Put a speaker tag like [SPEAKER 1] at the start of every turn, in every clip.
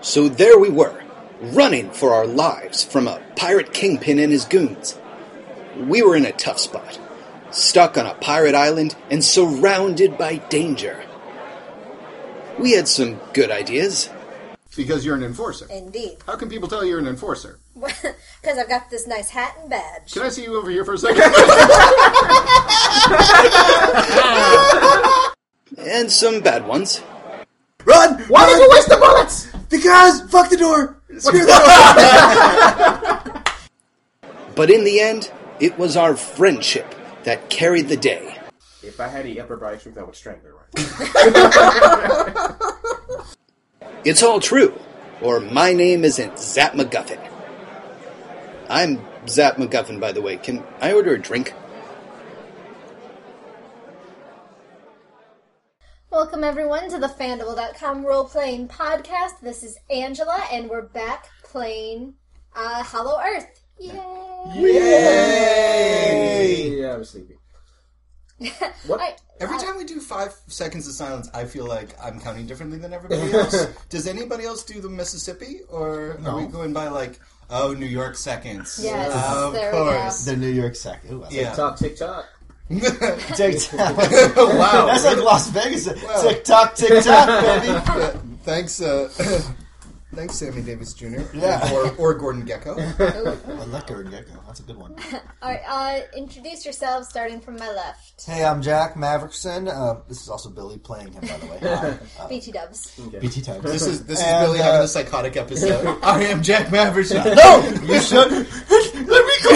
[SPEAKER 1] So there we were, running for our lives from a pirate kingpin and his goons. We were in a tough spot, stuck on a pirate island and surrounded by danger. We had some good ideas.
[SPEAKER 2] Because you're an enforcer.
[SPEAKER 3] Indeed.
[SPEAKER 2] How can people tell you're an enforcer?
[SPEAKER 3] Because I've got this nice hat and badge.
[SPEAKER 2] Can I see you over here for a second?
[SPEAKER 1] And some bad ones.
[SPEAKER 4] Run!
[SPEAKER 5] Why did you waste the bullets?
[SPEAKER 4] Because fuck the door. Screw the door.
[SPEAKER 1] But in the end, it was our friendship that carried the day.
[SPEAKER 5] If I had any upper body strength, I would strangle her right
[SPEAKER 1] It's all true, or my name isn't Zap McGuffin. I'm Zap McGuffin, by the way. Can I order a drink?
[SPEAKER 3] Welcome, everyone, to the Fandible.com role playing podcast. This is Angela, and we're back playing uh, Hollow Earth. Yay!
[SPEAKER 4] Yay!
[SPEAKER 5] Yeah, I was sleepy. What?
[SPEAKER 3] I-
[SPEAKER 4] Every time we do five seconds of silence, I feel like I'm counting differently than everybody else. Does anybody else do the Mississippi, or are we going by like, oh, New York seconds?
[SPEAKER 3] Yes,
[SPEAKER 4] of
[SPEAKER 3] there we go.
[SPEAKER 4] course.
[SPEAKER 6] The New York sec. Ooh, I
[SPEAKER 4] Yeah.
[SPEAKER 5] Talk TikTok.
[SPEAKER 6] like tick tock.
[SPEAKER 4] wow.
[SPEAKER 6] That's like Las Vegas. Tick tock, tick tock, baby.
[SPEAKER 4] Uh, thanks, uh, thanks, Sammy Davis Jr.
[SPEAKER 6] Yeah.
[SPEAKER 4] Or, or Gordon Gecko.
[SPEAKER 6] I like Gordon Gecko. That's a good one.
[SPEAKER 3] All right, uh, introduce yourselves starting from my left.
[SPEAKER 6] Hey, I'm Jack Maverickson. Uh, this is also Billy playing him, by the way. Hi.
[SPEAKER 3] BT Dubs.
[SPEAKER 6] Uh, BT times.
[SPEAKER 4] This is this is
[SPEAKER 6] And,
[SPEAKER 4] Billy
[SPEAKER 6] uh,
[SPEAKER 4] having a psychotic episode. I am Jack Maverick.
[SPEAKER 6] no, you should. Let me go.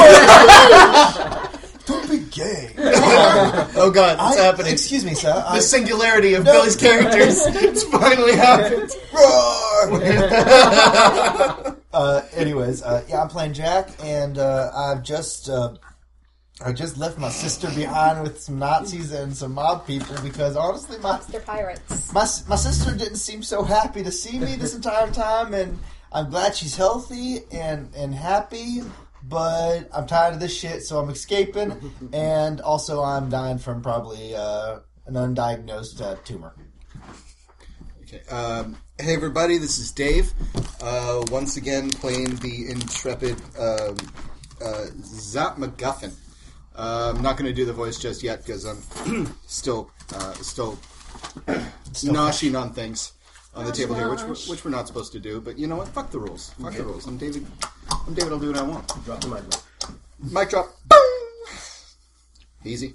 [SPEAKER 6] Don't be gay.
[SPEAKER 4] oh God, it's
[SPEAKER 6] I-
[SPEAKER 4] happening.
[SPEAKER 6] Excuse me, sir. I,
[SPEAKER 4] the singularity of Billy's characters. it's finally happened.
[SPEAKER 6] uh, anyways, uh, yeah, I'm playing Jack, and uh, I've just uh, I just left my sister behind with some Nazis and some mob people because honestly, my
[SPEAKER 3] They're pirates.
[SPEAKER 6] my my sister didn't seem so happy to see me this entire time, and I'm glad she's healthy and and happy. But I'm tired of this shit, so I'm escaping, and also I'm dying from probably uh, an undiagnosed uh, tumor.
[SPEAKER 4] Okay. Um, hey, everybody, this is Dave. Uh, once again, playing the intrepid um, uh, Zap MacGuffin. Uh, I'm not going to do the voice just yet because I'm still uh, still, noshing on things on the table here, which we're, which we're not supposed to do. But you know what? Fuck the rules. Fuck the rules. I'm David. I'm David. I'll do what I want.
[SPEAKER 5] Drop the mic.
[SPEAKER 4] Mic drop. Boom. Easy.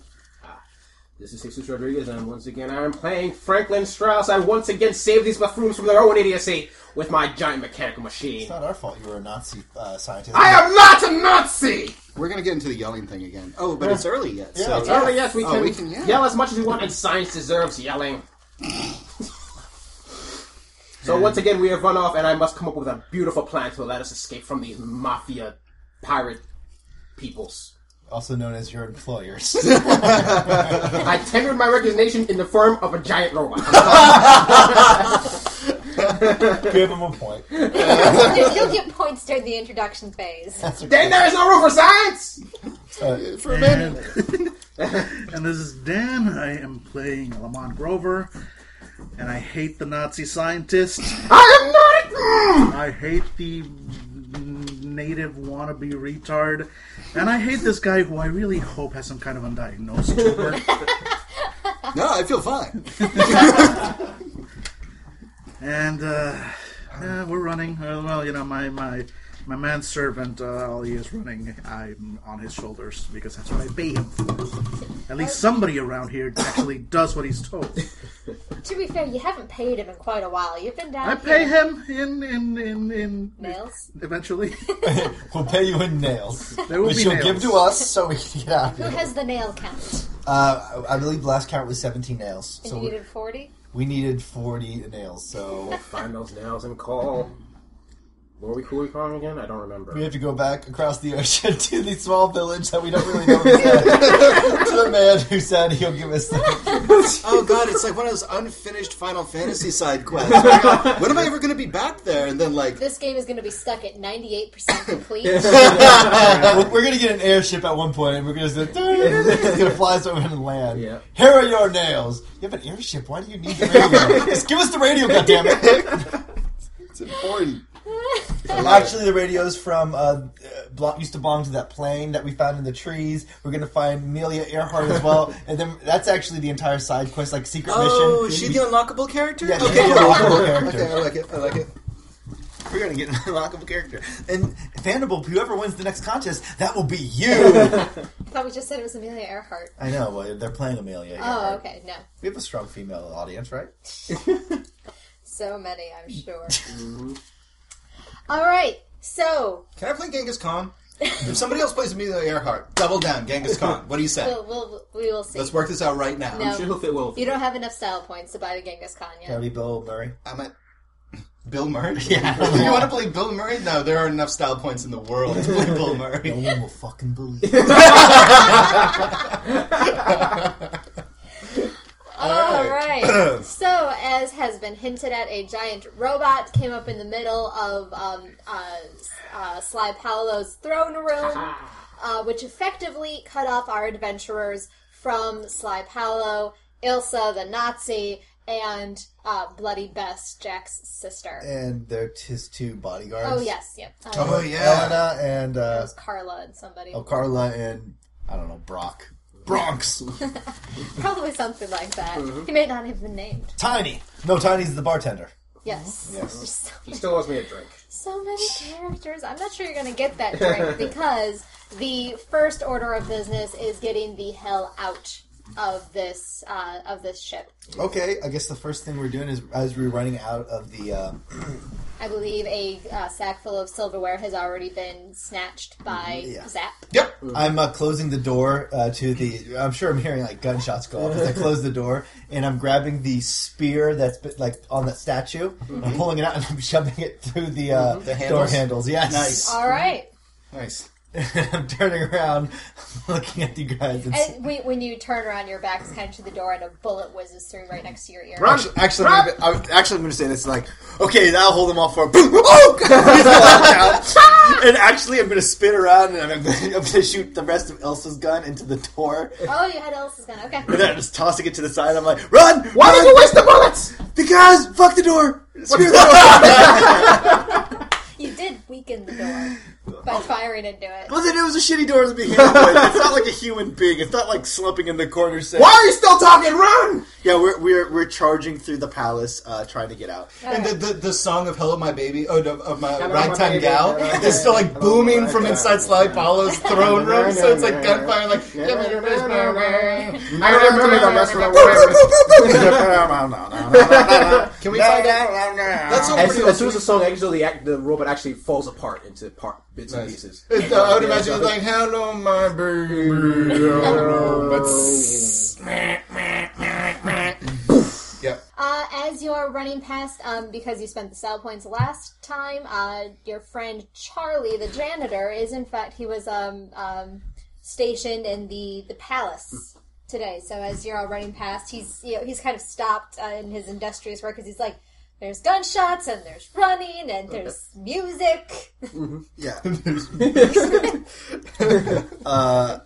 [SPEAKER 5] This is Jesus Rodriguez, and once again I am playing Franklin Strauss. I once again save these buffoons from their own idiocy with my giant mechanical machine.
[SPEAKER 6] It's not our fault you were a Nazi uh, scientist.
[SPEAKER 5] I am not a Nazi!
[SPEAKER 4] We're going to get into the yelling thing again. Oh, but it's early yet.
[SPEAKER 6] Yeah,
[SPEAKER 4] so
[SPEAKER 6] it's
[SPEAKER 5] Oh, yes, we
[SPEAKER 4] Oh,
[SPEAKER 5] can,
[SPEAKER 4] we can yell.
[SPEAKER 5] as much as we want, and science deserves yelling. so once again, we have run off, and I must come up with a beautiful plan to let us escape from these mafia pirate peoples.
[SPEAKER 6] also known as your employers.
[SPEAKER 5] I tendered my resignation in the firm of a giant robot.
[SPEAKER 6] Give him a point.
[SPEAKER 3] You'll you'll get points during the introduction phase.
[SPEAKER 5] then there is no room for science!
[SPEAKER 4] for a minute.
[SPEAKER 7] And this is Dan. I am playing Lamont Grover, and I hate the Nazi scientist.
[SPEAKER 5] I am not! Mm.
[SPEAKER 7] I hate the native wannabe retard, and I hate this guy who I really hope has some kind of undiagnosed tumor.
[SPEAKER 4] No, I feel fine.
[SPEAKER 7] and uh, yeah, we're running. Uh, well, you know, my my my manservant, uh, all he is running, I'm on his shoulders because that's what I pay him for. At least somebody around here actually does what he's told.
[SPEAKER 3] to be fair, you haven't paid him in quite a while. You've been down
[SPEAKER 7] I
[SPEAKER 3] here.
[SPEAKER 7] pay him in in in in
[SPEAKER 3] Nails.
[SPEAKER 7] Eventually,
[SPEAKER 6] We'll pay you in nails,
[SPEAKER 7] there will
[SPEAKER 6] which
[SPEAKER 7] be
[SPEAKER 6] you'll
[SPEAKER 7] nails.
[SPEAKER 6] give to us so we can get out of
[SPEAKER 3] Who
[SPEAKER 6] here.
[SPEAKER 3] has the nail count?
[SPEAKER 6] Uh, I I believe last count was 17 nails,
[SPEAKER 3] And
[SPEAKER 6] so
[SPEAKER 3] you
[SPEAKER 6] we,
[SPEAKER 3] needed 40?
[SPEAKER 6] we needed 40 nails. So
[SPEAKER 5] Find those nails and call. What were we cool calling again? I don't remember.
[SPEAKER 6] we have to go back across the ocean to the small village that we don't really know is at, to the man who said he'll give us. The,
[SPEAKER 4] Oh god, it's like one of those unfinished Final Fantasy side quests. Oh, when am I ever going to be back there? And then like,
[SPEAKER 3] This game is going to be stuck at 98% complete.
[SPEAKER 6] we're, we're gonna get an airship at one point, and we're gonna say, it's gonna fly us over and land.
[SPEAKER 5] Yeah.
[SPEAKER 6] Here are your nails. You have an airship. Why do you need the radio? Just give us the radio, goddammit.
[SPEAKER 4] It's important.
[SPEAKER 8] Actually, the radio's from uh, uh, blo- used to belong to that plane that we found in the trees. We're gonna find Amelia Earhart as well, and then that's actually the entire side quest, like secret
[SPEAKER 1] Oh,
[SPEAKER 8] mission.
[SPEAKER 1] is she the unlockable character?
[SPEAKER 8] Yeah, she's
[SPEAKER 1] okay.
[SPEAKER 8] the unlockable character.
[SPEAKER 6] Okay, I like it. I like it.
[SPEAKER 8] We're gonna get an unlockable character, and Vanderbilt. Whoever wins the next contest, that will be you.
[SPEAKER 3] thought we just said it was Amelia Earhart.
[SPEAKER 8] I know. Well, they're playing Amelia.
[SPEAKER 3] Oh,
[SPEAKER 8] Earhart.
[SPEAKER 3] okay, no.
[SPEAKER 8] We have a strong female audience, right?
[SPEAKER 3] So many, I'm sure. All right, so
[SPEAKER 1] Can I play Genghis Khan? If somebody else plays Amelia Earhart, double down, Genghis Khan. What do you say?
[SPEAKER 3] we'll, we'll, we will see.
[SPEAKER 1] Let's work this out right now.
[SPEAKER 5] I'm
[SPEAKER 3] No,
[SPEAKER 5] sure he'll fit well.
[SPEAKER 3] you don't have enough style points to buy the Genghis Khan yet.
[SPEAKER 8] That'll be Bill Murray.
[SPEAKER 1] I'm at Bill Murray. Yeah. Do you want to play Bill Murray? No, there are enough style points in the world to play Bill
[SPEAKER 8] No
[SPEAKER 1] Murray.
[SPEAKER 8] one will fucking believe. it.
[SPEAKER 3] All right. so, as has been hinted at, a giant robot came up in the middle of um, uh, uh, Sly Paolo's throne room, uh, which effectively cut off our adventurers from Sly Paolo, Ilsa the Nazi, and uh, Bloody Bess, Jack's sister.
[SPEAKER 8] and they're his two bodyguards.
[SPEAKER 3] oh, yes. Yep. Uh,
[SPEAKER 1] Oh yeah.
[SPEAKER 8] Elena and
[SPEAKER 3] It
[SPEAKER 8] uh,
[SPEAKER 3] was Carla and somebody.
[SPEAKER 8] oh, Carla and I don't know Brock. Bronx.
[SPEAKER 3] Probably something like that.
[SPEAKER 8] Mm-hmm.
[SPEAKER 3] He may not have been named.
[SPEAKER 8] Tiny. No, Tiny's the bartender.
[SPEAKER 3] Yes.
[SPEAKER 8] Yes.
[SPEAKER 3] There's so
[SPEAKER 5] He still owes me a drink.
[SPEAKER 3] so many characters. I'm not sure you're going to get that drink because the first order of business is getting the hell out of this uh, of this ship.
[SPEAKER 8] Okay, I guess the first thing we're doing is as we're running out of the. Uh,
[SPEAKER 3] I believe a uh, sack full of silverware has already been snatched by
[SPEAKER 8] Yeah.
[SPEAKER 3] Zap.
[SPEAKER 8] yep.
[SPEAKER 1] Mm.
[SPEAKER 8] I'm uh, closing the door uh, to the. I'm sure I'm hearing like gunshots go off as I close the door, and I'm grabbing the spear that's been, like on that statue. I'm pulling it out and I'm shoving it through the, uh, door
[SPEAKER 1] Mm-hmm. handles?
[SPEAKER 8] handles. Yes.
[SPEAKER 1] Nice.
[SPEAKER 3] All right,
[SPEAKER 1] Nice.
[SPEAKER 8] I'm turning around, looking at you guys. And,
[SPEAKER 3] and we, when you turn around, your back's kind of to the door, and a bullet whizzes through right next to your ear.
[SPEAKER 6] Actually, actually, I'm gonna, I'm, actually, I'm going to say this like, okay, that'll hold them off for. Boom! Oh, God, he's knocked out. and actually, I'm going to spin around and I'm going to shoot the rest of Elsa's gun into the door.
[SPEAKER 3] Oh, you had Elsa's gun. Okay.
[SPEAKER 6] And then I'm just tossing it to the side. I'm like, run!
[SPEAKER 5] Why
[SPEAKER 6] run!
[SPEAKER 5] did you waste the bullets?
[SPEAKER 6] Because fuck the door. Spear the door.
[SPEAKER 3] You did weaken the door by firing into it.
[SPEAKER 6] Listen, it was a shitty door to begin with. It's not like a human being. It's not like slumping in the corner saying,
[SPEAKER 5] Why are you still talking? Run!
[SPEAKER 6] Yeah, we're we're we're charging through the palace, uh, trying to get out.
[SPEAKER 1] And the, the, the song of Hello My Baby, oh, no, of my
[SPEAKER 5] Hello, my
[SPEAKER 1] ragtime
[SPEAKER 5] baby,
[SPEAKER 1] gal,
[SPEAKER 5] hello,
[SPEAKER 1] is still like
[SPEAKER 5] hello,
[SPEAKER 1] booming
[SPEAKER 5] my
[SPEAKER 1] from
[SPEAKER 5] ragtime.
[SPEAKER 1] inside Sly Paolo's throne room. So it's like gunfire, like.
[SPEAKER 5] I don't remember the rest of the
[SPEAKER 1] Can we find out? That's all
[SPEAKER 5] As
[SPEAKER 1] pretty
[SPEAKER 5] soon, as soon
[SPEAKER 1] much.
[SPEAKER 5] as the song exits, the, act, the robot actually falls apart into part, bits and pieces.
[SPEAKER 1] It's, uh, I would imagine it's like, hello, my baby. But yep.
[SPEAKER 3] Uh, as you're running past, um, because you spent the style points last time, uh, your friend Charlie, the janitor, is in fact he was um, um, stationed in the the palace today. So as you're all running past, he's you know he's kind of stopped uh, in his industrious work because he's like, there's gunshots and there's running and there's music.
[SPEAKER 6] Yeah. uh,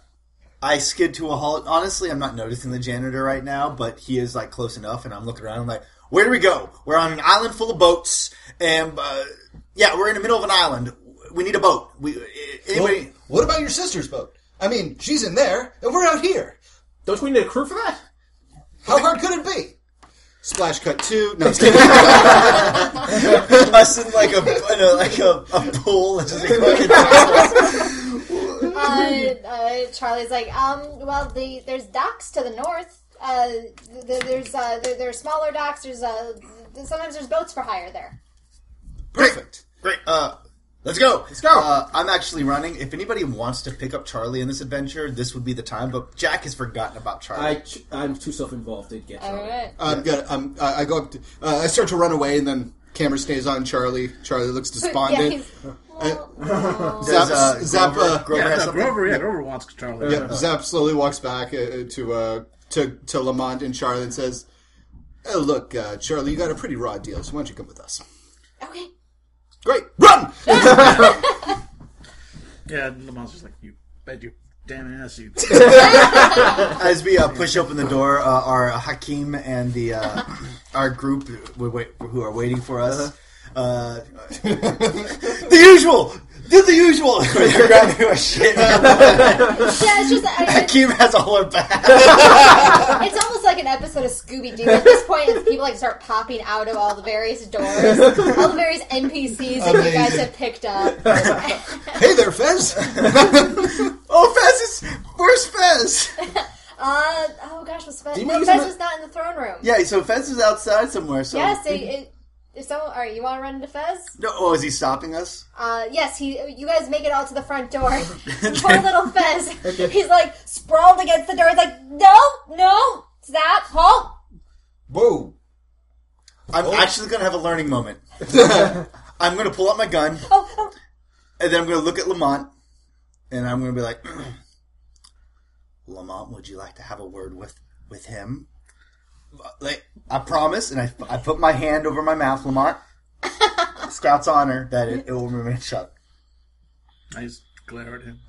[SPEAKER 6] I skid to a halt. Honestly, I'm not noticing the janitor right now, but he is like close enough, and I'm looking around. I'm like, where do we go? We're on an island full of boats, and uh, yeah, we're in the middle of an island. We need a boat. We anybody?
[SPEAKER 1] What about your sister's boat? I mean, she's in there, and we're out here.
[SPEAKER 5] Don't we need a crew for that?
[SPEAKER 1] How hard could it be?
[SPEAKER 6] Splash cut two. No, I'm just kidding. us in like a in a- like a, a pool. It's just like,
[SPEAKER 3] uh, uh, Charlie's like, um, well, the there's docks to the north. Uh, th- th- there's uh, there, there are smaller docks. There's uh, th- sometimes there's boats for hire there.
[SPEAKER 6] Perfect. Great. Uh, let's go. Let's
[SPEAKER 5] go.
[SPEAKER 6] Uh, I'm actually running. If anybody wants to pick up Charlie in this adventure, this would be the time. But Jack has forgotten about Charlie.
[SPEAKER 5] I, ch- I'm too self-involved to get
[SPEAKER 3] All
[SPEAKER 5] Charlie.
[SPEAKER 3] right.
[SPEAKER 4] I'm gonna, I'm, I I go up to, uh, I start to run away and then camera stays on Charlie. Charlie looks despondent.
[SPEAKER 6] Does,
[SPEAKER 4] Zap,
[SPEAKER 6] uh,
[SPEAKER 4] Zap,
[SPEAKER 6] Grover-
[SPEAKER 4] uh,
[SPEAKER 6] Grover
[SPEAKER 7] Yeah,
[SPEAKER 6] has
[SPEAKER 7] no,
[SPEAKER 6] something?
[SPEAKER 7] Grover, yeah, Grover wants Charlie.
[SPEAKER 4] Yeah, Zap slowly walks back uh, to uh, to to Lamont and Charlie and says, "Oh, "Look, uh, Charlie, you got a pretty raw deal, so why don't you come with us?"
[SPEAKER 3] okay.
[SPEAKER 4] Great, run!
[SPEAKER 7] Yeah, and the monster's like, you bet you damn ass you.
[SPEAKER 6] As we uh, push open the door, uh, our Hakim and the uh, our group w- wait, who are waiting for us.
[SPEAKER 4] Uh-huh.
[SPEAKER 6] Uh, the usual. Do the usual. They're grabbing my shit.
[SPEAKER 3] Yeah, it's just I,
[SPEAKER 6] Akeem has all her back.
[SPEAKER 3] it's almost like an episode of Scooby Doo at this point. It's people like start popping out of all the various doors, all the various NPCs that you guys have picked up.
[SPEAKER 4] Hey there, Fez.
[SPEAKER 6] Oh, Fez is. Where's Fez?
[SPEAKER 3] Uh, oh gosh, was Fez?
[SPEAKER 5] you
[SPEAKER 3] No,
[SPEAKER 5] mind
[SPEAKER 3] Fez
[SPEAKER 5] some-
[SPEAKER 3] was not in the throne room.
[SPEAKER 6] Yeah, so Fez is outside somewhere. So
[SPEAKER 3] Yes, it, it, if so, all right, you want to run into Fez?
[SPEAKER 6] No, oh, is he stopping us?
[SPEAKER 3] Uh, yes, he. You guys make it all to the front door. Poor little Fez. He's like sprawled against the door. He's like, no, no, stop, halt.
[SPEAKER 4] Whoa.
[SPEAKER 6] I'm
[SPEAKER 4] Oh.
[SPEAKER 6] actually going to have a learning moment. I'm going to pull out my gun,
[SPEAKER 3] Oh, oh.
[SPEAKER 6] and then I'm going to look at Lamont, and I'm going to be like, Lamont, would you like to have a word with with him? Like, I promise, and I, I put my hand over my mouth, Lamont. Scout's honor that it, it will remain shut.
[SPEAKER 7] I just glare at him.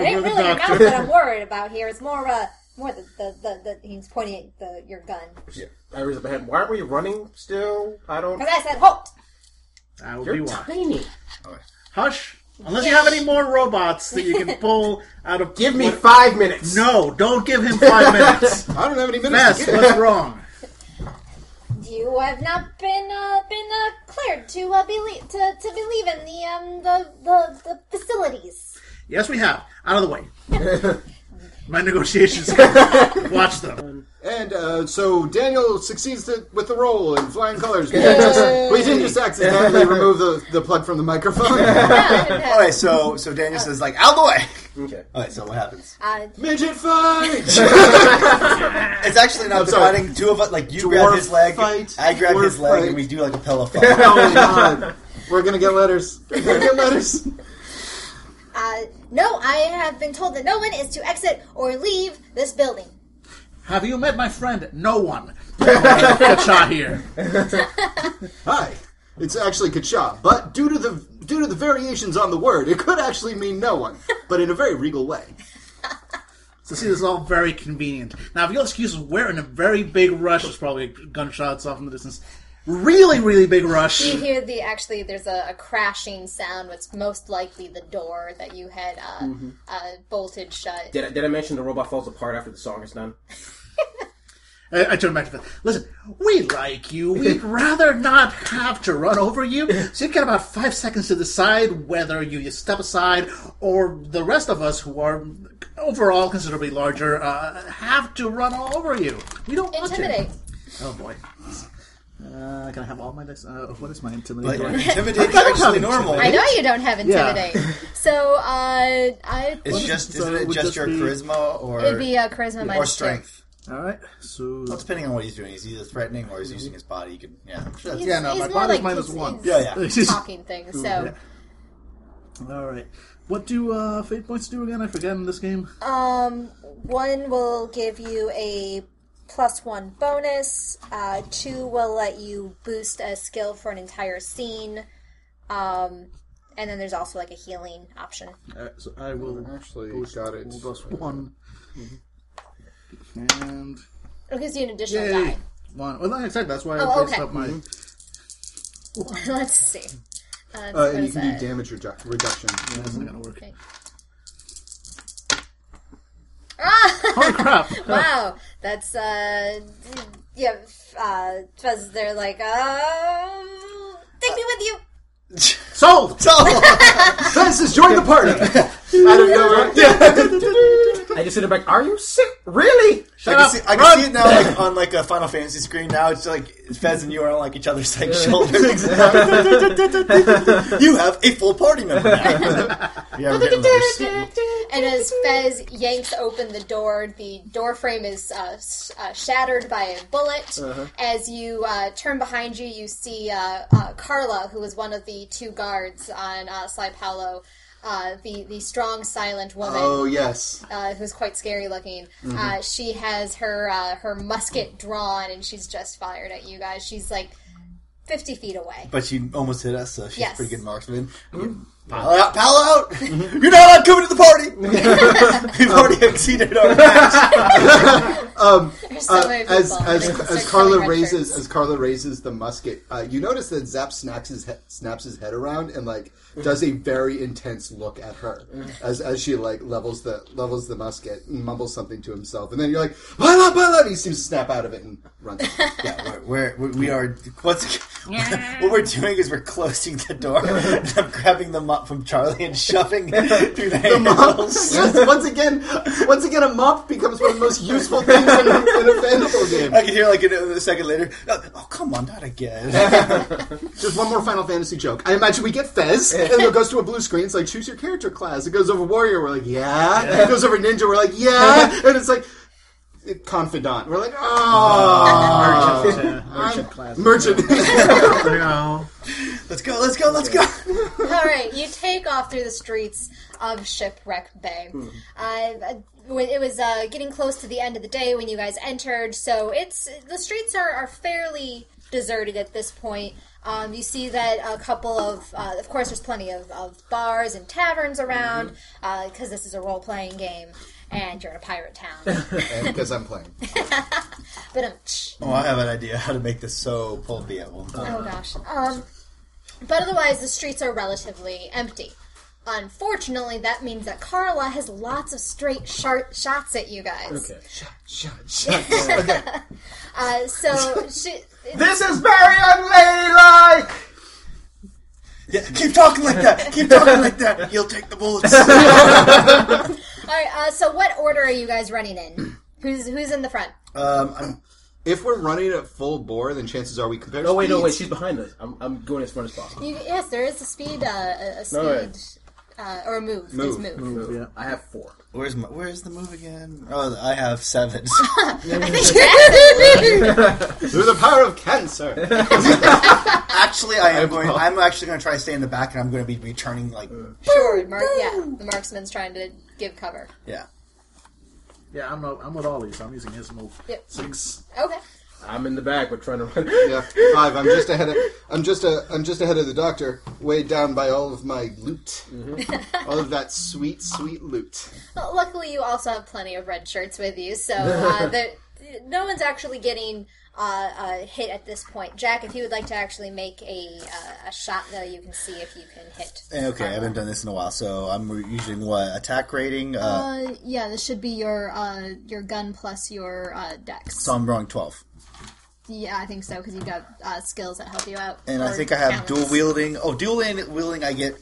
[SPEAKER 3] It
[SPEAKER 7] over
[SPEAKER 3] ain't
[SPEAKER 7] the
[SPEAKER 3] really your mouth
[SPEAKER 7] doctor.
[SPEAKER 3] that I'm worried about here. It's more, uh, more the the, the, the he's pointing at the, your gun
[SPEAKER 5] I raise up my head. Why aren't we running still? I don't.
[SPEAKER 3] because I said halt.
[SPEAKER 7] I will be
[SPEAKER 5] You're
[SPEAKER 7] watching.
[SPEAKER 5] tiny.
[SPEAKER 7] Hush. Unless you have any more robots that you can pull out of.
[SPEAKER 5] Give me
[SPEAKER 7] what-
[SPEAKER 5] five minutes.
[SPEAKER 7] No, don't give him five minutes.
[SPEAKER 4] I don't have any minutes.
[SPEAKER 7] Fez, what's wrong?
[SPEAKER 3] You have not been uh, been uh, cleared to uh, be le- to to be leaving the um the the, the facilities.
[SPEAKER 7] Yes, we have. Out of the way. My negotiations. Watch them.
[SPEAKER 4] And uh, so Daniel succeeds the, with the roll in flying colors. We didn't just, we didn't just accidentally remove the, the plug from the microphone.
[SPEAKER 3] Uh,
[SPEAKER 6] All right, so so Daniel says like out of the way.
[SPEAKER 5] Okay.
[SPEAKER 6] All right, so what happens?
[SPEAKER 3] Uh,
[SPEAKER 4] Midget fight.
[SPEAKER 6] It's actually not
[SPEAKER 4] sorry.
[SPEAKER 6] fighting. Two of us, like you grab his leg,
[SPEAKER 4] fight.
[SPEAKER 6] I grab
[SPEAKER 4] Dwarf
[SPEAKER 6] his leg,
[SPEAKER 4] fight.
[SPEAKER 6] and we do like a pillow fight.
[SPEAKER 4] Oh, God. We're gonna get letters. We're gonna get letters.
[SPEAKER 3] uh, no, I have been told that no one is to exit or leave this building.
[SPEAKER 7] Have you met my friend? No one. Good shot here.
[SPEAKER 4] Hi. It's actually Kacha, but due to the due to the variations on the word, it could actually mean no one, but in a very regal way.
[SPEAKER 7] So see, this is all very convenient. Now, if you'll excuse us, we're in a very big rush. There's probably gunshots off in the distance. Really, really big rush.
[SPEAKER 3] You hear the actually there's a, a crashing sound. What's most likely the door that you had uh,
[SPEAKER 7] Mm-hmm.
[SPEAKER 3] uh, bolted shut.
[SPEAKER 5] Did I, did I mention the robot falls apart after the song is done?
[SPEAKER 7] Uh, I, I turn back to the listen. We like you. We'd rather not have to run over you. So you've got about five seconds to decide whether you, you step aside or the rest of us, who are overall considerably larger, uh, have to run all over you. We don't want to.
[SPEAKER 3] Intimidate.
[SPEAKER 7] Oh boy. Uh, can I have all my dice? Uh, what is my
[SPEAKER 6] Like,
[SPEAKER 7] intimidate?
[SPEAKER 6] intimidating
[SPEAKER 7] I don't have
[SPEAKER 6] actually
[SPEAKER 7] intimidate.
[SPEAKER 6] normal.
[SPEAKER 3] I know you don't have intimidate. So uh, I
[SPEAKER 6] It's
[SPEAKER 3] think
[SPEAKER 6] just
[SPEAKER 7] So
[SPEAKER 6] isn't
[SPEAKER 7] it
[SPEAKER 6] it
[SPEAKER 7] would
[SPEAKER 6] just
[SPEAKER 7] just
[SPEAKER 6] your
[SPEAKER 7] be-
[SPEAKER 6] charisma or
[SPEAKER 3] it'd be uh, charisma minus
[SPEAKER 6] or
[SPEAKER 3] two.
[SPEAKER 6] strength?
[SPEAKER 7] all right. So
[SPEAKER 6] Well, depending on what he's doing, he's either threatening or he's using his body. You can yeah.
[SPEAKER 3] He's,
[SPEAKER 7] Yeah, no,
[SPEAKER 3] he's
[SPEAKER 7] my
[SPEAKER 3] more
[SPEAKER 7] body's
[SPEAKER 3] like
[SPEAKER 7] minus
[SPEAKER 3] he's-
[SPEAKER 7] one.
[SPEAKER 3] he's
[SPEAKER 6] Yeah, yeah.
[SPEAKER 3] Talking things. So
[SPEAKER 7] all right. What do uh, fate points do again? I forget in this game.
[SPEAKER 3] Um, one will give you a plus one bonus. Uh, two will let you boost a skill for an entire scene. Um, and then there's also like a healing option.
[SPEAKER 7] Uh, so I will
[SPEAKER 4] Actually,
[SPEAKER 7] boost
[SPEAKER 4] got it.
[SPEAKER 7] all plus one. And
[SPEAKER 3] It gives you an additional
[SPEAKER 7] yay,
[SPEAKER 3] die.
[SPEAKER 7] one. Well, that's exactly. That's why I
[SPEAKER 3] Oh,
[SPEAKER 7] based
[SPEAKER 3] okay.
[SPEAKER 7] up my.
[SPEAKER 3] Let's see. Uh,
[SPEAKER 4] Uh,
[SPEAKER 3] let's go
[SPEAKER 4] and you
[SPEAKER 3] to
[SPEAKER 4] can
[SPEAKER 3] that.
[SPEAKER 4] do damage redu- reduction.
[SPEAKER 7] That's not gonna work.
[SPEAKER 3] Ah!
[SPEAKER 7] Holy crap!
[SPEAKER 3] wow, that's uh, yeah. Uh, Fez, they're like, uh, take me with you.
[SPEAKER 7] Sold.
[SPEAKER 4] Fez has joined the party. I don't know. Yeah.
[SPEAKER 5] I just sit there back. Are you sick? Really?
[SPEAKER 6] I
[SPEAKER 7] Shut
[SPEAKER 6] can,
[SPEAKER 7] up.
[SPEAKER 6] see, I can see it now, like on like a Final Fantasy screen. Now it's like Fez and you are on like each other's like shoulders. you have a full party member. now. yeah, we're getting letters.
[SPEAKER 3] And as Fez yanks open the door, the door frame is uh, s- uh, shattered by a bullet. As you uh, turn behind you, you see uh, uh, Carla, who was one of the two guards on uh, Sly Paulo, uh, the, the strong, silent woman
[SPEAKER 4] Oh yes.
[SPEAKER 3] uh, who's quite scary looking.
[SPEAKER 4] Mm-hmm.
[SPEAKER 3] Uh, she has her uh, her musket drawn, and she's just fired at you guys. She's like fifty feet away.
[SPEAKER 6] But she almost hit us, so she's
[SPEAKER 3] Yes.
[SPEAKER 6] pretty good marksman. Pal out, pal out! You're not allowed coming to the party. We've already exceeded our max.
[SPEAKER 3] There's so
[SPEAKER 4] Uh,
[SPEAKER 3] many people.
[SPEAKER 4] as as,
[SPEAKER 3] They can
[SPEAKER 4] as Carla
[SPEAKER 3] start cutting red
[SPEAKER 4] raises
[SPEAKER 3] shirts.
[SPEAKER 4] as Carla raises the musket, uh, you notice that Zap snaps his he- snaps his head around and like does a very intense look at her as as she like levels the levels the musket and mumbles something to himself, and then you're like, "Pile up, pile up!" and He seems to snap out of it and run.
[SPEAKER 6] Yeah, we're, we're, we are. What's, what we're doing is we're closing the door. and I'm grabbing the mop from Charlie and shoving it through the, handles.
[SPEAKER 4] Yes, once again, once again, a mop becomes one of the most useful things in a, in a Fandible
[SPEAKER 6] I
[SPEAKER 4] game.
[SPEAKER 6] can hear like a, a second later. Oh, oh, come on, not again.
[SPEAKER 4] Just one more Final Fantasy joke. I imagine we get Fez, and it goes to a blue screen. It's like choose your character class. It goes over warrior. We're like, yeah. It goes over ninja. We're like, yeah. And it's like it, confidant. We're like, oh,
[SPEAKER 7] Merchant class.
[SPEAKER 4] merchant.
[SPEAKER 7] You know,
[SPEAKER 6] Let's go, let's go, let's go.
[SPEAKER 3] All right, you take off through the streets of Shipwreck Bay. Uh, when- it was uh, getting close to the end of the day when you guys entered, so it's the streets are, are fairly deserted at this point. Um, you see that a couple of, uh, of course, there's plenty of, of bars and taverns around because this is a role playing game and you're in a pirate town.
[SPEAKER 4] Because I'm playing.
[SPEAKER 3] but um,
[SPEAKER 6] Oh, I have an idea how to make this so pulpy at one time.
[SPEAKER 3] Oh gosh. Um, but otherwise, the streets are relatively empty. Unfortunately, that means that Carla has lots of straight sharp shots at you guys.
[SPEAKER 5] Okay.
[SPEAKER 3] Uh, so she,
[SPEAKER 5] This is very unladylike!
[SPEAKER 6] Yeah, keep talking like that. Keep talking like that. You'll take the bullets.
[SPEAKER 3] all right. Uh, so what order are you guys running in? Who's who's in the front?
[SPEAKER 6] um, I'm,
[SPEAKER 4] If we're running at full bore, then chances are we compare.
[SPEAKER 5] No, wait, no, wait.
[SPEAKER 4] speeds.
[SPEAKER 5] She's behind us. I'm, I'm going as front as possible.
[SPEAKER 3] You, yes, there is a speed, uh, a, a speed,
[SPEAKER 5] All right.
[SPEAKER 3] uh, or a move. It's
[SPEAKER 4] Move.
[SPEAKER 3] move.
[SPEAKER 7] yeah.
[SPEAKER 5] I have four.
[SPEAKER 6] where's my Where's the move again? Oh, I have seven.
[SPEAKER 3] I think that's it.
[SPEAKER 4] Through the power of cancer.
[SPEAKER 6] actually, I am going. I'm actually going to try to stay in the back, and I'm going to be returning like
[SPEAKER 4] Uh.
[SPEAKER 3] Sure, Mark, yeah, the marksman's trying to give cover.
[SPEAKER 6] yeah.
[SPEAKER 7] Yeah, I'm, I'm with Ollie, so I'm using his move.
[SPEAKER 3] Yep.
[SPEAKER 7] Six.
[SPEAKER 3] Okay.
[SPEAKER 5] I'm in the back, but trying to run.
[SPEAKER 4] yeah, five. I'm just ahead. Of, I'm just a. I'm just ahead of the doctor, weighed down by all of my loot, all of that sweet, sweet loot.
[SPEAKER 3] Well, luckily, you also have plenty of red shirts with you, so uh, the, no one's actually getting uh, uh, hit at this point. Jack, if you would like to actually make a, uh, a shot, though, you can see if you can hit.
[SPEAKER 6] Eh, Okay, I
[SPEAKER 3] Uh-huh.
[SPEAKER 6] haven't done this in a while, so I'm using what attack rating. Uh,
[SPEAKER 3] Uh, yeah, this should be your uh, your gun plus your uh, dex.
[SPEAKER 6] so I'm rolling twelve,
[SPEAKER 3] yeah, I think so because you've got uh, skills that help you out.
[SPEAKER 6] and I
[SPEAKER 3] or
[SPEAKER 6] think I have
[SPEAKER 3] talents.
[SPEAKER 6] dual wielding. Oh, dual wield- wielding, I get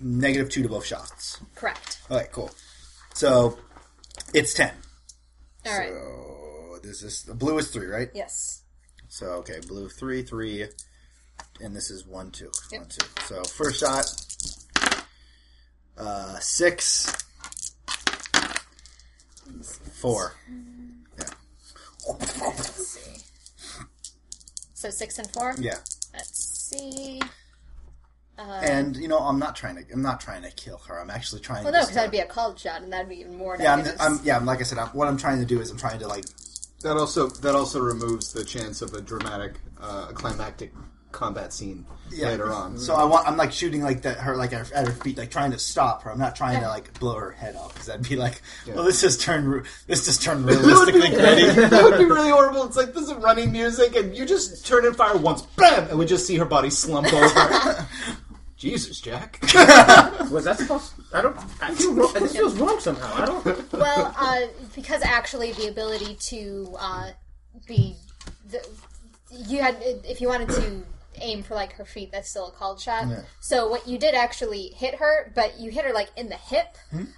[SPEAKER 6] negative two to both shots.
[SPEAKER 3] Correct.
[SPEAKER 6] All right, cool. So it's ten.
[SPEAKER 3] All right.
[SPEAKER 6] So this is blue is three, right?
[SPEAKER 3] Yes.
[SPEAKER 6] So okay, blue three three, and this is one two
[SPEAKER 3] Yep.
[SPEAKER 6] one, two. So first shot, uh, six, four. Yeah.
[SPEAKER 3] Let's see. So six and four.
[SPEAKER 6] Yeah.
[SPEAKER 3] Let's see.
[SPEAKER 6] And you know, I'm not trying to. I'm not trying to kill her. I'm actually trying.
[SPEAKER 3] Well,
[SPEAKER 6] to
[SPEAKER 3] no, because that'd be a called shot, and that'd be even more.
[SPEAKER 6] yeah, I'm,
[SPEAKER 3] negatives.
[SPEAKER 6] I'm, yeah. I'm like I said. I'm, what I'm trying to do is I'm trying to like.
[SPEAKER 4] That also that also removes the chance of a dramatic, uh, climactic combat scene
[SPEAKER 6] Yeah.
[SPEAKER 4] later on.
[SPEAKER 6] So I want. I'm like shooting like that. Her like at her at her feet, like trying to stop her. I'm not trying to like blow her head off because that'd be like. Well, this just turned. ru- This just turned realistically gritty.
[SPEAKER 4] that would be really horrible. It's like this is running music, and you just turn and fire once, bam, and we just see her body slump over. Jesus, Jack.
[SPEAKER 5] Was that supposed? I don't. I feel wrong. This feels wrong somehow. I don't.
[SPEAKER 3] Well, uh, because actually the ability to uh, be, the, you had if you wanted to aim for like her feet, that's still a called shot. So what you did actually hit her, but you hit her like in the hip.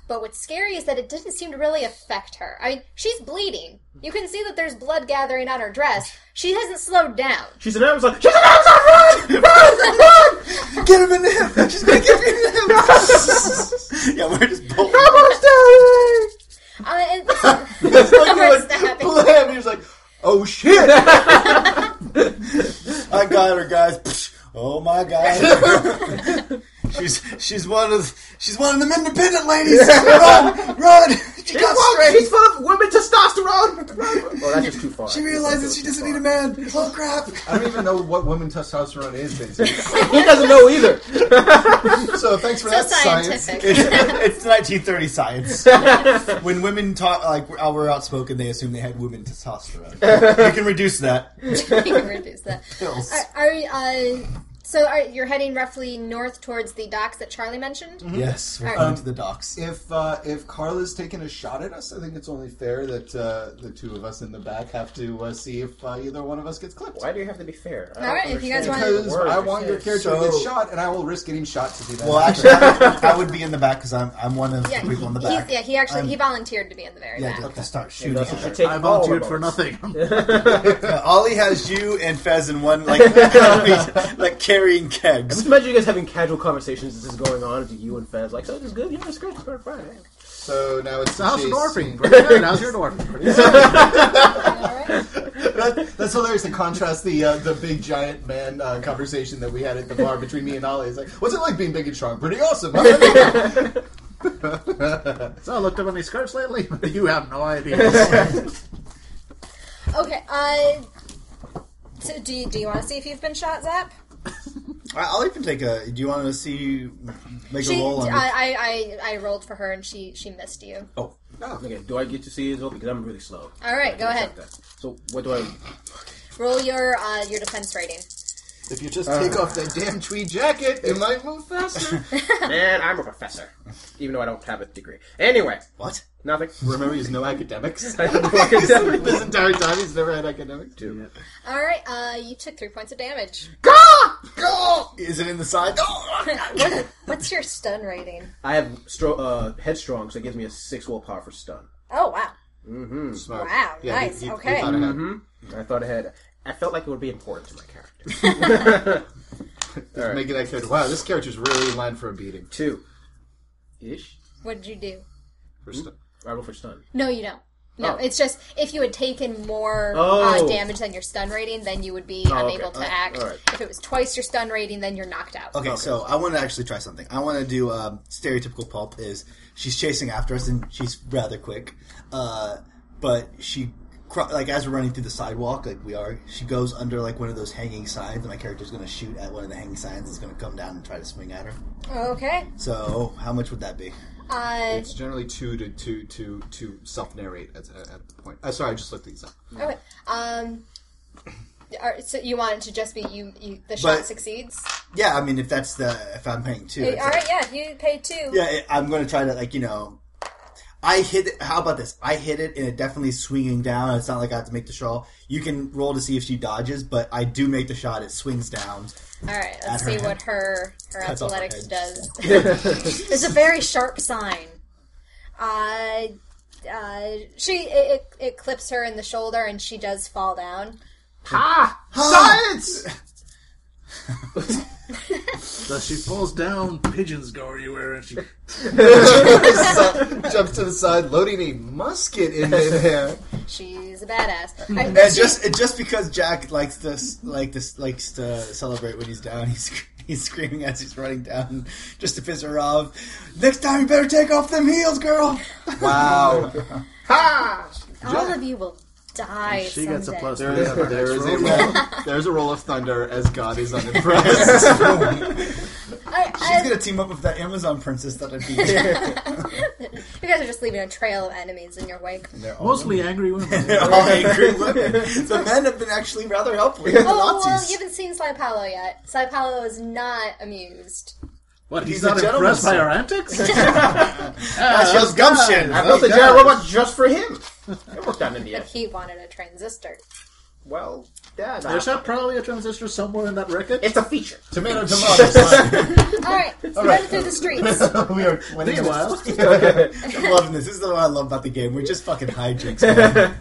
[SPEAKER 3] But what's scary is that it didn't seem to really affect her. I mean, she's bleeding. You can see that there's blood gathering on her dress. She hasn't slowed down.
[SPEAKER 5] She's an Amazon. She's an Amazon. Run! Run! Run!
[SPEAKER 6] Get him in the hip. She's gonna get me in the hip. yeah, we're just both.
[SPEAKER 3] Uh, and- Her snapping.
[SPEAKER 4] Blam! He was like, oh shit!
[SPEAKER 6] I got her, guys. Psh, Oh my god. she's she's one of she's one of them independent ladies. Run, run. She
[SPEAKER 5] It
[SPEAKER 6] got
[SPEAKER 5] won't.
[SPEAKER 6] straight.
[SPEAKER 5] She's full of women testosterone. well, that's just too far.
[SPEAKER 6] She realizes she doesn't need a man. Oh crap!
[SPEAKER 4] I don't even know what women testosterone is, basically.
[SPEAKER 5] He doesn't know either.
[SPEAKER 4] so thanks for
[SPEAKER 3] So
[SPEAKER 4] that science.
[SPEAKER 3] scientific.
[SPEAKER 6] It's, it's 1930 science. when women talk, like were- were outspoken, they assume they had women testosterone. we can reduce that.
[SPEAKER 3] We can reduce that. Are, are uh, so are, you're heading roughly north towards the docks that Charlie mentioned?
[SPEAKER 6] Mm-hmm. Yes, we're
[SPEAKER 3] All right.
[SPEAKER 6] going to the docks.
[SPEAKER 4] If uh, if Carla's taking a shot at us, I think it's only fair that uh, the two of us in the back have to uh, see if uh, either one of us gets clipped.
[SPEAKER 5] Why do you have to be fair? I
[SPEAKER 3] All right,
[SPEAKER 5] don't
[SPEAKER 3] if you guys
[SPEAKER 5] understand
[SPEAKER 3] wanna-
[SPEAKER 4] Because
[SPEAKER 5] the word.
[SPEAKER 4] I want your character to get
[SPEAKER 6] So-
[SPEAKER 4] shot, and I will risk getting shot to see that.
[SPEAKER 6] Well,
[SPEAKER 4] happen.
[SPEAKER 6] actually, I would, I would be in the back because I'm I'm one of
[SPEAKER 3] Yeah,
[SPEAKER 6] the people in the
[SPEAKER 3] he's-
[SPEAKER 6] back.
[SPEAKER 3] yeah, he actually he
[SPEAKER 6] I'm-
[SPEAKER 3] volunteered to be in the very
[SPEAKER 6] yeah,
[SPEAKER 3] back.
[SPEAKER 6] to, to start shooting.
[SPEAKER 5] Thus, it
[SPEAKER 6] at her.
[SPEAKER 5] should take
[SPEAKER 7] I
[SPEAKER 5] all
[SPEAKER 7] volunteered
[SPEAKER 5] of
[SPEAKER 7] for
[SPEAKER 5] us.
[SPEAKER 7] nothing.
[SPEAKER 6] Uh, Ollie has you and Fez in one like like carrying
[SPEAKER 5] Just
[SPEAKER 6] kegs.
[SPEAKER 5] imagine you guys having casual conversations as this is going on to you and Fez, like, so this is good, yeah, it's good, it's good, fine. yeah."
[SPEAKER 4] so now it's the
[SPEAKER 7] How's your
[SPEAKER 4] chase.
[SPEAKER 7] dwarfing? Pretty good. How's your dwarfing?
[SPEAKER 4] That- that's hilarious to contrast the uh, the big giant man uh, conversation that we had at the bar between me and Ollie. It's like, what's it like being big and strong? Pretty awesome. huh?"
[SPEAKER 7] So I looked up any skirts lately. you have no idea.
[SPEAKER 3] Okay. Uh, so do you, do you want to see if you've been shot, Zap?
[SPEAKER 6] I- I'll even Uh, take a. Do you want to see make
[SPEAKER 3] She, uh,
[SPEAKER 6] a roll on? it?
[SPEAKER 3] I, I, I, I rolled for her and she, she missed you.
[SPEAKER 6] oh,
[SPEAKER 5] Okay, do I get to see his open? Because I'm really slow.
[SPEAKER 3] All right, go ahead.
[SPEAKER 5] So, what do I.
[SPEAKER 3] Roll your uh, your defense rating.
[SPEAKER 4] if you
[SPEAKER 7] Uh,
[SPEAKER 4] just take off that damn tweed jacket, it might move faster.
[SPEAKER 5] Man, I'm a professor. Even though I don't have a degree. Anyway,
[SPEAKER 6] what?
[SPEAKER 5] nothing.
[SPEAKER 4] Remember, he's no academics.
[SPEAKER 5] I don't fucking tell you.
[SPEAKER 4] this entire time, he's never had academics. Too.
[SPEAKER 3] All right. Uh, you took three points of damage.
[SPEAKER 6] Oh, is it in the side? Oh,
[SPEAKER 3] What, what's your stun rating?
[SPEAKER 5] I have stro- uh, headstrong, so it gives me a six willpower for stun.
[SPEAKER 3] Oh wow!
[SPEAKER 4] Smart.
[SPEAKER 3] Wow,
[SPEAKER 4] he-
[SPEAKER 3] nice,
[SPEAKER 4] he- he
[SPEAKER 3] okay.
[SPEAKER 4] thought ahead.
[SPEAKER 5] I thought I had. I felt like it would be important to my character.
[SPEAKER 4] Making that character. Wow, this character's really in line for a beating.
[SPEAKER 5] Two. Ish?
[SPEAKER 3] What did you do?
[SPEAKER 4] First up.
[SPEAKER 5] I roll for stun.
[SPEAKER 3] No, you don't. No,
[SPEAKER 5] Oh.
[SPEAKER 3] it's just if you had taken more uh,
[SPEAKER 5] Oh.
[SPEAKER 3] damage than your stun rating, then you would be
[SPEAKER 5] okay.
[SPEAKER 3] unable to
[SPEAKER 5] All right,
[SPEAKER 3] act.
[SPEAKER 5] all right.
[SPEAKER 3] If it was twice your stun rating, then you're knocked out.
[SPEAKER 6] Okay, so I want to actually try something. I want to do um, stereotypical pulp. Is she's chasing after us and she's rather quick, uh, but she cro- like as we're running through the sidewalk, like we are, she goes under like one of those hanging signs, and my character's going to shoot at one of the hanging signs. It's going to come down and try to swing at her.
[SPEAKER 3] Okay.
[SPEAKER 6] So how much would that be?
[SPEAKER 3] Uh,
[SPEAKER 4] It's generally two to two to to self narrate at, at at the point. Uh, sorry, I just looked these up.
[SPEAKER 3] okay. Um. are- So you want it to just be you? you the shot
[SPEAKER 6] But-
[SPEAKER 3] succeeds.
[SPEAKER 6] Yeah, I mean if that's the if I'm paying two,
[SPEAKER 3] All
[SPEAKER 6] it's like-
[SPEAKER 3] right. Yeah. If you pay two.
[SPEAKER 6] Yeah, it- I'm going to try to like you know. I hit it. How about this? I hit it, and it definitely swinging down. It's not like I have to make the shot. You can roll to see if she dodges, but I do make the shot. It swings down.
[SPEAKER 3] All right.
[SPEAKER 6] At
[SPEAKER 3] Let's
[SPEAKER 6] her
[SPEAKER 3] see
[SPEAKER 6] head.
[SPEAKER 3] what her her
[SPEAKER 6] Cuts off her
[SPEAKER 3] athletics
[SPEAKER 6] head.
[SPEAKER 3] does. it's a very sharp sign. Uh, uh, she it, it, it clips her in the shoulder, and she does fall down.
[SPEAKER 5] Ah!
[SPEAKER 6] Science.
[SPEAKER 7] so she falls down, pigeons go everywhere, and she
[SPEAKER 4] Jumps to the side, loading a musket in there.
[SPEAKER 3] She's a badass. All right,
[SPEAKER 6] And
[SPEAKER 3] she-
[SPEAKER 6] just and just because Jack likes to s- like this likes to celebrate when he's down, he's sc- he's screaming as he's running down just to piss her off. Next time, you better take off them heels, girl.
[SPEAKER 4] Wow.
[SPEAKER 3] all of you will die.
[SPEAKER 7] she gets a
[SPEAKER 3] someday.
[SPEAKER 7] plus
[SPEAKER 4] There
[SPEAKER 7] three.
[SPEAKER 4] is,
[SPEAKER 7] on her next
[SPEAKER 4] there is a
[SPEAKER 7] roll.
[SPEAKER 4] roll. There's a roll of thunder as God is unimpressed.
[SPEAKER 3] All right,
[SPEAKER 6] She's
[SPEAKER 3] uh,
[SPEAKER 6] gonna team up with that Amazon princess that I beat.
[SPEAKER 3] you guys are just leaving a trail of enemies in your wake.
[SPEAKER 7] Mostly angry women.
[SPEAKER 6] They're all angry women. The men have been actually rather helpful. The
[SPEAKER 3] Oh, well,
[SPEAKER 6] Nazis.
[SPEAKER 3] you haven't seen Sly Paolo yet. Sly Paolo is not amused.
[SPEAKER 7] What? He's,
[SPEAKER 6] He's a
[SPEAKER 7] not
[SPEAKER 6] gentleman,
[SPEAKER 7] impressed by
[SPEAKER 6] sir.
[SPEAKER 7] our antics.
[SPEAKER 6] That's just gumption.
[SPEAKER 5] I built a giant robot just for him. It worked out in the end.
[SPEAKER 3] He wanted a transistor.
[SPEAKER 5] Well, yeah, nah.
[SPEAKER 7] There's not probably a transistor somewhere in that record.
[SPEAKER 5] it's a feature.
[SPEAKER 4] tomato, tomato.
[SPEAKER 3] All right, so running through the streets.
[SPEAKER 6] we are
[SPEAKER 7] Meanwhile,
[SPEAKER 6] I'm loving this. This is what I love about the game. We're just fucking hijinks. man.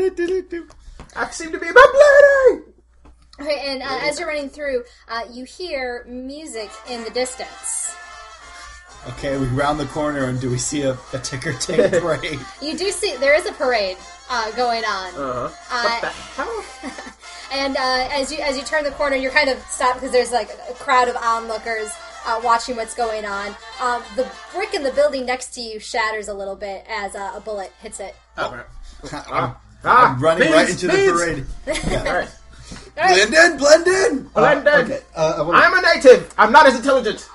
[SPEAKER 5] I seem to be about bleeding.
[SPEAKER 3] Okay, and uh, as you're running through, uh, you hear music in the distance.
[SPEAKER 6] okay, we round the corner and do we see a, a ticker
[SPEAKER 5] Ah,
[SPEAKER 6] tape parade?
[SPEAKER 3] You do see there is a parade uh, going on,
[SPEAKER 5] Uh-huh.
[SPEAKER 3] uh, and uh, as you as you turn the corner, you're kind of stopped because there's like a crowd of onlookers uh, watching what's going on. Um, the brick in the building next to you shatters a little bit as uh, a bullet hits it.
[SPEAKER 5] Ah,
[SPEAKER 6] I'm running right
[SPEAKER 7] Beans,
[SPEAKER 6] into the
[SPEAKER 7] beans.
[SPEAKER 6] parade.
[SPEAKER 5] all right.
[SPEAKER 6] Blend in, blend in.
[SPEAKER 5] Blend in.
[SPEAKER 4] Uh, I wanna,
[SPEAKER 5] I'm a native. I'm not as intelligent.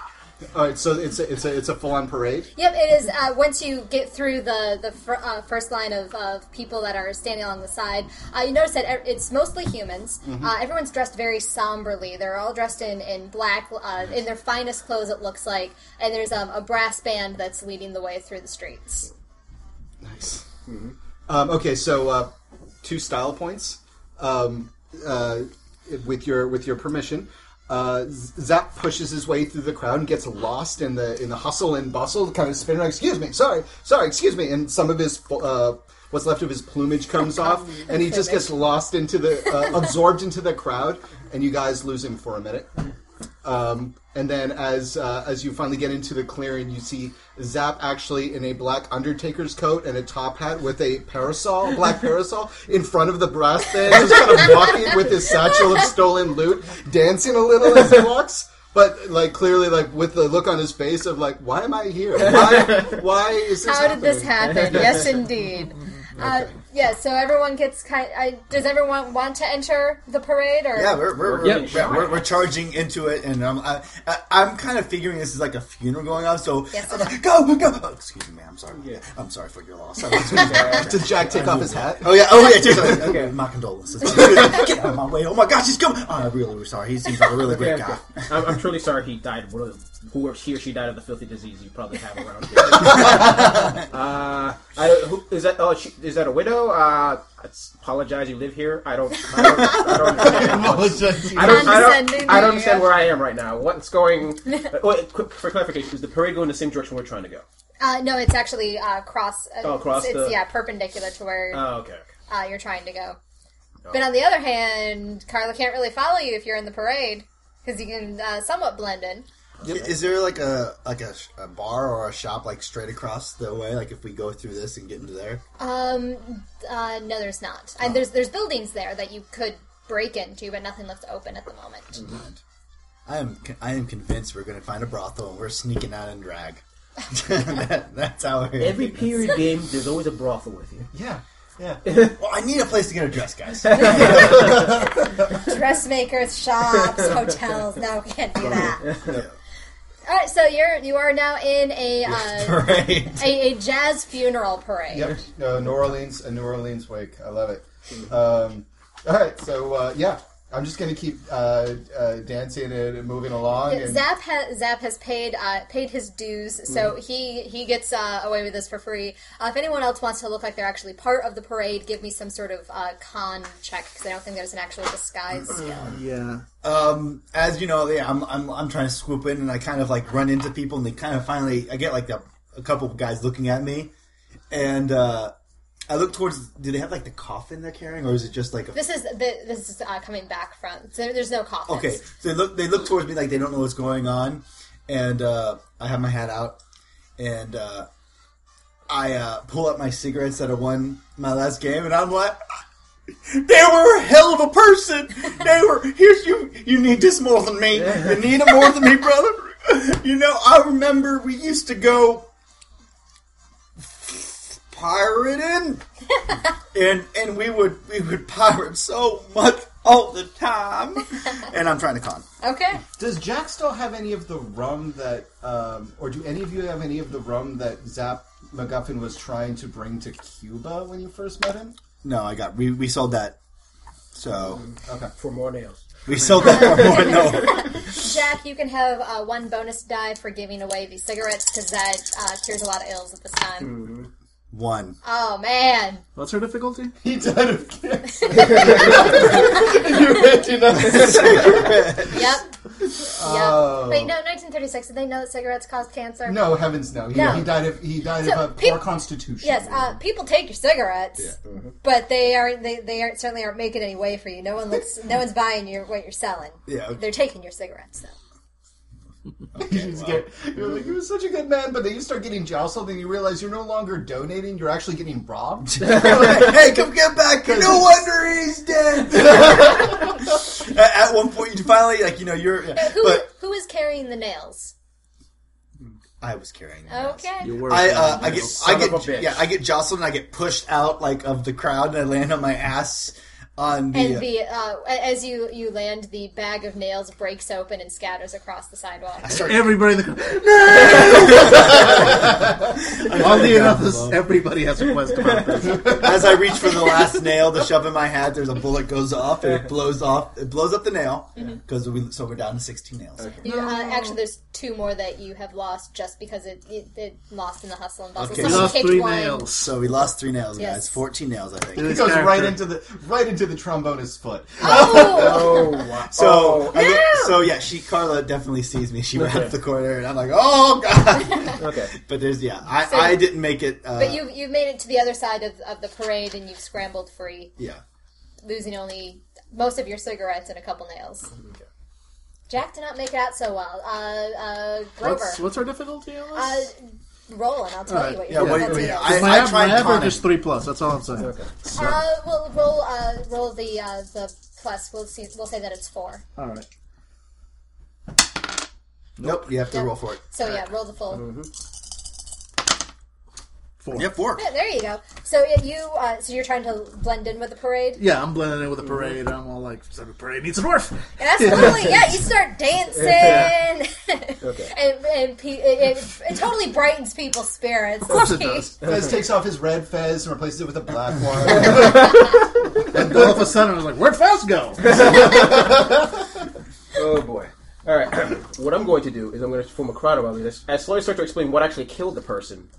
[SPEAKER 4] all right, so it's a, it's a it's a full on parade.
[SPEAKER 3] Yep, it is. Uh, once you get through the the fir- uh, first line of, of people that are standing along the side, uh, you notice that e- it's mostly humans.
[SPEAKER 5] Mm-hmm.
[SPEAKER 3] Uh, everyone's dressed very somberly. They're all dressed in in black, uh, in their finest clothes. It looks like, and there's um, a brass band that's leading the way through the streets.
[SPEAKER 4] Nice.
[SPEAKER 5] Mm-hmm.
[SPEAKER 4] Um, okay, so uh, two style points. Um, uh, with your with your permission, uh, Z- Zap pushes his way through the crowd and gets lost in the in the hustle and bustle. Kind of spinning. around, Excuse me. Sorry. Sorry. Excuse me. And some of his. Uh, What's left of his plumage comes off, and he just gets lost into the uh, absorbed into the crowd, and you guys lose him for a minute.
[SPEAKER 3] Mm-hmm.
[SPEAKER 4] Um, and then as uh, as you finally get into the clearing, you see Zap actually in a black Undertaker's coat and a top hat with a parasol, a black parasol, in front of the brass band, just kind of walking with his satchel of stolen loot, dancing a little as he walks. But like clearly, like with the look on his face of like, why am I here? Why? Why is this?
[SPEAKER 3] How did this
[SPEAKER 4] happening?"
[SPEAKER 3] happen? yes, indeed. Uh, yeah, so everyone gets kind. I, does everyone want to enter the parade? Or
[SPEAKER 6] Yeah, we're we're,
[SPEAKER 5] Yep.
[SPEAKER 6] we're, yeah, we're, we're charging into it, and I'm I, I, I'm kind of figuring this is like a funeral going on. So
[SPEAKER 3] Yes,
[SPEAKER 6] I'm
[SPEAKER 3] it
[SPEAKER 6] like, go go go! Oh, excuse me, ma'am. I'm sorry.
[SPEAKER 5] Yeah.
[SPEAKER 6] I'm sorry for your loss. I was-
[SPEAKER 4] Did Jack take off his hat?
[SPEAKER 6] oh yeah, oh yeah. Just, okay. My condolences. Get out of my way! Oh my gosh, he's coming! Oh, I'm really really sorry. He seems like a really great
[SPEAKER 5] Yeah,
[SPEAKER 6] guy.
[SPEAKER 5] okay. I'm, I'm truly sorry he died. What are- Whoever he or she died of the filthy disease you probably have around here. uh, I, who, is that? Oh, she, is that a widow? Uh, I s- apologize. You live here. I don't. I don't. I don't understand. what's- I don't, I,
[SPEAKER 3] Condescending
[SPEAKER 5] don't, I
[SPEAKER 3] there.
[SPEAKER 5] don't understand where I am right now. What's going? Uh, wait, quick, for clarification, is the parade going the same direction we're trying to go?
[SPEAKER 3] Uh, no, it's actually uh, cross. Uh,
[SPEAKER 5] Oh, across
[SPEAKER 3] it's,
[SPEAKER 5] the-
[SPEAKER 3] yeah, perpendicular to where
[SPEAKER 5] Oh, okay.
[SPEAKER 3] uh, you're trying to go. But on the other hand, Carla can't really follow you if you're in the parade because you can uh, somewhat blend in.
[SPEAKER 6] Is there like a like a, sh- a bar or a shop like straight across the way? Like if we go through this and get into there?
[SPEAKER 3] Um, uh, no, there's not. And there's there's buildings there that you could break into, but nothing left open at the moment.
[SPEAKER 6] I am con- I am convinced we're going to find a brothel and we're sneaking out in drag. That- that's how we're
[SPEAKER 5] Every period game, there's always a brothel with you.
[SPEAKER 4] Yeah. Yeah.
[SPEAKER 6] Well, I need a place to get a dress, guys.
[SPEAKER 3] dressmakers shops hotels no we can't do that all right so you're you are now in a uh,
[SPEAKER 6] Right.
[SPEAKER 3] a, a jazz funeral parade
[SPEAKER 4] Yep. Uh, New Orleans, a New Orleans wake. I love it.
[SPEAKER 3] Mm-hmm.
[SPEAKER 4] Um, all right, so uh, yeah, I'm just gonna keep uh, uh, dancing and moving along. And,
[SPEAKER 3] Zap has Zap has paid uh, paid his dues, so he he gets uh, away with this for free. Uh, if anyone else wants to look like they're actually part of the parade, give me some sort of uh, con check because I don't think there's an actual disguise skill.
[SPEAKER 7] Yeah.
[SPEAKER 6] Um, as you know, yeah, I'm, I'm I'm trying to swoop in, and I kind of like run into people, and they kind of finally, I get like the, a couple of guys looking at me, and uh, I look towards. Do they have like the coffin they're carrying, or is it just like a
[SPEAKER 3] This is the, this is uh, coming back from. So there's no coffins.
[SPEAKER 6] Okay, so they look they look towards me like they don't know what's going on, and uh, I have my hat out, and uh, I uh, pull up my cigarettes that I won my last game, and I'm like, they were a hell of a person. They were here's you. You need this more than me. You need it more than me, brother. You know, I remember we used to go pirating and and we would we would pirate so much all the time. And I'm trying to con.
[SPEAKER 3] Okay.
[SPEAKER 4] Does Jack still have any of the rum that, um, or do any of you have any of the rum that Zap MacGuffin was trying to bring to Cuba when you first met him?
[SPEAKER 6] No, I got we we sold that. So
[SPEAKER 5] For more nails.
[SPEAKER 6] we sold that for more. No,
[SPEAKER 3] Jack, you can have uh, one bonus die for giving away the cigarettes because that uh, cures a lot of ills at this time.
[SPEAKER 6] one.
[SPEAKER 3] Oh man,
[SPEAKER 7] What's her difficulty?
[SPEAKER 4] He died of cancer. you recognize
[SPEAKER 3] yep. Yep. Wait, no, 1936. Did they know that cigarettes caused cancer?
[SPEAKER 4] No, heavens no. He,
[SPEAKER 3] No.
[SPEAKER 4] he died of he died
[SPEAKER 3] So,
[SPEAKER 4] of a
[SPEAKER 3] peop-
[SPEAKER 4] poor constitution.
[SPEAKER 3] Yes, uh, people take your cigarettes,
[SPEAKER 6] uh-huh.
[SPEAKER 3] but they aren't. They, they aren't certainly aren't making any way for you. No one looks. no one's buying your what you're selling.
[SPEAKER 6] Yeah.
[SPEAKER 3] They're taking your cigarettes though.
[SPEAKER 4] You just get- you're like, he was such a good man, but then you start getting jostled and you realize you're no longer donating, you're actually getting robbed.
[SPEAKER 6] hey, come get back! No wonder he's dead. at, at one point, you finally like you know you're,
[SPEAKER 3] Who
[SPEAKER 6] but
[SPEAKER 3] who is carrying the nails?
[SPEAKER 6] I was carrying. the mask.
[SPEAKER 3] Okay.
[SPEAKER 5] You were.
[SPEAKER 6] I uh,
[SPEAKER 5] you
[SPEAKER 6] I get
[SPEAKER 5] son
[SPEAKER 6] I
[SPEAKER 5] of a
[SPEAKER 6] get
[SPEAKER 5] bitch.
[SPEAKER 6] yeah I get jostled and I get pushed out like of the crowd and I land on my ass on the,
[SPEAKER 3] and the uh, a- as you you land, the bag of nails breaks open and scatters across the sidewalk.
[SPEAKER 6] I start
[SPEAKER 7] Everybody in the no! Oddly enough, this, everybody has a quest about this.
[SPEAKER 6] as I reach for the last nail to shove in my hat. There's a bullet goes off and it blows off it blows up the nail because we so we're down to sixteen nails.
[SPEAKER 3] You, uh, actually, there's two more that you have lost just because it it, it lost in the hustle and bustle.
[SPEAKER 6] Okay.
[SPEAKER 7] We
[SPEAKER 3] Someone
[SPEAKER 7] lost
[SPEAKER 3] kicked
[SPEAKER 7] three
[SPEAKER 3] one.
[SPEAKER 7] nails.
[SPEAKER 6] So we lost three nails,
[SPEAKER 3] Yes.
[SPEAKER 6] guys. Fourteen nails, I think.
[SPEAKER 7] This
[SPEAKER 4] It goes right
[SPEAKER 7] character-
[SPEAKER 4] into the right into the trombonist's foot.
[SPEAKER 3] Oh,
[SPEAKER 5] Oh, wow.
[SPEAKER 6] So I look- so yeah, she Carla definitely sees me. She rounds the corner and I'm like, oh god.
[SPEAKER 5] Oh, okay.
[SPEAKER 6] But there's yeah, I,
[SPEAKER 3] So-
[SPEAKER 6] I didn't make it. Uh,
[SPEAKER 3] but you you made it to the other side of, of the parade and you've scrambled free,
[SPEAKER 6] yeah.
[SPEAKER 3] losing only most of your cigarettes and a couple nails. Jack did not make it out so well. Uh, uh, Grover,
[SPEAKER 7] What's, what's our difficulty on
[SPEAKER 3] uh,
[SPEAKER 7] this?
[SPEAKER 3] roll and I'll tell you what
[SPEAKER 6] Yeah,
[SPEAKER 3] your
[SPEAKER 6] wait,
[SPEAKER 3] difficulty
[SPEAKER 6] wait,
[SPEAKER 3] is.
[SPEAKER 6] I-
[SPEAKER 7] my av-
[SPEAKER 6] tried
[SPEAKER 7] my average
[SPEAKER 6] conning.
[SPEAKER 7] is three plus. That's all I'm saying. So,
[SPEAKER 3] Uh, we'll roll uh, roll the uh, the plus. We'll see. We'll say that it's four.
[SPEAKER 7] all right.
[SPEAKER 6] Nope, you have to roll for it.
[SPEAKER 3] So yeah, roll the full.
[SPEAKER 7] Four.
[SPEAKER 6] Yeah, four.
[SPEAKER 3] Yeah, there you go. So yeah, you uh, so you're trying to blend in with the parade.
[SPEAKER 7] Yeah, I'm blending in with a parade. I'm all like, every parade needs a dwarf.
[SPEAKER 3] And absolutely, yeah. You start dancing,
[SPEAKER 5] Okay.
[SPEAKER 3] and, and pe- it, it, it totally brightens people's spirits. Of
[SPEAKER 7] course it does.
[SPEAKER 4] Fez takes off his red fez and replaces it with a black one.
[SPEAKER 7] And all of a sudden, I was like, where'd Fez go?
[SPEAKER 5] Oh boy. All right. what I'm going to do is I'm going to form a crowd around me. I slowly start to explain what actually killed the person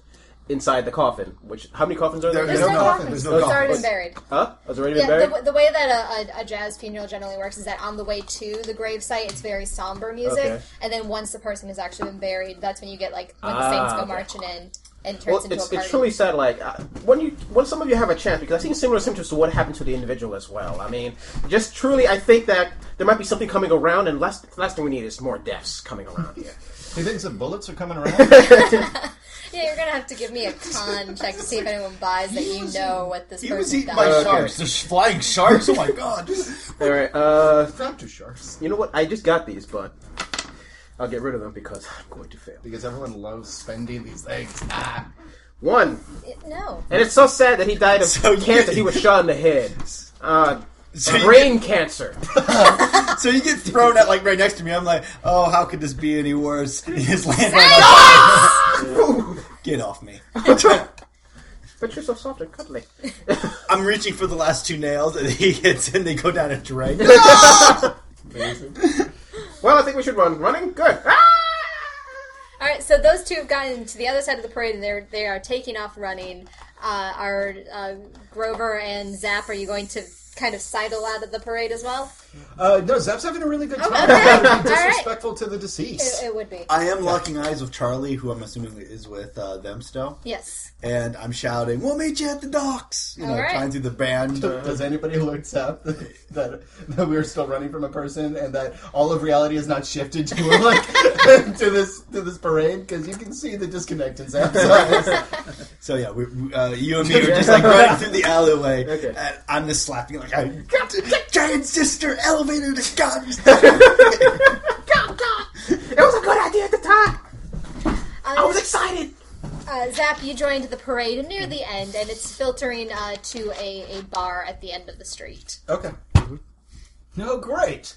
[SPEAKER 5] inside the coffin. Which how many coffins are there?
[SPEAKER 3] There's no coffin.
[SPEAKER 6] There's
[SPEAKER 3] It's
[SPEAKER 6] no
[SPEAKER 3] already
[SPEAKER 6] coffin.
[SPEAKER 3] been buried.
[SPEAKER 5] Huh? Has it already been
[SPEAKER 3] Yeah,
[SPEAKER 5] buried?
[SPEAKER 3] the, the way that a, a, a jazz funeral generally works is that on the way to the gravesite, it's very somber music,
[SPEAKER 5] Okay.
[SPEAKER 3] and then once the person has actually been buried, that's when you get like when the
[SPEAKER 5] Ah,
[SPEAKER 3] saints go
[SPEAKER 5] okay.
[SPEAKER 3] marching in and turns
[SPEAKER 5] Well,
[SPEAKER 3] into
[SPEAKER 5] it's,
[SPEAKER 3] a party.
[SPEAKER 5] it's truly sad. Like uh, when you when some of you have a chance, because I've seen similar symptoms to what happened to the individual as well. I mean, just truly, I think that there might be something coming around, and last last thing we need is more deaths coming around here.
[SPEAKER 4] he thinks the bullets are coming around.
[SPEAKER 3] Yeah, you're gonna have to give me a con check to see if anyone buys that you know what this
[SPEAKER 6] He
[SPEAKER 3] person
[SPEAKER 6] was eaten
[SPEAKER 3] does.
[SPEAKER 6] by
[SPEAKER 5] Okay.
[SPEAKER 6] sharks. There's flying sharks. Oh my god.
[SPEAKER 5] All right. Uh,
[SPEAKER 4] Raptor sharks.
[SPEAKER 5] you know what? I just got these, but I'll get rid of them because I'm going to fail.
[SPEAKER 4] Because everyone loves spending these things. Ah.
[SPEAKER 5] One,
[SPEAKER 3] no.
[SPEAKER 5] and it's so sad that he died of
[SPEAKER 6] So you-
[SPEAKER 5] cancer. He was shot in the head. Uh,
[SPEAKER 6] So you,
[SPEAKER 5] brain cancer.
[SPEAKER 6] get, so you get thrown out like right next to me. I'm like, oh, how could this be any worse? You just land on my- Get off me.
[SPEAKER 5] But you're so soft and cuddly.
[SPEAKER 6] I'm reaching for the last two nails, and he hits, and they go down a drain.
[SPEAKER 5] Well, I think we should run. Running, good. Ah,
[SPEAKER 3] All right, so those two have gotten to the other side of the parade, and they're they are taking off running. Uh, are uh, Grover and Zap? Are you going to kind of sidle out of the parade as well?
[SPEAKER 4] Uh, no, Zep's having a really good time.
[SPEAKER 3] Okay.
[SPEAKER 4] It'd be
[SPEAKER 3] All right.
[SPEAKER 4] disrespectful to the deceased.
[SPEAKER 3] It, it would be.
[SPEAKER 6] I am locking eyes with Charlie, who I'm assuming is with uh, them still,
[SPEAKER 3] Yes.
[SPEAKER 6] and I'm shouting, "We'll meet you at the docks!" You know,
[SPEAKER 3] All right.
[SPEAKER 6] trying through the band.
[SPEAKER 4] Does anybody learn Zep that, that we are still running from a person and that all of reality has not shifted to like to this to this parade? Because you can see the disconnect in Zap's eyes.
[SPEAKER 6] So yeah, we, we- uh, you and me are just like running through the alleyway.
[SPEAKER 5] Okay.
[SPEAKER 6] And I'm just slapping like, I got to- "Giant sister, elevator to God."
[SPEAKER 5] It was a good idea at the time.
[SPEAKER 3] Uh,
[SPEAKER 5] excited.
[SPEAKER 3] uh, Zap, you joined the parade near the end, and it's filtering uh, to a, a bar at the end of the street.
[SPEAKER 4] Okay. Mm-hmm. No, great.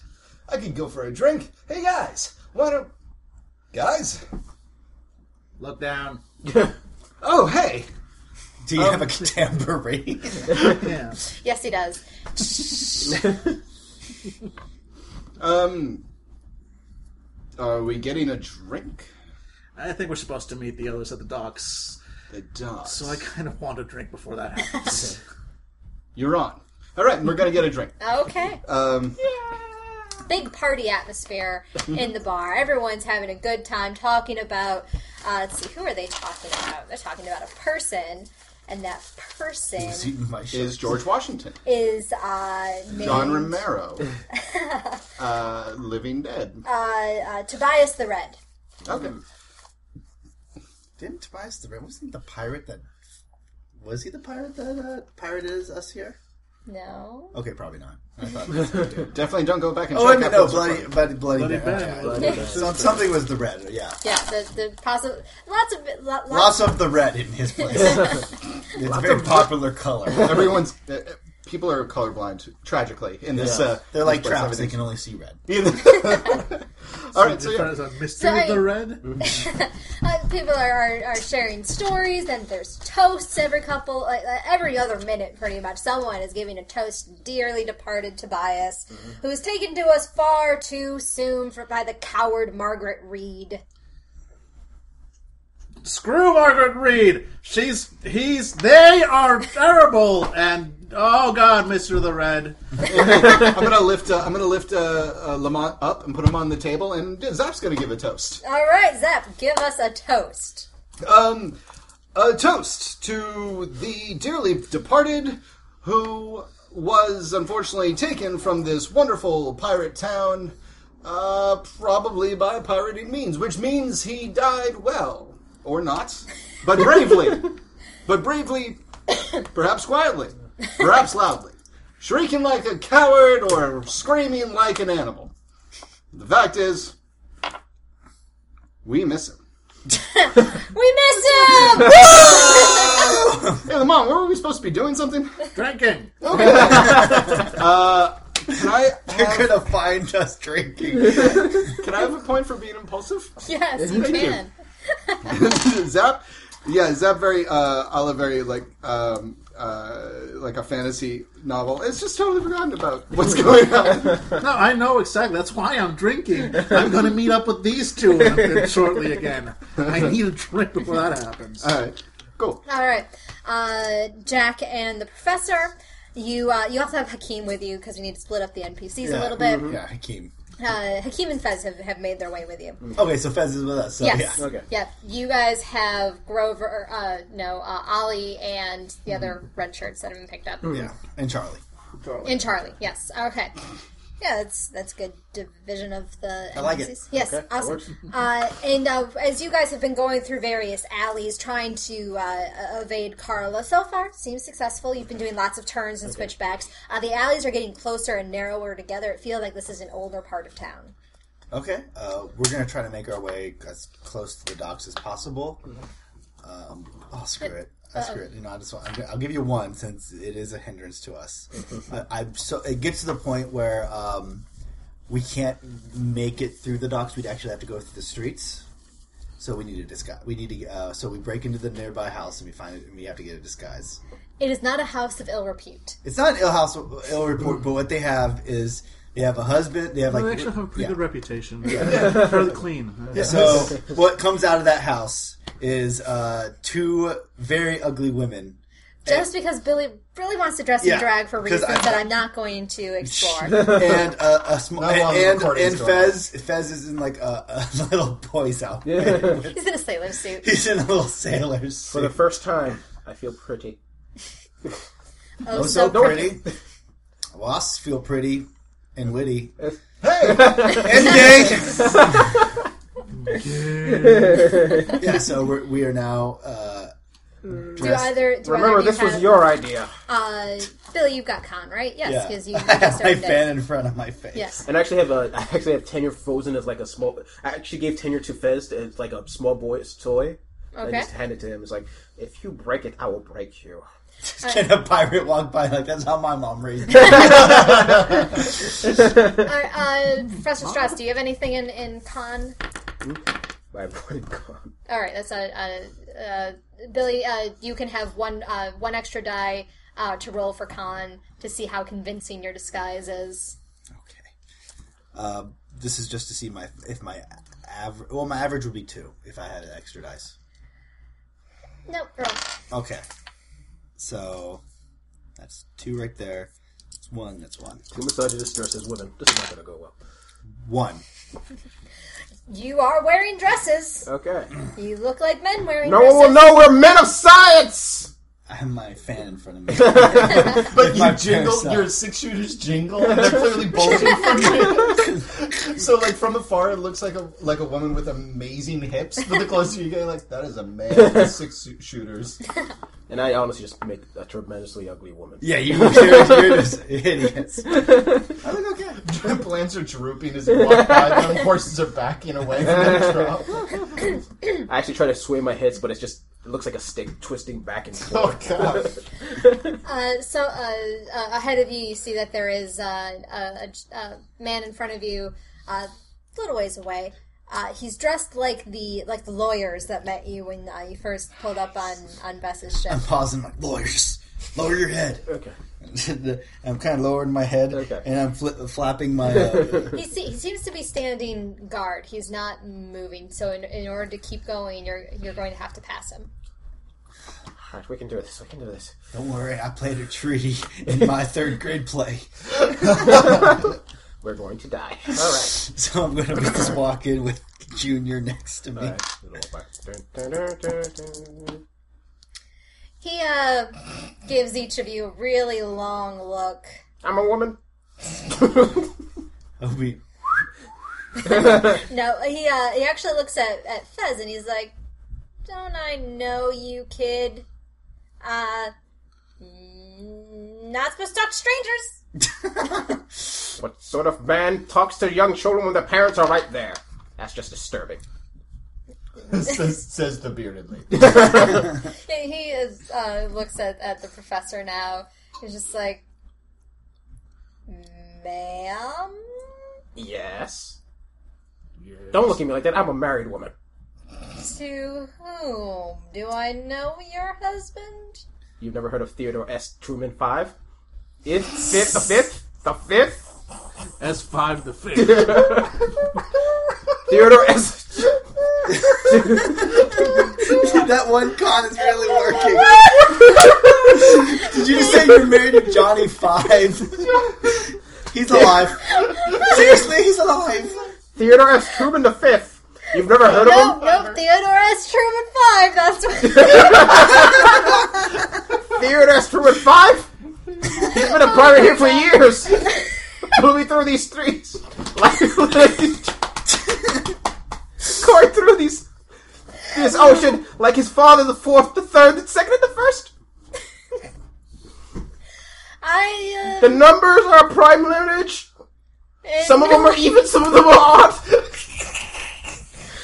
[SPEAKER 4] I could go for a drink. Hey guys, why don't guys?
[SPEAKER 7] Look down.
[SPEAKER 4] Oh hey,
[SPEAKER 6] Do you have a tambourine?
[SPEAKER 7] Yeah.
[SPEAKER 3] Yes, he does.
[SPEAKER 4] um, are we getting a drink?
[SPEAKER 7] I think we're supposed to meet the others at the docks.
[SPEAKER 4] The dogs.
[SPEAKER 7] So I kind of want a drink before that happens.
[SPEAKER 4] You're on. All right, we're gonna get a drink.
[SPEAKER 3] Okay.
[SPEAKER 4] Um,
[SPEAKER 3] big party atmosphere in the bar. Everyone's having a good time talking about. Uh, let's see, who are they talking about? They're talking about a person, and that
[SPEAKER 6] He's
[SPEAKER 3] person
[SPEAKER 6] eating my shirt.
[SPEAKER 4] is George Washington,
[SPEAKER 3] is uh, named
[SPEAKER 4] John Romero, uh, Living Dead.
[SPEAKER 3] uh, uh, Tobias the Red.
[SPEAKER 4] Okay.
[SPEAKER 6] Didn't Tobias the Red? Wasn't he the pirate that? Was he the pirate that uh, pirated us here?
[SPEAKER 3] No.
[SPEAKER 6] Okay, probably not.
[SPEAKER 4] Definitely don't go back and
[SPEAKER 6] Oh,
[SPEAKER 4] check
[SPEAKER 6] wait a minute,
[SPEAKER 4] out
[SPEAKER 6] no,
[SPEAKER 4] those
[SPEAKER 6] bloody, bloody, bloody, Mary.
[SPEAKER 7] Bloody bad.
[SPEAKER 6] Okay. Some- something was the red, yeah.
[SPEAKER 3] Yeah, the the possible lots of lo- lots,
[SPEAKER 6] Lots of the red in his place. it's a very popular color.
[SPEAKER 4] Everyone's uh, uh, people are colorblind, tragically. In this, uh,
[SPEAKER 6] They're like
[SPEAKER 4] this place,
[SPEAKER 6] traps; they
[SPEAKER 4] everything.
[SPEAKER 6] can only see red.
[SPEAKER 4] All right, so yeah,
[SPEAKER 7] There's a mystery
[SPEAKER 3] So I-
[SPEAKER 7] of the
[SPEAKER 6] Mm-hmm.
[SPEAKER 7] red.
[SPEAKER 3] uh, people are, are, are sharing stories and there's toasts every couple like, uh, every other minute pretty much someone is giving a toast dearly departed tobias who was taken to us far too soon for, by the coward margaret reed
[SPEAKER 7] Screw Margaret Reed. She's he's they are terrible and oh god, Mister the Red.
[SPEAKER 4] I'm gonna lift. Uh, I'm gonna lift uh, uh, Lamont up and put him on the table, and Zap's gonna give a toast.
[SPEAKER 3] all right zep give us a toast
[SPEAKER 4] Um, a toast to the dearly departed, who was unfortunately taken from this wonderful pirate town, uh, probably by pirating means, which means he died well or not, but bravely, but bravely, perhaps quietly, perhaps loudly, shrieking like a coward or screaming like an animal. The fact is, we miss him.
[SPEAKER 3] we miss him
[SPEAKER 4] Hey, Lamont, were we supposed to be doing something? Can
[SPEAKER 7] Drinking.
[SPEAKER 4] I
[SPEAKER 6] They're
[SPEAKER 4] have,
[SPEAKER 6] gonna find us drinking.
[SPEAKER 4] can I have a point for being impulsive?
[SPEAKER 3] yes you can
[SPEAKER 4] Zap, yeah, Zap very uh, a very like um, uh, like a fantasy novel. It's just totally forgotten about what's going on.
[SPEAKER 7] No, I know exactly. That's why I'm drinking. I'm going to meet up with these two shortly again. I need a drink before that happens.
[SPEAKER 4] All right, cool.
[SPEAKER 3] All right, uh, Jack and the professor. You uh, you also have Hakeem with you because we need to split up the NPCs a
[SPEAKER 6] Yeah, Mm-hmm.
[SPEAKER 3] little bit.
[SPEAKER 6] yeah, Hakeem.
[SPEAKER 3] Uh, Hakeem and Fez have, have made their way with you.
[SPEAKER 6] Okay, so Fez is with us. So
[SPEAKER 3] Yes.
[SPEAKER 6] Oh, yeah.
[SPEAKER 5] Okay.
[SPEAKER 3] Yep. You guys have Grover, uh, no, uh, Ollie, and the other red shirts that have been picked up,
[SPEAKER 6] Yeah, and Charlie.
[SPEAKER 3] and Charlie. Yes. Okay. Yeah, that's that's good division of the. I
[SPEAKER 6] like it.
[SPEAKER 3] Yes.
[SPEAKER 5] Okay, that
[SPEAKER 3] Awesome.
[SPEAKER 5] works.
[SPEAKER 3] Uh, and uh, as you guys have been going through various alleys trying to uh, evade Carla, so far seems successful. You've been doing lots of turns and switchbacks. Uh, the alleys are getting closer and narrower together. It feels like this is an older part of town.
[SPEAKER 6] Okay, uh, we're gonna try to make our way as close to the docks as possible. Um, oh, screw it. I screw it. You know, I just want, I'm, gonna- I'll give you one since it is a hindrance to us. I, I'm so it gets to the point where um, we can't make it through the docks. We'd actually have to go through the streets. So we need a disguise. We need to. Uh, so we break into the nearby house and we find it. And we have to get a disguise.
[SPEAKER 3] It is not a house of ill repute.
[SPEAKER 6] It's not an ill house ill report, but what they have is they have a husband. They have like
[SPEAKER 7] they actually have a pretty
[SPEAKER 6] yeah.
[SPEAKER 7] good reputation. Fairly clean.
[SPEAKER 6] So what comes out of that house is uh, two very ugly women.
[SPEAKER 3] Just because Billy really wants to dress
[SPEAKER 6] Yeah,
[SPEAKER 3] in drag for
[SPEAKER 6] 'cause
[SPEAKER 3] reasons
[SPEAKER 6] I-
[SPEAKER 3] that I'm not going to explore.
[SPEAKER 6] And uh, a small
[SPEAKER 1] Not a lot of
[SPEAKER 6] and,
[SPEAKER 1] recording
[SPEAKER 6] and
[SPEAKER 1] going
[SPEAKER 6] Fez Fez is in like a, a little boy's outfit.
[SPEAKER 3] He's in a sailor suit.
[SPEAKER 6] He's in a little sailor suit.
[SPEAKER 5] For the first time, I feel pretty.
[SPEAKER 3] Oh,
[SPEAKER 6] so
[SPEAKER 3] so
[SPEAKER 6] pretty. Wasps feel pretty and witty. Yeah, so we're, we are now uh,
[SPEAKER 3] Mm. do either do
[SPEAKER 5] Remember,
[SPEAKER 3] either of
[SPEAKER 5] this
[SPEAKER 3] you
[SPEAKER 5] was
[SPEAKER 3] have,
[SPEAKER 5] your idea.
[SPEAKER 3] uh, Billy. You've got con right? Yes,
[SPEAKER 6] yeah.
[SPEAKER 3] because
[SPEAKER 6] I
[SPEAKER 3] you just
[SPEAKER 6] have my
[SPEAKER 3] earned
[SPEAKER 6] fan
[SPEAKER 3] it.
[SPEAKER 6] in front of my face.
[SPEAKER 3] Yes.
[SPEAKER 5] And I actually have a, I actually have tenure frozen as like a small. I actually gave tenure to Fez as like a small boy's toy. And
[SPEAKER 3] Okay.
[SPEAKER 5] I just handed it to him. It's like, if you break it, I will break you.
[SPEAKER 6] Can a pirate walk by like that's how my mom raised me.
[SPEAKER 3] All right, uh, Professor Strauss, do you have anything in in con?
[SPEAKER 5] My boy gone.
[SPEAKER 3] All right, that's a, a, uh Billy. Uh, you can have one uh, one extra die uh, to roll for con to see how convincing your disguise is.
[SPEAKER 6] Okay. Um, this is just to see my if my average. Well, my average would be two if I had an extra dice.
[SPEAKER 3] Nope, roll.
[SPEAKER 6] Okay. So that's two right there. It's one. That's one.
[SPEAKER 5] Two misogynists dresses women. This is not gonna go well.
[SPEAKER 6] One.
[SPEAKER 3] You are wearing dresses.
[SPEAKER 5] Okay.
[SPEAKER 3] You look like men wearing
[SPEAKER 5] No one
[SPEAKER 3] dresses.
[SPEAKER 5] will know we're men of science.
[SPEAKER 6] I have my fan in front of me.
[SPEAKER 1] But
[SPEAKER 6] my
[SPEAKER 1] you jingle,
[SPEAKER 6] parents suck.
[SPEAKER 1] your six shooters jingle, and they're clearly bulging from you. So, like from afar, it looks like a like a woman with amazing hips. But the closer you get, you're like that is a man with six shoo- shooters.
[SPEAKER 5] And I honestly just make a tremendously ugly woman.
[SPEAKER 6] yeah, you, you're, you're just idiots.
[SPEAKER 1] I look okay. Plants are drooping as you walk by them. Horses are backing away from the drop.
[SPEAKER 5] I actually try to sway my hips, but it's just it looks like a stick twisting back and forth.
[SPEAKER 1] Oh god.
[SPEAKER 3] Uh, so uh, uh, ahead of you, you see that there is uh, a, a, a man in front of you, a uh, little ways away. Uh, he's dressed like the like the lawyers that met you when uh, you first pulled up on on Bess's ship.
[SPEAKER 6] Pausing, like lawyers, lower your head.
[SPEAKER 5] Okay.
[SPEAKER 6] And I'm kind of lowering my head,
[SPEAKER 5] Okay.
[SPEAKER 6] and I'm fli flapping my. Uh,
[SPEAKER 3] He, se- he seems to be standing guard. He's not moving. So in, in order to keep going, you're you're going to have to pass him.
[SPEAKER 5] All right, we can do this. We can do this.
[SPEAKER 6] Don't worry, I played a treaty in my third grade play,
[SPEAKER 5] We're going to die. All right.
[SPEAKER 6] so I'm gonna just walk in with Junior next to me.
[SPEAKER 5] All right. Little walk back. Dun, dun, dun, dun, dun.
[SPEAKER 3] He uh, gives each of you a really long look.
[SPEAKER 5] I'm a woman.
[SPEAKER 6] I'll be-
[SPEAKER 3] No, he uh, he actually looks at at Fez and he's like, "Don't I know you, kid? Uh, mm, not supposed to talk to strangers."
[SPEAKER 5] What sort of man talks to young children when their parents are right there? That's just disturbing.
[SPEAKER 1] says, says the bearded lady.
[SPEAKER 3] He, he is uh, looks at at the professor now. He's just like, "Ma'am."
[SPEAKER 5] Yes. Don't look at me like that. I'm a married woman.
[SPEAKER 3] To whom do I know your husband?
[SPEAKER 5] You've never heard of Theodore S. Truman Five? Is fifth the fifth? The fifth?
[SPEAKER 9] S five the fifth.
[SPEAKER 5] Theodore S.
[SPEAKER 6] that one con is really working. Did you just say you're married to Johnny Five? he's alive. Seriously, he's alive.
[SPEAKER 5] Theodore S. Truman the fifth. You've never heard of
[SPEAKER 3] No,
[SPEAKER 5] him?
[SPEAKER 3] no, Theodore S. Truman Five. That's what.
[SPEAKER 5] Theodore S. Truman Five. He's been a pirate here for years. Blew me through these streets. Like, Card through these this ocean like his father, the fourth, the third, the second, and the first.
[SPEAKER 3] I.
[SPEAKER 5] The numbers are a prime lineage.
[SPEAKER 3] Uh,
[SPEAKER 5] Some of them are even, some of them are odd.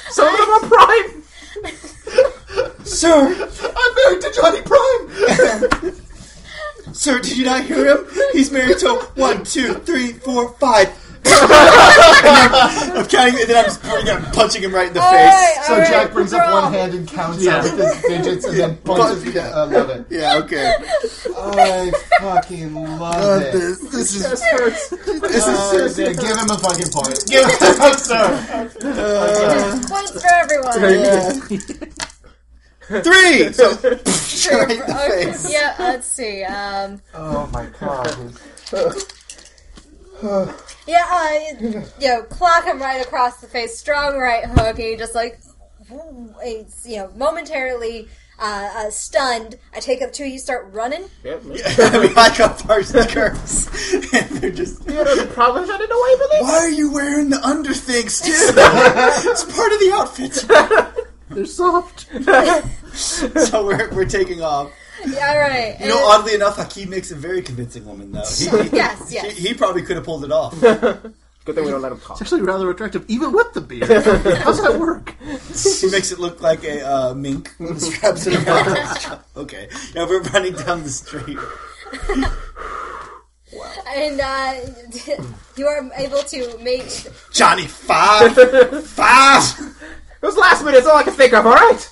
[SPEAKER 5] Some of them are prime.
[SPEAKER 6] Sir,
[SPEAKER 1] I'm married to Johnny Prime.
[SPEAKER 6] sir, did you not hear him? He's married to one, two, three, four, five. and I'm, I'm counting, and then I'm just pointing at him, punching him right in the
[SPEAKER 3] All right,
[SPEAKER 6] face.
[SPEAKER 1] So
[SPEAKER 3] all right,
[SPEAKER 1] Oh, Jack brings up
[SPEAKER 3] draw.
[SPEAKER 1] one hand and counts
[SPEAKER 9] Yeah.
[SPEAKER 1] out with his digits, and then points at the I love it.
[SPEAKER 6] Yeah, okay.
[SPEAKER 1] I fucking love, it.
[SPEAKER 6] This, this is this is
[SPEAKER 1] Uh,
[SPEAKER 6] seriously.
[SPEAKER 1] yeah, give him a fucking point. Give him a sir.
[SPEAKER 3] There's points for everyone.
[SPEAKER 6] Three! So, right in the face.
[SPEAKER 3] yeah, let's see. Um,
[SPEAKER 1] Oh my god.
[SPEAKER 3] yeah, uh, you know, clock him right across the face, strong right hook, and you just like, it's, you know, momentarily uh, uh, stunned. I take up two, you start running.
[SPEAKER 6] we hike up Parsons curves, and they're just.
[SPEAKER 5] Theodore the problem shut it away with it.
[SPEAKER 6] Why are you wearing the underthings too? it's part of the outfit.
[SPEAKER 9] They're soft.
[SPEAKER 6] So we're, we're taking off.
[SPEAKER 3] Yeah, all right.
[SPEAKER 6] You know,
[SPEAKER 3] and-
[SPEAKER 6] oddly enough, Hakeem makes a very convincing woman, though. He, he-
[SPEAKER 3] yes, yes.
[SPEAKER 6] he, he probably could have pulled it off.
[SPEAKER 5] Good thing we don't let him talk.
[SPEAKER 9] Actually, rather attractive, even with the beard. How's that work?
[SPEAKER 6] He makes it look like a uh, mink. Straps it around. okay. Now we're running down the street.
[SPEAKER 3] And uh, you are able to make.
[SPEAKER 6] Johnny five, five.
[SPEAKER 5] It was last minute, it's all I could think of, alright?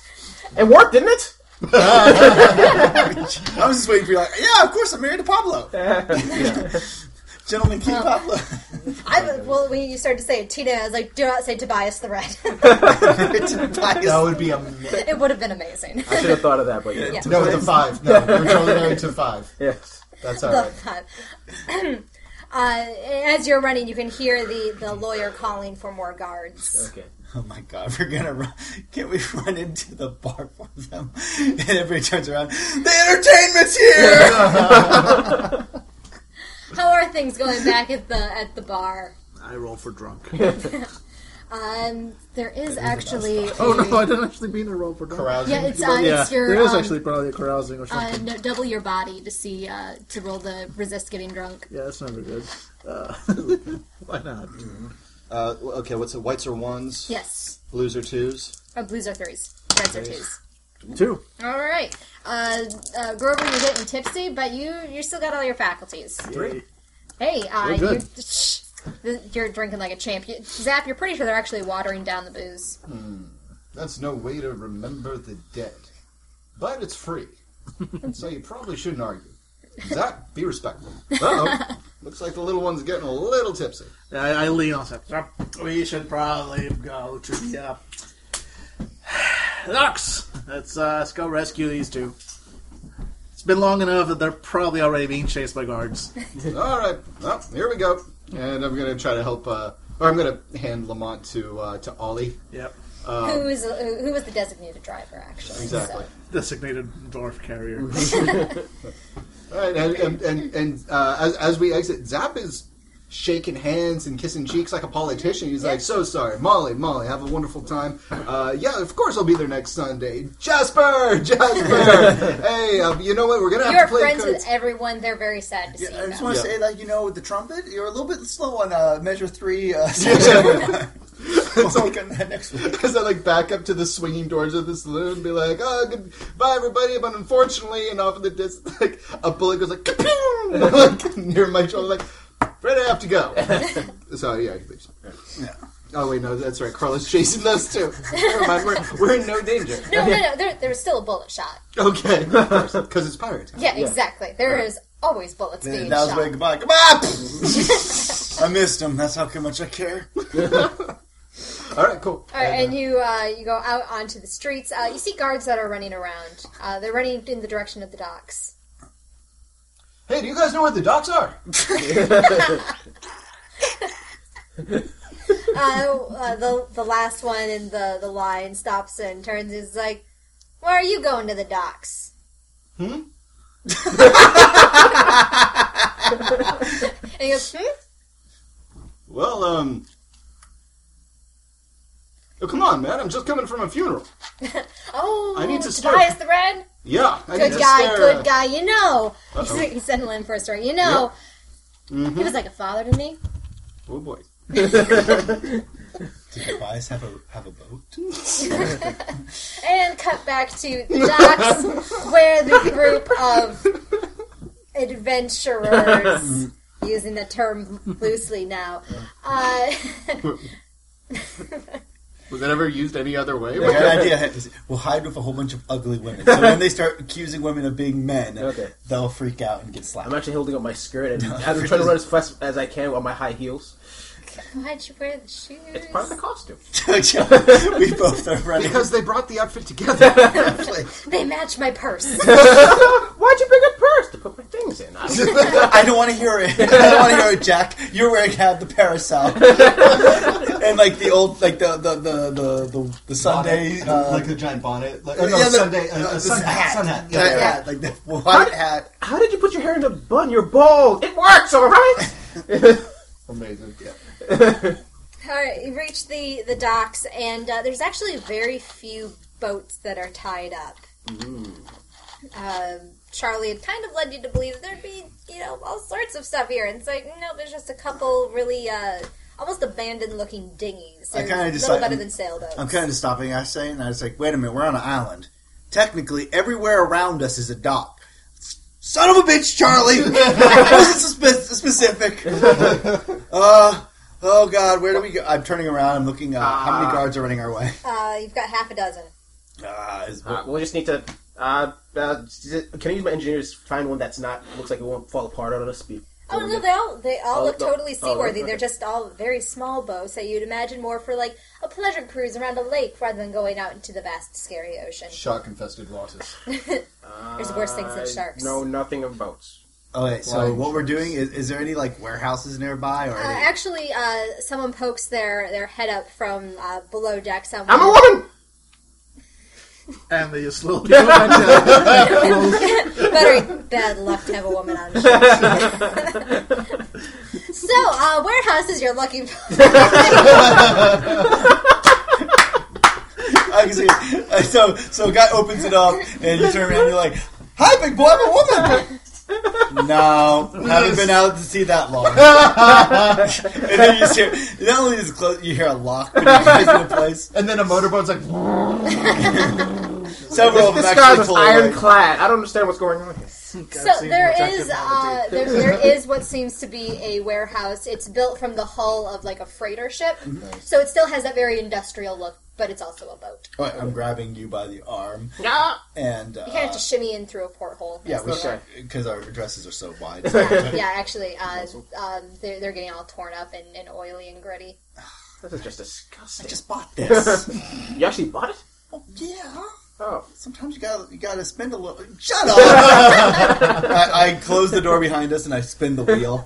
[SPEAKER 5] It worked, didn't it?
[SPEAKER 6] I was just waiting for you. Like, yeah, of course, I'm married to Pablo. Gentleman King Pablo.
[SPEAKER 3] I well, when you started to say it, Tina, I was like, do not say Tobias the Red.
[SPEAKER 1] That would be amazing.
[SPEAKER 3] it would have been amazing.
[SPEAKER 5] I should have thought of that, but yeah.
[SPEAKER 3] Yeah.
[SPEAKER 1] No, the five. No, we're totally married to five.
[SPEAKER 5] Yes.
[SPEAKER 1] That's all
[SPEAKER 3] the
[SPEAKER 1] right.
[SPEAKER 3] cut. uh, as you're running, you can hear the, the lawyer calling for more guards.
[SPEAKER 5] Okay.
[SPEAKER 6] "Oh my God, we're gonna run! Can we run into the bar for them?" And everybody turns around. The entertainment's here.
[SPEAKER 3] How are things going back at the at the bar?
[SPEAKER 7] I roll for drunk.
[SPEAKER 3] Um, there is actually.
[SPEAKER 7] oh
[SPEAKER 3] a-
[SPEAKER 7] no, I didn't actually mean to roll for drunk.
[SPEAKER 3] Yeah, it's uh, it's your.
[SPEAKER 7] there is
[SPEAKER 3] um,
[SPEAKER 7] actually probably a carousing or
[SPEAKER 3] uh,
[SPEAKER 7] something.
[SPEAKER 3] no, double your body to see uh, to roll the resist getting drunk.
[SPEAKER 7] yeah, that's never good. Uh, why not?
[SPEAKER 1] Uh, okay, what's it? Whites are ones,
[SPEAKER 3] Yes,
[SPEAKER 1] blues are twos.
[SPEAKER 3] oh, blues are threes, reds are twos.
[SPEAKER 7] Two.
[SPEAKER 3] All right, uh, uh, Grover, you're getting tipsy, but you you still got all your faculties.
[SPEAKER 7] Three.
[SPEAKER 3] Hey, uh,
[SPEAKER 7] We're
[SPEAKER 3] you're,
[SPEAKER 7] good.
[SPEAKER 3] shh, Th- you're drinking like a champ. You, Zap, you're pretty sure they're actually watering down the booze.
[SPEAKER 4] That's no way to remember the dead. But it's free. so you probably shouldn't argue. Zach, be respectful. Uh-oh. Looks like the little one's getting a little tipsy.
[SPEAKER 7] I, I lean on that. We should probably go to the uh, docks. Let's uh, let's go rescue these two. It's been long enough that they're probably already being chased by guards.
[SPEAKER 4] All right, well, here we go. And I'm going to try to help, uh, or I'm going to hand Lamont to uh, to Ollie.
[SPEAKER 7] Yep.
[SPEAKER 3] who is uh, who who was the designated driver actually?
[SPEAKER 4] Exactly.
[SPEAKER 7] Designated dwarf carrier.
[SPEAKER 4] All right, and and, and, and uh, as, as we exit, Zap is shaking hands and kissing cheeks like a politician. He's like, "So sorry, Molly, Molly, have a wonderful time. Uh, yeah, of course I'll be there next Sunday. Jasper, Jasper, hey, um, you know what? We're gonna
[SPEAKER 3] So
[SPEAKER 4] have
[SPEAKER 3] you're
[SPEAKER 4] to play
[SPEAKER 3] friends
[SPEAKER 4] cards."
[SPEAKER 3] with everyone. They're very sad to see
[SPEAKER 10] I
[SPEAKER 3] you.
[SPEAKER 10] just
[SPEAKER 3] go.
[SPEAKER 10] want
[SPEAKER 4] Yeah.
[SPEAKER 10] to say, like, you know, with the trumpet, you're a little bit slow on uh, measure three. Uh,
[SPEAKER 4] It's like-
[SPEAKER 10] that next week.
[SPEAKER 4] Because I like back up to the swinging doors of the saloon and be like, oh, goodbye, everybody. But unfortunately, and off in the distance, like a bullet goes like, Ka-pew! like near my shoulder, like, right, I have to go. so, yeah. please. Oh, wait, no, that's right. Carlos chasing us too. Never mind, we're, we're in no danger.
[SPEAKER 3] No, no, no. There, there's still a bullet shot.
[SPEAKER 4] Okay, because it's pirate. time.
[SPEAKER 3] Yeah, exactly. There is always bullets being
[SPEAKER 6] And that was
[SPEAKER 3] shot.
[SPEAKER 6] way goodbye. Come on! I missed him. That's how much I care.
[SPEAKER 4] All right, cool.
[SPEAKER 3] All right, and you uh, you go out onto the streets. Uh, you see guards that are running around. Uh, they're running in the direction of the docks.
[SPEAKER 4] Hey, do you guys know where the docks are?
[SPEAKER 3] Uh, uh, the the last one in the, the line stops and turns. and Is like, where are you going to the docks? Hmm. and he goes, hmm.
[SPEAKER 4] Well, um. Oh, come on, man. I'm just coming from a funeral.
[SPEAKER 3] Oh,
[SPEAKER 4] I need to stir.
[SPEAKER 3] Tobias the Red.
[SPEAKER 4] Yeah. I
[SPEAKER 3] Good
[SPEAKER 4] need to
[SPEAKER 3] guy,
[SPEAKER 4] stare, uh,
[SPEAKER 3] good guy. You know, he's, he's sending in for a story. You know,
[SPEAKER 4] Mm-hmm.
[SPEAKER 3] he was like a father to me.
[SPEAKER 4] Oh, boy.
[SPEAKER 6] Did the guys have a have a boat?
[SPEAKER 3] And cut back to the docks where the group of adventurers, using the term loosely now, uh,
[SPEAKER 4] Was that ever used any other way?
[SPEAKER 6] The idea is we'll hide with a whole bunch of ugly women. So when they start accusing women of being men,
[SPEAKER 5] Okay.
[SPEAKER 6] they'll freak out and get
[SPEAKER 5] I'm
[SPEAKER 6] slapped.
[SPEAKER 5] actually holding up my skirt and I'm trying to run as fast as I can on my high heels.
[SPEAKER 3] why'd you wear the shoes?
[SPEAKER 5] It's part of the costume.
[SPEAKER 6] we both are running.
[SPEAKER 4] Because they brought the outfit together.
[SPEAKER 3] They match my purse.
[SPEAKER 5] Why'd you bring a purse to put my things in? I don't-
[SPEAKER 6] I don't want to hear it. I don't want to hear it, Jack. You're wearing had the parasol and like the old, like the the the the the, the Sunday, uh,
[SPEAKER 1] like the giant bonnet. Like, oh, no,
[SPEAKER 6] yeah, the-
[SPEAKER 1] Sunday, uh,
[SPEAKER 6] uh,
[SPEAKER 1] uh,
[SPEAKER 6] the
[SPEAKER 1] sun hat. Sun hat. Yeah.
[SPEAKER 6] hat,
[SPEAKER 3] Yeah.
[SPEAKER 6] like the white hat.
[SPEAKER 5] How did you put your hair in a bun? You're bald. It works, all right.
[SPEAKER 4] Amazing. Yeah.
[SPEAKER 3] All right, you reach the the docks, and uh, there's actually very few boats that are tied up.
[SPEAKER 6] Mm-hmm.
[SPEAKER 3] Um, Charlie had kind of led you to believe there'd be, you know, all sorts of stuff here, and it's like, no, there's just a couple really uh, almost abandoned-looking dinghies.
[SPEAKER 6] I
[SPEAKER 3] They're
[SPEAKER 6] kinda
[SPEAKER 3] a little
[SPEAKER 6] decide-
[SPEAKER 3] better
[SPEAKER 6] I'm-
[SPEAKER 3] than sailboats.
[SPEAKER 6] I'm kind of stopping. I say, and I was like, wait a minute, we're on an island. Technically, everywhere around us is a dock. Son of a bitch, Charlie. I wasn't spe- specific. Uh, oh God, where do we go? I'm turning around. I'm looking. Uh, how many guards are running our way?
[SPEAKER 3] Uh, you've got half a dozen.
[SPEAKER 6] Uh, is,
[SPEAKER 5] Uh, we'll just need to. Uh, uh, can I use my engineers to find one that's not looks like it won't fall apart on us? Be-
[SPEAKER 3] Oh no, they all they all
[SPEAKER 5] Oh,
[SPEAKER 3] look
[SPEAKER 5] no.
[SPEAKER 3] totally
[SPEAKER 5] Oh,
[SPEAKER 3] seaworthy.
[SPEAKER 5] okay.
[SPEAKER 3] They're just all very small boats that you'd imagine more for like a pleasure cruise around a lake rather than going out into the vast, scary ocean.
[SPEAKER 4] Shark infested waters.
[SPEAKER 3] There's worse things than
[SPEAKER 5] I
[SPEAKER 3] sharks.
[SPEAKER 5] Know nothing of boats.
[SPEAKER 6] Oh, wait, so
[SPEAKER 4] Flying
[SPEAKER 6] what we're
[SPEAKER 4] trucks.
[SPEAKER 6] doing is, is there any like warehouses nearby or?
[SPEAKER 3] Uh, actually, uh, someone pokes their, their head up from uh, below deck somewhere.
[SPEAKER 5] I'm a woman.
[SPEAKER 7] And they just slowly go back down.
[SPEAKER 3] Very bad luck to have a woman on ship. so, uh, warehouses you're looking for.
[SPEAKER 6] I can see. Uh, So so a guy opens it up and you turn around and you're like, "Hi, big boy, I'm a woman." no, haven't been out to sea that long. and then you just hear not only is it close, you hear a lock when you guys in the place.
[SPEAKER 4] And then a motorboat's like,
[SPEAKER 6] Several of them
[SPEAKER 5] This guy's
[SPEAKER 6] actually
[SPEAKER 5] is
[SPEAKER 6] pull away.
[SPEAKER 5] ironclad. I don't understand what's going on. here.
[SPEAKER 3] so
[SPEAKER 7] Seen
[SPEAKER 3] there
[SPEAKER 7] protected
[SPEAKER 3] is
[SPEAKER 7] by
[SPEAKER 3] uh, there, there is what seems to be a warehouse. It's built from the hull of like a freighter ship, so it still has that very industrial look, but it's also a boat.
[SPEAKER 6] All right, I'm grabbing you by the arm
[SPEAKER 5] Yeah.
[SPEAKER 6] and uh,
[SPEAKER 3] You kind of have to shimmy in through a porthole.
[SPEAKER 6] yeah, we
[SPEAKER 5] Okay.
[SPEAKER 6] because our dresses are so wide.
[SPEAKER 3] yeah, actually, uh, um, they're, they're getting all torn up and, and oily and gritty.
[SPEAKER 5] This is just disgusting.
[SPEAKER 6] I just bought this.
[SPEAKER 5] You actually bought it?
[SPEAKER 6] yeah.
[SPEAKER 5] Oh.
[SPEAKER 6] Sometimes you gotta you gotta spin a little. Shut up! I, I close the door behind us and I spin the wheel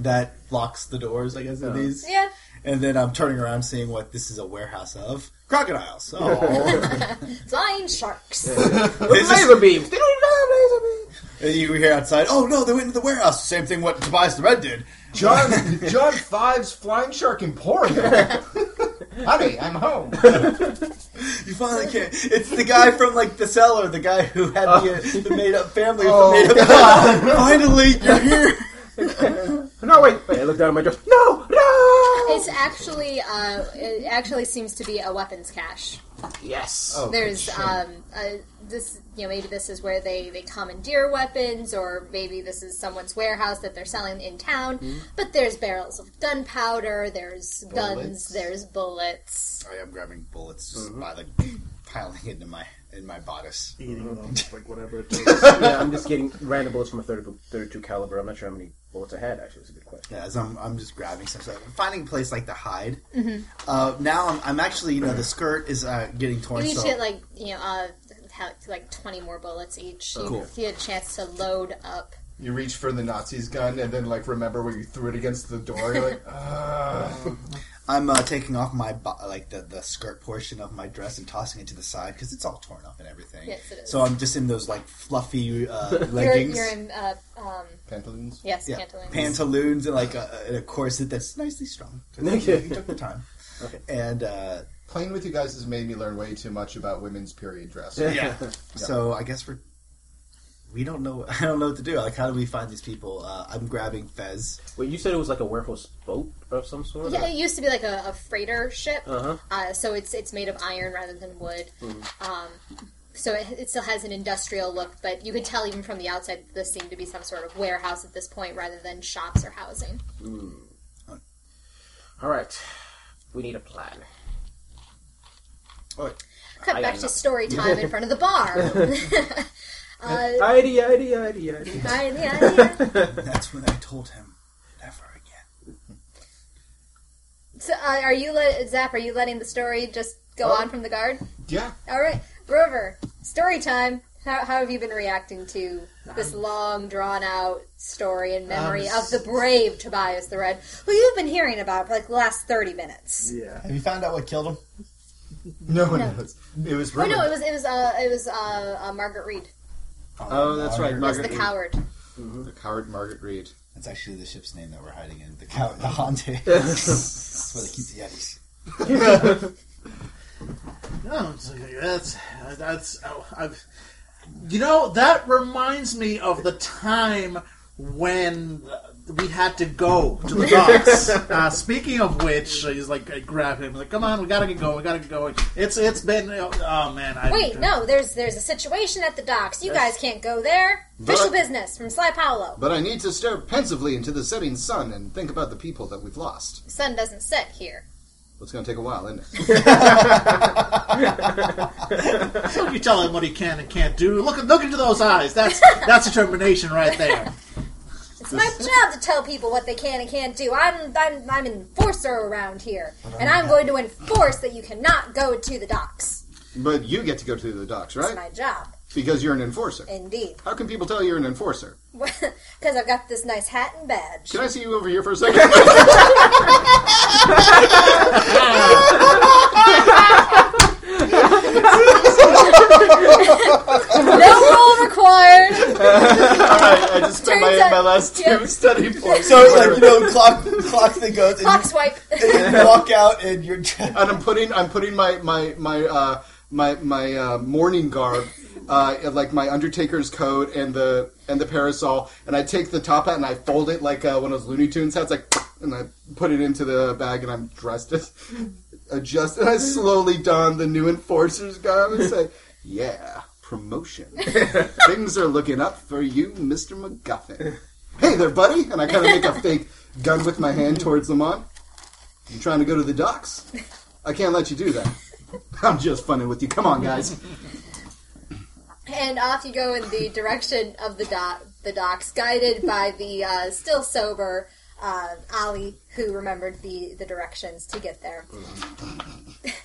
[SPEAKER 6] that locks the doors. I guess in these.
[SPEAKER 3] Yeah,
[SPEAKER 6] And then I'm turning around, seeing what this is a warehouse of crocodiles. Oh,
[SPEAKER 3] flying sharks.
[SPEAKER 6] This is-
[SPEAKER 5] Laser beams. They don't even have laser beams.
[SPEAKER 6] and you hear outside. Oh no, they went into the warehouse. Same thing what Tobias the Red did.
[SPEAKER 4] John, John Five's Flying Shark Emporium. Honey, I'm home.
[SPEAKER 6] You finally can. It's the guy from like the cellar, the guy who had the, the made up family. with
[SPEAKER 4] Oh.
[SPEAKER 6] the made up Finally, you're here.
[SPEAKER 5] No, wait. Wait, I look down at my dress. No, no.
[SPEAKER 3] It's actually uh, it actually seems to be a weapons cache.
[SPEAKER 5] Yes.
[SPEAKER 4] Oh,
[SPEAKER 3] There's um uh this you know maybe this is where they they commandeer weapons or maybe this is someone's warehouse that they're selling in town.
[SPEAKER 6] Hmm.
[SPEAKER 3] But there's barrels of gunpowder. There's guns.
[SPEAKER 6] Bullets.
[SPEAKER 3] There's bullets.
[SPEAKER 6] Sorry, I'm grabbing bullets just by like piling into my in my bodice.
[SPEAKER 7] Eating them, like whatever it takes.
[SPEAKER 5] yeah, I'm just getting random bullets from a 30, 32 caliber. I'm not sure how many bullets I had. Actually, it's a good question.
[SPEAKER 6] Yeah, as I'm, I'm just grabbing stuff. So I'm finding a place like to hide.
[SPEAKER 3] Mm-hmm.
[SPEAKER 6] Uh, now I'm, I'm actually, you know, the skirt is uh, getting torn.
[SPEAKER 3] You each
[SPEAKER 6] so
[SPEAKER 3] get like you know uh have like twenty more bullets each. You,
[SPEAKER 6] Oh, Cool.
[SPEAKER 3] you get a chance to load up.
[SPEAKER 4] You reach for the Nazi's gun and then, like, remember when you threw it against the door? You're like, "Uh, ah.
[SPEAKER 6] I'm uh, taking off my bo- like the, the skirt portion of my dress and tossing it to the side because it's all torn up and everything.
[SPEAKER 3] Yes, it is.
[SPEAKER 6] So I'm just in those like fluffy uh,
[SPEAKER 3] You're,
[SPEAKER 6] leggings,
[SPEAKER 3] you're in uh, um
[SPEAKER 4] Pantaloons?
[SPEAKER 3] yes
[SPEAKER 6] yeah,
[SPEAKER 3] pantaloons.
[SPEAKER 6] pantaloons, and like a, and a corset that's nicely strung.
[SPEAKER 5] Okay.
[SPEAKER 6] You took the time. And uh,
[SPEAKER 4] Playing with you guys has made me learn way too much about women's period dress.
[SPEAKER 6] Yeah. So I guess we're we don't know. I don't know what to do. Like, how do we find these people? Uh, I'm grabbing Fez.
[SPEAKER 5] Wait, you said it was like a warehouse boat of some sort?
[SPEAKER 3] Yeah, it used to be like a, a freighter ship,
[SPEAKER 5] Uh-huh. Mm-hmm.
[SPEAKER 3] uh, so it's it's made of iron rather than wood. Um, so it, it still has an industrial look, but you could tell even from the outside that this seemed to be some sort of warehouse at this point rather than shops or housing.
[SPEAKER 5] All right. We need a plan.
[SPEAKER 3] Cut back
[SPEAKER 5] I got
[SPEAKER 3] to
[SPEAKER 5] nothing.
[SPEAKER 3] story time in front of the bar. uh,
[SPEAKER 5] Idea, idea, idea, idea.
[SPEAKER 3] I- yeah, yeah.
[SPEAKER 6] That's when I told him never again.
[SPEAKER 3] So, uh, are you let, Zap? Are you letting the story just go
[SPEAKER 1] Oh.
[SPEAKER 3] on from the guard?
[SPEAKER 4] Yeah.
[SPEAKER 3] All right, Rover. Story time. How, how have you been reacting to this
[SPEAKER 1] Um,
[SPEAKER 3] long, drawn-out story and memory
[SPEAKER 10] I'm
[SPEAKER 3] of the brave Tobias the Red, who you've been hearing about for like the last thirty minutes?
[SPEAKER 7] Yeah.
[SPEAKER 10] Have you found out what killed him?
[SPEAKER 4] No one knows. It was
[SPEAKER 3] Oh
[SPEAKER 4] rumored.
[SPEAKER 3] no, it was it was uh, it was uh, uh, Margaret Reed.
[SPEAKER 6] Oh,
[SPEAKER 1] that's right,
[SPEAKER 3] That's
[SPEAKER 1] Margaret
[SPEAKER 3] the
[SPEAKER 1] Reed.
[SPEAKER 3] coward.
[SPEAKER 4] The coward Margaret Reed.
[SPEAKER 6] That's actually the ship's name that we're hiding in. The cow, the Honda. that's where they keep the Yetis.
[SPEAKER 7] No, it's like, that's that's. Oh, I've, you know, that reminds me of the time when we had to go to the docks. uh, speaking of which, he's like, I grab him, like, come on, we gotta get going, we gotta get going. It's it's been. Oh man, I,
[SPEAKER 3] Wait, no, there's there's a situation at the docks. You guys can't go there. Official business from Sly Paolo.
[SPEAKER 4] But I need to stare pensively into the setting sun and think about the people that we've lost.
[SPEAKER 3] Sun doesn't set here.
[SPEAKER 4] Well, It's going to take a while, isn't it?
[SPEAKER 7] So you tell him what he can and can't do. Look look into those eyes. That's that's determination right there.
[SPEAKER 3] It's my job to tell people what they can and can't do. I'm I'm I'm an enforcer around here, and I'm going to enforce that you cannot go to the docks.
[SPEAKER 4] But you get to go to the docks,
[SPEAKER 3] It's
[SPEAKER 4] right?
[SPEAKER 3] my job.
[SPEAKER 4] because you're an enforcer.
[SPEAKER 3] Indeed.
[SPEAKER 4] How can people tell you're an enforcer?
[SPEAKER 3] Because I've got this nice hat and badge.
[SPEAKER 4] Can I see you over here for a second?
[SPEAKER 3] No rule required.
[SPEAKER 4] I, I just spent my,
[SPEAKER 3] Turns out-
[SPEAKER 4] my last two
[SPEAKER 3] yeah.
[SPEAKER 4] study points.
[SPEAKER 6] So like you know, clock clock thing goes,
[SPEAKER 3] Clock
[SPEAKER 6] and
[SPEAKER 3] swipe.
[SPEAKER 6] you walk out, and you're
[SPEAKER 4] and I'm putting I'm putting my my my uh, my my uh, morning garb, uh, and, like my Undertaker's coat and the and the parasol, and I take the top hat and I fold it like uh, one of those Looney Tunes hats, like, and I put it into the bag and I'm dressed as adjust, and I slowly don the new enforcer's garb and say, "Yeah, promotion. Things are looking up for you, Mister MacGuffin." Hey there, buddy! And I kind of make a fake gun with my hand towards Lamont. You trying to go to the docks? I can't let you do that. I'm just funning with you. Come on, guys.
[SPEAKER 3] And off you go in the direction of the dock, the docks, guided by the uh, still sober uh, Ali, who remembered the, the directions to get there.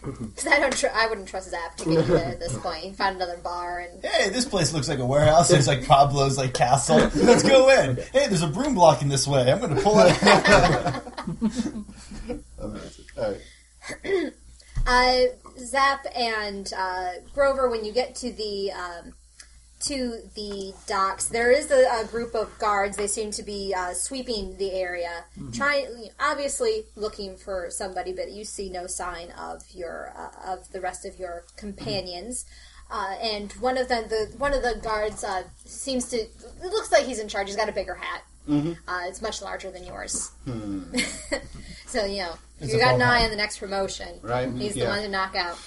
[SPEAKER 3] Because I don't, tr- I wouldn't trust Zap to get you there at this point. He found another bar and
[SPEAKER 6] hey, this place looks like a warehouse. There's like Pablo's like castle. Let's go in. Hey, there's a broom blocking this way. I'm gonna pull it.
[SPEAKER 3] uh, Zap and uh, Grover. When you get to the um, to the docks, there is a, a group of guards. They seem to be uh, sweeping the area,
[SPEAKER 6] Mm-hmm.
[SPEAKER 3] trying obviously looking for somebody, but you see no sign of your uh, of the rest of your companions. Uh, and one of them, the one of the guards, uh, seems to. It looks like he's in charge. He's got a bigger hat.
[SPEAKER 6] Mm-hmm.
[SPEAKER 3] Uh, it's much larger than yours. so you know, if you
[SPEAKER 6] Hmm. a
[SPEAKER 3] got
[SPEAKER 6] ball
[SPEAKER 3] an
[SPEAKER 6] hat.
[SPEAKER 3] eye on the next promotion.
[SPEAKER 4] Right?
[SPEAKER 3] He's the
[SPEAKER 4] yeah.
[SPEAKER 3] one to knock out.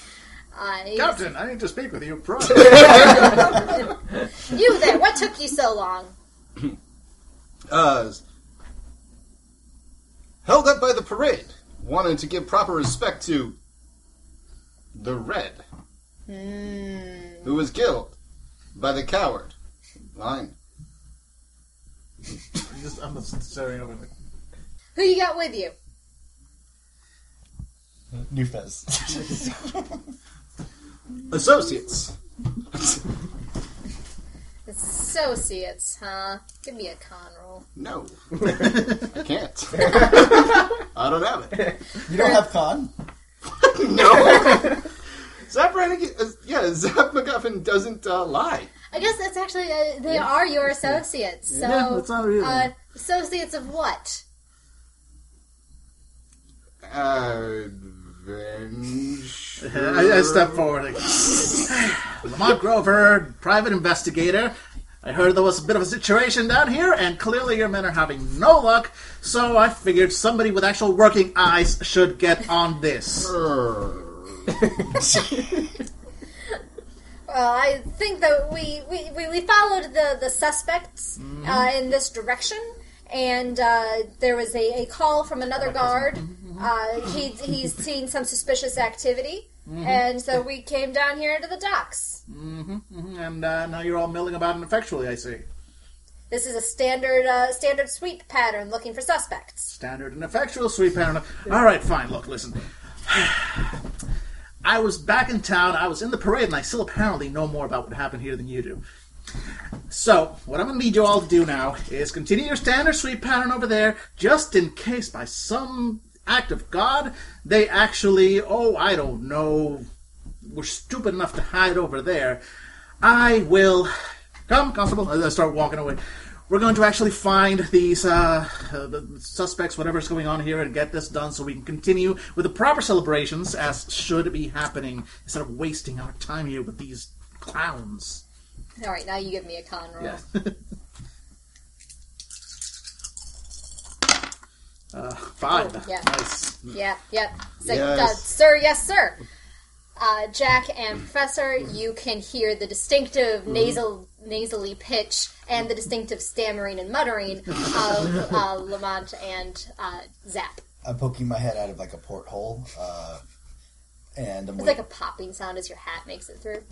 [SPEAKER 3] Uh, he's-
[SPEAKER 9] Captain, I need to speak with you. Prime.
[SPEAKER 3] you there? What took you so long?
[SPEAKER 4] Uh, held up by the parade. Wanted to give proper respect to the Red, who was killed by the coward. Line.
[SPEAKER 7] I'm just, I'm just staring over. Like,
[SPEAKER 3] Who you got with you?
[SPEAKER 6] New Fez.
[SPEAKER 4] Associates.
[SPEAKER 3] Associates, huh? Give me a con roll.
[SPEAKER 4] No. I can't. I don't have it.
[SPEAKER 6] you don't have con.
[SPEAKER 4] No. Zap Brannigan, uh, yeah, Zap MacGuffin doesn't uh, lie.
[SPEAKER 3] I guess that's actually uh, they are your associates. So
[SPEAKER 7] Yeah, that's not really-
[SPEAKER 3] uh, associates of what?
[SPEAKER 4] Uh, Adventure.
[SPEAKER 7] I, I step forward. Like, Lamont Grover, private investigator. I heard there was a bit of a situation down here, and clearly your men are having no luck. So I figured somebody with actual working eyes should get on this.
[SPEAKER 3] Well, I think that we we, we, we followed the the suspects
[SPEAKER 7] Mm-hmm.
[SPEAKER 3] uh, in this direction, and uh, there was a, a call from another guard.
[SPEAKER 7] Mm-hmm,
[SPEAKER 3] Uh, he he's seen some suspicious activity,
[SPEAKER 7] Mm-hmm.
[SPEAKER 3] and so we came down here to the docks.
[SPEAKER 7] And uh, now you're all milling about ineffectually. I see.
[SPEAKER 3] This is a standard uh, standard sweep pattern looking for suspects.
[SPEAKER 7] Standard and effectual sweep pattern. All right, fine. Look, listen. I was back in town. I was in the parade, and I still apparently know more about what happened here than you do. So, what I'm going to need you all to do now is continue your standard sweep pattern over there, just in case by some act of God they actually, oh, I don't know, were stupid enough to hide over there. I will. Come, Constable. I start walking away. We're going to actually find these uh, uh, the suspects, whatever's going on here, and get this done so we can continue with the proper celebrations as should be happening instead of wasting our time here with these clowns.
[SPEAKER 3] All right, now you give me a con roll.
[SPEAKER 7] uh, five.
[SPEAKER 3] Oh, yeah.
[SPEAKER 7] Nice.
[SPEAKER 3] Yeah, yep. It's like,
[SPEAKER 4] Yes.
[SPEAKER 3] uh, sir, yes, sir. Uh, Jack and Professor, you can hear the distinctive nasal nasally pitch and the distinctive stammering and muttering of uh, Lamont and uh, Zap.
[SPEAKER 6] I'm poking my head out of like a porthole, uh, and I'm
[SPEAKER 3] It's like
[SPEAKER 6] wait-
[SPEAKER 3] a popping sound as your hat makes it through.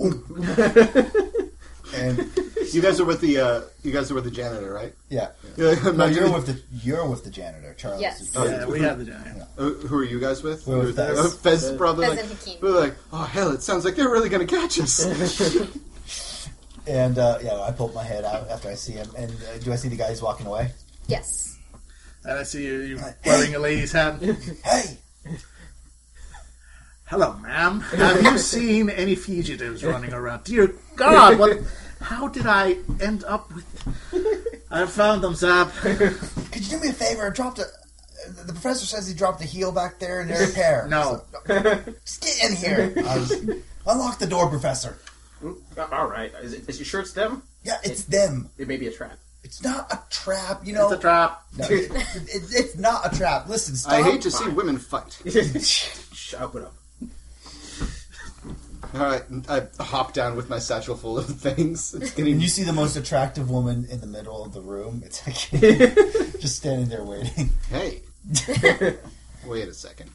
[SPEAKER 6] and
[SPEAKER 4] You guys are with the uh, you guys are with the janitor, right?
[SPEAKER 6] yeah.
[SPEAKER 4] Yeah, I'm
[SPEAKER 6] No,
[SPEAKER 4] not
[SPEAKER 6] you're
[SPEAKER 4] even-
[SPEAKER 6] with the you're with the janitor, Charles.
[SPEAKER 3] Yes.
[SPEAKER 6] is-
[SPEAKER 4] Oh,
[SPEAKER 7] Yeah, we have the giant.
[SPEAKER 4] Uh, who are you guys with?
[SPEAKER 6] We're with Fez.
[SPEAKER 4] Uh, Fez probably
[SPEAKER 3] Fez
[SPEAKER 4] like,
[SPEAKER 3] and Hakeem.
[SPEAKER 4] we're like, oh hell, it sounds like they're really gonna catch us.
[SPEAKER 6] And uh, yeah, I pulled my head out after I see him. And uh, do I see the guy who's walking away?
[SPEAKER 3] Yes.
[SPEAKER 7] And I see you, you wearing a lady's hat.
[SPEAKER 6] Hey,
[SPEAKER 7] Hello, ma'am. Have you seen any fugitives running around? Dear God, what? How did I end up with? I found them, Zap.
[SPEAKER 6] could you do me a favor? I dropped a. uh, The professor says he dropped a heel back there in their repair.
[SPEAKER 7] No,
[SPEAKER 6] Just get in here. I was- Unlock the door, professor.
[SPEAKER 5] All right. Is, it, is your shirt stem?
[SPEAKER 6] Yeah, it's them.
[SPEAKER 5] It may be a trap.
[SPEAKER 6] It's not a trap, you know.
[SPEAKER 7] it's a trap.
[SPEAKER 6] No, it- it- it's not a trap. Listen, stop.
[SPEAKER 4] I hate to see women fight.
[SPEAKER 5] Shh, I'll put up.
[SPEAKER 4] All right, I hop down with my satchel full of things. It's
[SPEAKER 6] When
[SPEAKER 4] getting
[SPEAKER 6] you see the most attractive woman in the middle of the room, it's like just standing there waiting.
[SPEAKER 4] hey. Wait a second.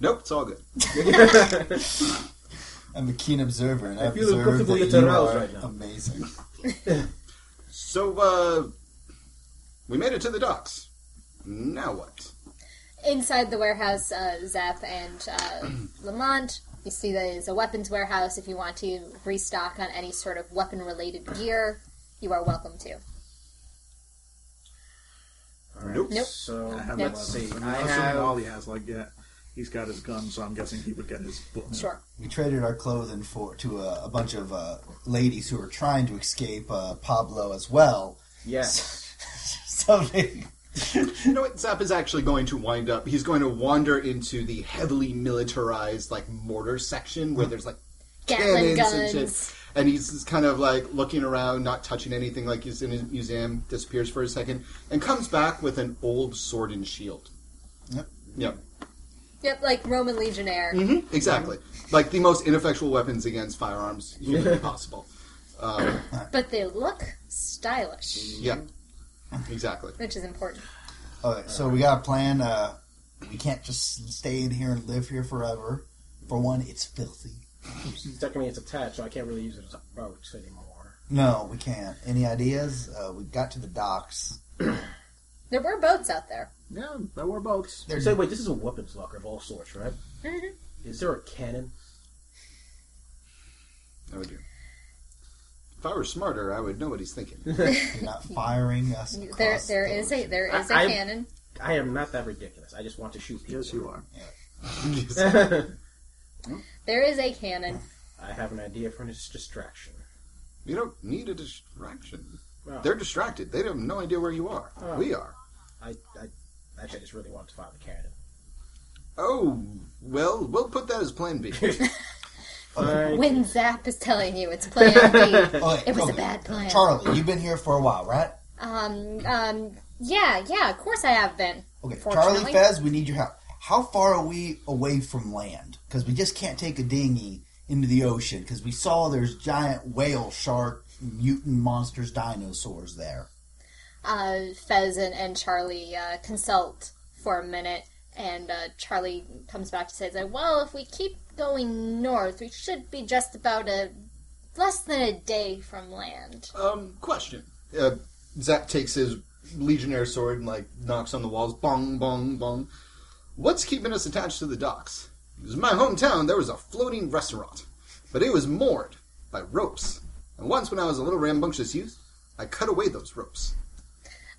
[SPEAKER 4] Nope, it's all good.
[SPEAKER 6] I'm a keen observer, and I,
[SPEAKER 5] feel
[SPEAKER 6] observe
[SPEAKER 5] uncomfortable
[SPEAKER 6] that
[SPEAKER 5] yet
[SPEAKER 6] you
[SPEAKER 5] aroused
[SPEAKER 6] are
[SPEAKER 5] right now.
[SPEAKER 6] amazing.
[SPEAKER 4] So, uh, we made it to the docks. Now what?
[SPEAKER 3] Inside the warehouse, uh, Zep and uh, Lamont, you see that is a weapons warehouse. If you want to restock on any sort of weapon related gear, you are welcome to.
[SPEAKER 5] All right.
[SPEAKER 4] Nope.
[SPEAKER 3] Nope.
[SPEAKER 5] So
[SPEAKER 7] I have
[SPEAKER 3] Nope.
[SPEAKER 7] a-
[SPEAKER 5] let's see.
[SPEAKER 7] I mean,
[SPEAKER 5] I
[SPEAKER 7] I'm
[SPEAKER 5] have.
[SPEAKER 7] assuming all he has, like, yeah, he's got his gun, so I'm guessing he would get his book.
[SPEAKER 3] Sure.
[SPEAKER 6] We traded our clothing for to a, a bunch of uh, ladies who were trying to escape uh, Pablo as well.
[SPEAKER 5] Yes.
[SPEAKER 6] So they,
[SPEAKER 4] You know what? Zap is actually going to wind up. He's going to wander into the heavily militarized, like, mortar section where there's, like,
[SPEAKER 3] Gatling
[SPEAKER 4] cannons and
[SPEAKER 3] guns.
[SPEAKER 4] shit. And he's just kind of like looking around, not touching anything, like he's in his museum, disappears for a second, and comes back with an old sword and shield.
[SPEAKER 6] Yep.
[SPEAKER 4] Yep.
[SPEAKER 3] Yep, like Roman Legionnaire.
[SPEAKER 4] Exactly. Like the most ineffectual weapons against firearms humanly possible. Um,
[SPEAKER 3] But they look stylish,
[SPEAKER 4] yeah. Exactly.
[SPEAKER 3] which is important.
[SPEAKER 6] okay, so we got a plan. Uh, we can't just stay in here and live here forever. For one, it's filthy.
[SPEAKER 5] Technically, it's attached, so I can't really use it as a boat anymore.
[SPEAKER 6] No, we can't. Any ideas? Uh, we got to the docks.
[SPEAKER 3] There were boats out there.
[SPEAKER 7] Yeah, there were boats.
[SPEAKER 6] They're-
[SPEAKER 5] So wait, this is a weapons locker of all sorts, right?
[SPEAKER 3] Mhm.
[SPEAKER 5] Is there a cannon?
[SPEAKER 4] I would do. If I were smarter, I would know what he's thinking.
[SPEAKER 6] You're not firing us.
[SPEAKER 3] There,
[SPEAKER 6] across
[SPEAKER 3] there
[SPEAKER 6] the
[SPEAKER 3] is a there is a
[SPEAKER 5] I- I-
[SPEAKER 3] cannon.
[SPEAKER 5] I am not that ridiculous. I just want to shoot people.
[SPEAKER 7] Yes, you are.
[SPEAKER 3] There is a cannon.
[SPEAKER 5] I have an idea for a dis- distraction.
[SPEAKER 4] you don't need a distraction.
[SPEAKER 5] Well,
[SPEAKER 4] They're distracted. They have no idea where you are.
[SPEAKER 5] Oh.
[SPEAKER 4] We are.
[SPEAKER 5] I, I actually I just really want to fire the cannon.
[SPEAKER 4] Oh, well, we'll put that as plan B.
[SPEAKER 5] Fine.
[SPEAKER 3] When Zap is telling you it's Plan B,
[SPEAKER 6] Okay,
[SPEAKER 3] it was a
[SPEAKER 6] okay.
[SPEAKER 3] bad plan.
[SPEAKER 6] Charlie, you've been here for a while, right?
[SPEAKER 3] Um, um, yeah, yeah, of course I have been.
[SPEAKER 6] Okay, Charlie
[SPEAKER 3] Fortunately.
[SPEAKER 6] Fez, we need your help. How far are we away from land? Because we just can't take a dinghy into the ocean because we saw there's giant whale, shark, mutant monsters, dinosaurs there.
[SPEAKER 3] Uh, Fez and, and Charlie uh, consult for a minute, and uh, Charlie comes back and says, like, Well, if we keep going north, we should be just about a less than a day from land.
[SPEAKER 4] Um, question. Uh, Zap takes his legionnaire sword and like knocks on the walls. Bong, bong, bong. What's keeping us attached to the docks? Because in my hometown, there was a floating restaurant, but it was moored by ropes. And once, when I was a little rambunctious youth, I cut away those ropes.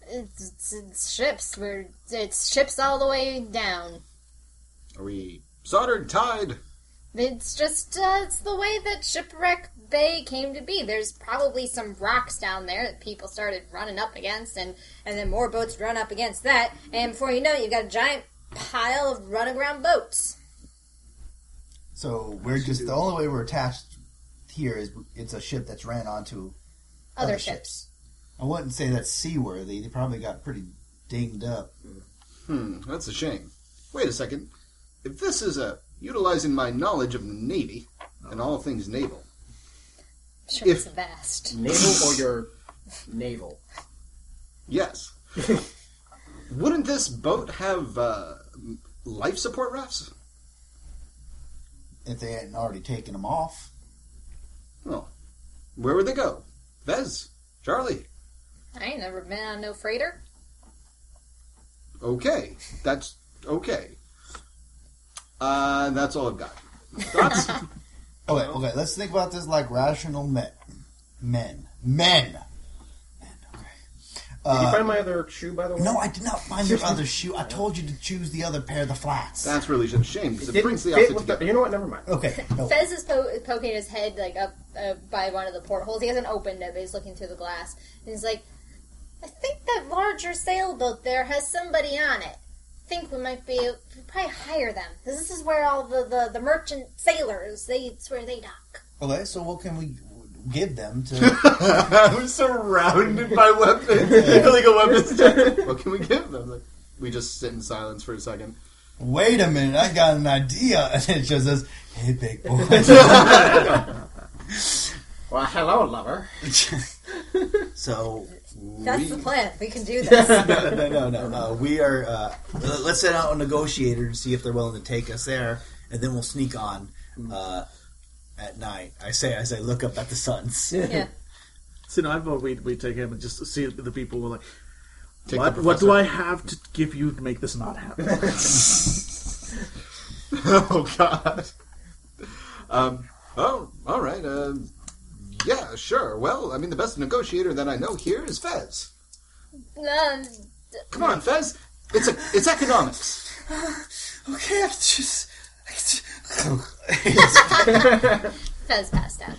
[SPEAKER 3] It's, it's, it's ships. We're it's ships all the way down.
[SPEAKER 4] Are we soldered, tied?
[SPEAKER 3] It's just uh, it's the way that shipwreck bay came to be. There's probably some rocks down there that people started running up against, and and then more boats run up against that, and before you know it, you've got a giant pile of runaground boats.
[SPEAKER 6] So we're just the only way we're attached here is it's a ship that's ran onto
[SPEAKER 3] Other,
[SPEAKER 6] Other
[SPEAKER 3] ships.
[SPEAKER 6] ships. I wouldn't say that's seaworthy. They probably got pretty dinged up.
[SPEAKER 4] Hmm, that's a shame. Wait a second. If this is a utilizing my knowledge of the Navy and all things naval,
[SPEAKER 3] Sure, it's
[SPEAKER 4] If-
[SPEAKER 3] vast.
[SPEAKER 5] Naval or your navel?
[SPEAKER 4] Yes. Wouldn't this boat have uh, life support rafts?
[SPEAKER 6] If they hadn't already taken them off,
[SPEAKER 4] Where would they go? Vez, Charlie.
[SPEAKER 3] I ain't never been on no freighter.
[SPEAKER 4] Okay, that's okay. Uh, that's all I've got. Thoughts?
[SPEAKER 6] Okay, okay, let's think about this like rational men. men. Men.
[SPEAKER 5] Did you find my other shoe, by the way?
[SPEAKER 6] No, I did not find your other shoe. I told you to choose the other pair, the flats.
[SPEAKER 4] That's really a shame because it,
[SPEAKER 5] Didn't
[SPEAKER 4] brings the
[SPEAKER 5] fit
[SPEAKER 4] outfit
[SPEAKER 5] with the-
[SPEAKER 4] together.
[SPEAKER 5] You know what? Never mind.
[SPEAKER 6] Okay. No.
[SPEAKER 3] Fez is po- poking his head like up uh, by one of the portholes. He hasn't opened it, but he's looking through the glass, and he's like, "I think that larger sailboat there has somebody on it. I think we might be we probably hire them. 'Cause This is where all the, the, the merchant sailors they it's where they dock.
[SPEAKER 6] Okay, so what can we give them to.
[SPEAKER 4] I'm surrounded by weapons. Illegal weapons. check. what can we give them? Like, we just sit in silence for a second.
[SPEAKER 6] Wait a minute, I got an idea. And it just says, hey, big boy.
[SPEAKER 5] Well, hello, lover.
[SPEAKER 6] so,
[SPEAKER 3] That's the plan. We can do this.
[SPEAKER 6] no, no, no, no. Uh, we are. Uh, uh, let's send out a negotiator and see if they're willing to take us there, and then we'll sneak on uh, at night. I say as I look up at the suns.
[SPEAKER 3] yeah.
[SPEAKER 7] So no, I vote we we take him and just see if the people were like,
[SPEAKER 4] Take
[SPEAKER 7] what
[SPEAKER 4] the
[SPEAKER 7] what do I have to give you to make this not happen?
[SPEAKER 4] oh God. Um. Oh. All right. Um. Yeah. Sure. Well, I mean, the best negotiator that I know here is Fez.
[SPEAKER 3] Um,
[SPEAKER 4] Come on, Fez. It's a, it's economics.
[SPEAKER 6] Okay, I just. I just-
[SPEAKER 3] Fez passed out.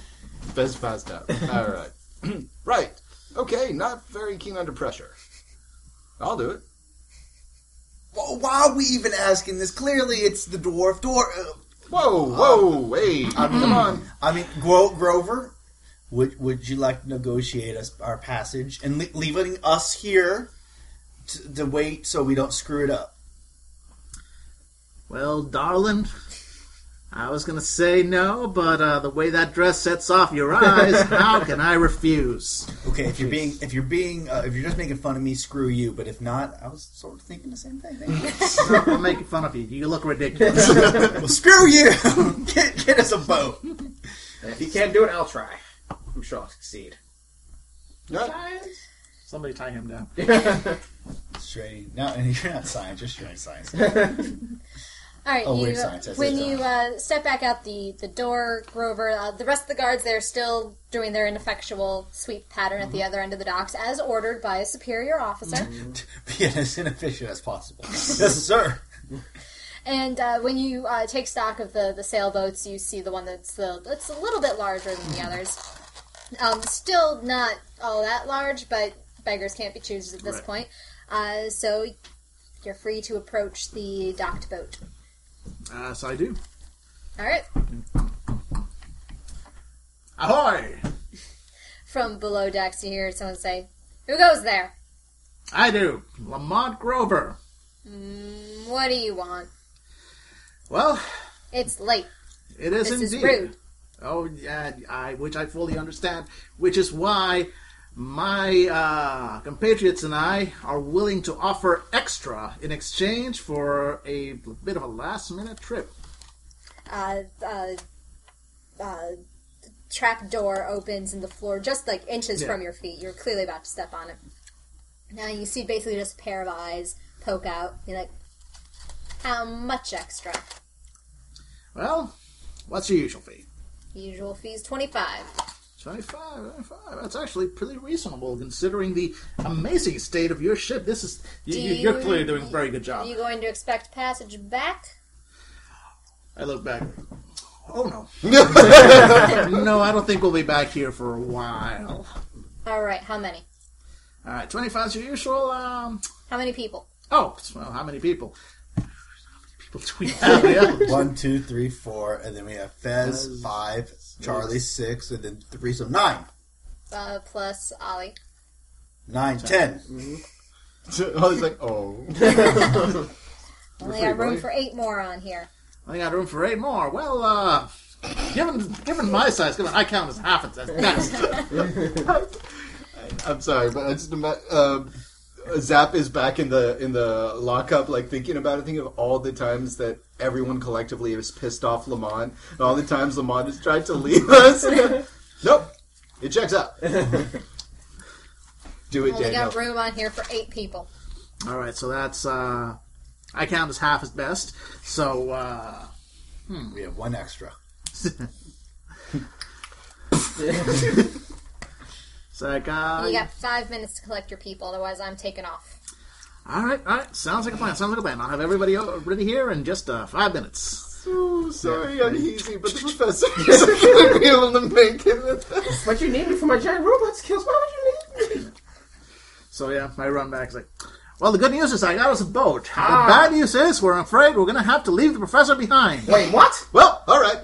[SPEAKER 4] Fez passed out. All right. right. Okay. Not very keen under pressure. I'll do it.
[SPEAKER 6] Wh- Why are we even asking this? Clearly, it's the dwarf. Dwarf. Uh,
[SPEAKER 4] Whoa. Whoa. Hey. come on.
[SPEAKER 6] I mean, Gro- Grover. Would Would you like to negotiate us our passage and le- leaving us here to, to wait so we don't screw it up?
[SPEAKER 7] well, darling, I was gonna say no, but uh, the way that dress sets off your eyes, how can I refuse?
[SPEAKER 6] Okay, if you're being if you're being uh, if you're just making fun of me, screw you. But if not, I was sort of thinking the same thing.
[SPEAKER 7] No, I'm making fun of you. You look ridiculous.
[SPEAKER 6] well, screw you! get, get us a boat.
[SPEAKER 5] And if you can't do it, I'll try. I'm sure I'll succeed.
[SPEAKER 7] Somebody tie him down.
[SPEAKER 6] Straight. No, and you're not science. You're straight science.
[SPEAKER 3] All right,
[SPEAKER 6] Oh,
[SPEAKER 3] you,
[SPEAKER 6] weird science, I see
[SPEAKER 3] when
[SPEAKER 6] that.
[SPEAKER 3] you uh, step back out the, the door, Grover, uh, the rest of the guards, they're still doing their ineffectual sweep pattern at the other end of the docks, as ordered by a superior officer.
[SPEAKER 6] Be as inefficient as possible. yes, sir.
[SPEAKER 3] And uh, when you uh, take stock of the, the sailboats, you see the one that's the that's a little bit larger than the others. Um, still not all that large, but beggars can't be choosers at this point. Uh, so you're free to approach the docked boat.
[SPEAKER 7] Uh, so I do.
[SPEAKER 3] All right.
[SPEAKER 7] Ahoy!
[SPEAKER 3] From below decks, you hear someone say, "Who goes there?"
[SPEAKER 7] I do. Lamont Grover.
[SPEAKER 3] What do you want?
[SPEAKER 7] Well,
[SPEAKER 3] It's late.
[SPEAKER 7] It is
[SPEAKER 3] This is
[SPEAKER 7] indeed.
[SPEAKER 3] rude.
[SPEAKER 7] Oh, yeah, I, which I fully understand, which is why my uh, compatriots and I are willing to offer extra in exchange for a bit of a last minute trip.
[SPEAKER 3] Uh, uh, uh, trap door opens in the floor just like inches
[SPEAKER 7] Yeah.
[SPEAKER 3] from your feet. You're clearly about to step on it. Now you see basically just a pair of eyes poke out. You're like, how much extra?
[SPEAKER 7] Well, what's your usual fee?
[SPEAKER 3] Usual fees 25.
[SPEAKER 7] 25, 25. That's actually pretty reasonable considering the amazing state of your ship. This is. You,
[SPEAKER 3] Do
[SPEAKER 7] you, you're
[SPEAKER 3] you-
[SPEAKER 7] clearly doing a very good job.
[SPEAKER 3] Are you going to expect passage back?
[SPEAKER 7] I look back. Oh, no. no, I don't think we'll be back here for a while.
[SPEAKER 3] All right, how many?
[SPEAKER 7] All right, 25 is your usual. Um,
[SPEAKER 3] How many people?
[SPEAKER 7] oh, well, how many people? How many people do we have? Yeah.
[SPEAKER 6] One, two, three, four, and then we have Fez five, Charlie six, and then three, so nine,
[SPEAKER 3] Uh, plus Ollie.
[SPEAKER 6] nine, ten.
[SPEAKER 4] I was like, oh.
[SPEAKER 3] Only got room for eight more on here.
[SPEAKER 7] I got room for eight more. Well, uh, given given my size, given I count as half as best.
[SPEAKER 4] I'm sorry, but I just ima- um, Zap is back in the in the lockup, like thinking about it, thinking of all the times that everyone collectively has pissed off Lamont, and all the times Lamont has tried to leave us. nope, it checks out. Do it,
[SPEAKER 3] Only
[SPEAKER 4] Daniel.
[SPEAKER 3] got room on here for eight people.
[SPEAKER 7] All right, so that's uh, I count as half as best. So uh,
[SPEAKER 6] Mm. We have one extra.
[SPEAKER 7] It's like, uh,
[SPEAKER 3] You got five minutes to collect your people, otherwise I'm taking off.
[SPEAKER 7] all right, all right. Sounds like a plan. Sounds like a plan. I'll have everybody o- ready here in just uh, five minutes.
[SPEAKER 4] Oh, sorry, uneasy, but the professor isn't going to be able to make it with us.
[SPEAKER 5] What you need me for my giant robot skills? What would you need? me?
[SPEAKER 7] So yeah, I run back. It's like, well, the good news is I got us a boat. The bad news is we're afraid we're gonna have to leave the professor behind.
[SPEAKER 5] Wait, what?
[SPEAKER 4] Well, all right.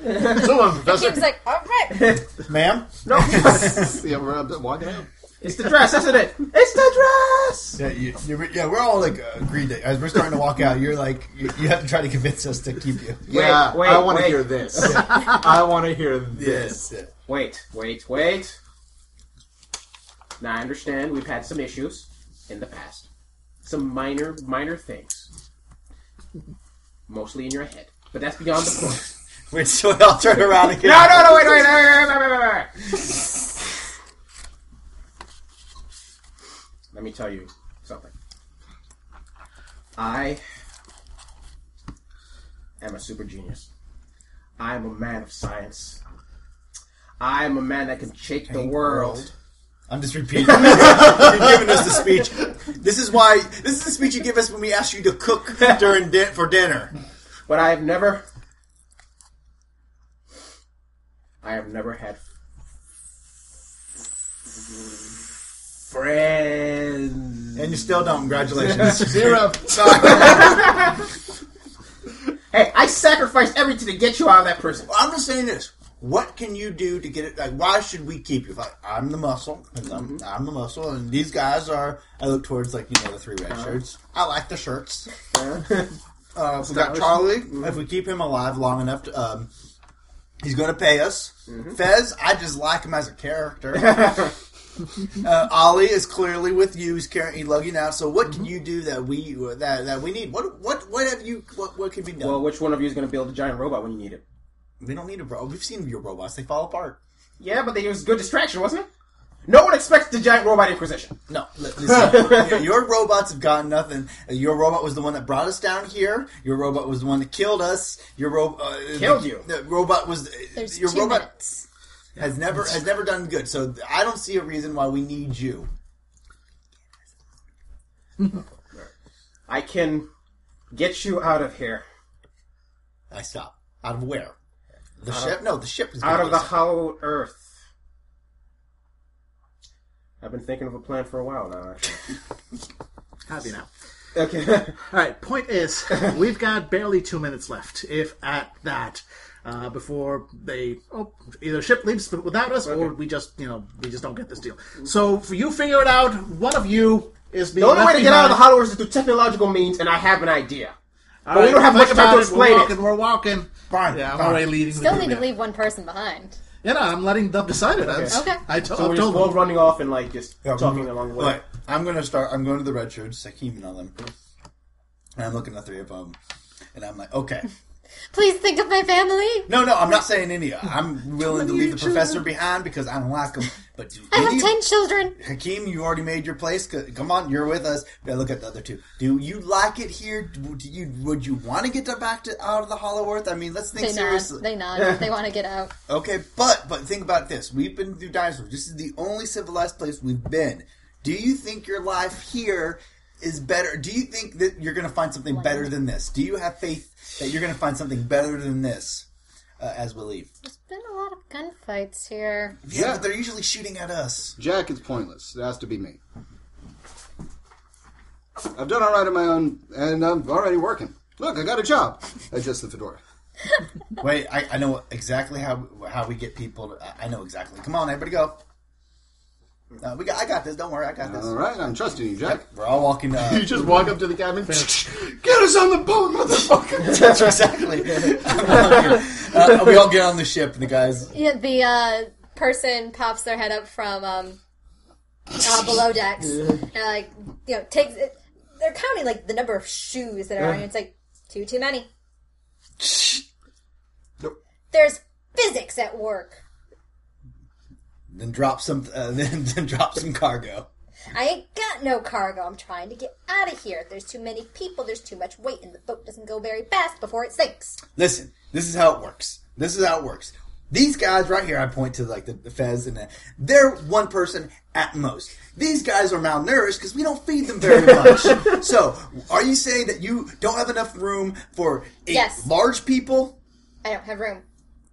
[SPEAKER 4] So long,
[SPEAKER 3] He
[SPEAKER 4] professor.
[SPEAKER 3] was like, all right.
[SPEAKER 10] ma'am.
[SPEAKER 5] No, it's
[SPEAKER 4] yeah, we're I'm walking out.
[SPEAKER 5] the dress, isn't it? It's the dress.
[SPEAKER 6] Yeah, you, you, yeah, we're all like uh, agreed that as we're starting to walk out, you're like you, you have to try to convince us to keep you.
[SPEAKER 4] Yeah,
[SPEAKER 5] wait,
[SPEAKER 4] I want to
[SPEAKER 5] wait.
[SPEAKER 4] hear this. I want to hear this.
[SPEAKER 6] yeah.
[SPEAKER 5] Wait, wait, wait. Now I understand we've had some issues in the past. Some minor, minor things. Mostly in your head. But that's beyond the point.
[SPEAKER 6] Wait, so I'll turn around again.
[SPEAKER 5] no, no, no, wait, wait, wait, wait, wait, wait, wait, wait. Let me tell you something. I am a super genius. I am a man of science. I am a man that can shake the world.
[SPEAKER 6] I'm just repeating. You're giving us the speech. This is why. This is the speech you give us when we ask you to cook during din- for dinner.
[SPEAKER 5] But I have never. I have never had. Friends.
[SPEAKER 6] And you still don't. Congratulations.
[SPEAKER 4] Zero.
[SPEAKER 5] Hey, I sacrificed everything to get you out of that prison.
[SPEAKER 6] I'm just saying this. What can you do to get it? Like, why should we keep you? If I, I'm the muscle, 'cause I'm, I'm the muscle, and these guys are. I look towards like you know the three red shirts. I like the shirts. Uh, we got Charlie. If we keep him alive long enough, to, um, he's going to pay us. Fez, I just like him as a character. uh, Ollie is clearly with you. He's carrying Luggy now. So, what can you do that we that that we need? What what what have you? What what can be done?
[SPEAKER 5] Well, which one of you is going to build a giant robot when you need it?
[SPEAKER 6] we don't need a robot. We've seen your robots; they fall apart.
[SPEAKER 5] Yeah, but they was good distraction, wasn't it? No one expects the giant robot inquisition.
[SPEAKER 6] No, li- listen. your, your robots have gotten nothing. Uh, Your robot was the one that brought us down here. Your robot was the one that killed us. Your robot uh,
[SPEAKER 5] Killed
[SPEAKER 6] the,
[SPEAKER 5] you.
[SPEAKER 6] The robot was uh,
[SPEAKER 3] There's
[SPEAKER 6] your
[SPEAKER 3] two
[SPEAKER 6] robot
[SPEAKER 3] minutes.
[SPEAKER 6] has never has never done good. So th- I don't see a reason why we need you.
[SPEAKER 5] I can get you out of here,
[SPEAKER 6] I stop. Out of where? The ship? No, the ship is
[SPEAKER 5] out
[SPEAKER 6] gonna
[SPEAKER 5] of the
[SPEAKER 6] get us.
[SPEAKER 5] hollow earth. I've been thinking of a plan for a while now. Actually.
[SPEAKER 7] Happy now.
[SPEAKER 5] Okay.
[SPEAKER 7] All right. Point is, we've got barely two minutes left, if at that, uh, before they oh, either ship leaves without us, or we just you know we just don't get this deal. So for you figure it out. One of you is being
[SPEAKER 5] The only
[SPEAKER 7] left
[SPEAKER 5] way to get out of the
[SPEAKER 7] behind.
[SPEAKER 5] hollow earth is through technological means, and I have an idea.
[SPEAKER 7] All
[SPEAKER 5] but we don't have much
[SPEAKER 7] think
[SPEAKER 5] time to
[SPEAKER 7] about
[SPEAKER 5] explain
[SPEAKER 7] it.
[SPEAKER 5] it.
[SPEAKER 7] we're walking, We're walking.
[SPEAKER 6] Fine,
[SPEAKER 7] Yeah, I'm
[SPEAKER 6] fine.
[SPEAKER 7] already leading.
[SPEAKER 3] Still need
[SPEAKER 7] the group
[SPEAKER 3] to
[SPEAKER 7] now.
[SPEAKER 3] leave one person behind.
[SPEAKER 7] Yeah, no, I'm letting Dub decide it. I,
[SPEAKER 3] Okay.
[SPEAKER 7] I to-
[SPEAKER 5] So
[SPEAKER 7] I've
[SPEAKER 5] we're
[SPEAKER 7] told
[SPEAKER 5] just all
[SPEAKER 7] them.
[SPEAKER 5] running off and like just
[SPEAKER 6] Yeah, mm-hmm.
[SPEAKER 5] talking
[SPEAKER 6] we're-
[SPEAKER 5] along the way.
[SPEAKER 6] Alright, I'm gonna start. I'm going to the red shirts. I keep an eye on them, and I'm looking at the three of them, and I'm like, okay.
[SPEAKER 3] Please think of my family.
[SPEAKER 6] No, no, I'm not saying any. I'm willing to leave the professor behind because I don't like him. But do
[SPEAKER 3] I have
[SPEAKER 6] any-
[SPEAKER 3] ten children.
[SPEAKER 6] Hakeem, you already made your place. C- Come on, you're with us. Now look at the other two. Do you like it here? Do do you would you want to get to back to out of the Hollow Earth? I mean, let's think
[SPEAKER 3] They nod.
[SPEAKER 6] seriously.
[SPEAKER 3] They nod. They want to get out.
[SPEAKER 6] Okay, but but think about this. We've been through dinosaurs. This is the only civilized place we've been. Do you think your life here is better? Do you think that you're going to find something better than this? Do you have faith that you're going to find something better than this uh, as we leave?
[SPEAKER 3] There's been a lot of gunfights here.
[SPEAKER 6] Yeah, but they're usually shooting at us.
[SPEAKER 4] Jack is pointless. It has to be me. I've done all right on my own, and I'm already working. Look, I got a job. Adjust the fedora.
[SPEAKER 6] Wait, I, I know exactly how how we get people. To, I- I know exactly. Come on, everybody, go. Uh, we got. I got this. Don't worry, I got this.
[SPEAKER 4] All right, I'm trusting you, Jack.
[SPEAKER 6] We're all walking. Uh,
[SPEAKER 4] just walk up to the cabin. Get us on the boat, motherfucker.
[SPEAKER 6] that's exactly. uh, we all get on the ship, and the guys.
[SPEAKER 3] Yeah, the uh, person pops their head up from um, uh, below decks and like you know takes. It, they're counting like the number of shoes that are on. you. It's like too too many.
[SPEAKER 4] Nope.
[SPEAKER 3] There's physics at work.
[SPEAKER 6] Then drop some. Uh, then then drop some cargo.
[SPEAKER 3] I ain't got no cargo. I'm trying to get out of here. There's too many people. There's too much weight, and the boat doesn't go very fast before it sinks.
[SPEAKER 6] Listen, this is how it works. This is how it works. These guys right here, I point to like the, the Fez and that. They're one person at most. These guys are malnourished because we don't feed them very much. so, are you saying that you don't have enough room for eight
[SPEAKER 3] Yes.
[SPEAKER 6] large people?
[SPEAKER 3] I don't have room.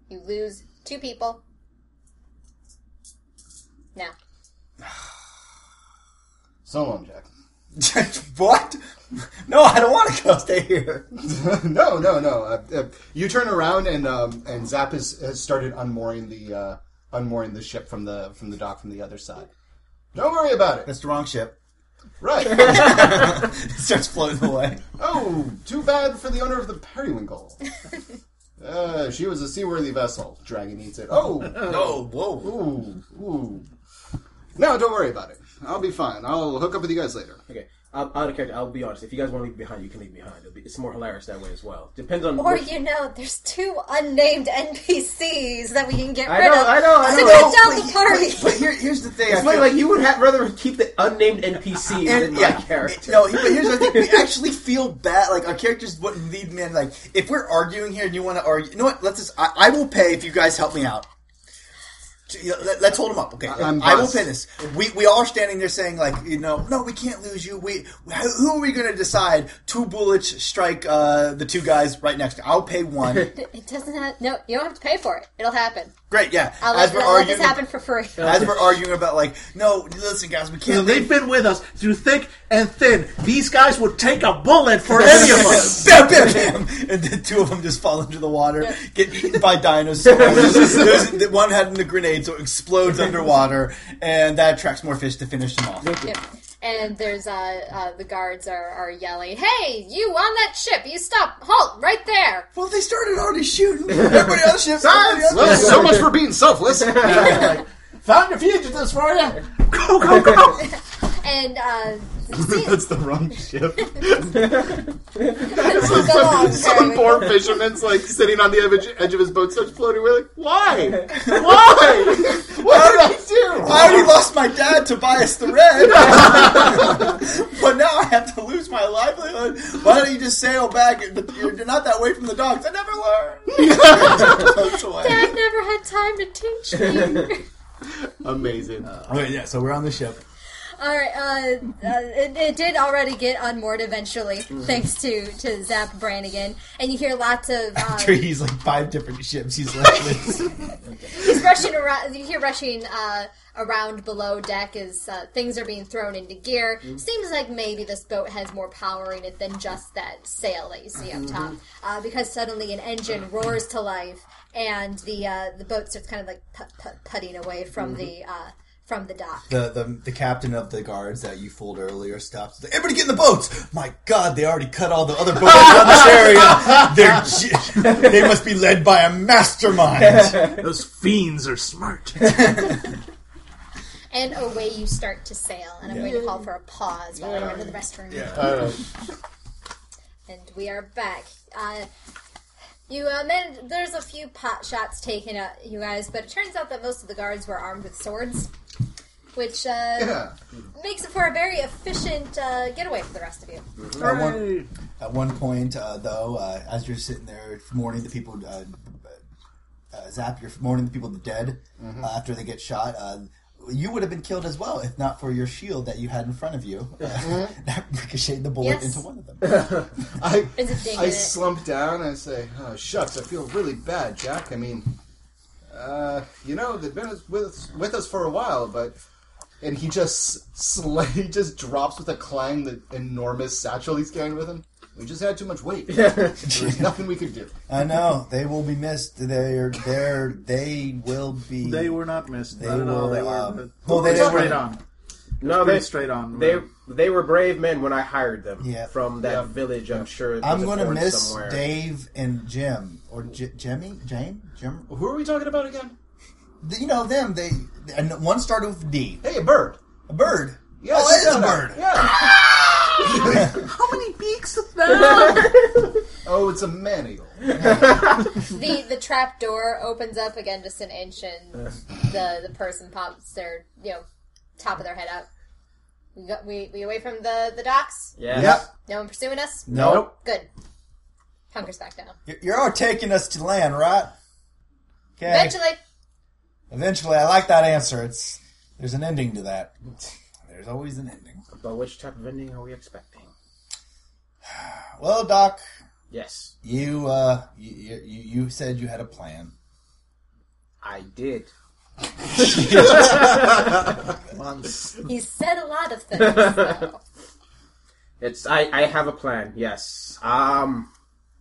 [SPEAKER 3] You lose two people. No.
[SPEAKER 4] So long, Jack.
[SPEAKER 6] what? No, I don't want to go stay here.
[SPEAKER 4] no, no, no. Uh, uh, you turn around and um, and Zap has, has started unmooring the uh, unmooring the ship from the from the dock from the other side. Don't worry about it.
[SPEAKER 6] That's the wrong ship.
[SPEAKER 4] Right.
[SPEAKER 6] It starts floating away.
[SPEAKER 4] oh, too bad for the owner of the periwinkle. Uh, she was a seaworthy vessel. Dragon eats it. Oh,
[SPEAKER 6] No, whoa.
[SPEAKER 4] ooh, ooh. No, don't worry about it. I'll be fine. I'll hook up with you guys later.
[SPEAKER 5] Okay. I'll, out of character, I'll be honest. If you guys want to leave me behind, you can leave me behind. It'll be, it's more hilarious that way as well. Depends on.
[SPEAKER 3] Or
[SPEAKER 5] which-
[SPEAKER 3] you know, there's two unnamed NPCs that we can get
[SPEAKER 5] I
[SPEAKER 3] rid
[SPEAKER 5] know,
[SPEAKER 3] of.
[SPEAKER 5] I know, I
[SPEAKER 3] So
[SPEAKER 5] know.
[SPEAKER 3] cut down the party.
[SPEAKER 6] But here, here's the thing. I
[SPEAKER 5] It's funny,
[SPEAKER 6] feel-
[SPEAKER 5] like you would ha rather keep the unnamed NPC
[SPEAKER 6] and-
[SPEAKER 5] than my
[SPEAKER 6] yeah,
[SPEAKER 5] character.
[SPEAKER 6] No, but here's the thing. We actually feel bad. Like our characters wouldn't lead me. in, Like if we're arguing here and you want to argue, you know what? Let's just. I, I will pay if you guys help me out. J- you know, Let, let's hold them up, okay?
[SPEAKER 4] I'm
[SPEAKER 6] I will
[SPEAKER 4] boss.
[SPEAKER 6] pay this. We we all are standing there saying like, you know, no, we can't lose you. We who are we going to decide? Two bullets strike uh, the two guys right next. to I'll pay one.
[SPEAKER 3] It doesn't have. No, you don't have to pay for it. It'll happen.
[SPEAKER 6] Great, yeah.
[SPEAKER 3] I'll let, I'll let this happen for free.
[SPEAKER 6] as we're arguing about like, no, listen, guys, we
[SPEAKER 7] You know,
[SPEAKER 6] can't.
[SPEAKER 7] they've been with us through thick and thin. These guys would take a bullet for any of us.
[SPEAKER 6] bam, bam, bam, and the two of them just fall into the water, get eaten by dinosaurs. There's- the one had a grenade, so it explodes underwater, and that attracts more fish to finish them off.
[SPEAKER 3] Yep. And there's uh, uh the guards are, are yelling, "Hey, you on that ship? You stop! Halt right there!"
[SPEAKER 6] Well, they started already shooting. Everybody else shifts.
[SPEAKER 4] Well, so much for being selfless.
[SPEAKER 7] Found your fugitives for you. Go, go, go.
[SPEAKER 3] And uh,
[SPEAKER 4] That's the wrong ship.
[SPEAKER 3] go along,
[SPEAKER 4] Some
[SPEAKER 3] Harry.
[SPEAKER 4] poor fisherman's like sitting on the edge, edge of his boat, starts floating. We're like, why? Why? What did he do?
[SPEAKER 6] I already lost my dad, Tobias the Red, but now I have to lose my livelihood. Why don't you just sail back? But you're not that way from the docks. I never learned. Tucked away.
[SPEAKER 3] Dad never had time to teach me.
[SPEAKER 4] Amazing.
[SPEAKER 6] Okay, yeah, so we're on the ship.
[SPEAKER 3] All right, uh, uh, it, it did already get unmoored eventually, thanks to to Zap Brannigan, and you hear lots of uh,
[SPEAKER 6] He's like five different ships he's left with.
[SPEAKER 3] he's rushing around. You hear rushing uh, around below deck as uh, things are being thrown into gear. Seems like maybe this boat has more power in it than just that sail that you see up top, uh, because suddenly an engine roars to life, and the uh, the boat starts kind of like put, put, putting away from the uh, from the dock.
[SPEAKER 6] the, the the captain of the guards that you fooled earlier stops. Like, Everybody get in the boats! My God, they already cut all the other boats around this area. They're j- they must be led by a mastermind.
[SPEAKER 7] Those fiends are smart.
[SPEAKER 3] And away you start to sail. And I'm going to call for a pause while I run to the restroom. And we are back. Uh, you uh, men, there's a few pot shots taken at you guys, but it turns out that most of the guards were armed with swords, which uh,
[SPEAKER 4] Yeah.
[SPEAKER 3] makes it for a very efficient uh, getaway for the rest of you.
[SPEAKER 6] at, one, at one point, uh, though, uh, as you're sitting there mourning the people, uh, uh, Zap, you're mourning the people dead uh, after they get shot. Uh, you would have been killed as well if not for your shield that you had in front of you uh, that ricocheted the bullet
[SPEAKER 3] Yes.
[SPEAKER 6] into one of them.
[SPEAKER 4] I,
[SPEAKER 3] There's a ding
[SPEAKER 4] I
[SPEAKER 3] in it.
[SPEAKER 4] slump down. I say, oh, shucks, I feel really bad, Jack. I mean, uh, you know, they've been with us, with us for a while, but. And he just sl- he just drops with a clang the enormous satchel he's carrying with him. We just had too much weight. there was nothing we could do.
[SPEAKER 6] I know they will be missed. They're they're they will be.
[SPEAKER 7] They were not missed.
[SPEAKER 6] They
[SPEAKER 7] Not at all.
[SPEAKER 6] were,
[SPEAKER 7] They were
[SPEAKER 6] um, well,
[SPEAKER 7] well,
[SPEAKER 6] they
[SPEAKER 7] they
[SPEAKER 6] were-
[SPEAKER 7] straight on.
[SPEAKER 5] no,
[SPEAKER 7] Pretty
[SPEAKER 5] they
[SPEAKER 7] straight on.
[SPEAKER 5] They they were brave men when I hired them.
[SPEAKER 6] Yeah.
[SPEAKER 5] From that village, I'm sure.
[SPEAKER 6] I'm
[SPEAKER 5] going
[SPEAKER 6] going
[SPEAKER 5] to
[SPEAKER 6] to miss Dave and Jim or J- Jimmy, Jane, Jim.
[SPEAKER 4] Who are we talking about again?
[SPEAKER 6] You know them. They and one started with D.
[SPEAKER 4] Hey, a bird.
[SPEAKER 6] A bird.
[SPEAKER 4] Yeah,
[SPEAKER 6] oh,
[SPEAKER 4] she
[SPEAKER 6] it is
[SPEAKER 4] said
[SPEAKER 6] a
[SPEAKER 4] that.
[SPEAKER 6] bird.
[SPEAKER 4] Yeah.
[SPEAKER 9] How many beaks is that?
[SPEAKER 4] Oh, it's a man
[SPEAKER 3] the the trap door opens up again just an inch, and the the person pops their you know top of their head up. We got, we we away from the the docks.
[SPEAKER 5] Yeah.
[SPEAKER 6] Yep.
[SPEAKER 3] No one pursuing us.
[SPEAKER 6] Nope.
[SPEAKER 3] Good. Hunker's back down.
[SPEAKER 6] You're all taking us to land, right? Okay.
[SPEAKER 3] Eventually,
[SPEAKER 6] Eventually, I like that answer. It's there's an ending to that. There's always an ending.
[SPEAKER 5] But which type of ending are we expecting?
[SPEAKER 6] Well, Doc,
[SPEAKER 5] Yes,
[SPEAKER 6] you uh, you, you you said you had a plan.
[SPEAKER 5] I did.
[SPEAKER 3] he said a lot of things. though.
[SPEAKER 5] It's I, I have a plan. Yes. Um.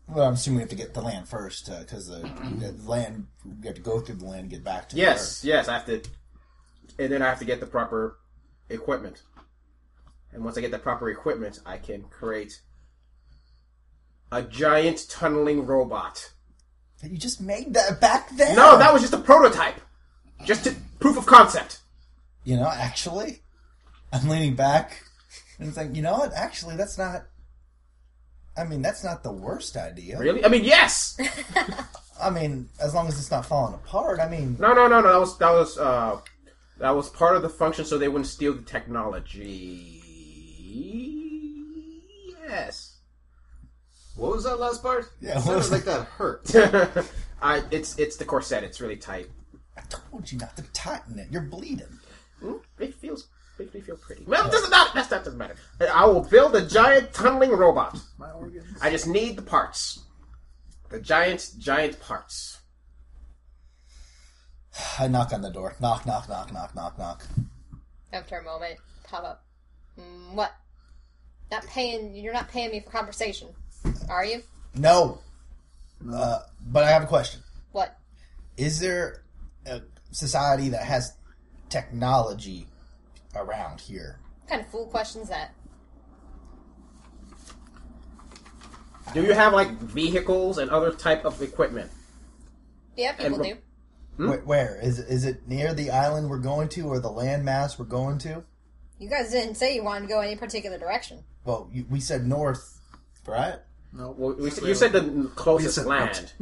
[SPEAKER 6] Well, I'm assuming we have to get the land first because the, the land we have to go through the land and get back to
[SPEAKER 5] Yes. Yes. I have to, and then I have to get the proper equipment. And once I get the proper equipment, I can create a giant tunneling robot.
[SPEAKER 6] Earth. You just made that back then.
[SPEAKER 5] No, that was just a prototype, just to, proof of concept.
[SPEAKER 6] you know actually, I'm leaning back and it's like you know what? Actually, that's not. I mean, that's not the worst idea.
[SPEAKER 5] Really? I mean, yes.
[SPEAKER 6] I mean, as long as it's not falling apart. I mean,
[SPEAKER 5] No, no, no, no. That was that was uh, that was part of the function, so they wouldn't steal the technology. Yes.
[SPEAKER 4] What was that last part?
[SPEAKER 6] Yeah, what was
[SPEAKER 4] sounded like that hurt.
[SPEAKER 5] I it's it's the corset. It's really tight.
[SPEAKER 6] I told you not to tighten it. You're bleeding.
[SPEAKER 5] It feels makes me feel pretty. Well, it doesn't matter. That's, that doesn't matter. I- I will build a giant tunneling robot.
[SPEAKER 7] My organs.
[SPEAKER 5] I just need the parts. The giant, giant parts.
[SPEAKER 6] I knock on the door. Knock, knock, knock, knock, knock, knock.
[SPEAKER 3] After a moment, pop up. Mm, what? Not paying. You're not paying me for conversation, are you?
[SPEAKER 6] No. Uh, but I have a question.
[SPEAKER 3] What?
[SPEAKER 6] Is there a society that has technology around here?
[SPEAKER 3] What kind of fool question's that?
[SPEAKER 5] Do you have like vehicles and other type of equipment?
[SPEAKER 3] Yeah, people
[SPEAKER 5] re-
[SPEAKER 3] do.
[SPEAKER 6] Wh- where is is it near the island we're going to, or the landmass we're going to?
[SPEAKER 3] You guys didn't say you wanted to go any particular direction.
[SPEAKER 6] Well, you, we said north, right?
[SPEAKER 5] Well, we, you said the closest
[SPEAKER 7] We said
[SPEAKER 5] land.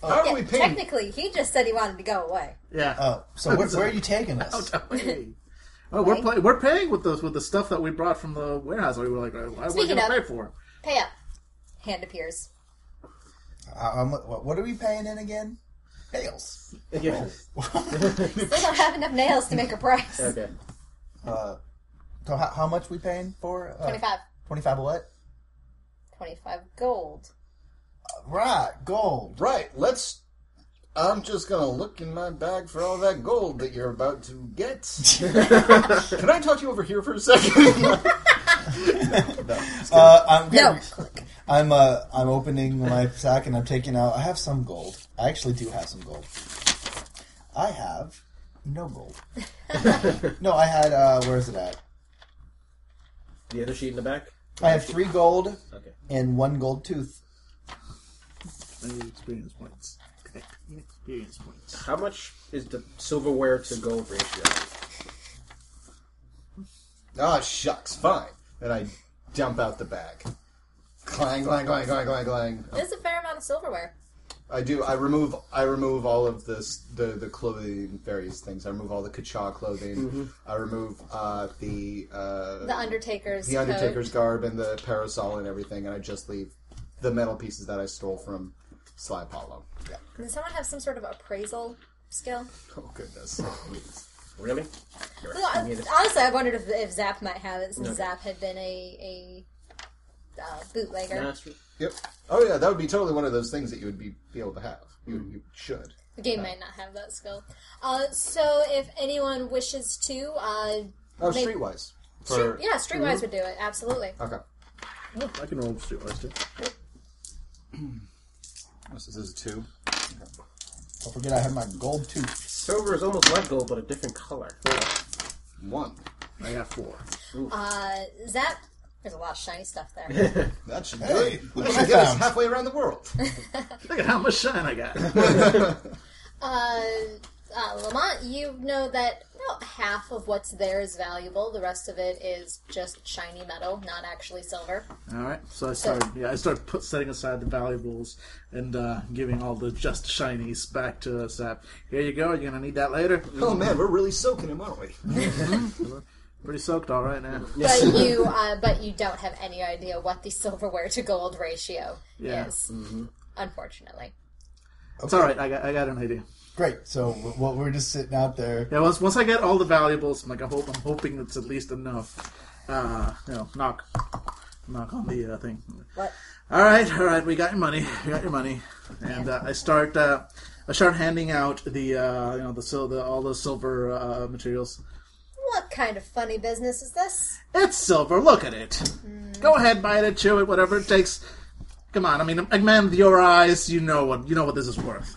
[SPEAKER 4] How are
[SPEAKER 3] Yeah,
[SPEAKER 4] we paying?
[SPEAKER 3] technically, he just said he wanted to go away.
[SPEAKER 7] Yeah.
[SPEAKER 6] Oh, so where, where are you taking us?
[SPEAKER 7] Hey. Oh, we're play- we're paying with those with the stuff that we brought from the warehouse. We were like, why are we
[SPEAKER 3] Speaking
[SPEAKER 7] going to
[SPEAKER 3] of-
[SPEAKER 7] pay for?
[SPEAKER 3] Pay up. uh, Hand appears.
[SPEAKER 6] How- how mu- what, what are we paying in again? Bales.
[SPEAKER 5] Yeah.
[SPEAKER 3] They don't have enough nails to make a price.
[SPEAKER 5] Okay.
[SPEAKER 6] Uh, so how, how much we paying for? Uh,
[SPEAKER 3] 25.
[SPEAKER 6] 25 of what?
[SPEAKER 3] 25 gold.
[SPEAKER 6] Right, gold.
[SPEAKER 4] Right, let's. I'm just gonna look in my bag for all that gold that you're about to get. Can I talk to you over here for a second?
[SPEAKER 6] Uh, I'm
[SPEAKER 3] No.
[SPEAKER 6] I'm uh, I'm opening my sack and I'm taking out. I have some gold. I actually do have some gold. I have no gold. no, I had. Uh, where is it at?
[SPEAKER 5] The other sheet in the back.
[SPEAKER 6] I have three gold
[SPEAKER 5] Okay.
[SPEAKER 6] and one gold tooth.
[SPEAKER 7] I need experience points. Okay, Experience points.
[SPEAKER 5] How much is the silverware to gold ratio?
[SPEAKER 4] Ah, shucks, fine. And I dump out the bag. Clang, clang, clang, clang, clang, clang.
[SPEAKER 3] There's a fair amount of silverware.
[SPEAKER 4] I do. I remove. I remove all of this, the the clothing, various things. I remove all the Kacha clothing. I remove uh, the uh,
[SPEAKER 3] The Undertaker's.
[SPEAKER 4] the Undertaker's
[SPEAKER 3] Code.
[SPEAKER 4] garb and the parasol and everything, and I just leave the metal pieces that I stole from Sly Apollo.
[SPEAKER 3] Does someone have some sort of appraisal skill?
[SPEAKER 4] Oh goodness!
[SPEAKER 5] Really?
[SPEAKER 3] Well, I- honestly, I wondered if, if Zap might have it since Zap had been a, a uh, bootlegger.
[SPEAKER 5] That's true.
[SPEAKER 4] yep. Oh yeah, that would be totally one of those things that you would be, be able to have. You, you should.
[SPEAKER 3] The game might not have that skill. Uh, so if anyone wishes to, uh,
[SPEAKER 4] Oh,
[SPEAKER 3] They-
[SPEAKER 4] streetwise.
[SPEAKER 3] street,
[SPEAKER 4] For-
[SPEAKER 3] yeah, Streetwise would do it, absolutely.
[SPEAKER 4] Okay.
[SPEAKER 7] Oh, I can roll streetwise too.
[SPEAKER 4] This is a two.
[SPEAKER 6] Don't forget, I have my gold tooth.
[SPEAKER 5] Silver is almost like gold, but a different color.
[SPEAKER 4] One.
[SPEAKER 7] I got four.
[SPEAKER 3] Uh, Zap, there's a lot of shiny stuff there.
[SPEAKER 4] That should do it. That should
[SPEAKER 6] I
[SPEAKER 4] get us
[SPEAKER 6] found.
[SPEAKER 4] halfway around the world.
[SPEAKER 7] Look at how much shine I got.
[SPEAKER 3] uh, uh, Lamont, you know that about half of what's there is valuable. The rest of it is just shiny metal, not actually silver.
[SPEAKER 7] All right, so I started. Yeah, I started put, setting aside the valuables and uh, giving all the just shinies back to Sap. Here you go. You're gonna need that later.
[SPEAKER 4] oh man, we're really soaking him, aren't we?
[SPEAKER 7] Pretty soaked all right now.
[SPEAKER 3] But you, uh, but you don't have any idea what the silverware to gold ratio
[SPEAKER 7] Yeah. mm-hmm.
[SPEAKER 3] is, unfortunately.
[SPEAKER 7] It's all right. I got, I got an idea.
[SPEAKER 10] Great. So w- well, we're just sitting out there.
[SPEAKER 7] Yeah, once, once I get all the valuables, I'm like I hope I'm hoping it's at least enough. Uh, you know, knock, knock on the uh, thing.
[SPEAKER 3] What?
[SPEAKER 7] All right, all right, we got your money. We got your money, and uh, I start. Uh, I start handing out the uh, you know the, sil- the all the silver uh, materials.
[SPEAKER 3] What kind of funny business is this?
[SPEAKER 7] It's silver. Look at it. Go ahead, bite it, chew it, whatever it takes. Come on. I mean, a man with your eyes, you know what you know what this is worth.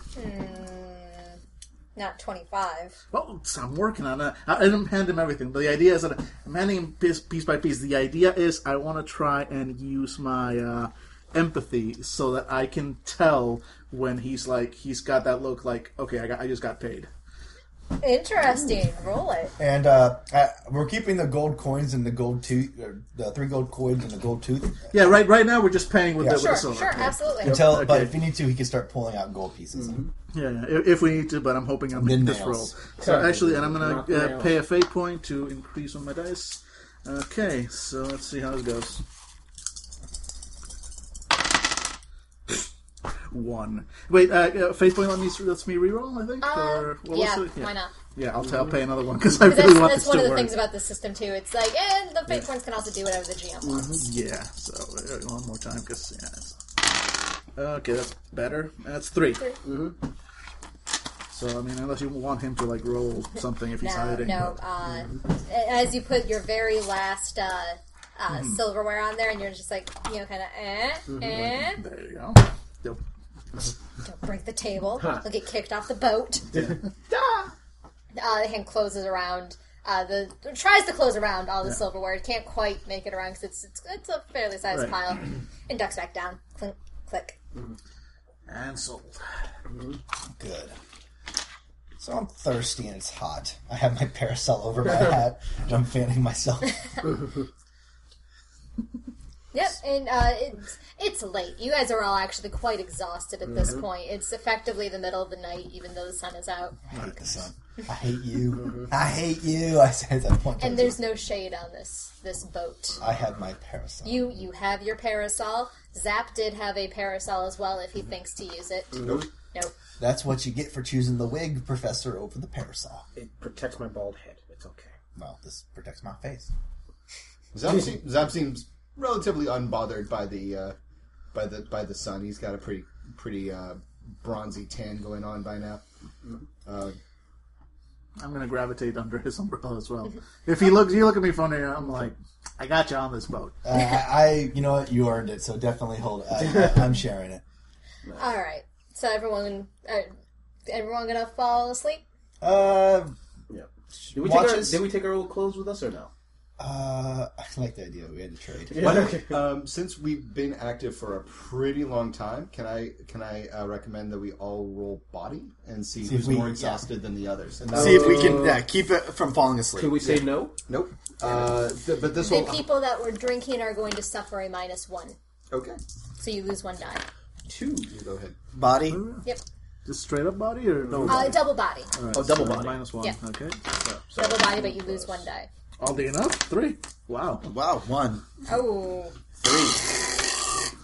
[SPEAKER 3] Not 25.
[SPEAKER 7] Well, so I'm working on it. I I didn't hand him everything. The idea is that I'm handing him piece, piece by piece. The idea is I want to try and use my uh, empathy so that I can tell when he's like he's got that look like okay, I got I just got paid.
[SPEAKER 3] Interesting. Roll it.
[SPEAKER 10] And uh, I, we're keeping the gold coins and the gold tooth, or the three gold coins and the gold tooth.
[SPEAKER 7] Yeah, right. Right now we're just paying with the with
[SPEAKER 3] Sure,
[SPEAKER 7] the silver.
[SPEAKER 3] sure, absolutely.
[SPEAKER 10] Until, but
[SPEAKER 7] Okay.
[SPEAKER 10] if you need to, he can start pulling out gold pieces.
[SPEAKER 7] Yeah, yeah, if, if we need to, but I'm hoping I'm
[SPEAKER 10] Then
[SPEAKER 7] in this
[SPEAKER 10] nails.
[SPEAKER 7] roll. So actually, and I'm
[SPEAKER 5] Knock
[SPEAKER 7] gonna
[SPEAKER 5] the
[SPEAKER 7] uh,
[SPEAKER 5] nails.
[SPEAKER 7] pay a fate point to increase on my dice. Okay, so let's see how this goes. One. Wait, uh, uh, fate point. Let me lets me reroll. I think.
[SPEAKER 3] Uh,
[SPEAKER 7] or what was
[SPEAKER 3] yeah,
[SPEAKER 7] it?
[SPEAKER 3] why not?
[SPEAKER 7] Yeah, I'll, t- I'll pay another one because I really
[SPEAKER 3] That's,
[SPEAKER 7] want
[SPEAKER 3] that's
[SPEAKER 7] this
[SPEAKER 3] one
[SPEAKER 7] to
[SPEAKER 3] of the
[SPEAKER 7] work.
[SPEAKER 3] things about the system too. It's like, and the fake ones can also do whatever the GM
[SPEAKER 7] Mm-hmm.
[SPEAKER 3] wants.
[SPEAKER 7] yeah. So uh, one more time because yeah. It's... Okay, that's better. That's 3 Mm-hmm. So I mean, unless you want him to like roll something if he's
[SPEAKER 3] No,
[SPEAKER 7] hiding.
[SPEAKER 3] no.
[SPEAKER 7] but-
[SPEAKER 3] Uh,
[SPEAKER 7] Mm-hmm.
[SPEAKER 3] As you put your very last uh, uh, silverware on there, and you're just like, you know, kind of, eh,
[SPEAKER 7] Mm-hmm.
[SPEAKER 3] eh.
[SPEAKER 7] There you go. Yep.
[SPEAKER 3] Don't break the table. They'll get kicked off the boat. uh, the hand closes around. Uh, the tries to close around all the silverware. It can't quite make it around because it's, it's it's a fairly sized
[SPEAKER 7] Right.
[SPEAKER 3] pile, and ducks back down. Clink, click.
[SPEAKER 7] And sold.
[SPEAKER 10] Good. So I'm thirsty and it's hot. I have my parasol over my hat and I'm fanning myself.
[SPEAKER 3] Yep, and uh, it's it's late. You guys are all actually quite exhausted at this point. It's effectively the middle of the night, even though the sun is out,
[SPEAKER 10] I hate the sun. I hate you. I hate you. I said at that point.
[SPEAKER 3] and there's no shade on this this boat.
[SPEAKER 10] I have my parasol.
[SPEAKER 3] You you have your parasol. Zap did have a parasol as well, if he thinks to use it. Nope. Nope.
[SPEAKER 10] That's what you get for choosing the wig professor over the parasol.
[SPEAKER 5] It protects my bald head. It's okay.
[SPEAKER 10] Well, this protects my face.
[SPEAKER 4] Zap, seem, Zap seems relatively unbothered by the uh, by the by the sun. He's got a pretty pretty uh, bronzy tan going on by now.
[SPEAKER 7] I'm gonna gravitate under his umbrella as well. If he looks, you look at me funny. I'm like, I got you on this boat.
[SPEAKER 10] Uh, I, I, you know what? You earned it, so definitely hold it. I, I, I'm sharing it.
[SPEAKER 3] All right. So everyone, uh, everyone gonna fall asleep?
[SPEAKER 10] Uh,
[SPEAKER 5] Yeah. Did we take our,
[SPEAKER 10] Watches?
[SPEAKER 5] did we take our old clothes with us or no?
[SPEAKER 10] uh, I like the idea. We had to trade.
[SPEAKER 4] Why don't- um, since we've been active for a pretty long time, can I can I uh, recommend that we all roll body and see,
[SPEAKER 10] if
[SPEAKER 4] who's
[SPEAKER 10] we-
[SPEAKER 4] more exhausted than the others? Uh, And that-
[SPEAKER 6] See if we can yeah, keep it from falling asleep.
[SPEAKER 5] Can we say no?
[SPEAKER 4] nope. Uh, th- but this
[SPEAKER 3] The
[SPEAKER 4] will
[SPEAKER 3] people that were drinking are going to suffer a minus one,
[SPEAKER 4] okay.
[SPEAKER 3] so you lose one die.
[SPEAKER 4] Two. You go ahead.
[SPEAKER 6] Body.
[SPEAKER 3] Yep.
[SPEAKER 7] Just straight up body or no?
[SPEAKER 3] Uh, double body.
[SPEAKER 5] Oh, double
[SPEAKER 7] So
[SPEAKER 5] body.
[SPEAKER 7] Minus one.
[SPEAKER 3] Yeah.
[SPEAKER 7] Okay.
[SPEAKER 3] Double body, but you lose one die.
[SPEAKER 7] Oddly enough, three. Wow.
[SPEAKER 6] Wow, one.
[SPEAKER 3] Oh,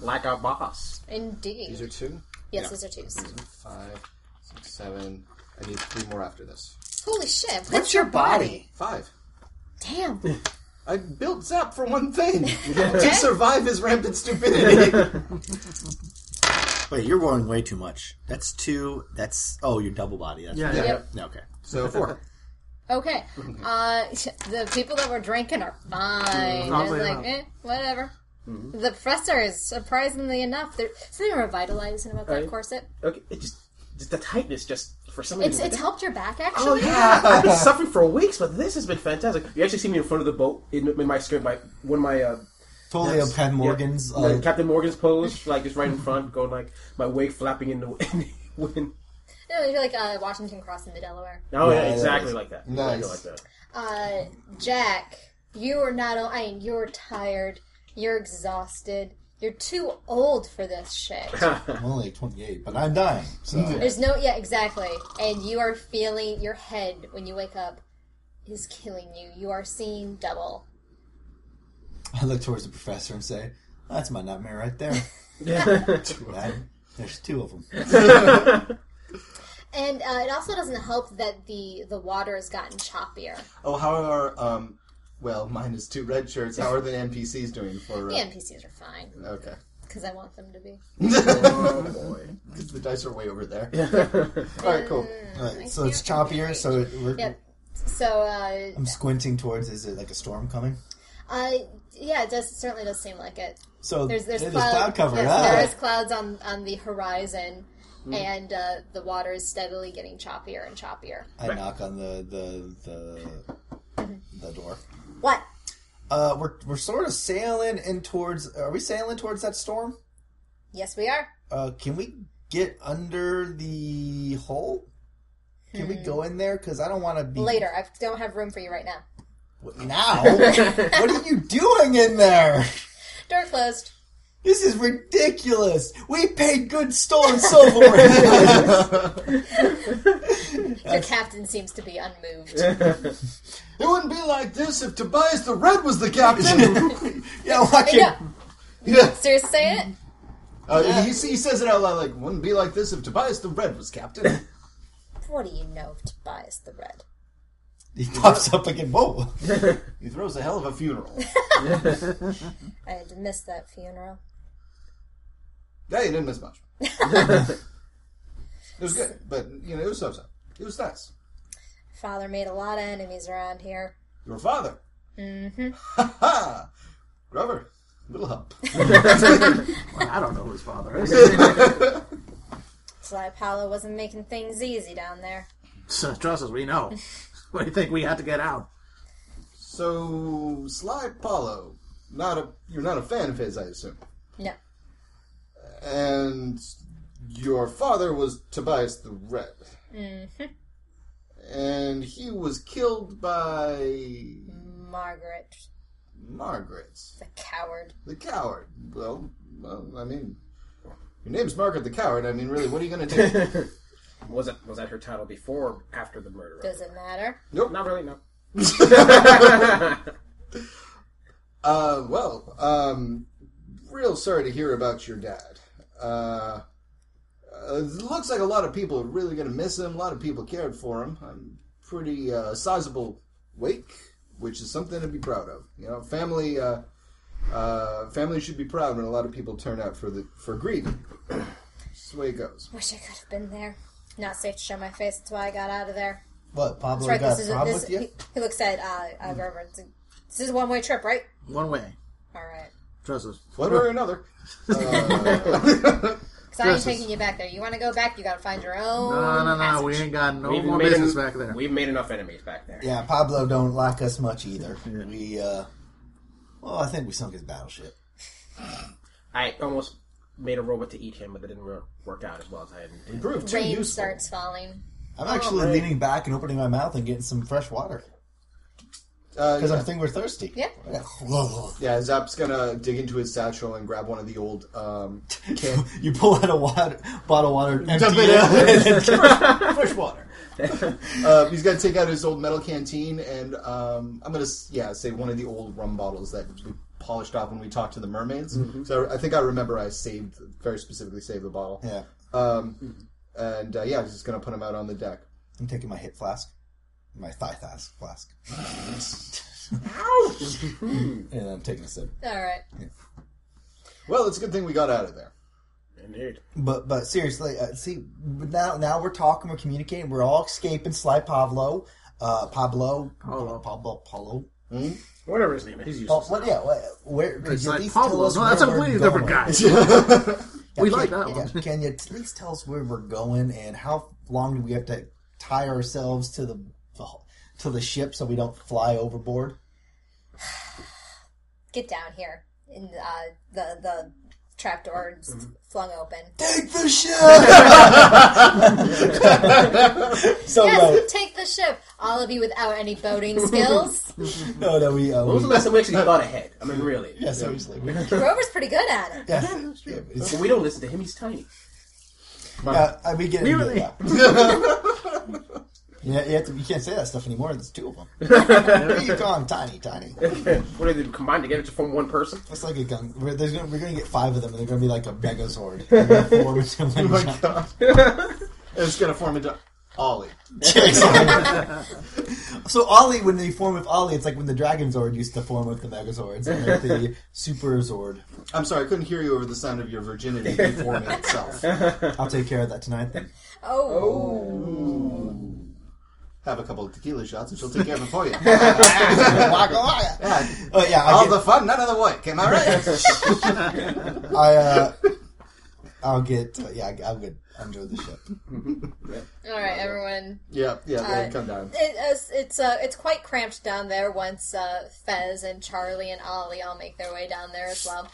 [SPEAKER 5] Like our boss.
[SPEAKER 3] indeed.
[SPEAKER 4] These are two.
[SPEAKER 3] yes, these are twos.
[SPEAKER 4] Five, six, seven. I need three more after this.
[SPEAKER 3] Holy shit! What's, your body?
[SPEAKER 4] Five.
[SPEAKER 3] Damn.
[SPEAKER 4] I built Zap for one thing
[SPEAKER 3] Okay.
[SPEAKER 4] to survive his rampant stupidity.
[SPEAKER 6] Wait, you're rolling way too much. That's two. That's oh, your double body. That's
[SPEAKER 7] Yeah.
[SPEAKER 6] right.
[SPEAKER 7] yeah.
[SPEAKER 3] Yep.
[SPEAKER 6] No, okay.
[SPEAKER 4] so four.
[SPEAKER 3] Okay. Uh, the people that were drinking are
[SPEAKER 5] Mm,
[SPEAKER 3] fine. It's
[SPEAKER 7] Oddly
[SPEAKER 3] like,
[SPEAKER 7] enough.
[SPEAKER 3] eh, whatever.
[SPEAKER 5] Mm-hmm.
[SPEAKER 3] The professor is surprisingly enough. There's something revitalizing about that
[SPEAKER 5] Right.
[SPEAKER 3] corset.
[SPEAKER 5] Okay, it just, just the tightness just for some reason.
[SPEAKER 3] It's it's helped your back actually.
[SPEAKER 5] Oh yeah, I've been suffering for weeks, but this has been fantastic. You actually see me in front of the boat in, in my skirt, my one of my uh,
[SPEAKER 10] Totally
[SPEAKER 5] Yes.
[SPEAKER 10] a Pen Morgan's.
[SPEAKER 5] yeah,
[SPEAKER 10] Uh,
[SPEAKER 5] Captain Morgan's pose, like just right in front, going like my wig flapping in the in the wind.
[SPEAKER 3] No, you're like uh, Washington crossing the Delaware.
[SPEAKER 5] Oh yeah,
[SPEAKER 10] Yeah,
[SPEAKER 5] exactly
[SPEAKER 10] yeah.
[SPEAKER 5] like that.
[SPEAKER 4] Nice.
[SPEAKER 5] Exactly like that.
[SPEAKER 3] Uh, Jack, you are not. o- I mean, you're tired. You're exhausted. You're too old for this shit.
[SPEAKER 10] I'm only 28, but I'm dying. So
[SPEAKER 5] Mm-hmm.
[SPEAKER 3] There's no. Yeah, exactly. And you are feeling your head when you wake up is killing you. You are seeing double.
[SPEAKER 10] I look towards the professor and say, "That's my nightmare right there." That- there's two of them.
[SPEAKER 3] And uh, it also doesn't help that the the water has gotten choppier.
[SPEAKER 4] Oh, how are um, well, minus two red shirts. How are the NPCs doing for? Uh,
[SPEAKER 3] The NPCs are fine
[SPEAKER 4] Okay,
[SPEAKER 3] because I want them to be.
[SPEAKER 4] because the dice are way over there.
[SPEAKER 3] All right, cool.
[SPEAKER 6] Alright, so it's choppier, so it, we're,
[SPEAKER 3] Yep. So uh,
[SPEAKER 6] I'm squinting towards is it like a storm coming?
[SPEAKER 3] uh, yeah, it does certainly does seem like it.
[SPEAKER 6] So
[SPEAKER 3] There's there's,
[SPEAKER 6] there's
[SPEAKER 3] cloud,
[SPEAKER 6] cover. Hmm.
[SPEAKER 3] Yes,
[SPEAKER 6] ah.
[SPEAKER 3] there is clouds on on the horizon, and uh, the water is steadily getting choppier and choppier.
[SPEAKER 6] I knock on the the
[SPEAKER 3] Mm-hmm.
[SPEAKER 6] the, the door.
[SPEAKER 3] What?
[SPEAKER 6] Uh, we're we're sort of sailing in towards. Are we sailing towards that storm?
[SPEAKER 3] Yes, we are.
[SPEAKER 6] Uh, can we get under the hole? Can we go in there? Because I don't want to be
[SPEAKER 3] Hmm. Later, I don't have room for you right now.
[SPEAKER 6] now. what are you doing in there?
[SPEAKER 3] Door closed.
[SPEAKER 6] This is ridiculous. We paid good stolen silverware.
[SPEAKER 3] Your captain seems to be unmoved.
[SPEAKER 4] It wouldn't be like this if Tobias the Red was the captain.
[SPEAKER 6] yeah, watch it.
[SPEAKER 3] No.
[SPEAKER 4] yeah.
[SPEAKER 3] Seriously, say it.
[SPEAKER 4] Uh, he, he says it out loud like, wouldn't be like this if Tobias the Red was captain.
[SPEAKER 3] What do you know of Tobias the Red?
[SPEAKER 6] He pops up again. Whoa.
[SPEAKER 4] he throws a hell of a funeral.
[SPEAKER 3] I had to miss that funeral.
[SPEAKER 4] Yeah, you didn't miss much. it was good, but, you know, it was so so. It was nice.
[SPEAKER 3] Father made a lot of enemies around here.
[SPEAKER 4] Your father. Mm-hmm. Ha ha! Grover, little hump.
[SPEAKER 9] I don't know who his father is.
[SPEAKER 3] Slypala wasn't making things easy down there.
[SPEAKER 7] So trust us, we know. What do you think we had to get out?
[SPEAKER 4] So, Sly Paulo. Not a, you're not a fan of his, I assume.
[SPEAKER 3] No.
[SPEAKER 4] And your father was Tobias the Red. And he was killed by
[SPEAKER 3] Margaret,
[SPEAKER 4] Margaret,
[SPEAKER 3] the coward.
[SPEAKER 4] the coward. Well, well, I mean, your name's Margaret the Coward. I mean, really, what are you going to do?
[SPEAKER 5] Was it was that her title before or after the murder?
[SPEAKER 3] Does it matter?
[SPEAKER 5] Not really. No.
[SPEAKER 4] Uh, well, um, real sorry to hear about your dad. Uh, uh, it looks like a lot of people are really going to miss him. A lot of people cared for him. I'm pretty uh, sizable wake, which is something to be proud of. You know, family. Uh, uh, family should be proud when a lot of people turn out for the for greed. That's the way it goes.
[SPEAKER 3] Wish I could have been there. Not safe to show my face. That's why I got out of there.
[SPEAKER 6] What, Pablo
[SPEAKER 3] That's right.
[SPEAKER 6] got
[SPEAKER 3] This
[SPEAKER 6] a
[SPEAKER 3] is
[SPEAKER 6] problem
[SPEAKER 3] this.
[SPEAKER 6] with you?
[SPEAKER 3] He, he looks at uh, uh Grover. It's a- This is a one way trip, right?
[SPEAKER 7] One way.
[SPEAKER 3] All right.
[SPEAKER 7] Trust us.
[SPEAKER 4] One way or another.
[SPEAKER 3] Because I ain't taking you back there. You want to go back? You got to find your own.
[SPEAKER 7] No, no, no.
[SPEAKER 3] passage.
[SPEAKER 7] We ain't got no
[SPEAKER 5] We've
[SPEAKER 7] more
[SPEAKER 5] made
[SPEAKER 7] business
[SPEAKER 5] en-
[SPEAKER 7] back there.
[SPEAKER 5] We've made enough enemies back there.
[SPEAKER 6] Yeah, Pablo don't like us much either. We, uh, well, I think we sunk his battleship.
[SPEAKER 5] I almost made a robot to eat him, but it didn't wor- work out as well as I had intended.
[SPEAKER 4] Prove too
[SPEAKER 3] Rain
[SPEAKER 4] useful.
[SPEAKER 3] starts falling.
[SPEAKER 6] I'm actually leaning back and opening my mouth and getting some fresh water
[SPEAKER 4] Uh,
[SPEAKER 6] because I think we're thirsty.
[SPEAKER 3] Yeah.
[SPEAKER 4] yeah, Zap's gonna dig into his satchel and grab one of the old um, can-
[SPEAKER 6] You pull out a water, bottle of water, empty it, and then fresh water.
[SPEAKER 4] Uh, he's going to take out his old metal canteen, and um, I'm going to yeah say one of the old rum bottles that we polished off when we talked to the mermaids. So I, I think I remember I saved very specifically saved the bottle.
[SPEAKER 6] Yeah,
[SPEAKER 4] Um, and uh, yeah, he's just going to put him out on the deck.
[SPEAKER 6] I'm taking my hip flask, my thigh flask, flask, and I'm taking a sip.
[SPEAKER 3] All right.
[SPEAKER 4] Well, it's a good thing we got out of there.
[SPEAKER 5] Indeed.
[SPEAKER 6] But but seriously, uh, see now now we're talking, we're communicating, we're all escaping. Sly Pablo, uh, Pablo, Pablo, Pablo, Pablo.
[SPEAKER 5] Whatever his name is, he's
[SPEAKER 6] Oh,
[SPEAKER 5] useless.
[SPEAKER 6] what? Yeah, what- where? Could
[SPEAKER 7] It's
[SPEAKER 6] you at
[SPEAKER 7] like
[SPEAKER 6] least
[SPEAKER 7] Pablo.
[SPEAKER 6] tell us
[SPEAKER 7] No, that's a
[SPEAKER 6] where
[SPEAKER 7] completely
[SPEAKER 6] we're going?
[SPEAKER 7] different guy. we like that one.
[SPEAKER 6] Yeah, can you at least tell us where we're going and how long do we have to tie ourselves to the to the ship so we don't fly overboard?
[SPEAKER 3] Get down here. And uh, the the trapdoor is
[SPEAKER 10] Mm-hmm.
[SPEAKER 3] flung open.
[SPEAKER 6] Take the ship. so uh,
[SPEAKER 3] Yes,
[SPEAKER 6] no,
[SPEAKER 3] you take the ship. All of you without any boating skills.
[SPEAKER 6] no, no, we. Uh,
[SPEAKER 5] What was the
[SPEAKER 6] we
[SPEAKER 5] last time we actually thought ahead? I mean, really.
[SPEAKER 6] yeah, seriously. We,
[SPEAKER 3] Grover's pretty good at it.
[SPEAKER 6] yeah, yeah, it's-
[SPEAKER 5] But we don't listen to him. He's tiny.
[SPEAKER 6] yeah, I- we get into
[SPEAKER 7] Really?
[SPEAKER 6] that. Yeah, you, have to, you can't say that stuff anymore. There's two of them. Where you call them tiny, tiny?
[SPEAKER 5] What are they combined together to form one person?
[SPEAKER 6] It's like a gun. We're, there's gonna, we're gonna get five of them, and they're gonna be like a Megazord. They're gonna form into one giant-
[SPEAKER 4] It's gonna form into Ollie.
[SPEAKER 6] So Ollie, when they form with Ollie, it's like when the Dragon Zord used to form with the Megazords, and like the Super Zord.
[SPEAKER 4] I'm sorry, I couldn't hear you over the sound of your virginity deforming itself.
[SPEAKER 6] I'll take care of that tonight. Then.
[SPEAKER 3] Oh.
[SPEAKER 4] Have a couple of tequila shots, and she'll take care of it for you.
[SPEAKER 6] Waka waka. Oh yeah, I,
[SPEAKER 4] All
[SPEAKER 6] get,
[SPEAKER 4] the fun, none of the work. Am I right?
[SPEAKER 6] I uh, I'll get uh, yeah, I'll get under the ship.
[SPEAKER 3] All right, everyone.
[SPEAKER 4] yeah, yeah.
[SPEAKER 3] Uh,
[SPEAKER 4] then come down.
[SPEAKER 3] It, it's it's, uh, it's quite cramped down there once uh, Fez and Charlie and Ollie all make their way down there as well.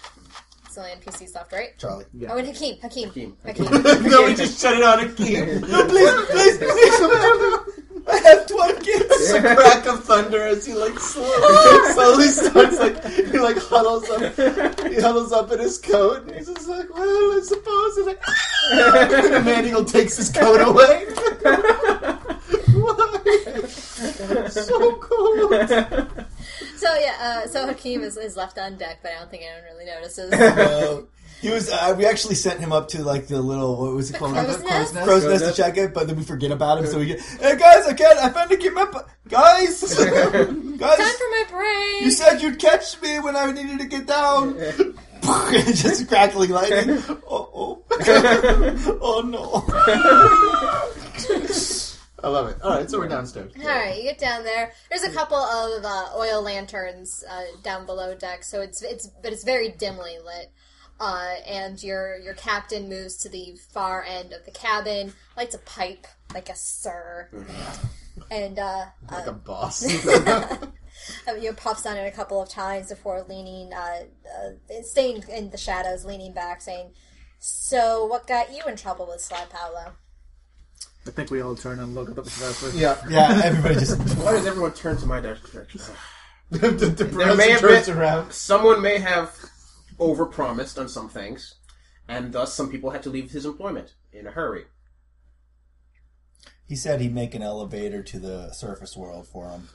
[SPEAKER 3] It's the only NPCs left, right?
[SPEAKER 6] Charlie,
[SPEAKER 3] Oh, and Hakeem. Hakeem. Hakeem.
[SPEAKER 1] no, we just shut it on a key.
[SPEAKER 6] no, please, please, please. I have twelve kids.
[SPEAKER 4] the crack of thunder as he like slowly, slowly starts like he like huddles up, he huddles up in his coat, and he's just like, well, I suppose. He's like, "Ah!" and Emmanuel takes his coat away. Why? so cold.
[SPEAKER 3] So, yeah, uh, so Hakeem is, is left on deck, but I don't think anyone really notices.
[SPEAKER 6] Uh, he was. Uh, we actually sent him up to like the little what was it called?
[SPEAKER 3] crow's nest?
[SPEAKER 6] Crow's nest to check it, but then we forget about him. So we get, hey guys, I can't. I found a kid. Guys,
[SPEAKER 3] Time
[SPEAKER 6] guys,
[SPEAKER 3] for my brain!
[SPEAKER 6] you said you'd catch me when I needed to get down. Just crackling lightning. Oh oh. oh no.
[SPEAKER 4] I love it. All right, so we're downstairs.
[SPEAKER 3] All right, you get down there. There's a couple of uh, oil lanterns uh, down below deck, so it's it's but it's very dimly lit. Uh, and your your captain moves to the far end of the cabin, lights a pipe like a sir,
[SPEAKER 10] Mm.
[SPEAKER 3] and uh,
[SPEAKER 4] Like a
[SPEAKER 3] uh,
[SPEAKER 4] boss.
[SPEAKER 3] you know, pops on it a couple of times before leaning, uh, uh, staying in the shadows, leaning back, saying, "So, what got you in trouble with Sly Paolo?"
[SPEAKER 7] I think we all turn and look at the professor.
[SPEAKER 4] yeah.
[SPEAKER 6] Yeah, everybody just.
[SPEAKER 5] Why does everyone turn to my direction?
[SPEAKER 4] the, the
[SPEAKER 5] There
[SPEAKER 4] professor
[SPEAKER 5] may have
[SPEAKER 4] turns
[SPEAKER 5] been-
[SPEAKER 4] around.
[SPEAKER 5] Someone may have overpromised on some things, and thus some people had to leave his employment in a hurry.
[SPEAKER 6] He said he'd make an elevator to the surface world for him.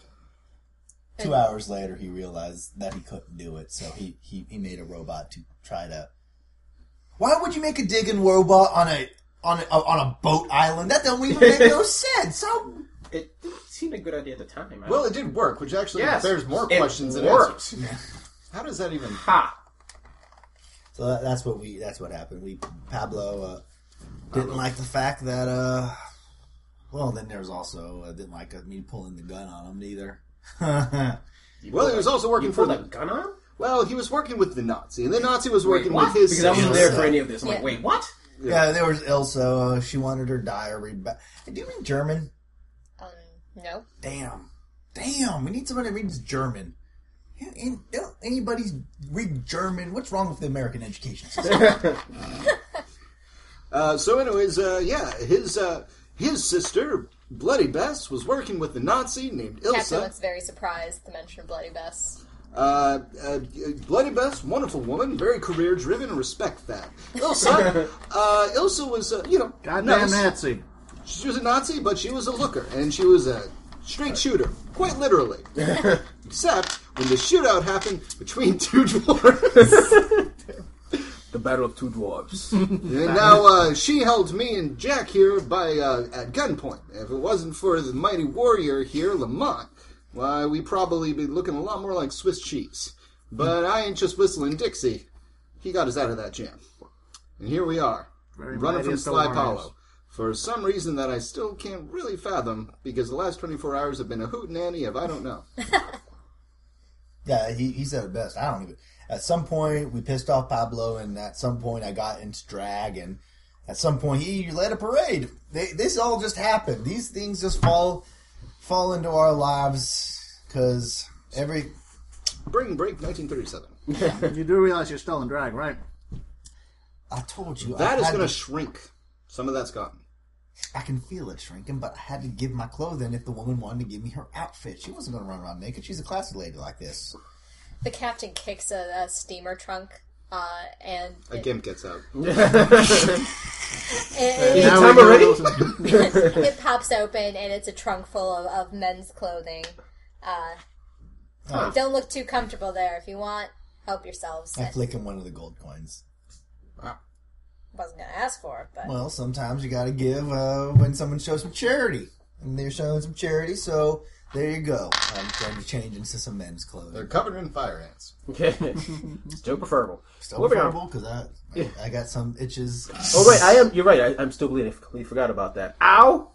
[SPEAKER 6] Two hours later, he realized that he couldn't do it, so he, he, he made a robot to try to. Why would you make a digging robot on a on a, on a boat island? That don't even make no sense. How
[SPEAKER 5] It didn't seem a good idea at the time. I don't-
[SPEAKER 4] Well, it did work, which actually
[SPEAKER 5] Yes,
[SPEAKER 4] there's more
[SPEAKER 5] it
[SPEAKER 4] questions than
[SPEAKER 5] worked.
[SPEAKER 4] answers. How does that even?
[SPEAKER 5] ha!
[SPEAKER 6] So that, that's what we. That's what happened. We Pablo uh, didn't like the fact that. uh Well, then there's also uh, didn't like me pulling the gun on him either.
[SPEAKER 4] Well, he was also working
[SPEAKER 5] You
[SPEAKER 4] for
[SPEAKER 5] pulled a
[SPEAKER 4] the.
[SPEAKER 5] gun on? him?
[SPEAKER 4] Well, he was working with the Nazi, and the Nazi was
[SPEAKER 5] Wait,
[SPEAKER 4] working
[SPEAKER 5] what?
[SPEAKER 4] with his. uh,
[SPEAKER 5] Because I wasn't
[SPEAKER 6] sales.
[SPEAKER 5] there for any of this. I'm
[SPEAKER 3] Yeah.
[SPEAKER 5] like, wait, what?
[SPEAKER 6] yeah, there was Ilsa. Uh, she wanted her diary back. Do you read German?
[SPEAKER 3] Um, no.
[SPEAKER 6] Damn, damn. We need somebody that reads German. Yeah, and don't anybody read German? What's wrong with the American education system?
[SPEAKER 4] Uh, so, anyways, uh, yeah, his uh, his sister, Bloody Bess, was working with the Nazi named
[SPEAKER 3] Captain
[SPEAKER 4] Ilsa.
[SPEAKER 3] looks very surprised at the mention of Bloody Bess.
[SPEAKER 4] Uh, uh, Bloody Bess, wonderful woman, very career driven, and respect that. Ilsa, uh, Ilsa was, uh, you know,
[SPEAKER 7] Goddamn
[SPEAKER 4] nice.
[SPEAKER 7] Nazi.
[SPEAKER 4] She was a Nazi, but she was a looker, and she was a straight shooter, quite literally. Except when the shootout happened between two dwarves.
[SPEAKER 5] The Battle of Two Dwarves.
[SPEAKER 4] And now uh, she held me and Jack here by uh, at gunpoint. If it wasn't for the mighty warrior here, Lamont, why we'd probably be looking a lot more like Swiss cheese. But I ain't just whistling Dixie. He got us out of that jam, and here we are,
[SPEAKER 7] Very
[SPEAKER 4] running
[SPEAKER 7] mighty
[SPEAKER 4] from
[SPEAKER 7] of the
[SPEAKER 4] Sly
[SPEAKER 7] warriors.
[SPEAKER 4] Paulo. For some reason that I still can't really fathom, because the last 24 hours have been a hootenanny of I don't know.
[SPEAKER 6] Yeah, he, he said it best. I don't even. At some point, we pissed off Pablo, and at some point, I got into drag, and at some point, he led a parade. They, this all just happened. These things just fall fall into our lives because every
[SPEAKER 4] Spring Break 1937.
[SPEAKER 7] You do realize you're still in drag, right?
[SPEAKER 6] I told you
[SPEAKER 4] That
[SPEAKER 6] I
[SPEAKER 4] is
[SPEAKER 6] had
[SPEAKER 4] going to
[SPEAKER 6] to-
[SPEAKER 4] shrink. Some of that's gone.
[SPEAKER 6] I can feel it shrinking, but I had to give my clothes in if the woman wanted to give me her outfit. She wasn't going to run around naked. She's a classy lady like this.
[SPEAKER 3] The captain kicks a, a steamer trunk, uh, and
[SPEAKER 4] A gimp gets out.
[SPEAKER 3] it, it,
[SPEAKER 7] Now
[SPEAKER 5] time
[SPEAKER 7] we know
[SPEAKER 5] already?
[SPEAKER 7] those are-
[SPEAKER 3] it pops open, and it's a trunk full of, of men's clothing. Uh, Don't look too comfortable there. If you want, help yourselves.
[SPEAKER 6] I flick him one of the gold coins.
[SPEAKER 3] wasn't going to ask for it, but
[SPEAKER 6] Well, sometimes you got to give uh, when someone shows some charity, and they're showing some charity. So there you go. I'm trying to change into some men's clothes.
[SPEAKER 4] They're covered in fire ants.
[SPEAKER 5] Okay. still preferable.
[SPEAKER 6] Still
[SPEAKER 5] Moving on.
[SPEAKER 6] preferable because I, I I got some itches.
[SPEAKER 5] Oh wait, I am. You're right. I, I'm still bleeding. I completely forgot about that. Ow!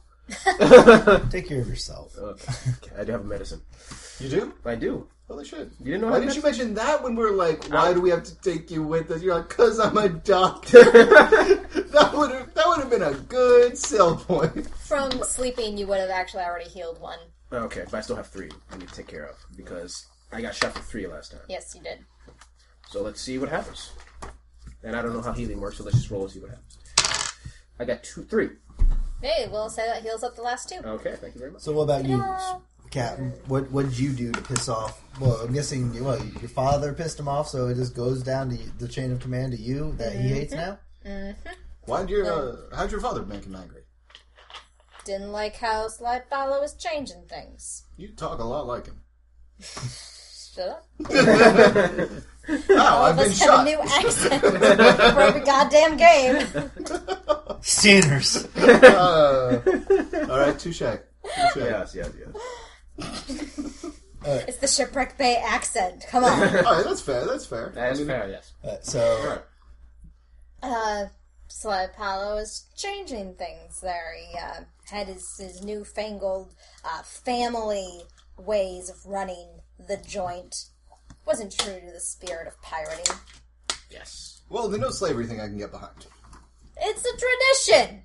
[SPEAKER 6] Take care of yourself.
[SPEAKER 5] Okay. Okay, I do have a medicine.
[SPEAKER 4] You do?
[SPEAKER 5] I do.
[SPEAKER 4] Holy shit.
[SPEAKER 5] You didn't know?
[SPEAKER 4] Why
[SPEAKER 5] I
[SPEAKER 4] did
[SPEAKER 5] had
[SPEAKER 4] you
[SPEAKER 5] medicine?
[SPEAKER 4] mention that when we are like, Oh, why do we have to take you with us? You're like, cause I'm a doctor. that would have that would have been a good sell point.
[SPEAKER 11] From sleeping, you would have actually already healed one.
[SPEAKER 5] Okay, but I still have three. I need to take care of because I got shot for three last time.
[SPEAKER 11] Yes, you did.
[SPEAKER 5] So let's see what happens. And I don't know how healing works, so let's just roll and see what happens. I got two, three.
[SPEAKER 11] Hey, we'll say that heals up the last two.
[SPEAKER 5] Okay, thank you very much.
[SPEAKER 6] So what about you, Captain? What what did you do to piss off? Well, I'm guessing well your father pissed him off, so it just goes down to the chain of command to you that he hates now.
[SPEAKER 4] Why'd your uh, how'd your father make him angry?
[SPEAKER 11] Didn't like how Slightballow was changing things.
[SPEAKER 4] You talk a lot like him.
[SPEAKER 11] Shut up.
[SPEAKER 4] Wow, I've
[SPEAKER 11] All of
[SPEAKER 4] been
[SPEAKER 11] us have a
[SPEAKER 4] shot.
[SPEAKER 11] new accent for every goddamn game.
[SPEAKER 6] Sinners.
[SPEAKER 4] Alright, touche. Touche.
[SPEAKER 5] Yes, yes, yes.
[SPEAKER 11] It's the Shipwreck Bay accent. Come on.
[SPEAKER 4] Alright, that's fair, that's fair.
[SPEAKER 5] That is fair, yes.
[SPEAKER 6] Uh, so
[SPEAKER 11] Uh, Slightballow is changing things there. He uh, had his, his newfangled uh, family ways of running the joint. Wasn't true to the spirit of pirating.
[SPEAKER 5] Yes.
[SPEAKER 4] Well, the no slavery thing I can get behind.
[SPEAKER 11] It's a tradition!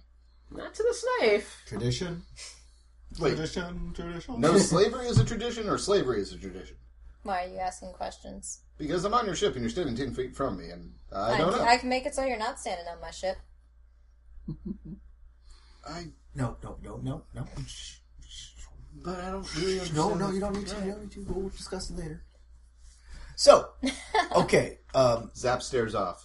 [SPEAKER 5] Not to the slave.
[SPEAKER 6] tradition,
[SPEAKER 4] Wait,
[SPEAKER 6] tradition, tradition.
[SPEAKER 4] no slavery is a tradition or slavery is a tradition?
[SPEAKER 11] Why are you asking questions?
[SPEAKER 4] Because I'm on your ship and you're standing ten feet from me and I
[SPEAKER 10] Oh.
[SPEAKER 4] don't know.
[SPEAKER 11] I can make it so you're not standing on my ship.
[SPEAKER 4] I
[SPEAKER 6] No, no, no, no, no. Shh.
[SPEAKER 4] but I don't really understand.
[SPEAKER 6] No, no, you don't need to. You don't need to. We'll discuss it later. So, okay, um,
[SPEAKER 4] Zap stares off.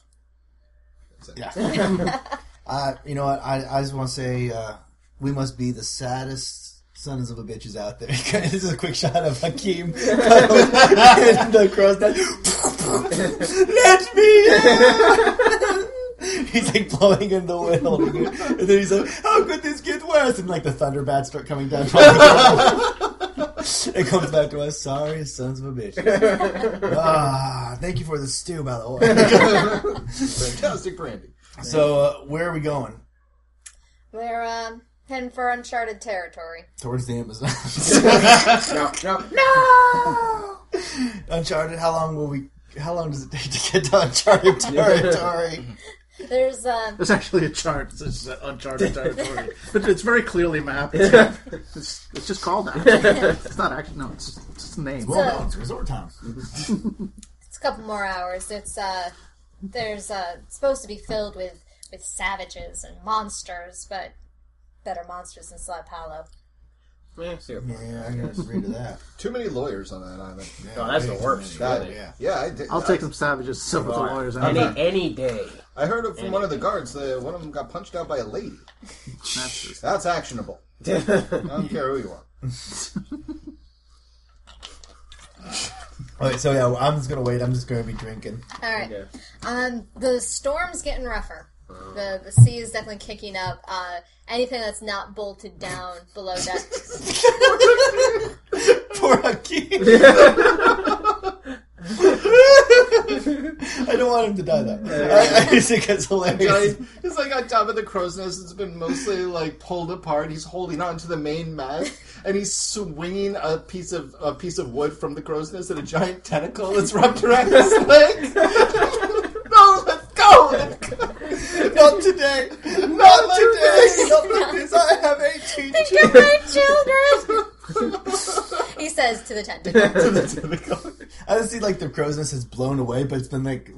[SPEAKER 6] I, you know what? I, I just want to say uh, we must be the saddest sons of a bitches out there. this is a quick shot of Hakeem and the cross that. Let me in! He's like blowing in the wind, holding it. and then he's like, "How could this get worse?" And like the thunderbats start coming down. From the it comes back to us. Sorry, sons of a bitch. ah, thank you for the stew, by the way.
[SPEAKER 4] Fantastic brandy.
[SPEAKER 6] So, uh, where are we going?
[SPEAKER 11] We're um, heading for uncharted territory.
[SPEAKER 6] Towards the Amazon.
[SPEAKER 5] No, no,
[SPEAKER 6] Uncharted. How long will we? How long does it take to get to Uncharted territory?
[SPEAKER 11] There's um,
[SPEAKER 7] There's actually a chart. This is uh, uncharted territory, but it's very clearly mapped. It's, it's, it's just called that. It's not actually. No, it's, it's just a name.
[SPEAKER 6] well, no, it's resort town.
[SPEAKER 11] it's a couple more hours. It's uh, there's uh, it's supposed to be filled with with savages and monsters, but better monsters than Slab Hollow.
[SPEAKER 5] no. Eh, see what-
[SPEAKER 6] Yeah, I can agree to that.
[SPEAKER 4] Too many lawyers on that island.
[SPEAKER 5] Oh, that's the worst.
[SPEAKER 4] God,
[SPEAKER 5] really.
[SPEAKER 4] yeah, yeah. I did,
[SPEAKER 7] I'll take some savages to with the lawyers. out
[SPEAKER 5] Any,
[SPEAKER 7] there.
[SPEAKER 5] any day.
[SPEAKER 4] I heard it from one of the guards. That one of them got punched out by a lady. That's actionable. I don't care who you are.
[SPEAKER 6] All right, so yeah, well, I'm just gonna wait. I'm just gonna be drinking.
[SPEAKER 11] All right.
[SPEAKER 5] Okay.
[SPEAKER 11] Um, the storm's getting rougher. The the sea is definitely kicking up. Uh, anything that's not bolted down below deck.
[SPEAKER 6] Poor Hakeem. I don't want him to die though. I, I just think it's hilarious.
[SPEAKER 4] Giant, it's like on top of the crow's nest. It's been mostly like pulled apart. He's holding on to the main mast, and he's swinging a piece of a piece of wood from the crow's nest at a giant tentacle that's wrapped around his leg. no, let's go. Let's go.
[SPEAKER 6] Oh, Not today. Not today. Not like this. I have 18 children.
[SPEAKER 11] Good night, children. he says to the tentacle.
[SPEAKER 6] I just see like the crow's nest has blown away, but it's been like a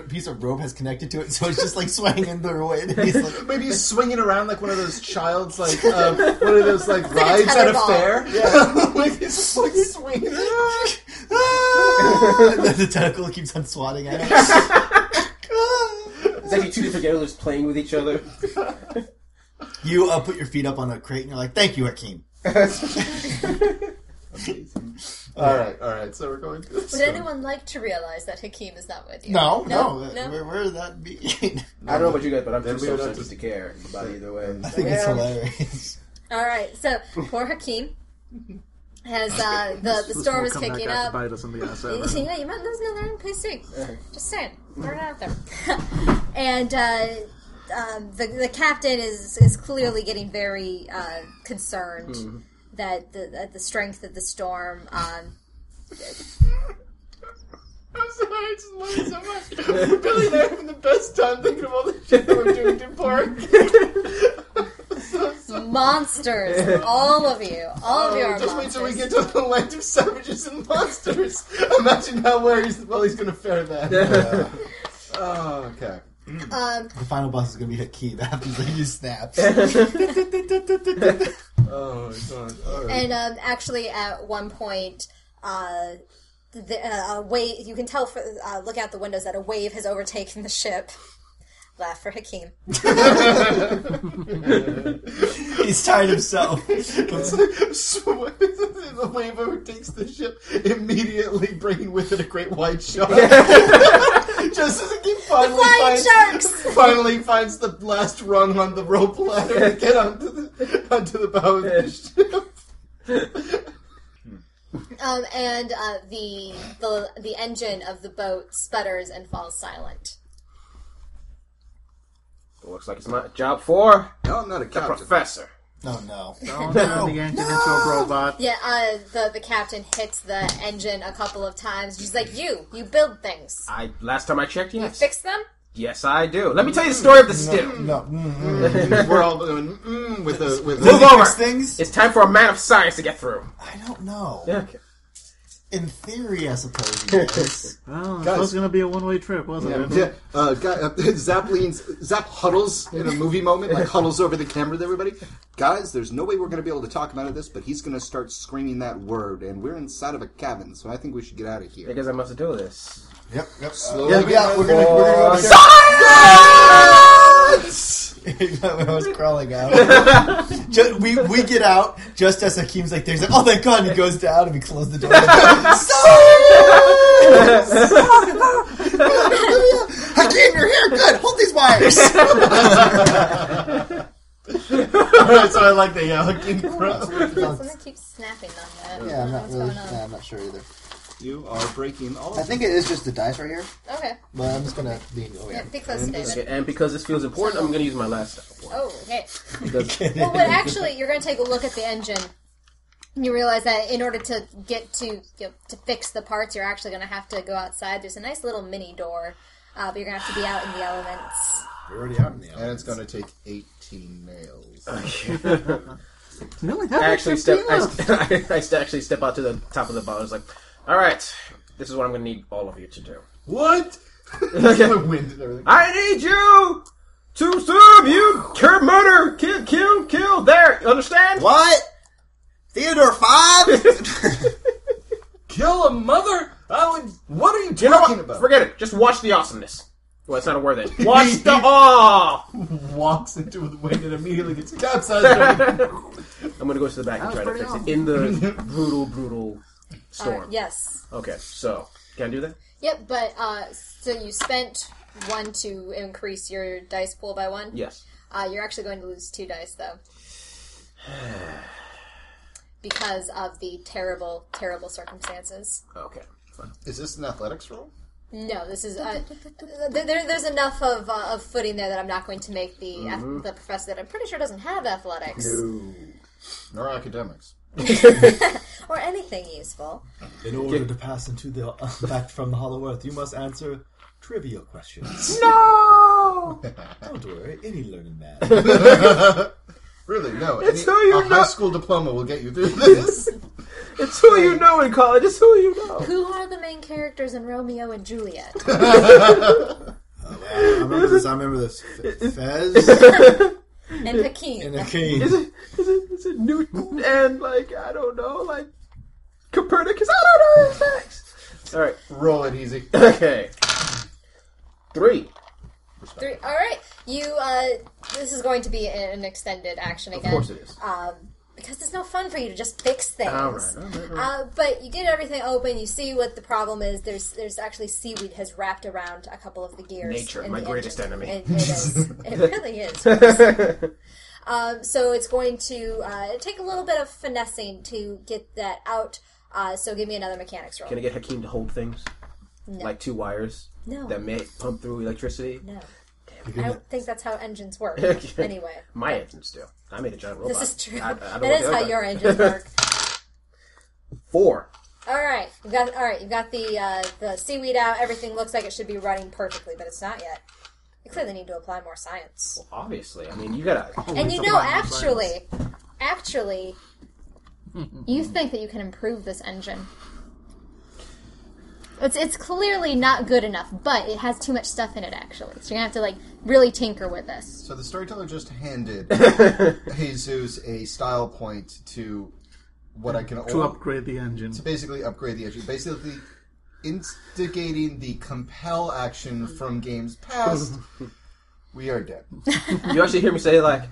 [SPEAKER 6] piece of rope has connected to it, so it's just like swinging the way. And he's like,
[SPEAKER 4] Maybe he's swinging around like one of those child's like um, one of those like rides at a
[SPEAKER 11] tetherball.
[SPEAKER 4] fair. Yeah, like he's just like swinging.
[SPEAKER 6] "Ah!" And then the tentacle keeps on swatting at it.
[SPEAKER 5] It's actually two different animals playing with each other.
[SPEAKER 6] you uh, put your feet up on a crate and you're like, "Thank you, Hakeem."
[SPEAKER 4] All right, all right. So we're going to this.
[SPEAKER 11] Would anyone like to realize that Hakeem is not with you?
[SPEAKER 10] No, no.
[SPEAKER 6] uh,
[SPEAKER 11] no.
[SPEAKER 10] Where, where would that be?
[SPEAKER 5] I don't know about you guys, but I'm too
[SPEAKER 4] we would have
[SPEAKER 5] self-conscious
[SPEAKER 4] to-
[SPEAKER 5] to care about either way.
[SPEAKER 6] I think it's hilarious.
[SPEAKER 11] All right, so poor Hakeem has uh, the the
[SPEAKER 9] This
[SPEAKER 11] storm
[SPEAKER 9] won't
[SPEAKER 11] is
[SPEAKER 9] come back
[SPEAKER 11] picking
[SPEAKER 9] out to
[SPEAKER 11] up.
[SPEAKER 9] Bite us in the ass ever.
[SPEAKER 11] Yeah, you might lose another NPC. Just saying, throw it out there. and uh, um, the the captain is is clearly getting very uh, concerned
[SPEAKER 9] Hmm.
[SPEAKER 11] that the that the strength of the storm. Um,
[SPEAKER 4] I'm sorry, I just love it so much. We're really not having the best time thinking of all the shit that we're doing to Park.
[SPEAKER 11] monsters, all of you, all of
[SPEAKER 9] Oh,
[SPEAKER 11] you are
[SPEAKER 4] just wait
[SPEAKER 11] monsters.
[SPEAKER 4] till we get to the land of savages and monsters. Imagine how well he's, well he's going to fare then. Oh, okay.
[SPEAKER 11] um,
[SPEAKER 6] the final boss is going to be Hakeem. That happens like you snap.
[SPEAKER 4] Oh, God. All right.
[SPEAKER 11] And um, actually, at one point, uh, the, uh, a wave, you can tell, for, uh, look out the windows, that a wave has overtaken the ship. Laugh for Hakeem.
[SPEAKER 6] He's tired himself.
[SPEAKER 4] So, the wave overtakes the ship, immediately bringing with it a great white shark. Just as it finally
[SPEAKER 11] Flying
[SPEAKER 4] finds,
[SPEAKER 11] sharks!
[SPEAKER 4] finally finds the last rung on the rope ladder to get onto the onto the bow of the ship.
[SPEAKER 11] Um, and uh, the, the, the engine of the boat sputters and falls silent.
[SPEAKER 5] Looks like it's my job for
[SPEAKER 1] No, I'm not a
[SPEAKER 5] the
[SPEAKER 1] captain.
[SPEAKER 5] professor.
[SPEAKER 6] Oh no.
[SPEAKER 7] Don't turn the engine into a robot.
[SPEAKER 11] Yeah, uh, the, the captain hits the engine a couple of times. She's like, You, you build things.
[SPEAKER 5] I last time I checked, yes,
[SPEAKER 11] Fix them?
[SPEAKER 5] yes, I do. Let me tell you the story of the stew.
[SPEAKER 10] no.
[SPEAKER 6] Mm-hmm.
[SPEAKER 10] mm, mm.
[SPEAKER 4] We're all doing mm, with a with
[SPEAKER 5] Move
[SPEAKER 4] a.
[SPEAKER 5] over.
[SPEAKER 6] things?
[SPEAKER 5] It's time for a man of science to get through.
[SPEAKER 6] I don't know.
[SPEAKER 5] Okay.
[SPEAKER 6] In theory, I suppose. yes.
[SPEAKER 7] Oh, that was going to be a one-way trip, wasn't it?
[SPEAKER 4] Yeah, uh, guy, uh, Zap leans, Zap huddles in a movie moment, like huddles over the camera with everybody. Guys, there's no way we're going to be able to talk him out of this, but he's going to start screaming that word, and we're inside of a cabin, so I think we should get out of
[SPEAKER 5] I
[SPEAKER 4] here. Uh,
[SPEAKER 5] guess I must do this.
[SPEAKER 6] Yep. Yep.
[SPEAKER 4] Slowly
[SPEAKER 6] yeah, yeah, we're gonna, we're gonna go
[SPEAKER 5] Or-
[SPEAKER 6] upstairs. I was crawling out. Ju- we we get out just as Hakeem's like, "There's oh thank God!" And he goes down and we close the door. Hakeem, you're here. Good. Hold these wires.
[SPEAKER 4] That's what I like the uh, Hakeem Crow.
[SPEAKER 11] Something keeps snapping on that.
[SPEAKER 10] Yeah, I'm not
[SPEAKER 11] What's
[SPEAKER 10] really.
[SPEAKER 11] going on?
[SPEAKER 10] Nah, I'm not sure either.
[SPEAKER 4] You are breaking all.
[SPEAKER 10] I think it is just the dice right here,
[SPEAKER 11] Okay.
[SPEAKER 10] but I'm just gonna lean
[SPEAKER 6] oh,
[SPEAKER 10] over
[SPEAKER 11] Yeah,
[SPEAKER 10] here.
[SPEAKER 11] be close to David.
[SPEAKER 5] Okay, and because this feels important, I'm going to use my last one.
[SPEAKER 11] Oh, okay.
[SPEAKER 5] Because
[SPEAKER 11] Well, but actually, you're going to take a look at the engine, and you realize that in order to get to you know, to fix the parts, you're actually going to have to go outside. There's a nice little mini door, uh, but you're going to have to be out in the elements.
[SPEAKER 6] We're already out in the
[SPEAKER 4] And it's going to take 18 nails.
[SPEAKER 9] You only
[SPEAKER 5] I
[SPEAKER 9] have
[SPEAKER 5] actually
[SPEAKER 9] like
[SPEAKER 5] step,
[SPEAKER 9] 15
[SPEAKER 5] I,
[SPEAKER 9] left.
[SPEAKER 5] st- I, st- actually step out to the top of the boat. I was like, all right, this is what I'm going to need all of you to do.
[SPEAKER 4] What? the wind and everything.
[SPEAKER 5] I need you to subdue, kill, murder, kill, kill, kill. There, you understand?
[SPEAKER 6] What? Theodore Five?
[SPEAKER 4] Kill a mother? I would. What are you
[SPEAKER 5] You know
[SPEAKER 4] talking
[SPEAKER 5] what?
[SPEAKER 4] about?
[SPEAKER 5] Forget it. Just watch the awesomeness. Well, it's not a word then. Watch the awe.
[SPEAKER 4] Walks into the wind and immediately gets capsized.
[SPEAKER 5] I'm going to go to the back and try to
[SPEAKER 9] pretty
[SPEAKER 5] fix
[SPEAKER 9] awesome. Uh,
[SPEAKER 5] it in the brutal, brutal
[SPEAKER 11] All right,
[SPEAKER 5] storm.
[SPEAKER 11] yes.
[SPEAKER 5] Okay, so can I do that?
[SPEAKER 11] Yep. But uh, so you spent one to increase your dice pool by one.
[SPEAKER 5] Yes.
[SPEAKER 11] Uh, you're actually going to lose two dice though. Because of the terrible, terrible circumstances.
[SPEAKER 5] Okay. Fine.
[SPEAKER 4] is this an athletics roll?
[SPEAKER 11] No, this is uh, there, there- there's enough of, uh, of footing there that I'm not going to make the ath- the professor that I'm pretty sure doesn't have athletics
[SPEAKER 4] Nor academics.
[SPEAKER 11] or anything useful.
[SPEAKER 6] In order to pass into the uh, back from the Hollow Earth, you must answer trivia questions. No. Don't worry, any learning man.
[SPEAKER 4] Really, no. It's
[SPEAKER 5] who you
[SPEAKER 4] a
[SPEAKER 5] know-
[SPEAKER 4] high school diploma will get you through this.
[SPEAKER 5] It's who you know in college. It's who you know.
[SPEAKER 11] Who are the main characters in Romeo and Juliet?
[SPEAKER 6] I remember this. I remember this. Fe- Fez
[SPEAKER 11] And Hakeem.
[SPEAKER 6] and a king.
[SPEAKER 5] Is it, is it Newton and like I don't know, like Copernicus? I don't know his facts. All right.
[SPEAKER 4] Roll it easy.
[SPEAKER 5] Okay. Three.
[SPEAKER 11] Three. All right, you. Uh, this is going to be an extended action
[SPEAKER 5] Of
[SPEAKER 11] again.
[SPEAKER 3] Ah.
[SPEAKER 5] course it is.
[SPEAKER 11] Um,
[SPEAKER 3] because it's no fun for you to just fix things.
[SPEAKER 5] All right, all right, all right.
[SPEAKER 3] Uh, but you get everything open. You see what the problem is. There's there's actually seaweed has wrapped around a couple of the gears.
[SPEAKER 5] Nature,
[SPEAKER 3] in
[SPEAKER 5] my
[SPEAKER 3] the
[SPEAKER 5] greatest
[SPEAKER 3] engine.
[SPEAKER 5] enemy.
[SPEAKER 3] It, it is. It really is. um, so it's going to uh, take a little bit of finessing to get that out. Uh, so give me another mechanics roll.
[SPEAKER 5] Can I get Hakeem to hold things? Like two wires
[SPEAKER 3] No.
[SPEAKER 5] that may pump through electricity?
[SPEAKER 3] no. I don't think that's how engines work.
[SPEAKER 5] Okay.
[SPEAKER 3] Anyway.
[SPEAKER 5] My engines do. I made a giant robot.
[SPEAKER 3] This is true.
[SPEAKER 5] I, I don't know
[SPEAKER 3] that is
[SPEAKER 5] what
[SPEAKER 3] how
[SPEAKER 5] they're
[SPEAKER 3] your
[SPEAKER 5] doing.
[SPEAKER 3] engines work.
[SPEAKER 5] Four.
[SPEAKER 3] All right, you got all right. You got the uh, the seaweed out. Everything looks like it should be running perfectly, but it's not yet. You clearly need to apply more science.
[SPEAKER 5] Obviously. I mean, you gotta.
[SPEAKER 3] and you know, actually, actually,
[SPEAKER 11] You think that you can improve this engine. It's, it's clearly not good enough, but it has too much stuff in it, actually. So you're going to have to, like, really tinker with this.
[SPEAKER 4] So the storyteller just handed Jesus a style point to what I can
[SPEAKER 12] to upgrade the engine.
[SPEAKER 4] to basically upgrade the issue, basically instigating the compel action from games past. we are dead.
[SPEAKER 5] You actually hear me say, like,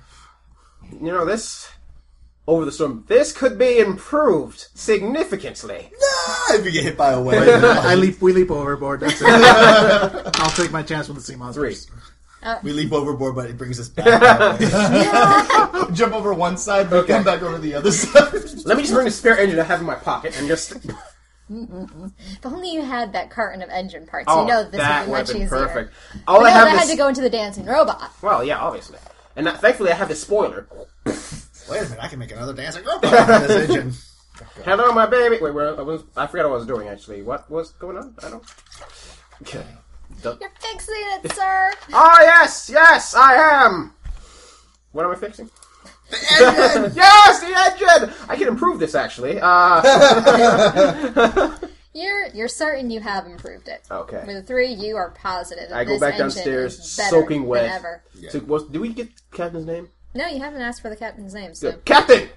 [SPEAKER 5] you know, this. Over the storm, this could be improved significantly.
[SPEAKER 6] if you get hit by a wave,
[SPEAKER 7] I leap. We leap overboard. That's it. I'll take my chance with the sea
[SPEAKER 5] Three.
[SPEAKER 7] monsters.
[SPEAKER 6] we leap overboard, but it brings us back. that way.
[SPEAKER 4] Jump over one side, but come back over the other side.
[SPEAKER 5] Let me just bring the spare engine I have in my pocket and just.
[SPEAKER 11] If only you had that carton of engine parts,
[SPEAKER 5] Oh,
[SPEAKER 11] you know this would
[SPEAKER 5] that
[SPEAKER 11] be
[SPEAKER 5] would
[SPEAKER 11] much
[SPEAKER 5] have been
[SPEAKER 11] easier.
[SPEAKER 5] perfect. All
[SPEAKER 11] I
[SPEAKER 5] I
[SPEAKER 11] know
[SPEAKER 5] have
[SPEAKER 11] that
[SPEAKER 5] is
[SPEAKER 11] had to go into the dancing robot.
[SPEAKER 5] well, yeah, obviously, and that, thankfully I have the spoiler.
[SPEAKER 6] Wait a minute, I can make another dancing robot out of this engine.
[SPEAKER 5] Hello, my baby. Wait, where I was? I forgot what I was doing actually. What was going on? I don't. Okay. Don't-
[SPEAKER 11] You're fixing it, sir.
[SPEAKER 5] Ah, yes, yes, I am. What am I fixing? The engine. yes, the engine. I can improve this actually. Uh,
[SPEAKER 11] You're you're certain you have improved it. With
[SPEAKER 5] okay.
[SPEAKER 11] a three, you are positive. that
[SPEAKER 5] I go
[SPEAKER 11] this
[SPEAKER 5] back
[SPEAKER 11] engine
[SPEAKER 5] downstairs,
[SPEAKER 11] is better
[SPEAKER 5] soaking wet.
[SPEAKER 11] Than ever.
[SPEAKER 5] So, what, do we get captain's name?
[SPEAKER 11] No, you haven't asked for the captain's name. So
[SPEAKER 5] Good. Captain!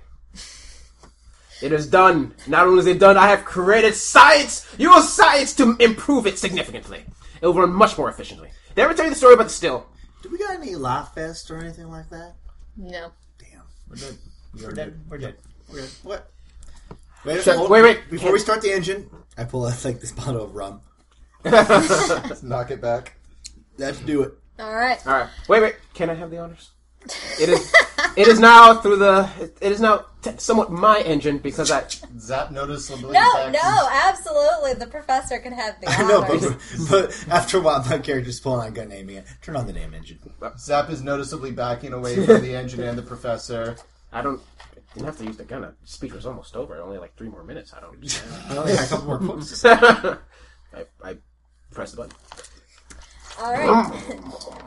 [SPEAKER 5] It is done. Not only is it done, I have created science, your science, to improve it significantly. It will run much more efficiently. They ever tell you the story about the still?
[SPEAKER 6] Do we got any laugh fest or anything like that?
[SPEAKER 11] no.
[SPEAKER 6] Damn, we're dead. We're dead. We're dead. We're dead. What? Wait,
[SPEAKER 5] Shut- wait, wait.
[SPEAKER 6] Before we start the engine, I pull out like this bottle of rum.
[SPEAKER 4] Knock it back.
[SPEAKER 6] Let's do it.
[SPEAKER 11] All right.
[SPEAKER 5] All right. Wait, wait. Can I have the honors? It is. it is now through the. It is now t- somewhat my engine because I.
[SPEAKER 4] Zap noticeably.
[SPEAKER 3] no,
[SPEAKER 4] backs
[SPEAKER 3] no, absolutely, the professor can have the
[SPEAKER 6] I know,
[SPEAKER 3] honors.
[SPEAKER 6] but, but after a while, my character's pulling out a gun, aiming it. Turn on the damn engine.
[SPEAKER 4] and- Zap is noticeably backing away from the engine and the professor.
[SPEAKER 5] I don't. I didn't have to use the gun. The speech was almost over. Only like three more minutes. I don't.
[SPEAKER 6] I only got a couple more points.
[SPEAKER 5] I, I press the button.
[SPEAKER 3] All right.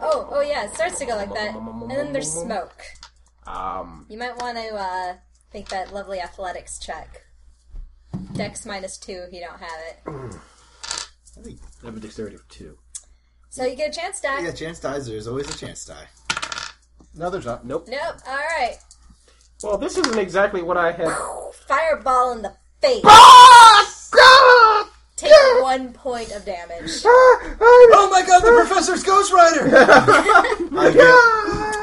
[SPEAKER 3] oh, oh yeah, it starts to go like that, and then there's smoke.
[SPEAKER 5] Um.
[SPEAKER 3] You might want to uh, make that lovely athletics check. Dex minus two if you don't have it.
[SPEAKER 5] I have a dexterity of two.
[SPEAKER 3] So you get a chance, Dex.
[SPEAKER 6] yeah, chance dies. There's always a chance die.
[SPEAKER 4] No, there's not.
[SPEAKER 5] Nope.
[SPEAKER 3] Nope. All right.
[SPEAKER 5] Well, this isn't exactly what I had.
[SPEAKER 3] Fireball in the face. Take one point of damage.
[SPEAKER 4] Oh my god, the professor's Ghost Rider!
[SPEAKER 5] Oh
[SPEAKER 6] I get-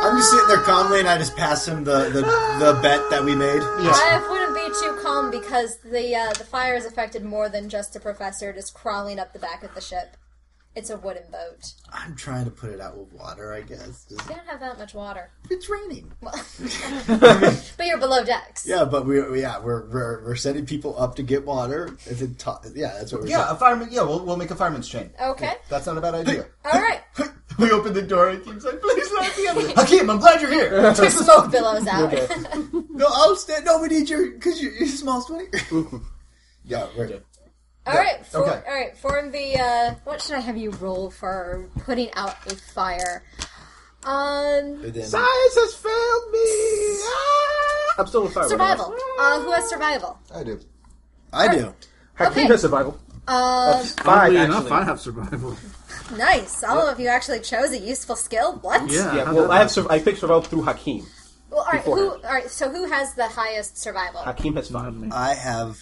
[SPEAKER 6] I'm just sitting there calmly, and I just pass him the, the, the bet that we made.
[SPEAKER 3] I wouldn't be too calm because the uh, the fire has affected more than just the professor just crawling up the back of the ship. It's a wooden boat.
[SPEAKER 6] I'm trying to put it out with water, I guess. Just-
[SPEAKER 3] You don't have that much water,
[SPEAKER 6] It's raining.
[SPEAKER 3] but you're below decks.
[SPEAKER 6] Yeah, but we we- yeah we're we're, we're sending people up to get water. If it to- yeah, that's what we're
[SPEAKER 4] yeah, a fireman. Yeah, we'll, we'll make a fireman's chain.
[SPEAKER 3] Okay.
[SPEAKER 4] That's not a bad idea.
[SPEAKER 3] All right.
[SPEAKER 4] we open the door and Hakeem's like, please let me in. Hakeem, I'm glad you're here. Take this
[SPEAKER 3] Smoke billows out.
[SPEAKER 6] No, I'll stand. No, we need your because you're, you're the smallest one. here. yeah, we're
[SPEAKER 3] All right. For,
[SPEAKER 4] okay.
[SPEAKER 3] All right. Form the. Uh,
[SPEAKER 11] What should I have you roll for putting out a fire? Um,
[SPEAKER 6] and then
[SPEAKER 5] Science has failed me. Ah! I'm still on fire. by the way.
[SPEAKER 11] survival. Uh, who has survival?
[SPEAKER 4] I do.
[SPEAKER 6] I do.
[SPEAKER 5] Hakeem
[SPEAKER 11] Okay.
[SPEAKER 5] has survival.
[SPEAKER 11] Um,
[SPEAKER 5] Five,
[SPEAKER 7] Uh, Oddly
[SPEAKER 5] actually.
[SPEAKER 7] enough, I have survival.
[SPEAKER 3] nice. All of you actually chose a useful skill. What?
[SPEAKER 7] Yeah.
[SPEAKER 5] yeah,
[SPEAKER 7] how
[SPEAKER 5] well,
[SPEAKER 7] did
[SPEAKER 5] I have.
[SPEAKER 7] that-
[SPEAKER 5] Sur- I picked survival through Hakeem.
[SPEAKER 11] well, all right. Who? All
[SPEAKER 5] beforehand.
[SPEAKER 11] right. So who has the highest survival?
[SPEAKER 5] Hakeem has five.
[SPEAKER 7] Not me.
[SPEAKER 6] I have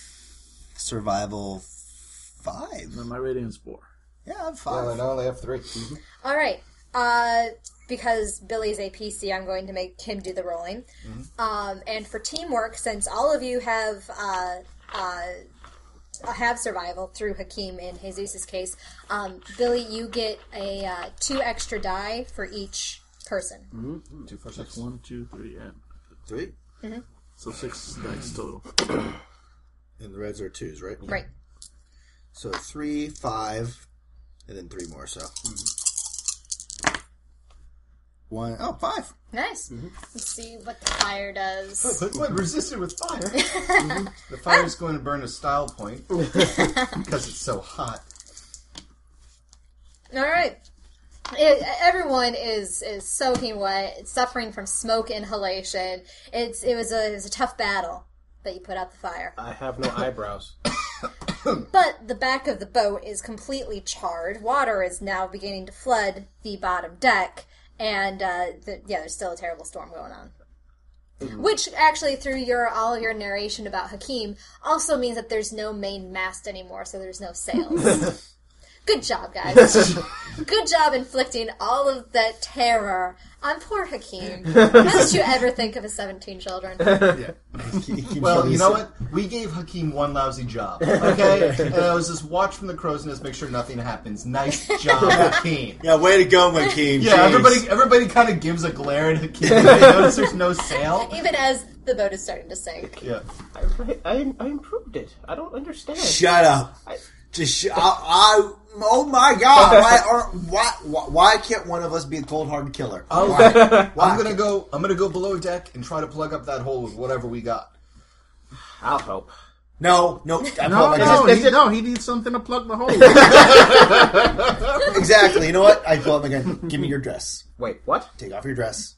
[SPEAKER 6] survival five.
[SPEAKER 7] My radiance four.
[SPEAKER 6] Yeah, I'm
[SPEAKER 4] Well, I
[SPEAKER 6] five.
[SPEAKER 4] know I only have three.
[SPEAKER 11] All right. Uh, because Billy's a PC, I'm going to make him do the rolling. Um, and for teamwork, since all of you have uh, uh, have survival through Hakeem in Jesus' case, um, Billy, you get a uh, two extra die for each person.
[SPEAKER 7] Two, four, six. One, two, three, and
[SPEAKER 1] Three.
[SPEAKER 7] so six dice total.
[SPEAKER 1] And the reds are twos, right?
[SPEAKER 11] Right.
[SPEAKER 1] So three, five, and then three more. So one. Oh, five.
[SPEAKER 11] Nice.
[SPEAKER 3] Let's see what the fire does.
[SPEAKER 4] But what? Resisted with fire. Mm-hmm. The fire's going to burn a style point because it's so hot.
[SPEAKER 11] All right. It, everyone is is soaking wet, suffering from smoke inhalation. It's it was a it was a tough battle, but you put out the fire.
[SPEAKER 5] I have no eyebrows.
[SPEAKER 11] But the back of the boat is completely charred. Water is now beginning to flood the bottom deck, and uh, the, yeah, there's still a terrible storm going on.
[SPEAKER 4] Mm-hmm.
[SPEAKER 11] Which actually, through your all of your narration about Hakeem, also means that there's no main mast anymore, so there's no sails. Good job, guys. Good job inflicting all of that terror on poor Hakeem. How did you ever think of his 17 children?
[SPEAKER 4] Well, you know what? We gave Hakeem one lousy job, okay? and it was just watch from the crow's nest, make sure nothing happens. Nice job, Hakeem.
[SPEAKER 6] Yeah, way to go, my king.
[SPEAKER 4] Yeah, everybody everybody kind of gives a glare at Hakeem. They notice there's no sail.
[SPEAKER 11] Even as the boat is starting to sink.
[SPEAKER 4] Yeah.
[SPEAKER 5] I, I, I improved it. I don't understand.
[SPEAKER 6] Shut up. Just sh- I, I. Oh my God! Why are why, why why can't one of us be a cold hard killer? Why?
[SPEAKER 4] I'm gonna go. I'm gonna go below deck and try to plug up that hole with whatever we got.
[SPEAKER 5] I'll help.
[SPEAKER 6] No, no, I
[SPEAKER 7] No,
[SPEAKER 6] felt like
[SPEAKER 7] no,
[SPEAKER 6] I
[SPEAKER 7] he, no, he needs something to plug the hole.
[SPEAKER 6] did- exactly. You know what? I pull out my gun. Give me your dress.
[SPEAKER 5] Wait, what?
[SPEAKER 6] Take off your dress.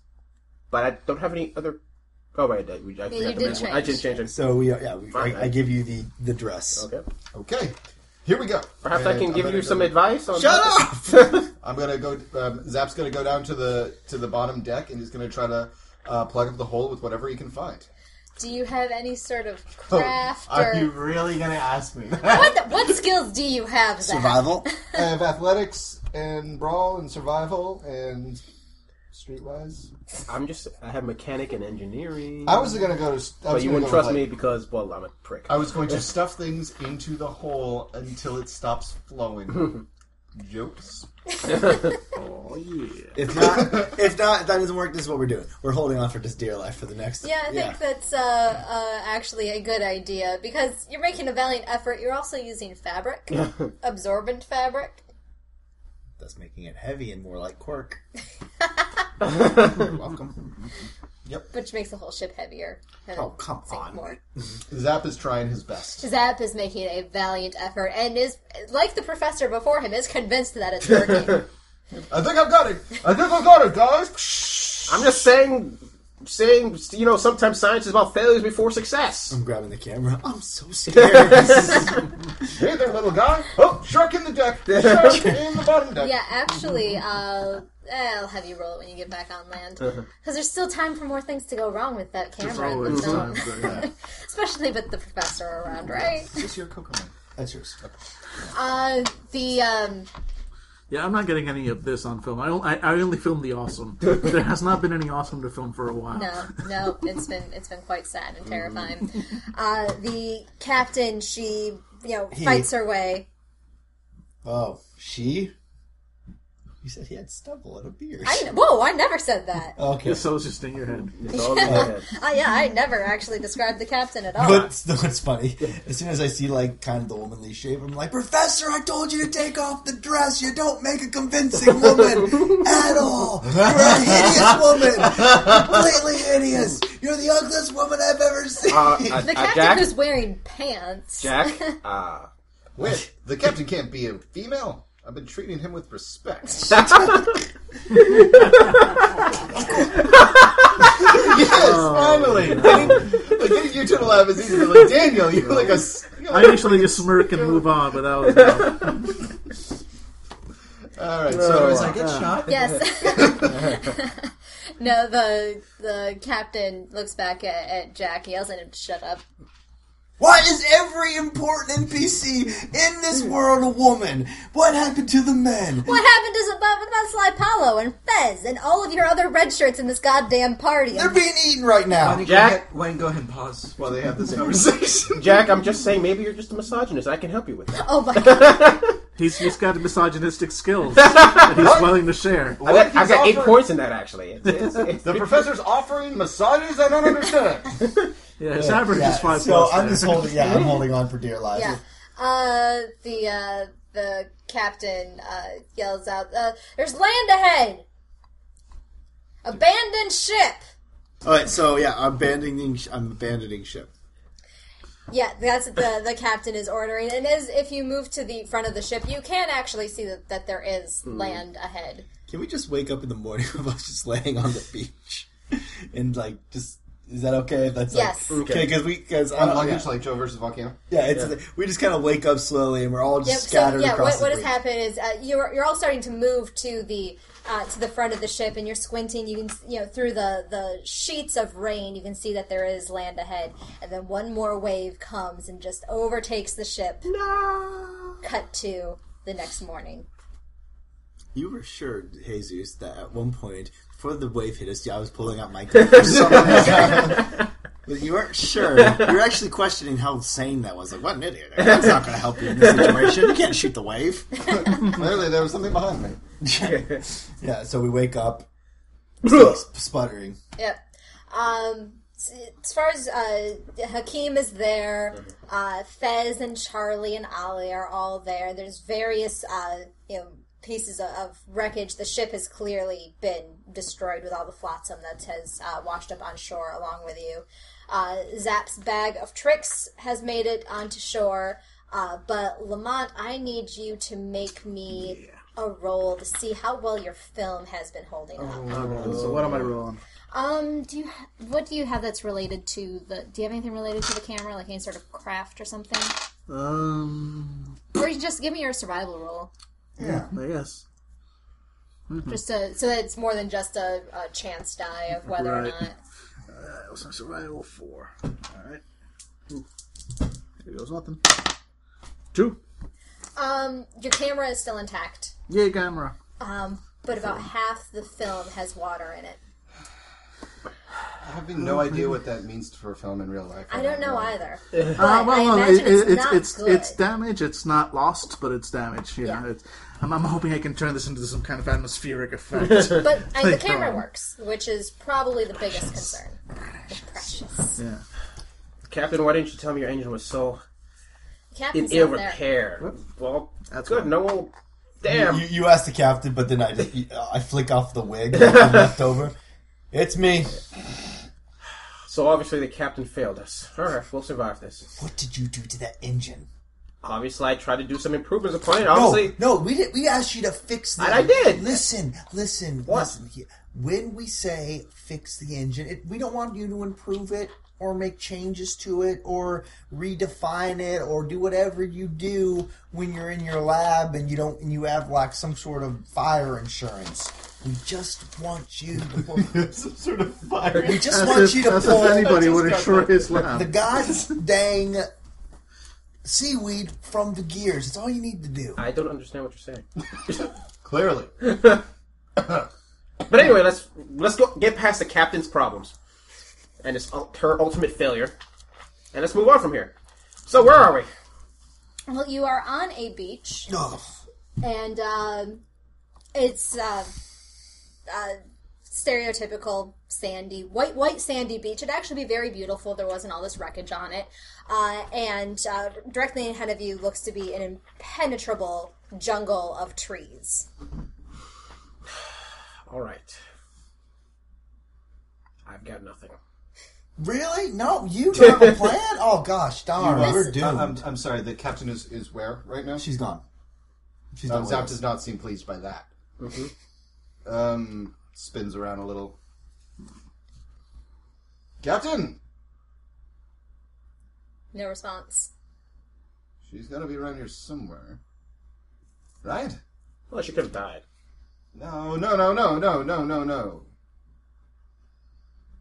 [SPEAKER 5] But I don't have any other. Oh wait, I, I forgot
[SPEAKER 11] you
[SPEAKER 5] the
[SPEAKER 11] did
[SPEAKER 5] main one. I didn't
[SPEAKER 11] change.
[SPEAKER 5] change it.
[SPEAKER 6] So we, yeah, we,
[SPEAKER 5] Fine.
[SPEAKER 6] I, I give you the the dress.
[SPEAKER 5] Okay.
[SPEAKER 4] Okay, here we go.
[SPEAKER 5] Perhaps I
[SPEAKER 4] And
[SPEAKER 5] can
[SPEAKER 4] I'm
[SPEAKER 5] give
[SPEAKER 4] gonna
[SPEAKER 5] you some
[SPEAKER 4] go-
[SPEAKER 5] advice on.
[SPEAKER 6] Shut up!
[SPEAKER 4] I'm gonna go. Um, Zap's gonna go down to the to the bottom deck and he's gonna try to uh, plug up the hole with whatever he can find.
[SPEAKER 11] Do you have any sort of craft
[SPEAKER 4] Oh, Are
[SPEAKER 11] or
[SPEAKER 4] you really gonna ask me?
[SPEAKER 11] what, the- what skills do you have? Zach?
[SPEAKER 6] Survival.
[SPEAKER 4] I have athletics and brawl and survival and streetwise.
[SPEAKER 5] I'm just. I have mechanic and engineering.
[SPEAKER 4] I was gonna go to. I was
[SPEAKER 5] but you
[SPEAKER 4] gonna
[SPEAKER 5] wouldn't
[SPEAKER 4] go with,
[SPEAKER 5] trust
[SPEAKER 4] like,
[SPEAKER 5] me because, well, I'm a prick.
[SPEAKER 4] I was going to stuff things into the hole until it stops flowing. Jokes.
[SPEAKER 7] oh yeah.
[SPEAKER 6] If not, if not, if that doesn't work, this is what we're doing. We're holding on for just dear life for the next.
[SPEAKER 11] Yeah, I think that's uh, uh, actually a good idea because you're making a valiant effort. You're also using fabric, absorbent fabric.
[SPEAKER 6] that's making it heavy and more like cork.
[SPEAKER 11] Which makes the whole ship heavier. and
[SPEAKER 6] Oh come
[SPEAKER 11] sink
[SPEAKER 6] on!
[SPEAKER 11] More.
[SPEAKER 4] Zap is trying his best.
[SPEAKER 11] Zap is making a valiant effort and is, like the professor before him, is convinced that it's working.
[SPEAKER 4] I think I've got it. I think I got it, guys.
[SPEAKER 5] I'm just saying, saying, you know, sometimes science is about failures before success.
[SPEAKER 6] I'm grabbing the camera. I'm so scared.
[SPEAKER 4] Hey there, little guy. Oh, shark in the deck. Shark in the bottom deck.
[SPEAKER 11] yeah, actually, uh, eh, I'll have you roll it when you get back on land
[SPEAKER 6] Uh-huh.
[SPEAKER 11] because there's still time for more things to go wrong with that
[SPEAKER 7] There's
[SPEAKER 11] camera,
[SPEAKER 7] always
[SPEAKER 11] So-
[SPEAKER 7] time for that.
[SPEAKER 11] especially with the professor around, right?
[SPEAKER 4] Is this your coconut?
[SPEAKER 6] That's yours.
[SPEAKER 11] Uh, the um,
[SPEAKER 7] Yeah, I'm not getting any of this on film. I, only, I, I only filmed the awesome. There has not been any awesome to film for a while.
[SPEAKER 11] No, no, it's been it's been quite sad and terrifying. Uh, the captain, she you know fights her way.
[SPEAKER 6] Oh, she? You said he had stubble and a beard.
[SPEAKER 11] I, kn- whoa, I never said that.
[SPEAKER 6] Okay.
[SPEAKER 7] So it's just in your head.
[SPEAKER 5] It's all in my head.
[SPEAKER 11] Uh, yeah, I never actually described the captain at all.
[SPEAKER 6] But still, it's funny. As soon as I see like kind of the womanly shape, I'm like, Professor, I told you to take off the dress. You don't make a convincing woman at all. You're a hideous woman, completely hideous. You're the ugliest woman I've ever seen.
[SPEAKER 5] Uh, uh,
[SPEAKER 11] the
[SPEAKER 5] uh,
[SPEAKER 11] captain
[SPEAKER 5] Jack,
[SPEAKER 11] who's wearing pants.
[SPEAKER 5] Jack, uh,
[SPEAKER 4] Wait, the captain can't be a female. I've been treating him with respect.
[SPEAKER 5] uh,
[SPEAKER 4] yes, finally. Getting, like, getting you to the lab is easy. but, Like Daniel, you're like a. s- You're
[SPEAKER 7] I
[SPEAKER 4] like,
[SPEAKER 7] usually just smirk and move on, but that was enough.
[SPEAKER 4] all right, so uh, as I get shot,
[SPEAKER 11] Yes. no, the the captain looks back at, at Jack, yells at him to shut up.
[SPEAKER 6] Why is every important NPC in this world a woman? What happened to the men?
[SPEAKER 3] What happened to about, what about Sly Paulo and Fez and all of your other red shirts in this goddamn party?
[SPEAKER 6] They're being eaten right
[SPEAKER 13] Why
[SPEAKER 6] now.
[SPEAKER 13] don't you
[SPEAKER 5] Jack?
[SPEAKER 13] Go ahead, why don't you go ahead and pause while they have this conversation?
[SPEAKER 5] Jack, I'm just saying, maybe you're just a misogynist. I can help you with that.
[SPEAKER 3] oh my god.
[SPEAKER 7] He's just got misogynistic skills that he's willing to share.
[SPEAKER 5] I got, I
[SPEAKER 13] he's
[SPEAKER 5] got eight
[SPEAKER 13] offered-
[SPEAKER 5] points in that, actually. It's, it's, it's,
[SPEAKER 4] The professor's offering massages. I don't understand.
[SPEAKER 7] Yeah, his average
[SPEAKER 6] Yeah,
[SPEAKER 7] is five
[SPEAKER 6] so
[SPEAKER 7] plus.
[SPEAKER 6] I'm
[SPEAKER 7] there.
[SPEAKER 6] just holding. Yeah, I'm holding on for dear life.
[SPEAKER 3] Yeah. Uh, the uh, the captain uh, yells out, uh, "There's land ahead! Abandon ship!"
[SPEAKER 1] All right, so yeah, I'm abandoning. sh- I'm abandoning ship.
[SPEAKER 3] Yeah, that's what the the captain is ordering. And as if you move to the front of the ship, you can actually see that, that there is land ahead.
[SPEAKER 1] Can we just wake up in the morning of us just laying on the beach and like just? Is that okay? That's
[SPEAKER 3] Yes.
[SPEAKER 1] Like,
[SPEAKER 3] Okay.
[SPEAKER 1] okay, because we because
[SPEAKER 6] Uh,
[SPEAKER 4] On
[SPEAKER 1] I'm yeah.
[SPEAKER 4] luggage, like Joe versus the volcano.
[SPEAKER 1] yeah, it's we just kind of wake up slowly and we're all just
[SPEAKER 3] Yep. So
[SPEAKER 1] scattered
[SPEAKER 3] yeah,
[SPEAKER 1] across
[SPEAKER 3] what, what
[SPEAKER 1] the
[SPEAKER 3] has
[SPEAKER 1] beach.
[SPEAKER 3] happened is uh, you're you're all starting to move to the uh, to the front of the ship, and you're squinting. You can s- you know through the the sheets of rain, you can see that there is land ahead. And then one more wave comes and just overtakes the ship. No. Cut to the next morning.
[SPEAKER 1] You were sure, Jesus, that at one point before the wave hit us, yeah, I was pulling out my gun for some reason. But you weren't sure. You were actually questioning how sane that was. Like, what an idiot! That's not going to help you in this situation. You can't shoot the wave.
[SPEAKER 4] Clearly, there was something behind me.
[SPEAKER 1] Yeah, so we wake up, still sp- sputtering.
[SPEAKER 3] Yep. Um, s- as far as uh, Hakeem is there, uh, Fez and Charlie and Ali are all there. There's various uh, you know pieces of, of wreckage. The ship has clearly been destroyed with all the flotsam that has uh, washed up on shore along with you. Uh, Zap's bag of tricks has made it onto shore. Uh, but Lamont, I need you to make me a roll to see how well your film has been holding up.
[SPEAKER 7] So what am I rolling?
[SPEAKER 11] Um, do you ha- what do you have that's related to the? Do you have anything related to the camera, like any sort of craft or something?
[SPEAKER 7] Um,
[SPEAKER 11] Or you just give me your survival roll,
[SPEAKER 7] I guess.
[SPEAKER 11] just to, so that it's more than just a, a chance die of whether or
[SPEAKER 7] Right.
[SPEAKER 11] not.
[SPEAKER 7] That was my survival four. All right. Ooh. There goes nothing. Two.
[SPEAKER 11] Um, your camera is still intact,
[SPEAKER 7] Yay, camera.
[SPEAKER 11] but about half the film has water in it.
[SPEAKER 4] I have no idea what that means for a film in real life.
[SPEAKER 3] I don't know either. But
[SPEAKER 7] Uh, well,
[SPEAKER 3] I
[SPEAKER 7] well,
[SPEAKER 3] imagine
[SPEAKER 7] it-
[SPEAKER 3] it's,
[SPEAKER 7] it-
[SPEAKER 3] not
[SPEAKER 7] it's,
[SPEAKER 3] good.
[SPEAKER 7] it's damage. It's not lost, but it's damage. You
[SPEAKER 3] Yeah.
[SPEAKER 7] know, it's, I'm, I'm hoping I can turn this into some kind of atmospheric effect.
[SPEAKER 3] but I, the
[SPEAKER 7] Like,
[SPEAKER 3] camera
[SPEAKER 7] um,
[SPEAKER 3] works, which is probably the biggest concern. The precious.
[SPEAKER 7] yeah.
[SPEAKER 5] Captain, why didn't you tell me your engine was so in
[SPEAKER 3] Captain's
[SPEAKER 5] ill
[SPEAKER 3] not there.
[SPEAKER 5] repair? Well, that's good. No one. Damn.
[SPEAKER 6] You, you asked the captain, but then I just I flick off the wig that's been left over. It's me.
[SPEAKER 5] So obviously the captain failed us. All right, we'll survive this.
[SPEAKER 6] What did you do to that engine?
[SPEAKER 5] Obviously, I tried to do some improvements upon it.
[SPEAKER 6] No,
[SPEAKER 5] Obviously,
[SPEAKER 6] no, we did. We asked you to fix the.
[SPEAKER 5] And I did.
[SPEAKER 6] Listen, listen,
[SPEAKER 5] What?
[SPEAKER 6] listen. here. When we say fix the engine, it, we don't want you to improve it or make changes to it or redefine it or do whatever you do when you're in your lab and you don't and you have like some sort of fire insurance. We just want you to pull,
[SPEAKER 1] Some sort of fire.
[SPEAKER 6] we just
[SPEAKER 7] As
[SPEAKER 6] want
[SPEAKER 7] if,
[SPEAKER 6] you to
[SPEAKER 7] as if
[SPEAKER 6] pull
[SPEAKER 7] anybody would insure his
[SPEAKER 6] the
[SPEAKER 7] lab.
[SPEAKER 6] goddamn seaweed from the gears. It's all you need to do.
[SPEAKER 5] I don't understand what you're saying.
[SPEAKER 4] Clearly,
[SPEAKER 5] But anyway, let's let's go get past the captain's problems and his, ul- her ultimate failure, and let's move on from here. So where are we?
[SPEAKER 11] Well, you are on a beach. and um,
[SPEAKER 3] It's uh, uh, stereotypical sandy, white, white sandy beach. It'd actually be very beautiful. There wasn't all this wreckage on it. Uh, and uh, directly ahead of you looks to be an impenetrable jungle of trees.
[SPEAKER 5] All right. I've got nothing.
[SPEAKER 6] Really? No, you don't have a plan? Oh gosh, darn, we're doomed.
[SPEAKER 4] I'm, I'm sorry. The captain is, is where right now?
[SPEAKER 6] She's gone. She's
[SPEAKER 4] Um,
[SPEAKER 6] done.
[SPEAKER 4] Zap does not seem pleased by that.
[SPEAKER 5] Mm-hmm.
[SPEAKER 4] Um, spins around a little. Captain,
[SPEAKER 3] No response.
[SPEAKER 4] she's got to be around here somewhere, right?
[SPEAKER 5] Well, she could have died.
[SPEAKER 4] No, no, no, no, no, no, no, no.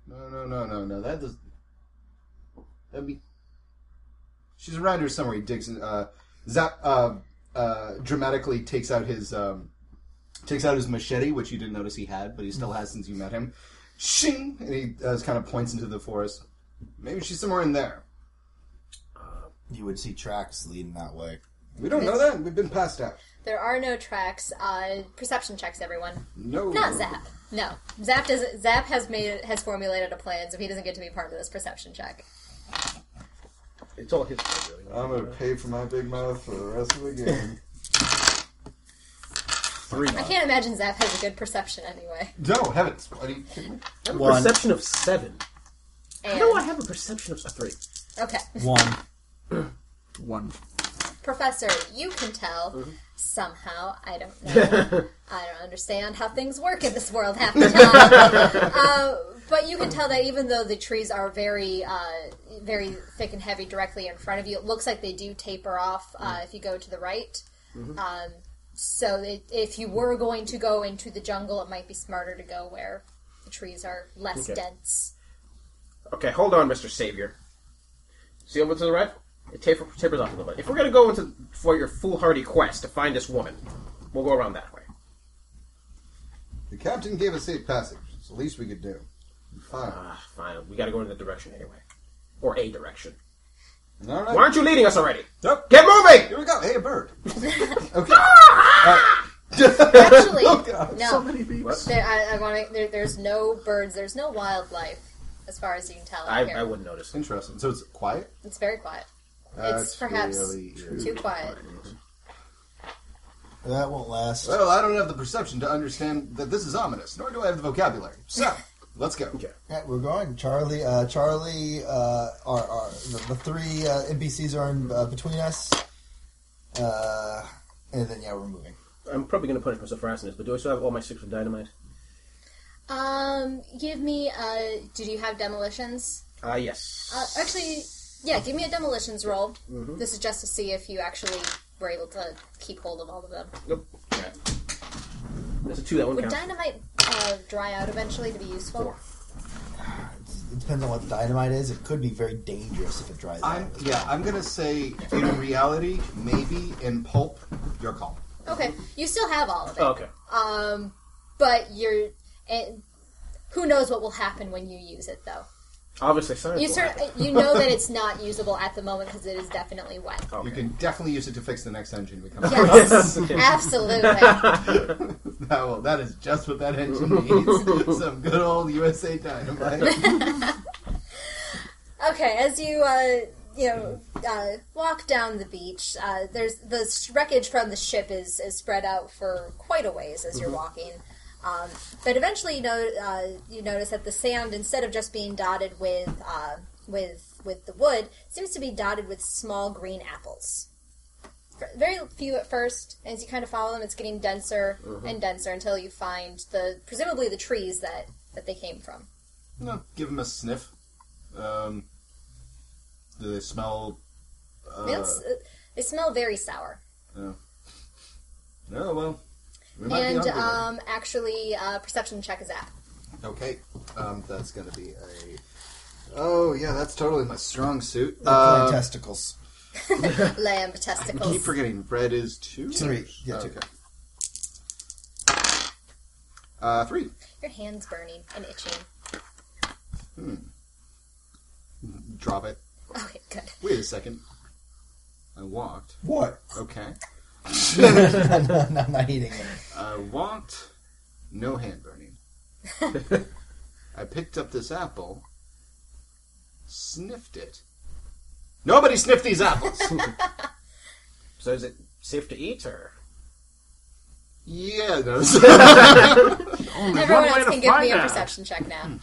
[SPEAKER 4] No, no, no, no, no. That does. That'd be. She's around here somewhere. He digs and uh, Zap uh, uh, dramatically takes out his um, takes out his machete, which you didn't notice he had, but he still has since you met him. Shing, and he uh, kind of points into the forest. Maybe she's somewhere in there.
[SPEAKER 3] You would see tracks leading that way.
[SPEAKER 4] We don't know that. We've been passed out.
[SPEAKER 11] There are no tracks. Uh, perception checks, everyone.
[SPEAKER 4] No.
[SPEAKER 11] Not Zap. No, Zap doesn't. Zap has made has formulated a plan, so he doesn't get to be part of this perception check.
[SPEAKER 5] It's all his fault, really.
[SPEAKER 4] I'm gonna pay for my big mouth for the rest of the game.
[SPEAKER 5] Three.
[SPEAKER 11] I can't imagine Zap has a good perception anyway.
[SPEAKER 4] no, heavens! What are you kidding me?
[SPEAKER 5] I have a
[SPEAKER 3] One.
[SPEAKER 5] perception of seven.
[SPEAKER 11] And,
[SPEAKER 5] How do I have a perception of a three?
[SPEAKER 11] okay,
[SPEAKER 3] One.
[SPEAKER 7] One.
[SPEAKER 11] Professor, you can tell
[SPEAKER 14] Mm-hmm.
[SPEAKER 11] somehow. I don't know. I don't understand how things work in this world half the time. uh, but you can tell that even though the trees are very, uh, very thick and heavy directly in front of you, it looks like they do taper off uh, if you go to the right. Um, so it, if you were going to go into the jungle, it might be smarter to go where the trees are less
[SPEAKER 5] Okay.
[SPEAKER 11] dense.
[SPEAKER 5] Okay, hold on, Mister Savior. See over to the right. It taper, tapers off a little bit. If we're gonna go into for your foolhardy quest to find this woman, we'll go around that way.
[SPEAKER 4] The captain gave us safe passage. It's the least we could do. Fine.
[SPEAKER 5] Ah, fine. We gotta go in the direction anyway, or a direction.
[SPEAKER 4] All right.
[SPEAKER 5] Why aren't you leading us already?
[SPEAKER 4] Nope.
[SPEAKER 5] Get moving!
[SPEAKER 4] Here we go. Hey, a bird. okay.
[SPEAKER 11] Actually, no.
[SPEAKER 14] Oh, So many beaks.
[SPEAKER 11] There, I, I want to. There, there's no birds. There's no wildlife, as far as you can tell. Out
[SPEAKER 5] I,
[SPEAKER 11] here.
[SPEAKER 5] I wouldn't notice.
[SPEAKER 4] Interesting. So it's quiet.
[SPEAKER 11] It's very quiet.
[SPEAKER 4] That's
[SPEAKER 11] perhaps
[SPEAKER 4] really eerie.
[SPEAKER 11] Too quiet.
[SPEAKER 3] That won't last.
[SPEAKER 4] Well, I don't have the perception to understand that this is ominous, nor do I have the vocabulary. So, let's go.
[SPEAKER 5] Okay.
[SPEAKER 6] Yeah, we're going. Charlie, uh, Charlie, uh, are, are the, the three uh, NPCs are in, uh, between us, uh, and then yeah, we're moving.
[SPEAKER 5] I'm probably gonna punish myself for asking this, but do I still have all my six of dynamite?
[SPEAKER 11] Um, give me. Uh, did you have demolitions?
[SPEAKER 5] Ah, yes.
[SPEAKER 11] Uh, actually, yeah. Give me a demolitions roll. This is just to see if you actually were able to keep hold of all of them.
[SPEAKER 5] nope. Okay. That's a two. That one
[SPEAKER 11] Would
[SPEAKER 5] counts.
[SPEAKER 11] dynamite uh, dry out eventually to be useful?
[SPEAKER 5] Four.
[SPEAKER 6] It depends on what the dynamite is. It could be very dangerous if it dries
[SPEAKER 4] I'm
[SPEAKER 6] out.
[SPEAKER 4] yeah. I'm gonna say in reality, maybe in pulp, your call.
[SPEAKER 11] Okay, you still have all of it.
[SPEAKER 5] Oh, okay.
[SPEAKER 11] Um, but you're. It, who knows what will happen when you use it, though?
[SPEAKER 5] Obviously, science.
[SPEAKER 11] You
[SPEAKER 5] will
[SPEAKER 11] cer-
[SPEAKER 5] happen.
[SPEAKER 11] you know that it's not usable at the moment because it is definitely wet.
[SPEAKER 5] Okay.
[SPEAKER 4] You can definitely use it to fix the next engine we come. up with.
[SPEAKER 11] Yes, absolutely.
[SPEAKER 4] That will- that is just what that engine needs. Some good old USA dynamite.
[SPEAKER 11] Okay, as you uh, you know uh, walk down the beach, uh, there's the s- wreckage from the ship is is spread out for quite a ways as
[SPEAKER 4] Mm-hmm.
[SPEAKER 11] you're walking. Um, but eventually, you know, uh, you notice that the sand, instead of just being dotted with uh, with with the wood, seems to be dotted with small green apples. F- Very few at first. As you kind of follow them, it's getting denser and denser until you find the presumably the trees that that they came from.
[SPEAKER 4] no, give them a sniff. Um, do they smell?
[SPEAKER 11] They
[SPEAKER 4] Uh,
[SPEAKER 11] don't s- they smell very sour.
[SPEAKER 4] oh well. We might
[SPEAKER 11] And
[SPEAKER 4] be onto them.
[SPEAKER 11] um, actually, uh, perception check is app.
[SPEAKER 4] Okay, um, that's gonna be a. Oh yeah, that's totally my strong suit.
[SPEAKER 6] They're
[SPEAKER 4] Um,
[SPEAKER 6] playing testicles.
[SPEAKER 11] Lamb
[SPEAKER 4] I keep
[SPEAKER 11] testicles.
[SPEAKER 4] forgetting. Red is two.
[SPEAKER 6] Oh. Three. Yeah, two.
[SPEAKER 4] okay. Uh, three.
[SPEAKER 11] Your hands burning and itching.
[SPEAKER 4] Drop it.
[SPEAKER 11] Okay, good.
[SPEAKER 4] Wait a second. I walked.
[SPEAKER 6] What?
[SPEAKER 4] Okay.
[SPEAKER 6] no, I'm not eating it.
[SPEAKER 4] I walked. No hand burning. I picked up this apple. Sniffed it. Nobody sniffed these apples.
[SPEAKER 5] So is it safe to eat or?
[SPEAKER 4] yeah, no.
[SPEAKER 7] Only one
[SPEAKER 11] Everyone
[SPEAKER 7] way
[SPEAKER 11] else
[SPEAKER 7] to
[SPEAKER 11] can give me
[SPEAKER 7] find Hmm.
[SPEAKER 11] a
[SPEAKER 7] out.
[SPEAKER 11] perception check now.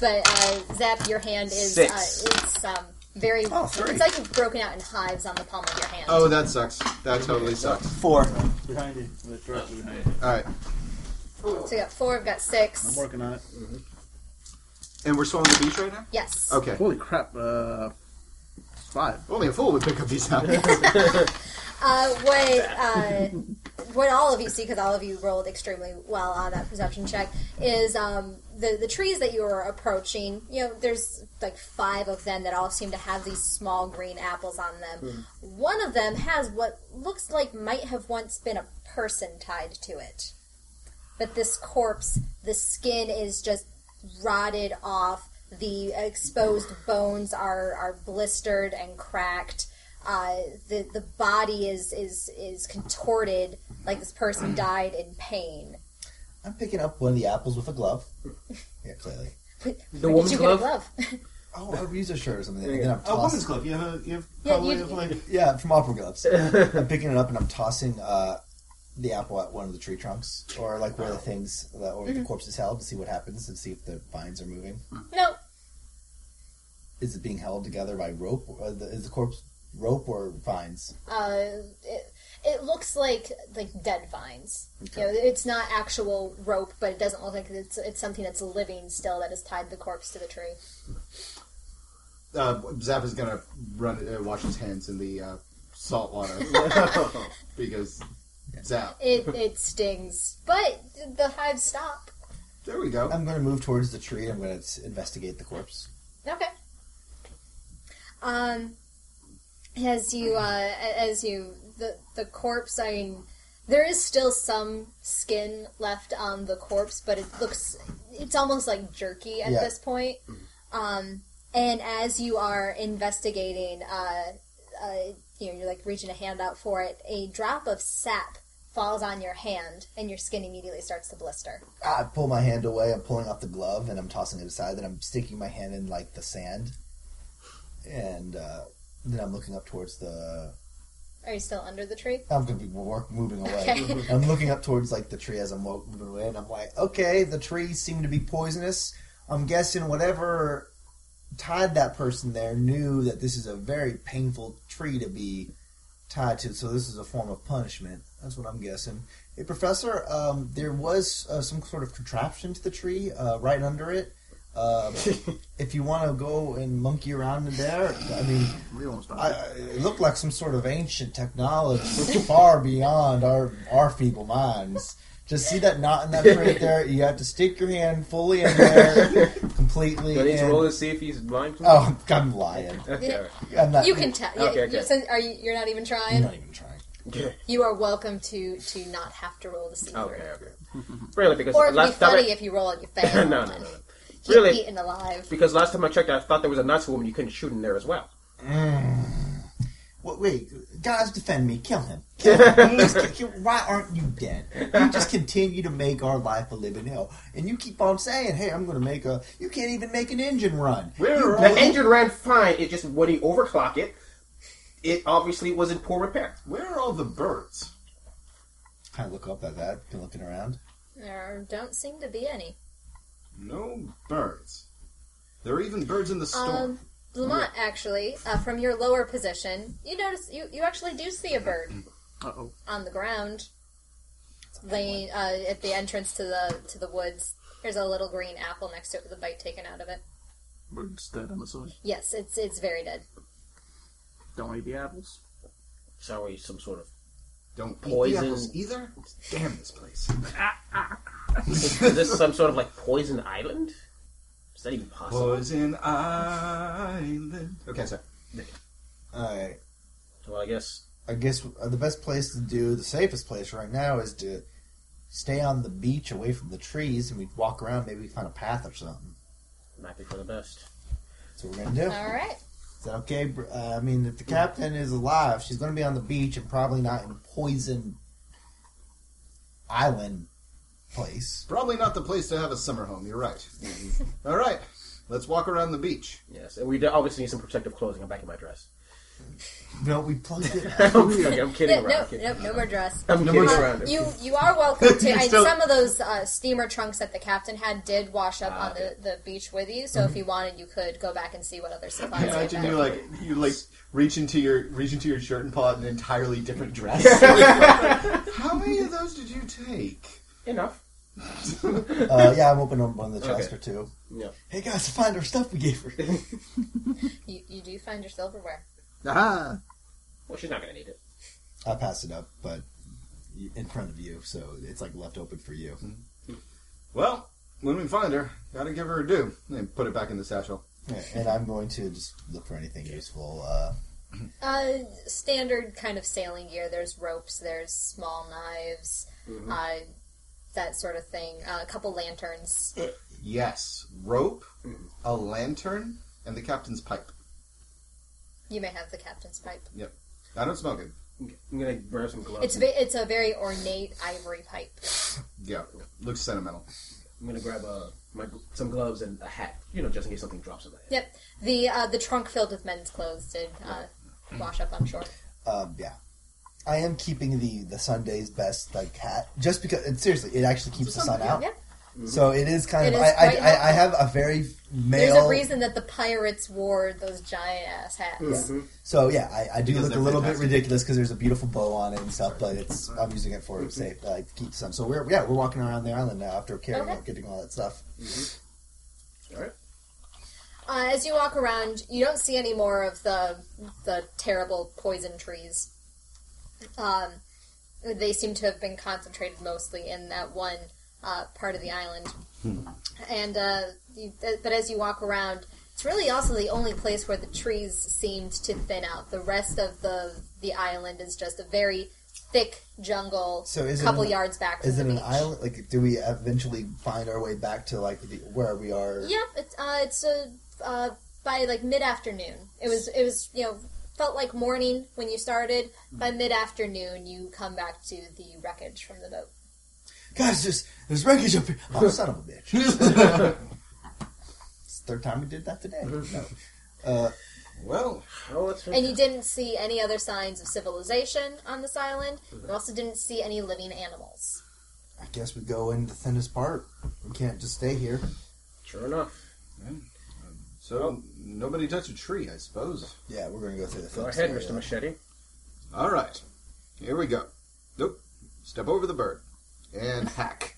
[SPEAKER 11] But uh, Zap, your hand is uh,
[SPEAKER 5] Six.
[SPEAKER 11] it's um, very.
[SPEAKER 6] Oh, three.
[SPEAKER 11] It's like you've broken out in hives on the palm of your hand.
[SPEAKER 4] oh, that sucks. That totally sucks.
[SPEAKER 6] Four.
[SPEAKER 7] Behind you. Like, directly behind you.
[SPEAKER 4] All right,
[SPEAKER 11] So you got four. I've got
[SPEAKER 7] I'm
[SPEAKER 11] six.
[SPEAKER 7] working on it.
[SPEAKER 4] and we're still on the beach right now.
[SPEAKER 11] Yes.
[SPEAKER 4] Okay.
[SPEAKER 7] Holy crap. Uh, five.
[SPEAKER 4] Only a fool would pick up these apples.
[SPEAKER 11] Uh, what uh, what all of you see, because all of you rolled extremely well on that perception check, is um, the the trees that you are approaching. You know, there's like five of them that all seem to have these small green apples on them.
[SPEAKER 3] Hmm.
[SPEAKER 11] One of them has what looks like might have once been a person tied to it, but this corpse, the skin is just rotted off. The exposed bones are are blistered and cracked uh, the the body is is is contorted like this
[SPEAKER 7] Hmm.
[SPEAKER 11] person died in pain.
[SPEAKER 6] I'm picking up one of the apples with a glove. Yeah, clearly.
[SPEAKER 5] The
[SPEAKER 11] Where did
[SPEAKER 5] woman's
[SPEAKER 11] you
[SPEAKER 5] glove.
[SPEAKER 11] get a glove?
[SPEAKER 6] Oh, I would use a shirt or something. And then I'm
[SPEAKER 9] A woman's
[SPEAKER 6] tossing.
[SPEAKER 9] glove. You have a you have
[SPEAKER 11] Yeah,
[SPEAKER 9] probably
[SPEAKER 11] you-
[SPEAKER 9] have like
[SPEAKER 6] Yeah, from opera gloves. I'm picking it up and I'm tossing uh, the apple at one of the tree trunks or like where the things that, or the corpse is held to see what happens and see if the vines are moving.
[SPEAKER 11] no,
[SPEAKER 6] Is it being held together by rope? Or the, is the corpse rope or vines?
[SPEAKER 11] uh, it, it looks like like dead vines. You know, it's not actual rope, but it doesn't look like it's it's something that's living still that has tied the corpse to the tree.
[SPEAKER 4] Uh, Zap is gonna run uh, wash his hands in the uh, salt water because Zap.
[SPEAKER 11] It it stings, but the hives stop.
[SPEAKER 4] There we go.
[SPEAKER 6] I'm going to move towards the tree. I'm going to investigate the corpse.
[SPEAKER 11] Okay. Um, as you, uh, a- as you, the the corpse. I mean, there is still some skin left on the corpse, but it looks, it's almost like jerky at
[SPEAKER 6] Yeah.
[SPEAKER 11] this point.
[SPEAKER 5] Mm-hmm.
[SPEAKER 11] Um, and as you are investigating, uh, uh, you know, you're like reaching a hand out for it. A drop of sap falls on your hand, and your skin immediately starts to blister.
[SPEAKER 6] I pull my hand away. I'm pulling off the glove and I'm tossing it aside. Then I'm sticking my hand in like the sand, and uh, then I'm looking up towards the.
[SPEAKER 11] Are you still under the tree?
[SPEAKER 6] I'm going to be work, moving away.
[SPEAKER 11] Okay.
[SPEAKER 6] I'm looking up towards like the tree as I'm wo- moving away, and I'm like, okay, the trees seem to be poisonous. I'm guessing whatever tied that person there knew that this is a very painful tree to be tied to, so this is a form of punishment. That's what I'm guessing. Hey, Professor, um, there was uh, some sort of contraption to the tree uh, right under it. Um if you want to go and monkey around in there, I mean,
[SPEAKER 9] we almost
[SPEAKER 6] I,
[SPEAKER 9] died.
[SPEAKER 6] I- it looked like some sort of ancient technology far beyond our our feeble minds. Just see that knot in that right there. You have to stick your hand fully in there, completely.
[SPEAKER 5] Do I need to
[SPEAKER 6] in.
[SPEAKER 5] roll to see if he's blind?
[SPEAKER 6] Oh, I'm lying.
[SPEAKER 5] Okay. all right.
[SPEAKER 6] I'm not.
[SPEAKER 11] You can tell. Yeah,
[SPEAKER 5] Mm-hmm. Okay, okay.
[SPEAKER 11] You're, since- are you, you're not even trying.
[SPEAKER 6] I'm not even trying.
[SPEAKER 11] You are welcome to to not have to roll the see
[SPEAKER 5] Okay,
[SPEAKER 11] through.
[SPEAKER 5] okay. Really, because
[SPEAKER 11] Or it'd be
[SPEAKER 5] last time
[SPEAKER 11] funny
[SPEAKER 5] I,
[SPEAKER 11] if you roll and you fail.
[SPEAKER 5] no, no, no, no.
[SPEAKER 11] Get
[SPEAKER 5] Really?
[SPEAKER 11] eaten alive.
[SPEAKER 5] because last time I checked, I thought there was a Nazi woman you couldn't shoot in there as well.
[SPEAKER 6] Wait, wait, guys, defend me. Kill him. Kill him. Please, kill- kill- Why aren't you dead? You just continue to make our life a living hell, and you keep on saying, "Hey, I'm going to make a." You can't even make an engine run.
[SPEAKER 4] Where
[SPEAKER 5] The
[SPEAKER 4] are
[SPEAKER 5] engine ran fine. It just when he overclocked it, it obviously was in poor repair.
[SPEAKER 4] where are all the birds?
[SPEAKER 6] Kind of look up at that. Been looking around.
[SPEAKER 11] There don't seem to be any.
[SPEAKER 4] No birds. There are even birds in the storm.
[SPEAKER 11] Um, Lamont, actually, uh, from your lower position, you notice you, you actually do see a bird
[SPEAKER 9] Uh-oh.
[SPEAKER 11] on the ground, laying uh, at the entrance to the to the woods. There's a little green apple next to it with a bite taken out of it.
[SPEAKER 9] Bird's dead, I'm assuming.
[SPEAKER 11] Yes, it's it's very dead.
[SPEAKER 9] Don't eat the apples.
[SPEAKER 5] Sorry, some sort of
[SPEAKER 4] Don't eat
[SPEAKER 5] poison.
[SPEAKER 4] the apples either. Damn this place.
[SPEAKER 5] is this some sort of like poison island? Is that even possible?
[SPEAKER 4] Poison Island. Okay, sorry.
[SPEAKER 6] All right.
[SPEAKER 5] Well, I guess
[SPEAKER 6] I guess uh, the best place to do, the safest place right now is to stay on the beach away from the trees and we'd walk around, maybe we'd find a path or something.
[SPEAKER 5] it might be for the best.
[SPEAKER 6] That's what we're going to do.
[SPEAKER 11] All right.
[SPEAKER 6] Is that okay? br- Uh, I mean, if the captain is alive, she's going to be on the beach and probably not in a poison island place.
[SPEAKER 4] Probably not the place to have a summer home. You're right. All right, let's walk around the beach.
[SPEAKER 5] Yes, and we do obviously need some protective clothing. I'm back in my dress.
[SPEAKER 6] No, we plugged it.
[SPEAKER 5] I'm kidding. I'm kidding
[SPEAKER 11] Yeah,
[SPEAKER 5] around. I'm
[SPEAKER 11] no,
[SPEAKER 5] kidding.
[SPEAKER 11] no, no more dress.
[SPEAKER 5] I'm kidding
[SPEAKER 11] Uh,
[SPEAKER 5] around.
[SPEAKER 11] you you are welcome to. and
[SPEAKER 9] still-
[SPEAKER 11] some of those uh, steamer trunks that the captain had did wash up
[SPEAKER 3] Ah,
[SPEAKER 5] Ah,
[SPEAKER 11] on the, the beach with you. So if you wanted, you could go back and see what other supplies. you
[SPEAKER 4] Imagine
[SPEAKER 11] had.
[SPEAKER 4] you like you like reach into your reach into your shirt and pull out an entirely different dress. How many of those did you take?
[SPEAKER 5] Enough.
[SPEAKER 6] Uh, yeah, I'm opening up one of the chests
[SPEAKER 5] Okay.
[SPEAKER 6] or two.
[SPEAKER 5] Yeah.
[SPEAKER 6] Hey guys, find our stuff we gave her.
[SPEAKER 11] You, you do find your silverware.
[SPEAKER 9] Aha!
[SPEAKER 5] Well, she's not gonna need it.
[SPEAKER 6] I pass it up, but in front of you, so it's like left open for you.
[SPEAKER 5] Mm-hmm.
[SPEAKER 1] Well, when we find her, gotta give her a do. And put it back in the satchel.
[SPEAKER 6] Yeah, and I'm going to just look for anything useful. Uh,
[SPEAKER 3] Uh, standard kind of sailing gear. There's ropes. There's small knives.
[SPEAKER 5] Mm-hmm.
[SPEAKER 3] Uh, that sort of thing. Uh, a couple lanterns.
[SPEAKER 1] Yes, rope, a lantern, and the captain's pipe.
[SPEAKER 3] You may have the captain's pipe.
[SPEAKER 1] I don't smoke it.
[SPEAKER 5] I'm gonna grab some gloves.
[SPEAKER 3] It's a, ve- it's a very ornate ivory pipe.
[SPEAKER 1] Yeah, looks sentimental.
[SPEAKER 5] I'm gonna grab uh, my gl- some gloves and a hat, you know, just in case something drops on my head.
[SPEAKER 3] Yep. The uh, the trunk filled with men's clothes did uh, wash up on shore.
[SPEAKER 6] um, yeah. I am keeping the the Sunday's best like hat just because. And seriously, it actually keeps the sun out.
[SPEAKER 3] Yeah.
[SPEAKER 5] Mm-hmm.
[SPEAKER 6] So it is
[SPEAKER 3] It
[SPEAKER 6] kind of.
[SPEAKER 3] is
[SPEAKER 6] I, I,
[SPEAKER 3] quite
[SPEAKER 6] I, I have a very male.
[SPEAKER 3] There's a reason that the pirates wore those giant ass hats.
[SPEAKER 6] So yeah, I, I do
[SPEAKER 1] Because
[SPEAKER 6] look a
[SPEAKER 1] they're
[SPEAKER 6] little bit
[SPEAKER 1] fantastic.
[SPEAKER 6] ridiculous because there's a beautiful bow on it and stuff, but it's I'm using it
[SPEAKER 5] Mm-hmm.
[SPEAKER 6] for safe, like to keep some. So we're yeah we're walking around the island now after carrying
[SPEAKER 3] Okay.
[SPEAKER 6] out getting all that stuff.
[SPEAKER 3] Uh, as you walk around, you don't see any more of the the terrible poison trees. Um, they seem to have been concentrated mostly in that one uh, part of the island.
[SPEAKER 11] Hmm.
[SPEAKER 3] And uh, you, th- but as you walk around, it's really also the only place where the trees seemed to thin out. The rest of the the island is just a very thick jungle.
[SPEAKER 6] So is it
[SPEAKER 3] couple
[SPEAKER 6] an-
[SPEAKER 3] yards back from
[SPEAKER 5] Mm-hmm.
[SPEAKER 6] Is
[SPEAKER 3] the
[SPEAKER 6] it an
[SPEAKER 3] beach.
[SPEAKER 6] island? Like, do we eventually find our way back to like the, where we are?
[SPEAKER 3] Yeah, it's uh, it's uh, uh, by like mid afternoon. It was it was you know felt like morning when you started. By mid afternoon, you come back to the wreckage from the boat.
[SPEAKER 6] Guys, there's there's wreckage up here. Oh, son of a bitch! it's the third time we did that today.
[SPEAKER 5] Mm-hmm.
[SPEAKER 6] No.
[SPEAKER 1] Well,
[SPEAKER 5] Oh, that's
[SPEAKER 3] And you didn't see any other signs of civilization on this island. You also didn't see any living animals.
[SPEAKER 6] I guess we go in the thinnest part. We can't just stay here.
[SPEAKER 5] Sure enough.
[SPEAKER 1] so nobody touched a tree, I suppose.
[SPEAKER 6] Yeah, we're gonna go through the
[SPEAKER 5] Go
[SPEAKER 6] thinnest
[SPEAKER 5] ahead,
[SPEAKER 6] area.
[SPEAKER 5] Mr. Machete.
[SPEAKER 1] All right, here we go. Nope, step over the bird and hack.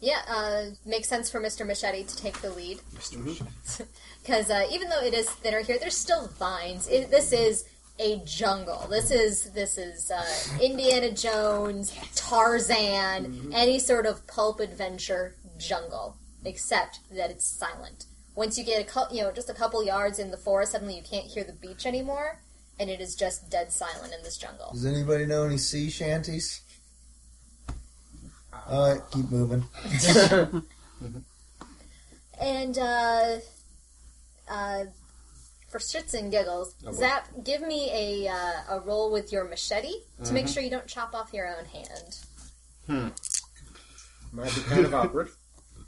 [SPEAKER 3] Yeah, uh, makes sense for Mr. Machete to take the lead
[SPEAKER 1] Mr.
[SPEAKER 5] Mm-hmm.
[SPEAKER 1] Machete.
[SPEAKER 3] because uh, even though it is thinner here, there's still vines. It, this is a jungle. This is this is uh, Indiana Jones, Tarzan, any sort of pulp adventure jungle, except that it's silent. Once you get a cou- you know just a couple yards in the forest, suddenly you can't hear the beach anymore, and it is just dead silent in this jungle.
[SPEAKER 6] Does anybody know any sea shanties? All right, keep moving.
[SPEAKER 3] And uh, uh, for shits and giggles, Zap, give me a uh, a roll with your machete to make sure you don't chop off your own hand.
[SPEAKER 5] Might be kind of awkward.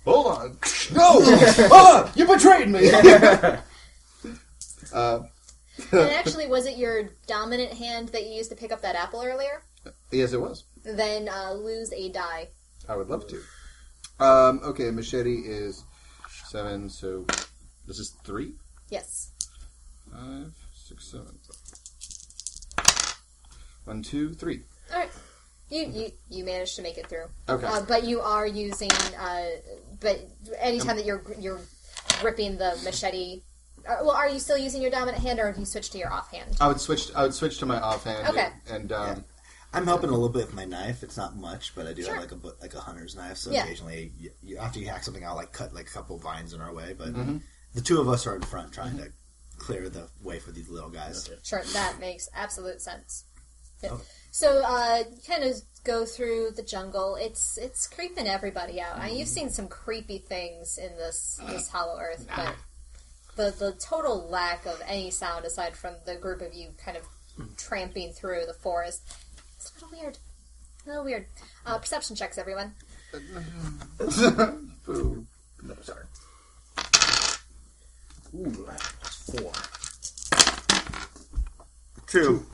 [SPEAKER 1] Hold on.
[SPEAKER 4] No! Ah, you betrayed me!
[SPEAKER 3] And actually, was it your dominant hand that you used to pick up that apple earlier?
[SPEAKER 1] Yes, it was.
[SPEAKER 3] Then uh, lose a die.
[SPEAKER 1] I would love to. Um, okay, machete is seven, so this is three,
[SPEAKER 3] Yes.
[SPEAKER 1] five, six, seven. One, two, three.
[SPEAKER 3] All right. You you, you managed to make it through.
[SPEAKER 1] Okay.
[SPEAKER 3] Uh, but you are using. Uh, but anytime that you're you're gripping the machete. Uh, well, are you still using your dominant hand, or have you switched to your offhand?
[SPEAKER 1] I would switch. I would switch to my offhand.
[SPEAKER 3] Okay.
[SPEAKER 1] And um,
[SPEAKER 6] I'm helping a little bit with my knife. It's not much, but I do
[SPEAKER 3] Sure.
[SPEAKER 6] have like a bu- like a hunter's knife. So
[SPEAKER 3] Yeah.
[SPEAKER 6] occasionally, you, you, after you hack something, I'll like cut like a couple vines in our way. But the two of us are in front trying to clear the way for these little guys.
[SPEAKER 3] Sure, that makes absolute sense. Yeah. So uh, you kind of go through the jungle. It's it's creeping everybody out. I You've seen some creepy things in this this
[SPEAKER 6] Uh,
[SPEAKER 3] Hollow Earth, but the the total lack of any sound aside from the group of you kind of tramping through the forest. It's a little weird. A little weird. Uh, perception checks, everyone.
[SPEAKER 1] boo.
[SPEAKER 5] No, sorry. Ooh, that's four.
[SPEAKER 6] Two.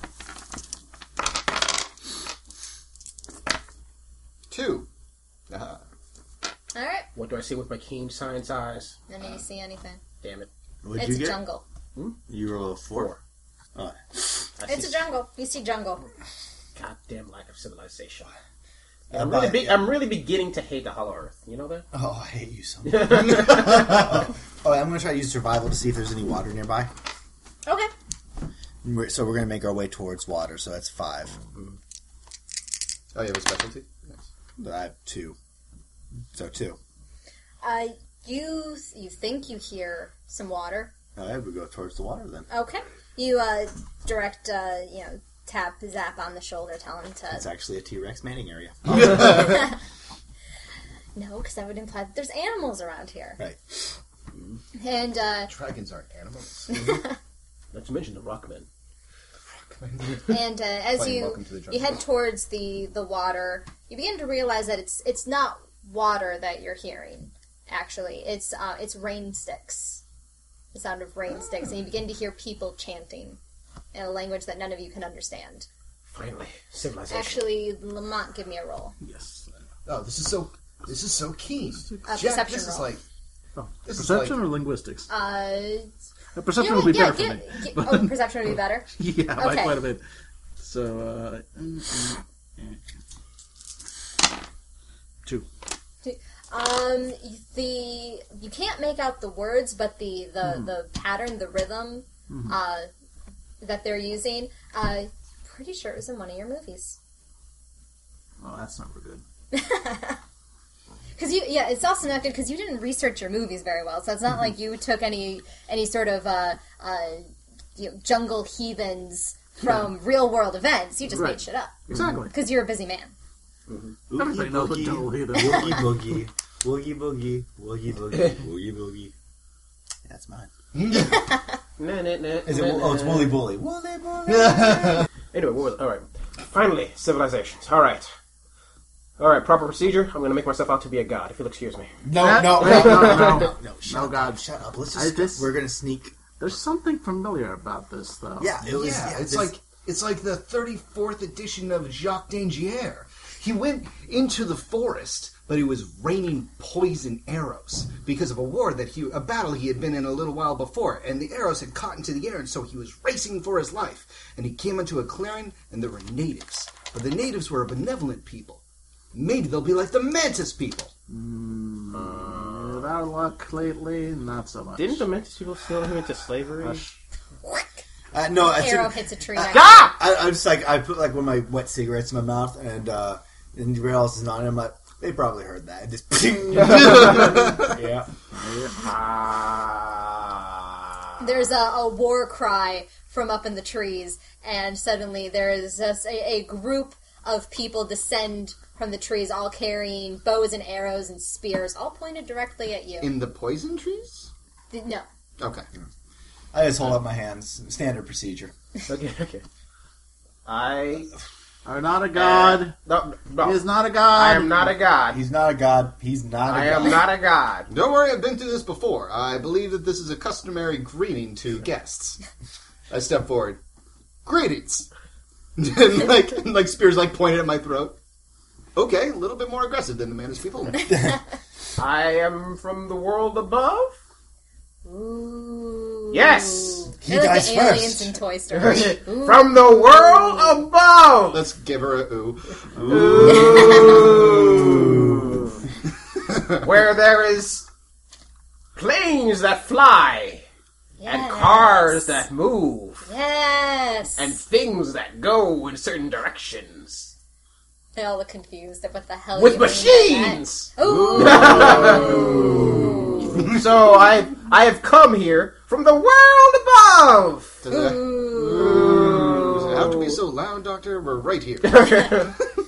[SPEAKER 1] two. Ah,
[SPEAKER 3] All right.
[SPEAKER 5] What do I see with my keen science eyes?
[SPEAKER 3] None of you see anything.
[SPEAKER 5] Damn it.
[SPEAKER 6] What'd
[SPEAKER 3] it's
[SPEAKER 6] Uh, you
[SPEAKER 3] a
[SPEAKER 6] get?
[SPEAKER 3] jungle.
[SPEAKER 6] You rolled a four. Alright.
[SPEAKER 5] I
[SPEAKER 3] It's
[SPEAKER 5] see
[SPEAKER 3] a jungle. You see jungle.
[SPEAKER 5] goddamn lack of civilization. And I'm really, be- I'm really beginning to hate the Hollow Earth. You know that?
[SPEAKER 6] Oh, I hate you so much. oh, I'm gonna try to use survival to see if there's any water nearby.
[SPEAKER 3] Okay.
[SPEAKER 6] We're- so we're gonna make our way towards water. So that's five.
[SPEAKER 4] Oh, you have a specialty? Nice.
[SPEAKER 6] I have Uh, two. So two.
[SPEAKER 11] Uh, you you think you hear some water?
[SPEAKER 6] All right, we go towards the water then.
[SPEAKER 11] Okay. You uh, direct uh, you know tap Zap on the shoulder, tell him
[SPEAKER 6] It's
[SPEAKER 11] to
[SPEAKER 6] actually a T Rex manning area.
[SPEAKER 11] no, because that would imply that there's animals around here.
[SPEAKER 6] Right.
[SPEAKER 11] And uh,
[SPEAKER 4] Dragons aren't animals.
[SPEAKER 5] Not to mention the Rockman.
[SPEAKER 11] and uh, as
[SPEAKER 4] Playing
[SPEAKER 11] you
[SPEAKER 4] Welcome to the Jungle.
[SPEAKER 11] you head towards the the water, you begin to realize that it's it's not water that you're hearing. Actually, it's uh, it's rain sticks, the sound of rain sticks, and you begin to hear people chanting in a language that none of you can understand.
[SPEAKER 5] Finally, civilization.
[SPEAKER 11] Actually, Lamont, give me a roll.
[SPEAKER 7] Yes.
[SPEAKER 4] Oh, this is so. This is so keen.
[SPEAKER 11] A
[SPEAKER 4] Jack,
[SPEAKER 11] perception
[SPEAKER 4] this is
[SPEAKER 11] roll.
[SPEAKER 4] like.
[SPEAKER 7] Oh,
[SPEAKER 4] This is
[SPEAKER 7] perception
[SPEAKER 4] like-
[SPEAKER 7] or linguistics?
[SPEAKER 11] Uh,
[SPEAKER 7] Uh,
[SPEAKER 11] you
[SPEAKER 7] perception
[SPEAKER 11] know
[SPEAKER 7] will be
[SPEAKER 11] what?
[SPEAKER 7] better
[SPEAKER 11] yeah,
[SPEAKER 7] for me.
[SPEAKER 11] give, gi- oh, perception would be better.
[SPEAKER 7] yeah, by
[SPEAKER 11] Okay.
[SPEAKER 7] quite a bit. So, uh, mm, mm, mm. two.
[SPEAKER 11] Um, the you can't make out the words, but the the, the pattern, the rhythm, uh, that they're using. Uh, pretty sure it was in one of your movies.
[SPEAKER 7] Oh, that's not real good.
[SPEAKER 11] Because you, yeah, it's also not good because you didn't research your movies very well. So it's not
[SPEAKER 7] Mm-hmm.
[SPEAKER 11] like you took any any sort of uh, uh, you know, jungle heathens from real world events. You just
[SPEAKER 7] Right.
[SPEAKER 11] made shit up
[SPEAKER 7] Exactly.
[SPEAKER 11] because you're a busy man.
[SPEAKER 7] Everybody knows what jungle heathen is.
[SPEAKER 6] Woogie boogie. Woogie boogie. Woogie boogie. Woogie boogie. That's mine. Is it? Oh, it's Wooly Bully. Wooly Bully.
[SPEAKER 5] Anyway, what was, all right. Finally, civilizations. All right. All right, proper procedure. I'm going to make myself out to be a god, if you'll excuse me.
[SPEAKER 6] No,
[SPEAKER 7] That-
[SPEAKER 6] no,
[SPEAKER 7] that-
[SPEAKER 6] no,
[SPEAKER 7] no, no.
[SPEAKER 6] no.
[SPEAKER 7] No,
[SPEAKER 6] Shut
[SPEAKER 7] God.
[SPEAKER 6] up. Shut up. Let's
[SPEAKER 7] I
[SPEAKER 6] just.
[SPEAKER 7] just-
[SPEAKER 6] We're gonna sneak.
[SPEAKER 7] There's something familiar about this, though.
[SPEAKER 6] Yeah, it was.
[SPEAKER 4] yeah, it's
[SPEAKER 6] this-
[SPEAKER 4] like it's like the 34th edition of Jacques Dangier. He went into the forest, but it was raining poison arrows because of a war that he a battle he had been in a little while before, and the arrows had caught into the air, and so he was racing for his life. And he came into a clearing, and there were natives, but the natives were a benevolent people. Maybe they'll be like the mantis people.
[SPEAKER 7] With our luck lately, not so much.
[SPEAKER 5] Didn't the Mantis people steal him into slavery?
[SPEAKER 6] Uh, no, I
[SPEAKER 11] Arrow
[SPEAKER 6] think,
[SPEAKER 11] hits a tree.
[SPEAKER 7] uh,
[SPEAKER 11] next.
[SPEAKER 6] I, I just like I put like one of my wet cigarettes in my mouth and uh, and realized it's not. And I'm like, they probably heard that. And just yeah.
[SPEAKER 11] There's a, a war cry from up in the trees, and suddenly there is just a, a group of people descend from the trees, all carrying bows and arrows and spears, all pointed directly at you.
[SPEAKER 4] In the poison trees?
[SPEAKER 11] Th- no,
[SPEAKER 4] Okay.
[SPEAKER 6] I just hold up my hands. Standard procedure.
[SPEAKER 5] Okay, okay. I.
[SPEAKER 7] Are not a god.
[SPEAKER 5] No, no.
[SPEAKER 7] He is not a god.
[SPEAKER 5] Uh, I am not a god.
[SPEAKER 6] He's not a god. He's not. a
[SPEAKER 5] I
[SPEAKER 6] god.
[SPEAKER 5] am not a god.
[SPEAKER 4] Don't worry, I've been through this before. I believe that this is a customary greeting to guests. I step forward. Greetings. and like and like spears like pointed at my throat. Okay, a little bit more aggressive than the man's people.
[SPEAKER 5] I am from the world above.
[SPEAKER 11] Ooh.
[SPEAKER 5] Yes.
[SPEAKER 6] He
[SPEAKER 11] They're like
[SPEAKER 6] dies
[SPEAKER 11] the aliens
[SPEAKER 6] first.
[SPEAKER 11] in Toy Story. Ooh.
[SPEAKER 5] from the world above.
[SPEAKER 4] Let's give her a ooh.
[SPEAKER 5] Ooh. Where there is planes that fly and
[SPEAKER 11] Yes.
[SPEAKER 5] cars that move
[SPEAKER 11] Yes.
[SPEAKER 5] and things that go in certain directions
[SPEAKER 11] they all look confused at what the hell.
[SPEAKER 5] with
[SPEAKER 11] you mean by that.
[SPEAKER 5] machines.
[SPEAKER 11] Ooh.
[SPEAKER 5] so I I have come here from the world above.
[SPEAKER 4] Does it does it have to be so loud, Doctor? We're right here.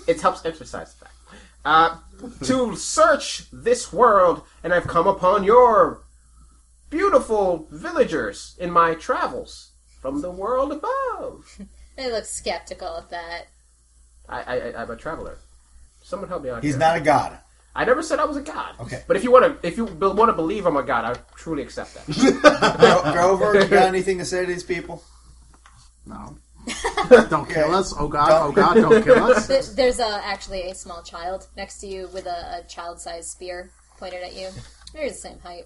[SPEAKER 5] it helps emphasize the fact. Uh, to search this world, and I've come upon your beautiful villagers in my travels from the world above.
[SPEAKER 11] They look skeptical at that.
[SPEAKER 5] I, I, I- I'm a traveler. Someone help me out.
[SPEAKER 6] He's
[SPEAKER 5] here.
[SPEAKER 6] not a god.
[SPEAKER 5] I never said I was a god.
[SPEAKER 6] Okay.
[SPEAKER 5] But if you want to, if you want to believe I'm a god, I truly accept that.
[SPEAKER 6] Gro- Grover, you got anything to say to these people?
[SPEAKER 7] No. don't kill us. Oh god, oh god, don't kill us.
[SPEAKER 11] Th- There's a, actually a small child next to you with a, a child-sized spear pointed at you. They're the same height.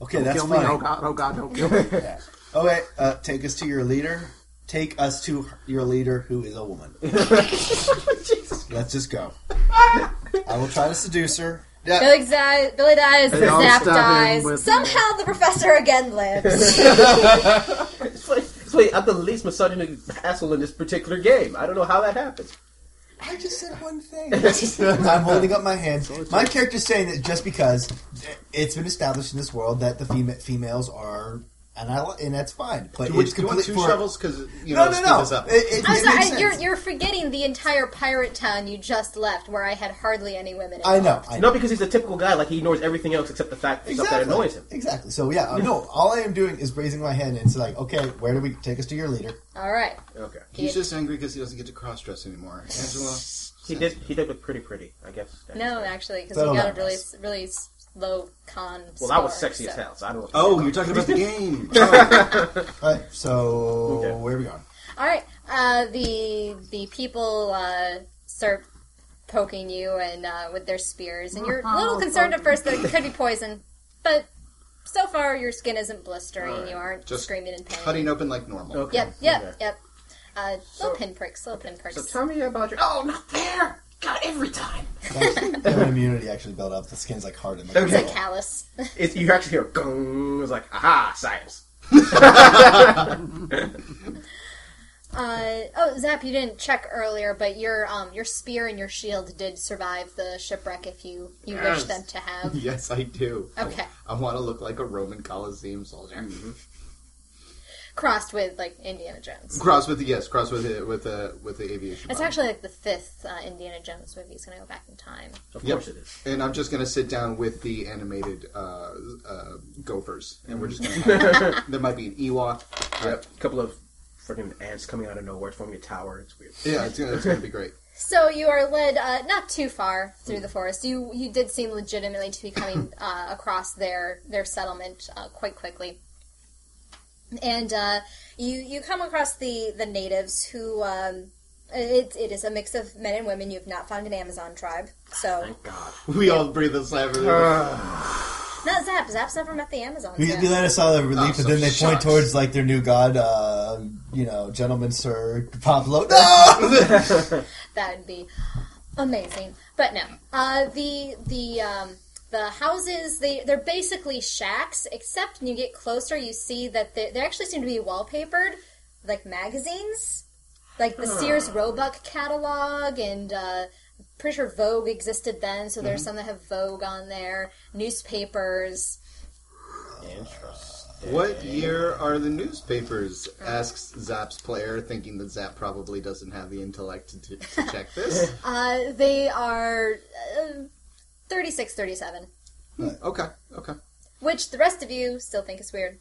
[SPEAKER 6] Okay,
[SPEAKER 7] Don't
[SPEAKER 6] that's
[SPEAKER 7] kill
[SPEAKER 6] fine.
[SPEAKER 7] me. Oh god, oh god, don't kill me.
[SPEAKER 6] Yeah. Okay, uh, take us to your leader. Take us to your leader, who is a woman. Let's just go. I will try to seduce her. Yeah,
[SPEAKER 11] Billy, di- Billy dies.
[SPEAKER 7] They all
[SPEAKER 11] Zap
[SPEAKER 7] stab him
[SPEAKER 11] dies.
[SPEAKER 7] with-
[SPEAKER 11] Somehow the professor again lives.
[SPEAKER 5] it's funny, it's funny, I'm the least misogynistic asshole in this particular game. I don't know how that happens.
[SPEAKER 15] I just said one thing.
[SPEAKER 6] I'm holding up my hand. My character's saying that just because it's been established in this world that the fema- females are, and I li- and that's fine. But
[SPEAKER 4] Do we,
[SPEAKER 6] it's
[SPEAKER 4] do you want
[SPEAKER 6] complete
[SPEAKER 4] two
[SPEAKER 6] for-
[SPEAKER 4] shovels? Because you know,
[SPEAKER 6] No, no,
[SPEAKER 4] speed
[SPEAKER 6] no.
[SPEAKER 4] this up.
[SPEAKER 6] It, it,
[SPEAKER 3] I'm sorry,
[SPEAKER 6] it makes
[SPEAKER 3] I-
[SPEAKER 6] sense.
[SPEAKER 3] you're, you're forgetting the entire pirate town you just left, where I had hardly any women.
[SPEAKER 6] I
[SPEAKER 3] involved.
[SPEAKER 6] know. I know.
[SPEAKER 5] No, because he's a typical guy. Like he ignores everything else except the fact the stuff that annoys him.
[SPEAKER 6] Exactly. So yeah, uh, no. All I am doing is raising my hand and it's like, okay, where do we take us to your leader?
[SPEAKER 3] All right.
[SPEAKER 5] Okay.
[SPEAKER 4] He's just angry because he doesn't get to cross dress anymore. Angela,
[SPEAKER 5] He did. He did look pretty pretty. I guess.
[SPEAKER 3] No, actually, because
[SPEAKER 6] That'll
[SPEAKER 3] we got a
[SPEAKER 6] not
[SPEAKER 3] really,
[SPEAKER 6] last.
[SPEAKER 3] really s- low con.
[SPEAKER 5] Well, that was
[SPEAKER 3] score,
[SPEAKER 5] sexy as
[SPEAKER 3] so.
[SPEAKER 5] hell. So I don't.
[SPEAKER 4] Oh, you're talking about the game. Oh.
[SPEAKER 6] All right. So
[SPEAKER 5] Okay.
[SPEAKER 6] where are we going?
[SPEAKER 3] All right. Uh, the the people uh, start poking you and uh, with their spears, and you're a little concerned at first that it could be poison, but so far your skin isn't blistering. You aren't
[SPEAKER 4] Just
[SPEAKER 3] screaming in pain.
[SPEAKER 4] cutting open like normal.
[SPEAKER 5] Okay.
[SPEAKER 3] Yep. Yep.
[SPEAKER 5] Okay.
[SPEAKER 3] Yep. Uh,
[SPEAKER 5] So-
[SPEAKER 3] little pinpricks. Little pinpricks.
[SPEAKER 5] So tell me about your.
[SPEAKER 16] Oh, not there! God, every time.
[SPEAKER 6] They have an immunity actually built up. The skin's like hardened. Like,
[SPEAKER 3] it's a callus.
[SPEAKER 5] It's, you actually hear a gong. It's like, aha, science.
[SPEAKER 3] Uh, oh, Zap, you didn't check earlier, but your um your spear and your shield did survive the shipwreck. If you you wish them to have.
[SPEAKER 4] Yes, I do.
[SPEAKER 3] Okay. Mm-hmm.
[SPEAKER 4] I want to look like a Roman Colosseum soldier.
[SPEAKER 3] Crossed with like Indiana Jones.
[SPEAKER 4] Cross with the yes, cross with the with the with the aviation.
[SPEAKER 3] It's
[SPEAKER 4] bomb.
[SPEAKER 3] actually like the fifth uh, Indiana Jones movie. He's gonna go back in time.
[SPEAKER 5] Of
[SPEAKER 4] Yep.
[SPEAKER 5] course it is.
[SPEAKER 4] And I'm just gonna sit down with the animated uh, uh, gophers, and we're just gonna have, there might be an Ewok. Yep.
[SPEAKER 5] A couple of freaking ants coming out of nowhere forming a tower. It's weird.
[SPEAKER 4] Yeah, it's gonna, it's gonna be great.
[SPEAKER 3] So you are led uh, not too far through the forest. You you did seem legitimately to be coming uh, across their their settlement uh, quite quickly, and uh, you you come across the the natives who um, it, it is a mix of men and women. You have not found an Amazon tribe, so
[SPEAKER 5] Thank God.
[SPEAKER 4] We all breathe a sigh of relief.
[SPEAKER 3] not Zap. Zap's never met the Amazons.
[SPEAKER 6] We,
[SPEAKER 3] yet.
[SPEAKER 6] we let us all the relief,
[SPEAKER 4] Oh,
[SPEAKER 6] and then they
[SPEAKER 4] so
[SPEAKER 6] point
[SPEAKER 4] shucks.
[SPEAKER 6] towards like their new god, uh, you know, gentleman Sir Pablo. No,
[SPEAKER 3] That'd be amazing. But no, uh, the the um, the houses they they're basically shacks. Except when you get closer, you see that they they actually seem to be wallpapered like magazines, like the Sears Roebuck catalog, and uh, pretty sure Vogue existed then. So there's some that have Vogue on there, newspapers.
[SPEAKER 4] What year are the newspapers? Asks Zap's player, thinking that Zap probably doesn't have the intellect to, to, to check this.
[SPEAKER 3] Uh, they are uh, 36, 37,
[SPEAKER 4] okay, okay.
[SPEAKER 3] which the rest of you still think is weird.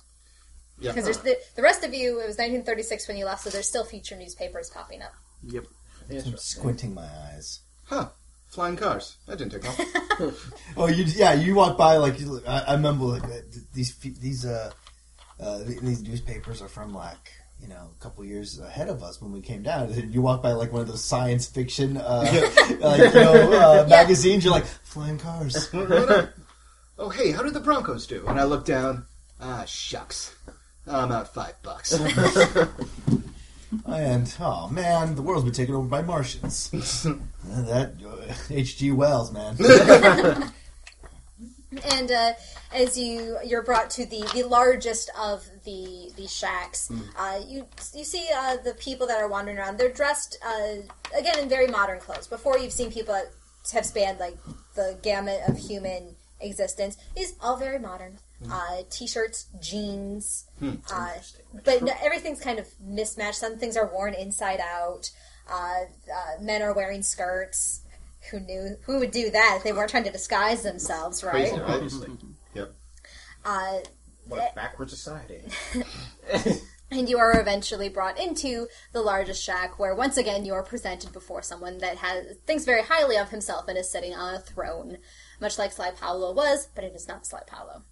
[SPEAKER 4] Yeah.
[SPEAKER 3] Because there's the, the rest of you, it was 1936 when you left, so there's still feature newspapers popping up.
[SPEAKER 6] I'm squinting my eyes.
[SPEAKER 4] Huh. Flying cars. That didn't take long.
[SPEAKER 6] Oh, you yeah, you walk by like you, I, I remember like uh, th- these fe- these uh, uh th- these newspapers are from like you know a couple years ahead of us when we came down. And you walk by like one of those science fiction uh, like you know uh, magazines. You're like flying cars.
[SPEAKER 4] oh, hey, how did the Broncos do? And I look down. Ah, shucks. Oh, I'm out five bucks.
[SPEAKER 6] And oh man, the world's been taken over by Martians. Uh, that uh, H.G. Wells man.
[SPEAKER 3] And uh, as you you're brought to the, the largest of the the shacks, uh, you you see uh, the people that are wandering around. They're dressed uh, again in very modern clothes. Before you've seen people that have spanned like the gamut of human existence. It's all very modern. Uh, t-shirts, jeans, uh, but no, everything's kind of mismatched. Some things are worn inside out. Uh, uh, men are wearing skirts. Who knew? Who would do that if they weren't trying to disguise themselves, right?
[SPEAKER 4] Crazy, right?
[SPEAKER 5] Obviously.
[SPEAKER 3] Uh,
[SPEAKER 5] What a backward society.
[SPEAKER 3] and you are eventually brought into the largest shack, where once again you are presented before someone that has thinks very highly of himself and is sitting on a throne, much like Sly Paolo was, but it is not Sly Paolo.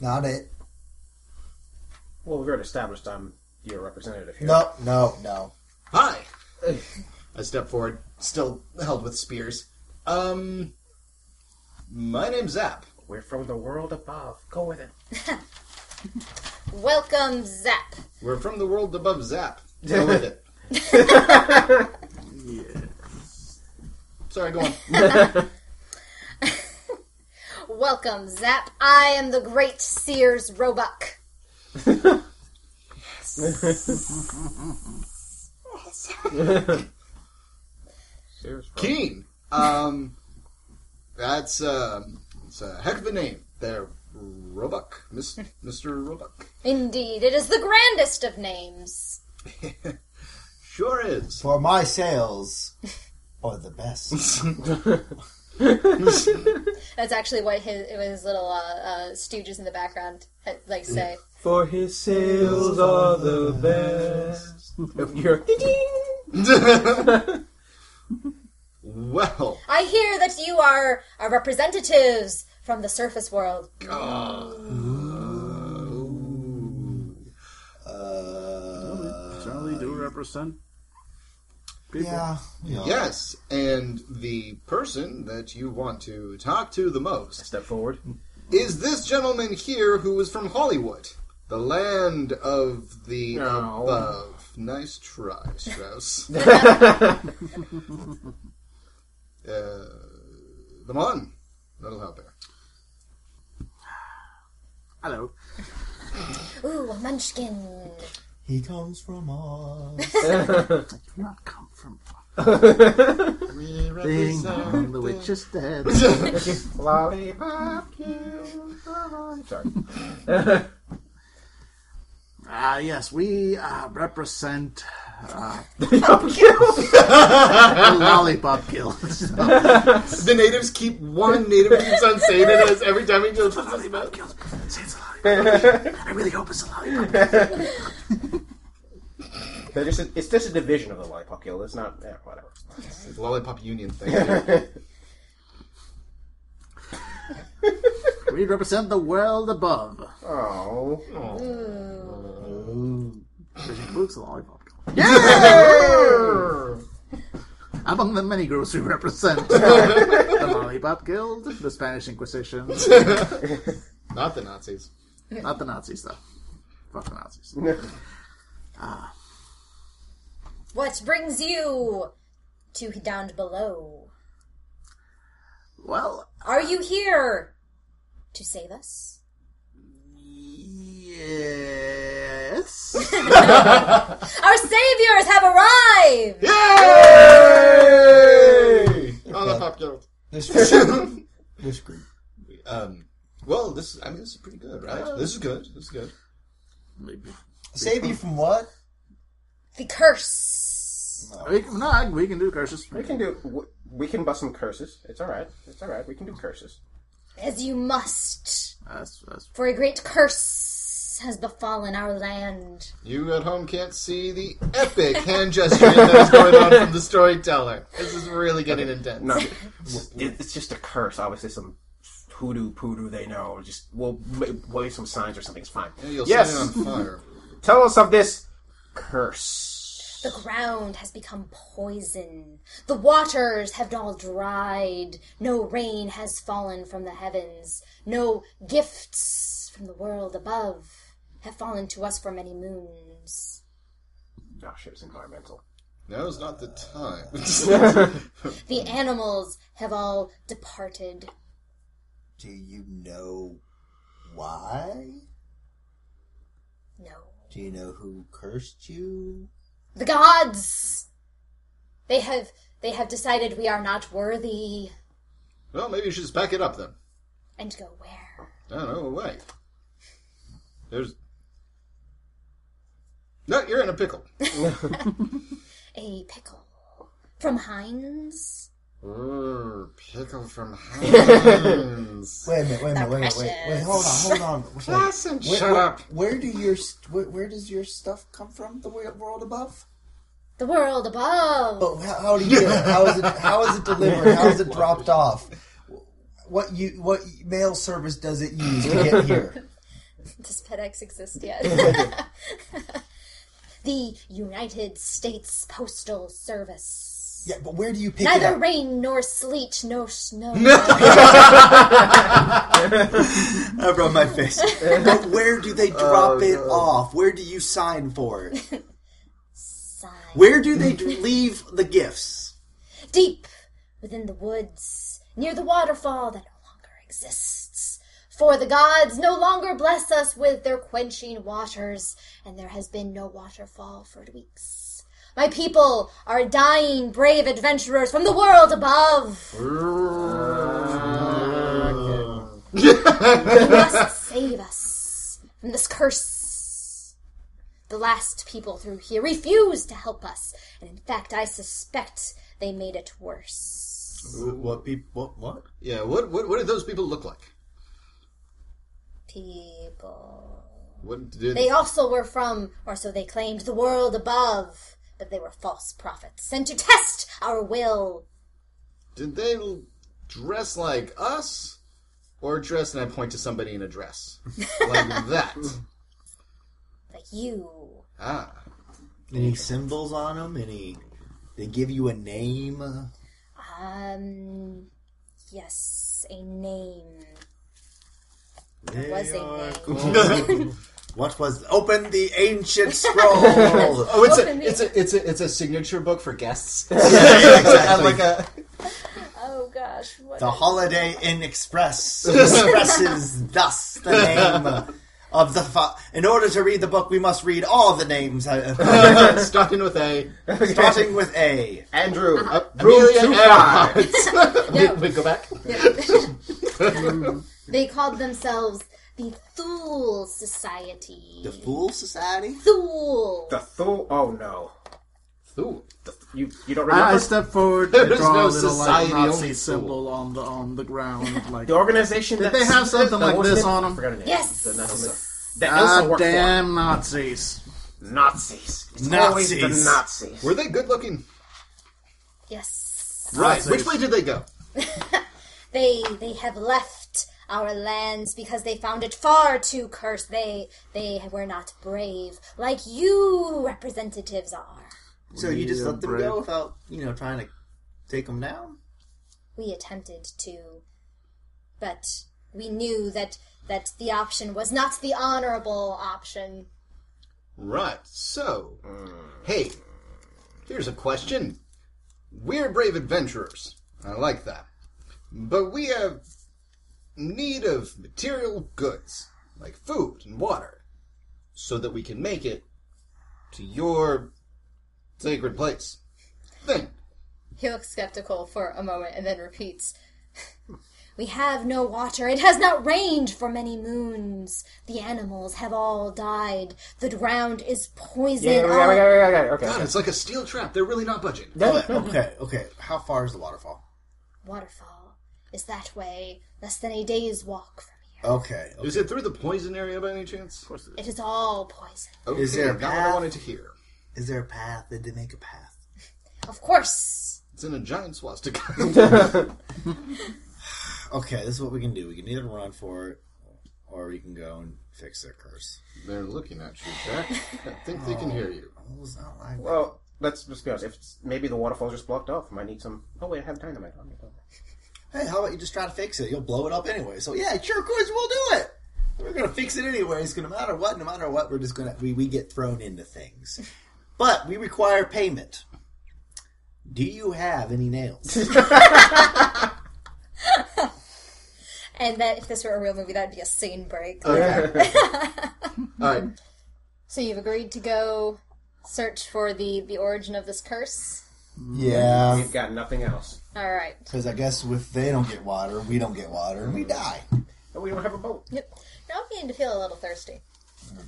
[SPEAKER 6] Not it.
[SPEAKER 5] Well, we've already established I'm your representative here.
[SPEAKER 6] No, no, no.
[SPEAKER 4] Hi. I step forward, still held with spears. Um, my name's Zap.
[SPEAKER 5] We're from the world above. Go with it.
[SPEAKER 3] Welcome, Zap.
[SPEAKER 4] We're from the world above Zap. Go with it. Sorry, go on.
[SPEAKER 3] Welcome, Zap. I am the great Sears Roebuck. Yes.
[SPEAKER 5] Serious problem.
[SPEAKER 4] Keen. Um, that's um, it's a heck of a name. There, Roebuck, Mis- Mr. Roebuck.
[SPEAKER 3] Indeed, it is the grandest of names.
[SPEAKER 4] Sure is.
[SPEAKER 6] For my sales are the best.
[SPEAKER 3] That's actually what his, it was his little uh, uh, stooges in the background had, like say.
[SPEAKER 5] For his sales are the best. If you're
[SPEAKER 4] Well,
[SPEAKER 3] I hear that you are, are representatives from the surface world.
[SPEAKER 7] Generally, do represent.
[SPEAKER 6] Uh, yeah. we are.
[SPEAKER 4] yes, and the person that you want to talk to the most
[SPEAKER 5] step forward,
[SPEAKER 4] is this gentleman here who is from Hollywood, the land of the
[SPEAKER 5] No.
[SPEAKER 4] above. Nice try, Strauss. uh, come on, that'll help her.
[SPEAKER 7] Hello.
[SPEAKER 3] Ooh, a munchkin.
[SPEAKER 6] He comes from us.
[SPEAKER 7] Do not come from. Ding dong, the witch is dead.
[SPEAKER 5] lollipop you. Sorry.
[SPEAKER 7] Ah, yes, we uh, represent uh, the Lollipop Guild.
[SPEAKER 4] The natives keep one native keeps on saying it as every time he goes.
[SPEAKER 7] Say it's a lollipop. I really hope it's a lollipop.
[SPEAKER 5] They're just a- it's just a division of the lollipop guild. It's not eh, whatever.
[SPEAKER 4] It's a lollipop union thing.
[SPEAKER 7] We represent the world above.
[SPEAKER 5] Oh,
[SPEAKER 7] Which includes the Lollipop Guild. Among the many groups we represent, the Lollipop Guild, the Spanish Inquisition,
[SPEAKER 4] Not the Nazis.
[SPEAKER 7] not the Nazis though. Fuck the Nazis.
[SPEAKER 3] What brings you to down below?
[SPEAKER 7] Well,
[SPEAKER 3] Are you here to save us?
[SPEAKER 7] yes.
[SPEAKER 3] Our saviors have arrived!
[SPEAKER 4] Yay! Lollipop guild.
[SPEAKER 6] This group. This group.
[SPEAKER 4] Um, well, this I mean this is pretty good, right? This is good. This is good.
[SPEAKER 6] Save you from what?
[SPEAKER 3] The curse.
[SPEAKER 7] We can, no, we can do curses.
[SPEAKER 5] we can do. w- We can bust some curses. It's all right. It's all right. We can do curses.
[SPEAKER 3] As you must,
[SPEAKER 7] That's, that's,
[SPEAKER 3] for a great curse has befallen our land.
[SPEAKER 4] You at home can't see the epic hand gesture that is going on from the storyteller. This is really getting intense.
[SPEAKER 5] No, it- it's just a curse. Obviously, some hoodoo poodoo they know. Just we'll ma- wave some signs or something. It's fine.
[SPEAKER 4] You'll
[SPEAKER 5] yes,
[SPEAKER 4] set it on fire.
[SPEAKER 5] tell us of this curse.
[SPEAKER 3] The ground has become poison. The waters have all dried. No rain has fallen from the heavens. No gifts from the world above have fallen to us for many moons.
[SPEAKER 5] Oh shit! It's environmental.
[SPEAKER 4] Now's not the time.
[SPEAKER 3] The animals have all departed.
[SPEAKER 6] Do you know why?
[SPEAKER 3] No.
[SPEAKER 6] Do you know who cursed you?
[SPEAKER 3] The gods! They have they have decided we are not worthy.
[SPEAKER 4] well, maybe you should just pack it up then.
[SPEAKER 3] And go where?
[SPEAKER 4] I don't know. Wait. There's. No, you're in a pickle.
[SPEAKER 3] A pickle. From Heinz?
[SPEAKER 4] Ooh, pickle from Hans.
[SPEAKER 6] Wait a minute, wait a minute, wait a minute, wait, wait, hold on, hold on. Wait,
[SPEAKER 4] Listen,
[SPEAKER 6] where,
[SPEAKER 4] shut
[SPEAKER 6] where-
[SPEAKER 4] up.
[SPEAKER 6] Where do your st- where, where does your stuff come from? The wor- world above.
[SPEAKER 3] The world above.
[SPEAKER 6] But how, how do you get it? How is it? How is it delivered? How is it dropped off? What you what mail service does it use to get here?
[SPEAKER 3] Does FedEx exist yet? the United States Postal Service.
[SPEAKER 6] Yeah, but where do you pick
[SPEAKER 3] Neither
[SPEAKER 6] it up?
[SPEAKER 3] rain nor sleet nor snow.
[SPEAKER 11] I rub my face.
[SPEAKER 6] But where do they drop it
[SPEAKER 1] Oh,
[SPEAKER 6] off? Where do you sign for it?
[SPEAKER 3] Sigh.
[SPEAKER 11] Where do they d- leave the gifts?
[SPEAKER 3] Deep within the woods, near the waterfall that no longer exists. For the gods no longer bless us with their quenching waters, and there has been no waterfall for weeks.
[SPEAKER 11] My people are dying, brave adventurers from the world above. You must save us from this curse. The last people through here refused to help us, and in fact, I suspect they made it worse.
[SPEAKER 6] What people? What? What?
[SPEAKER 1] Yeah, what, what what did those people look like?
[SPEAKER 11] People.
[SPEAKER 1] What did
[SPEAKER 11] They also were from, or so they claimed, the world above, but they were false prophets, sent to test our will.
[SPEAKER 1] did they l- dress like us or dress and I point to somebody in a dress like that?
[SPEAKER 11] Like you.
[SPEAKER 1] Ah,
[SPEAKER 6] Any symbols on them? Any? They give you a name. Uh,
[SPEAKER 11] Um. Yes, a name.
[SPEAKER 6] They
[SPEAKER 11] was a
[SPEAKER 6] are
[SPEAKER 11] name.
[SPEAKER 6] called- what was? Open the ancient scroll.
[SPEAKER 1] oh, it's
[SPEAKER 11] Open
[SPEAKER 1] a
[SPEAKER 11] the-
[SPEAKER 1] it's a it's a it's a signature book for guests.
[SPEAKER 6] exactly.
[SPEAKER 1] like a
[SPEAKER 11] Oh gosh. What
[SPEAKER 6] the Holiday Inn Express expresses thus the name of the. Fa- In order to read the book, we must read all the names, uh,
[SPEAKER 1] starting with a
[SPEAKER 6] starting with A.
[SPEAKER 5] Andrew,
[SPEAKER 1] Amelia
[SPEAKER 5] two
[SPEAKER 1] Earhart. Wait, wait, go back.
[SPEAKER 11] They called themselves the Thule Society.
[SPEAKER 6] The Fool Society.
[SPEAKER 11] Thule.
[SPEAKER 5] the Thul. Oh no,
[SPEAKER 1] Ooh.
[SPEAKER 5] the, you you don't remember
[SPEAKER 7] I, I step forward
[SPEAKER 1] There
[SPEAKER 7] and
[SPEAKER 1] is
[SPEAKER 7] draw
[SPEAKER 1] no
[SPEAKER 7] a little like
[SPEAKER 1] society, only
[SPEAKER 7] Nazi
[SPEAKER 1] fool.
[SPEAKER 7] symbol on the on the ground. Like
[SPEAKER 5] the organization.
[SPEAKER 7] Did
[SPEAKER 5] that's-
[SPEAKER 7] they have something
[SPEAKER 5] uh,
[SPEAKER 7] like
[SPEAKER 5] what's
[SPEAKER 7] this
[SPEAKER 5] the name?
[SPEAKER 7] on 'em?
[SPEAKER 5] I forgot her name.
[SPEAKER 11] Yes.
[SPEAKER 5] The Nazi- that Elsa
[SPEAKER 7] God
[SPEAKER 5] worked for
[SPEAKER 7] damn Nazis!
[SPEAKER 5] Nazis. It's always the
[SPEAKER 6] Nazis.
[SPEAKER 5] Nazis.
[SPEAKER 1] Were they good looking?
[SPEAKER 11] Yes.
[SPEAKER 1] Right. Which way did they go?
[SPEAKER 11] They they have left our lands because they found it far too cursed. They they were not brave like you representatives are.
[SPEAKER 6] So you just let them
[SPEAKER 7] brave.
[SPEAKER 6] go without, you know, trying to take them down?
[SPEAKER 11] We attempted to, but we knew that that the option was not the honorable option.
[SPEAKER 1] Right. So,
[SPEAKER 6] Hmm.
[SPEAKER 1] hey, here's a question. We're brave adventurers. I like that. But we have need of material goods, like food and water, so that we can make it to your sacred place. Thing.
[SPEAKER 3] He looks skeptical for a moment and then repeats.
[SPEAKER 11] We have no water. It has not rained for many moons. The animals have all died. The ground is poisoned.
[SPEAKER 5] Yeah, yeah, yeah,
[SPEAKER 11] All-
[SPEAKER 5] yeah, yeah, yeah, okay.
[SPEAKER 1] God, it's like a steel trap. They're really not budging.
[SPEAKER 6] Okay, okay, okay. How far is the waterfall?
[SPEAKER 11] Waterfall is that way, less than a day's walk from here.
[SPEAKER 6] Okay. okay.
[SPEAKER 1] Is it through the poison area by any chance? Of course.
[SPEAKER 11] It is all poison.
[SPEAKER 1] Okay,
[SPEAKER 6] Is there a
[SPEAKER 1] not what I
[SPEAKER 6] path?
[SPEAKER 1] wanted to hear.
[SPEAKER 6] Is there a path? Did they make a path?
[SPEAKER 11] Of course.
[SPEAKER 1] It's in a giant swastika.
[SPEAKER 6] Okay, this is what we can do. We can either run for it, or we can go and fix their curse.
[SPEAKER 1] They're looking at you, Jack. I think they can hear you.
[SPEAKER 6] Oh, it's not like that.
[SPEAKER 5] Well, let's discuss. If it's, maybe the waterfall's just blocked off, might need some. Oh wait, I have dynamite on me.
[SPEAKER 6] Hey, how about you just try to fix it? You'll blow it up anyway. So yeah, sure, of course we'll do it. We're gonna fix it anyway. It's gonna matter what, no matter what. We're just gonna we, we get thrown into things, but we require payment. Do you have any nails?
[SPEAKER 11] And that if this were a real movie, that'd be a scene break.
[SPEAKER 1] Okay. All right.
[SPEAKER 3] So you've agreed to go search for the the origin of this curse.
[SPEAKER 6] yeah,
[SPEAKER 5] You've got nothing else.
[SPEAKER 3] All right.
[SPEAKER 6] Because I guess if they don't get water, we don't get water, and we die.
[SPEAKER 5] Oh, we don't have a boat.
[SPEAKER 3] Yep. Now I'm beginning to feel a little thirsty.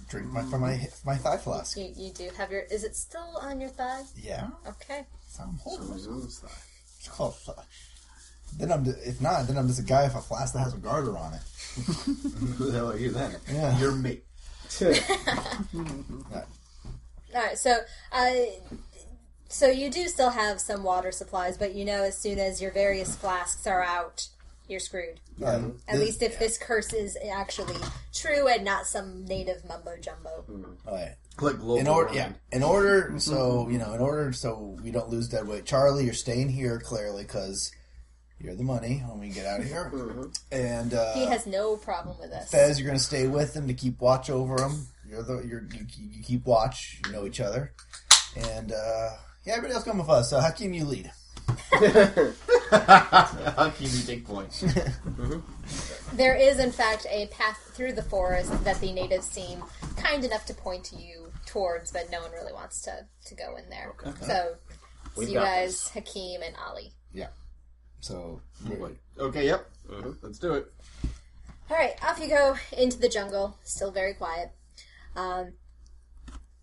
[SPEAKER 6] Drink my from my from my thigh flask.
[SPEAKER 3] You you do have your. Is it still on your thigh?
[SPEAKER 6] Yeah,
[SPEAKER 3] Okay.
[SPEAKER 6] so I'm holding myself thigh. Oh, It's called thigh. Then I'm ju- if not, then I'm just a guy with a flask that has a garter on it.
[SPEAKER 1] Who the hell are you then?
[SPEAKER 6] Yeah,
[SPEAKER 1] You're me.
[SPEAKER 3] All right. So uh, so you do still have some water supplies, but you know as soon as your various flasks are out, you're screwed.
[SPEAKER 6] Um,
[SPEAKER 3] At
[SPEAKER 6] this-
[SPEAKER 3] least if this curse is actually true and not some native mumbo jumbo.
[SPEAKER 10] All right.
[SPEAKER 1] Like global
[SPEAKER 10] In order,
[SPEAKER 1] warming.
[SPEAKER 10] yeah. In order, so you know, in order, so we don't lose dead weight. Charlie, you're staying here clearly because you're the money when we get out of here. And uh,
[SPEAKER 3] He has no problem with this.
[SPEAKER 10] Fez, you're going to stay with him to keep watch over him. You're the you're, you, you keep watch. You know each other, and uh, yeah, everybody else come with us. So Hakeem, you lead.
[SPEAKER 1] How can you take points?
[SPEAKER 3] There is, in fact, a path through the forest that the natives seem kind enough to point to you towards, but no one really wants to to go in there. So, it's
[SPEAKER 5] We've
[SPEAKER 3] you
[SPEAKER 5] got
[SPEAKER 3] guys, Hakeem and Ali.
[SPEAKER 4] Yeah. So wait. okay, yep. Mm-hmm. Let's do it.
[SPEAKER 3] All right, off you go into the jungle. Still very quiet. Um,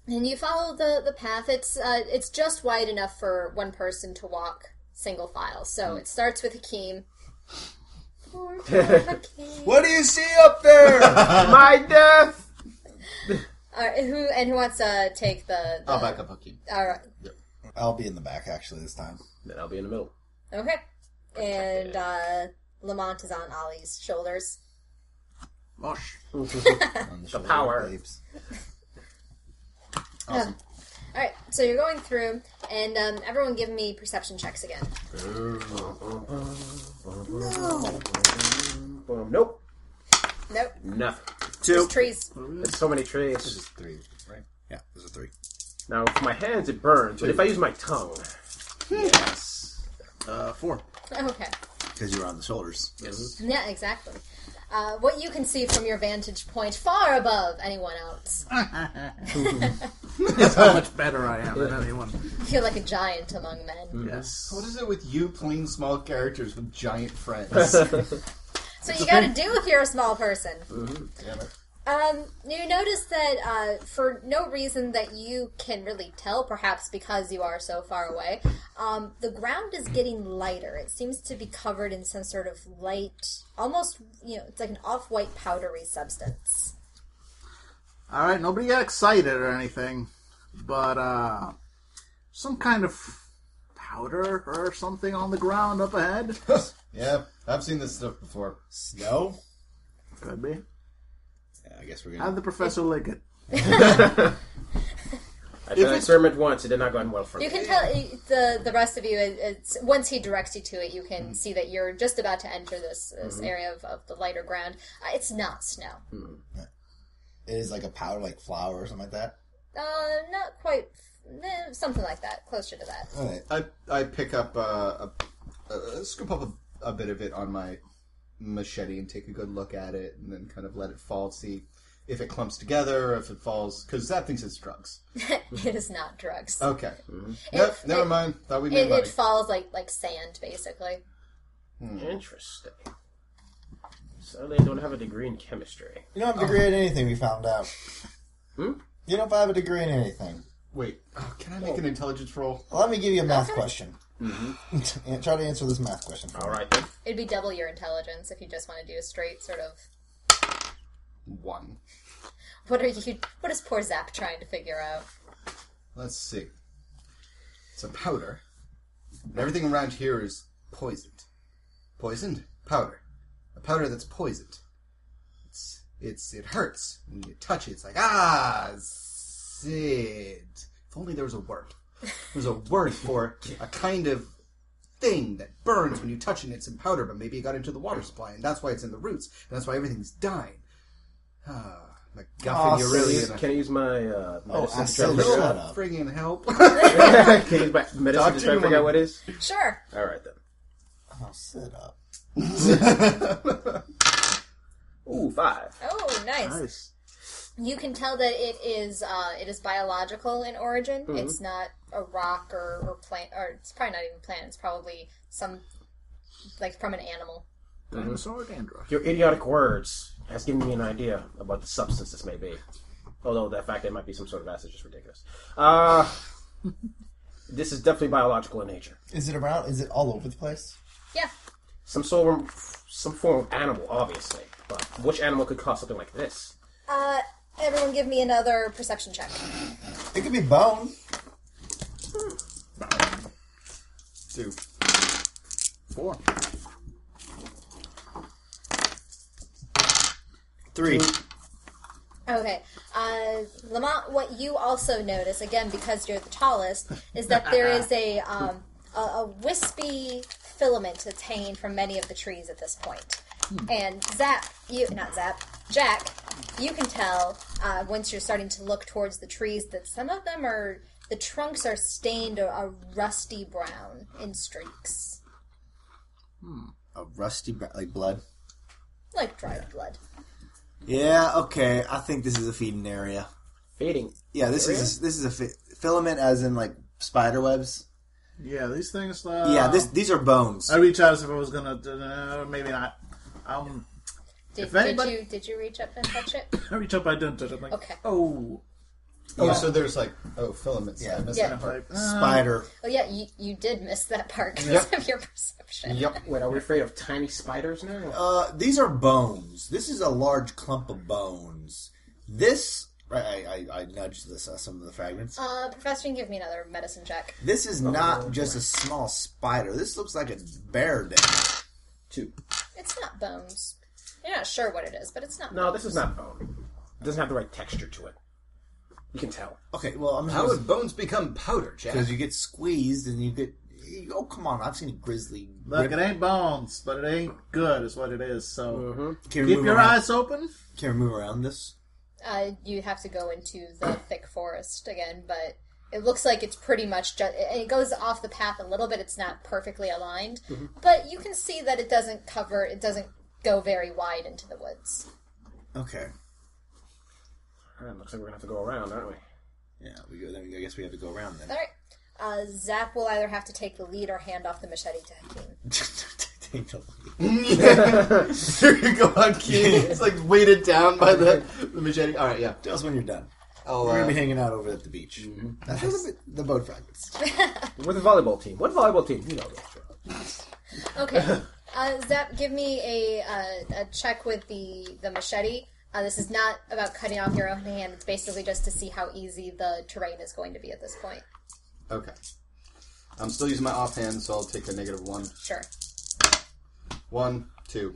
[SPEAKER 3] and you follow the the path. It's uh, it's just wide enough for one person to walk single file. So it starts with Hakeem. Poor Hakeem.
[SPEAKER 6] What do you see up there?
[SPEAKER 5] My death.
[SPEAKER 3] All right, Uh, who and who wants to take the? the uh,
[SPEAKER 4] I'll back up Hakeem.
[SPEAKER 3] All right.
[SPEAKER 6] I'll be in the back actually this time.
[SPEAKER 5] Then I'll be in the middle.
[SPEAKER 3] Okay. And uh, Lamont is on Ollie's shoulders.
[SPEAKER 7] Mush.
[SPEAKER 6] On the, shoulder
[SPEAKER 5] power.
[SPEAKER 6] of babes.
[SPEAKER 3] All right, so you're going through, and um, everyone give me perception checks again.
[SPEAKER 5] Boom. Nope.
[SPEAKER 3] Nope.
[SPEAKER 5] Nothing.
[SPEAKER 3] There's trees.
[SPEAKER 5] There's so many trees.
[SPEAKER 4] Three, right?
[SPEAKER 6] Yeah, there's a three.
[SPEAKER 5] Now with my hands it burns, but if I use my tongue, yes.
[SPEAKER 7] Uh, four.
[SPEAKER 3] Okay.
[SPEAKER 6] Because you were on the shoulders. Yes.
[SPEAKER 3] Yeah, exactly. Uh, what you can see from your vantage point, far above anyone else,
[SPEAKER 7] That's how much better I am than anyone.
[SPEAKER 3] you're like a giant among
[SPEAKER 4] Mm-hmm.
[SPEAKER 3] men.
[SPEAKER 7] Yes.
[SPEAKER 4] What is it with you playing small characters with giant friends?
[SPEAKER 3] So you got to do if you're a small person.
[SPEAKER 4] Mm-hmm. Damn it.
[SPEAKER 3] Um, you notice that uh, for no reason that you can really tell, perhaps because you are so far away, um, the ground is getting lighter. It seems to be covered in some sort of light, almost you know, it's like an off-white powdery substance.
[SPEAKER 7] All right, nobody got excited or anything, but uh, some kind of powder or something on the ground up ahead.
[SPEAKER 4] Yeah, I've seen this stuff before.
[SPEAKER 6] Snow?
[SPEAKER 7] Could be.
[SPEAKER 6] Yeah, I guess we're
[SPEAKER 7] Have
[SPEAKER 6] gonna.
[SPEAKER 7] the professor lick it.
[SPEAKER 5] I tried to experiment once, it did not go well for
[SPEAKER 3] You
[SPEAKER 5] me.
[SPEAKER 3] can tell eh, the the rest of you. it- It's, once he directs you to it, you can see that you're just about to enter this, this area of, of the lighter ground. Uh, it's not snow.
[SPEAKER 6] It is like a powder, like flour or something like that.
[SPEAKER 3] Uh, not quite. eh, something like that, closer to that.
[SPEAKER 6] All right.
[SPEAKER 4] I I pick up uh, a, a scoop up a, a bit of it on my machete and take a good look at it, and then kind of let it fall, see if it clumps together, if it falls, because that thinks it's drugs.
[SPEAKER 3] it is not drugs.
[SPEAKER 4] Okay.
[SPEAKER 10] Mm-hmm.
[SPEAKER 4] Nope,
[SPEAKER 3] It-
[SPEAKER 4] never
[SPEAKER 3] it-
[SPEAKER 4] mind. Thought we made
[SPEAKER 3] It, it
[SPEAKER 4] money.
[SPEAKER 3] falls like like sand, basically.
[SPEAKER 5] Interesting. Sadly, I don't have a degree in chemistry.
[SPEAKER 17] You don't have a degree in anything. We found out.
[SPEAKER 5] Hmm?
[SPEAKER 17] You don't have a degree in anything.
[SPEAKER 4] Wait, oh, can I make an intelligence roll?
[SPEAKER 17] Let me give you a math question.
[SPEAKER 6] Mm-hmm.
[SPEAKER 17] And try to answer this math question.
[SPEAKER 5] All right then.
[SPEAKER 3] It'd be double your intelligence if you just want to do a straight sort of.
[SPEAKER 4] One.
[SPEAKER 3] What are you? What is poor Zap trying to figure out?
[SPEAKER 4] Let's see. It's a powder. And everything around here is poisoned. Poisoned? Powder. A powder that's poisoned. It's it's it hurts. When you touch it, it's like ah Sid. If only there was a word. There's a word for a kind of thing that burns when you touch it and it's in powder, but maybe it got into the water supply, and that's why it's in the roots, and that's why everything's dying. Ah, MacGuffin,
[SPEAKER 17] Aw,
[SPEAKER 4] you're
[SPEAKER 17] Sid.
[SPEAKER 4] really
[SPEAKER 5] Use-
[SPEAKER 4] in a
[SPEAKER 5] Can I use my uh, medicine to try
[SPEAKER 6] said
[SPEAKER 5] to figure
[SPEAKER 6] no.
[SPEAKER 5] out?
[SPEAKER 6] Shut up.
[SPEAKER 4] friggin' help.
[SPEAKER 5] Can I use my medicine
[SPEAKER 4] Doctor,
[SPEAKER 5] to try
[SPEAKER 4] you
[SPEAKER 5] to figure out
[SPEAKER 4] wanna-
[SPEAKER 5] what it is?
[SPEAKER 3] Sure.
[SPEAKER 5] All right then.
[SPEAKER 17] Oh, sit up.
[SPEAKER 5] Ooh, five.
[SPEAKER 3] Oh, nice.
[SPEAKER 7] Nice.
[SPEAKER 3] You can tell that it is uh, it is biological in origin. It's not a rock or, or plant, or it's probably not even plant. It's probably some like from an animal.
[SPEAKER 7] Dinosaur dandruff.
[SPEAKER 5] Your idiotic words has given me an idea about the substance this may be. Although the fact that it might be some sort of acid is just ridiculous. Uh, this is definitely biological in nature.
[SPEAKER 17] Is it around? Is it all over the place?
[SPEAKER 3] Yeah.
[SPEAKER 5] Some sort of, some form of animal, obviously. But which animal could cause something like this?
[SPEAKER 3] Uh, everyone, give me another perception check.
[SPEAKER 17] It could be bone.
[SPEAKER 4] Two.
[SPEAKER 7] Four.
[SPEAKER 6] Three.
[SPEAKER 3] Okay. Uh, Lamont, what you also notice, again, because you're the tallest, is that there is a, um, a, a wispy filament that's hanging from many of the trees at this point. And Zap, you, not Zap, Jack, you can tell uh, once you're starting to look towards the trees that some of them are, the trunks are stained a, a rusty brown in streaks,
[SPEAKER 6] A rusty, bra- like blood.
[SPEAKER 3] like dried blood.
[SPEAKER 6] Yeah, okay. I think this is a feeding area.
[SPEAKER 5] Fading.
[SPEAKER 6] Yeah, this is this is a fi- filament, as in like spider webs.
[SPEAKER 7] Yeah, these things. Uh,
[SPEAKER 6] Yeah,
[SPEAKER 17] Oh.
[SPEAKER 6] this these are bones.
[SPEAKER 7] I reached out as if I was gonna. Uh, maybe not. Um,
[SPEAKER 3] Did,
[SPEAKER 7] If
[SPEAKER 3] did
[SPEAKER 7] anybody-
[SPEAKER 3] you did you reach up and touch it?
[SPEAKER 7] I reached up. I didn't touch. it. I'm like,
[SPEAKER 3] Okay.
[SPEAKER 7] oh,
[SPEAKER 1] Oh, so there's like oh filaments. Yeah, I missed
[SPEAKER 3] Yeah.
[SPEAKER 1] that part.
[SPEAKER 7] like, uh,
[SPEAKER 6] Spider.
[SPEAKER 3] Oh yeah, you, you did miss that part because
[SPEAKER 1] Yep.
[SPEAKER 3] of your perception.
[SPEAKER 1] Yep.
[SPEAKER 5] Wait, are we afraid of tiny spiders now?
[SPEAKER 6] Uh, these are bones. This is a large clump of bones. This. I, I, I nudged this, uh, some of the fragments.
[SPEAKER 3] Uh, Professor, you can give me another medicine check.
[SPEAKER 6] This
[SPEAKER 7] oh,
[SPEAKER 6] is not just a small spider. This looks like a bear den.
[SPEAKER 5] Two.
[SPEAKER 3] It's not bones. You're not sure what it is, but it's not.
[SPEAKER 5] No, this is not bone. It doesn't have the right texture to it. You can tell.
[SPEAKER 6] Okay, well, I'm just
[SPEAKER 1] How
[SPEAKER 6] gonna-
[SPEAKER 1] would bones become powder, Jack?
[SPEAKER 6] Because you get squeezed and you get. you- Oh, come on. I've seen a grizzly.
[SPEAKER 7] look,
[SPEAKER 6] rip-
[SPEAKER 7] it ain't bones, but it ain't good. Is what it is. So
[SPEAKER 6] Can we
[SPEAKER 7] keep
[SPEAKER 6] move
[SPEAKER 7] your
[SPEAKER 6] around?
[SPEAKER 7] eyes open.
[SPEAKER 6] Can we move around this?
[SPEAKER 3] Uh, you have to go into the thick forest again, but it looks like it's pretty much just. It goes off the path a little bit. It's not perfectly aligned, but you can see that it doesn't cover. It doesn't go very wide into the woods.
[SPEAKER 6] Okay.
[SPEAKER 5] Alright, Ah, looks like we're gonna have to go around, aren't we?
[SPEAKER 6] Yeah, we go, then we, I guess we have to go around then.
[SPEAKER 3] All right. Uh, Zap will either have to take the lead or hand off the machete to Hakeem.
[SPEAKER 6] Take the lead.
[SPEAKER 4] there you go, on key. It's like weighted down by the, the machete. All right, yeah.
[SPEAKER 6] Tell us when you're done.
[SPEAKER 4] I'll,
[SPEAKER 6] We're
[SPEAKER 4] uh, Mm-hmm.
[SPEAKER 6] gonna be hanging out over at the beach. That's
[SPEAKER 4] the bone fragments.
[SPEAKER 5] We're the volleyball team. What volleyball team? You know this.
[SPEAKER 3] Okay. Uh, Zap, give me a, uh, a check with the, the machete. Uh, this is not about cutting off your own hand. It's basically just to see how easy the terrain is going to be at this point.
[SPEAKER 4] Okay. I'm still using my offhand, so I'll take a negative one.
[SPEAKER 3] Sure.
[SPEAKER 4] One, two.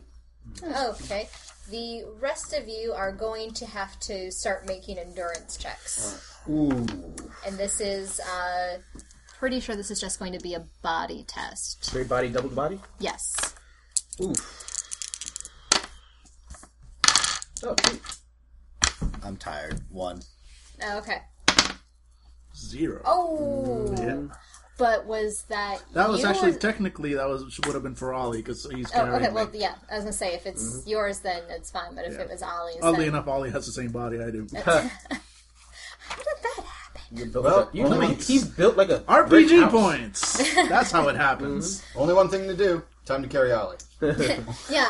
[SPEAKER 3] Okay. The rest of you are going to have to start making endurance checks. Ooh. And this is, uh, pretty sure this is just going to be a body test.
[SPEAKER 5] Straight body, double body?
[SPEAKER 3] Yes.
[SPEAKER 5] Ooh. Oh, shoot.
[SPEAKER 6] I'm tired. One.
[SPEAKER 3] Okay.
[SPEAKER 7] Zero.
[SPEAKER 3] Oh. But was that
[SPEAKER 7] That was
[SPEAKER 3] you
[SPEAKER 7] actually
[SPEAKER 3] or-
[SPEAKER 7] technically that was would have been for Ollie because he's
[SPEAKER 3] Oh,
[SPEAKER 7] carrying.
[SPEAKER 3] okay. Well,
[SPEAKER 7] me.
[SPEAKER 3] yeah. I was gonna say if it's yours, then it's fine. But if it was Ollie's,
[SPEAKER 7] Mm-hmm. Oddly
[SPEAKER 3] then...
[SPEAKER 7] enough, Ollie has the same body I do.
[SPEAKER 3] how did that happen?
[SPEAKER 5] You're built
[SPEAKER 1] Well,
[SPEAKER 5] like a, you know,
[SPEAKER 7] only-
[SPEAKER 5] he's built like a brick
[SPEAKER 7] RPG
[SPEAKER 5] house.
[SPEAKER 7] points. That's how it happens.
[SPEAKER 4] Only one thing to do. Time to carry Ollie.
[SPEAKER 3] Yeah.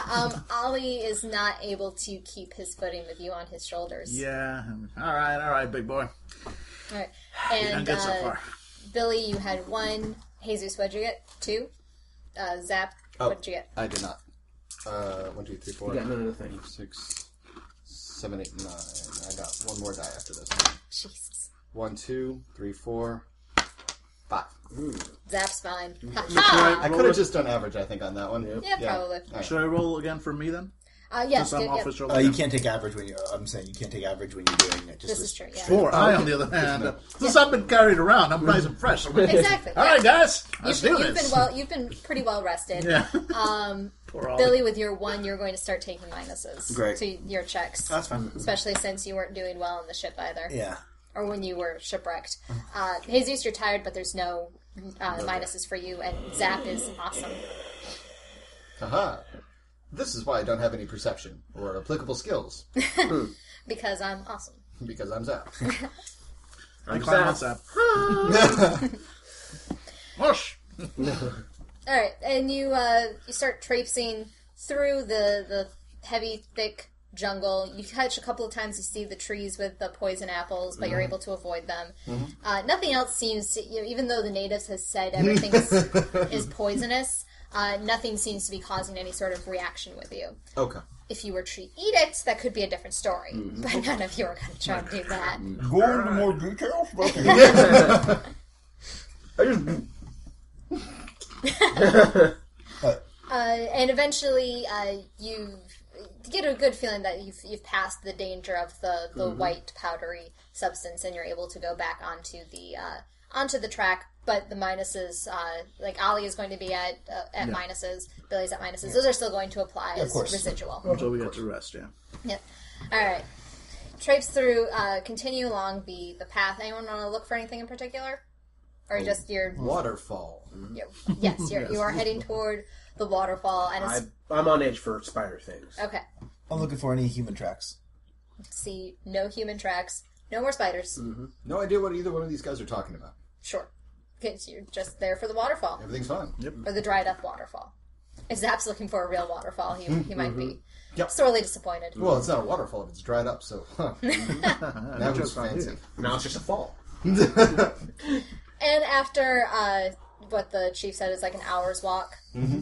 [SPEAKER 3] Um, Ollie is not able to keep his footing with you on his shoulders.
[SPEAKER 7] Yeah. All right. All right, big boy.
[SPEAKER 3] All right.
[SPEAKER 7] I'm
[SPEAKER 3] And
[SPEAKER 7] good so
[SPEAKER 3] uh,
[SPEAKER 7] far.
[SPEAKER 3] Billy, you had one. Jesus, what'd you get? Two. Uh, Zap, what'd you get?
[SPEAKER 4] I did not. Uh, one, two, three, four,
[SPEAKER 5] You got none of the things.
[SPEAKER 4] six, seven, eight, nine. I got one more die after this.
[SPEAKER 3] Jesus.
[SPEAKER 4] One, two, three, four, five.
[SPEAKER 3] Zap's fine.
[SPEAKER 7] Mm-hmm.
[SPEAKER 3] Ha ha!
[SPEAKER 4] I could have just done average, I think, on that one.
[SPEAKER 3] Yeah, probably.
[SPEAKER 4] Alright.
[SPEAKER 7] Should I roll again for me then?
[SPEAKER 3] Uh, yeah,
[SPEAKER 7] Since I'm
[SPEAKER 3] yeah,
[SPEAKER 7] off
[SPEAKER 3] yeah.
[SPEAKER 7] his shoulder.
[SPEAKER 6] Uh, you can't take average when you're. I'm saying you can't take average when you're doing it. Just
[SPEAKER 3] This
[SPEAKER 6] as-
[SPEAKER 3] is true. Yeah.
[SPEAKER 7] Or I, on the other hand, since I've been carried around, I'm nice and fresh. I'm like,
[SPEAKER 3] Exactly.
[SPEAKER 7] All right,
[SPEAKER 3] yeah.
[SPEAKER 7] guys, let's
[SPEAKER 3] You've been,
[SPEAKER 7] do
[SPEAKER 3] you've
[SPEAKER 7] this.
[SPEAKER 3] been well. You've been pretty well rested.
[SPEAKER 7] yeah. Poor Ollie.
[SPEAKER 3] Billy, with your one, you're going to start taking minuses
[SPEAKER 6] Great.
[SPEAKER 3] to your checks,
[SPEAKER 6] That's fine.
[SPEAKER 3] especially since you weren't doing well on the ship either,
[SPEAKER 6] Yeah.
[SPEAKER 3] or when you were shipwrecked.
[SPEAKER 7] Mm.
[SPEAKER 3] Uh, Jesus, you're tired, but there's no uh, minuses for you, and Zap is awesome.
[SPEAKER 4] Haha. Uh-huh. This is why I don't have any perception or applicable skills
[SPEAKER 3] because I'm awesome.
[SPEAKER 4] because I'm Zap.
[SPEAKER 7] I climb on
[SPEAKER 5] Zap.
[SPEAKER 7] Zap. Whoosh.
[SPEAKER 3] All right, and you uh, you start traipsing through the the heavy, thick jungle. You catch a couple of times. You see the trees with the poison apples, but you're able to avoid them. Uh, nothing else seems to, you know, even though the natives has said everything is, is poisonous. Uh, nothing seems to be causing any sort of reaction with you.
[SPEAKER 4] Okay.
[SPEAKER 3] If you were to eat it, that could be a different story. But none of you are going to try to do that.
[SPEAKER 6] Go into more details.
[SPEAKER 5] I just
[SPEAKER 3] Uh, and eventually, uh, you get a good feeling that you've, you've passed the danger of the, the white powdery substance, and you're able to go back onto the uh, onto the track. But the minuses, uh, like Ollie is going to be at uh, at minuses, Billy's at minuses. Those are still going to apply as
[SPEAKER 6] course.
[SPEAKER 3] residual.
[SPEAKER 7] Until we get to rest, yeah.
[SPEAKER 3] Yep. All right. Traipse through. Uh, continue along the the path. Anyone want to look for anything in particular, or just your
[SPEAKER 4] Mm-hmm. Waterfall.
[SPEAKER 3] your yes, you're, you are heading toward the waterfall, and
[SPEAKER 5] I,
[SPEAKER 3] it's
[SPEAKER 5] I'm on edge for spider things.
[SPEAKER 3] okay.
[SPEAKER 6] I'm looking for any human tracks.
[SPEAKER 3] see no human tracks. No more spiders.
[SPEAKER 4] No idea what either one of these guys are talking about.
[SPEAKER 3] Sure. Because you're just there for the waterfall
[SPEAKER 4] Everything's fine. Yep.
[SPEAKER 3] or the dried up waterfall. If Zap's looking for a real waterfall, he, he might be sorely disappointed.
[SPEAKER 4] Mm-hmm. Well, it's not a waterfall if it's dried up, so huh. that was fancy.
[SPEAKER 5] Now it's just a fall.
[SPEAKER 3] And after uh, what the chief said is like an hour's walk,
[SPEAKER 4] Mm-hmm.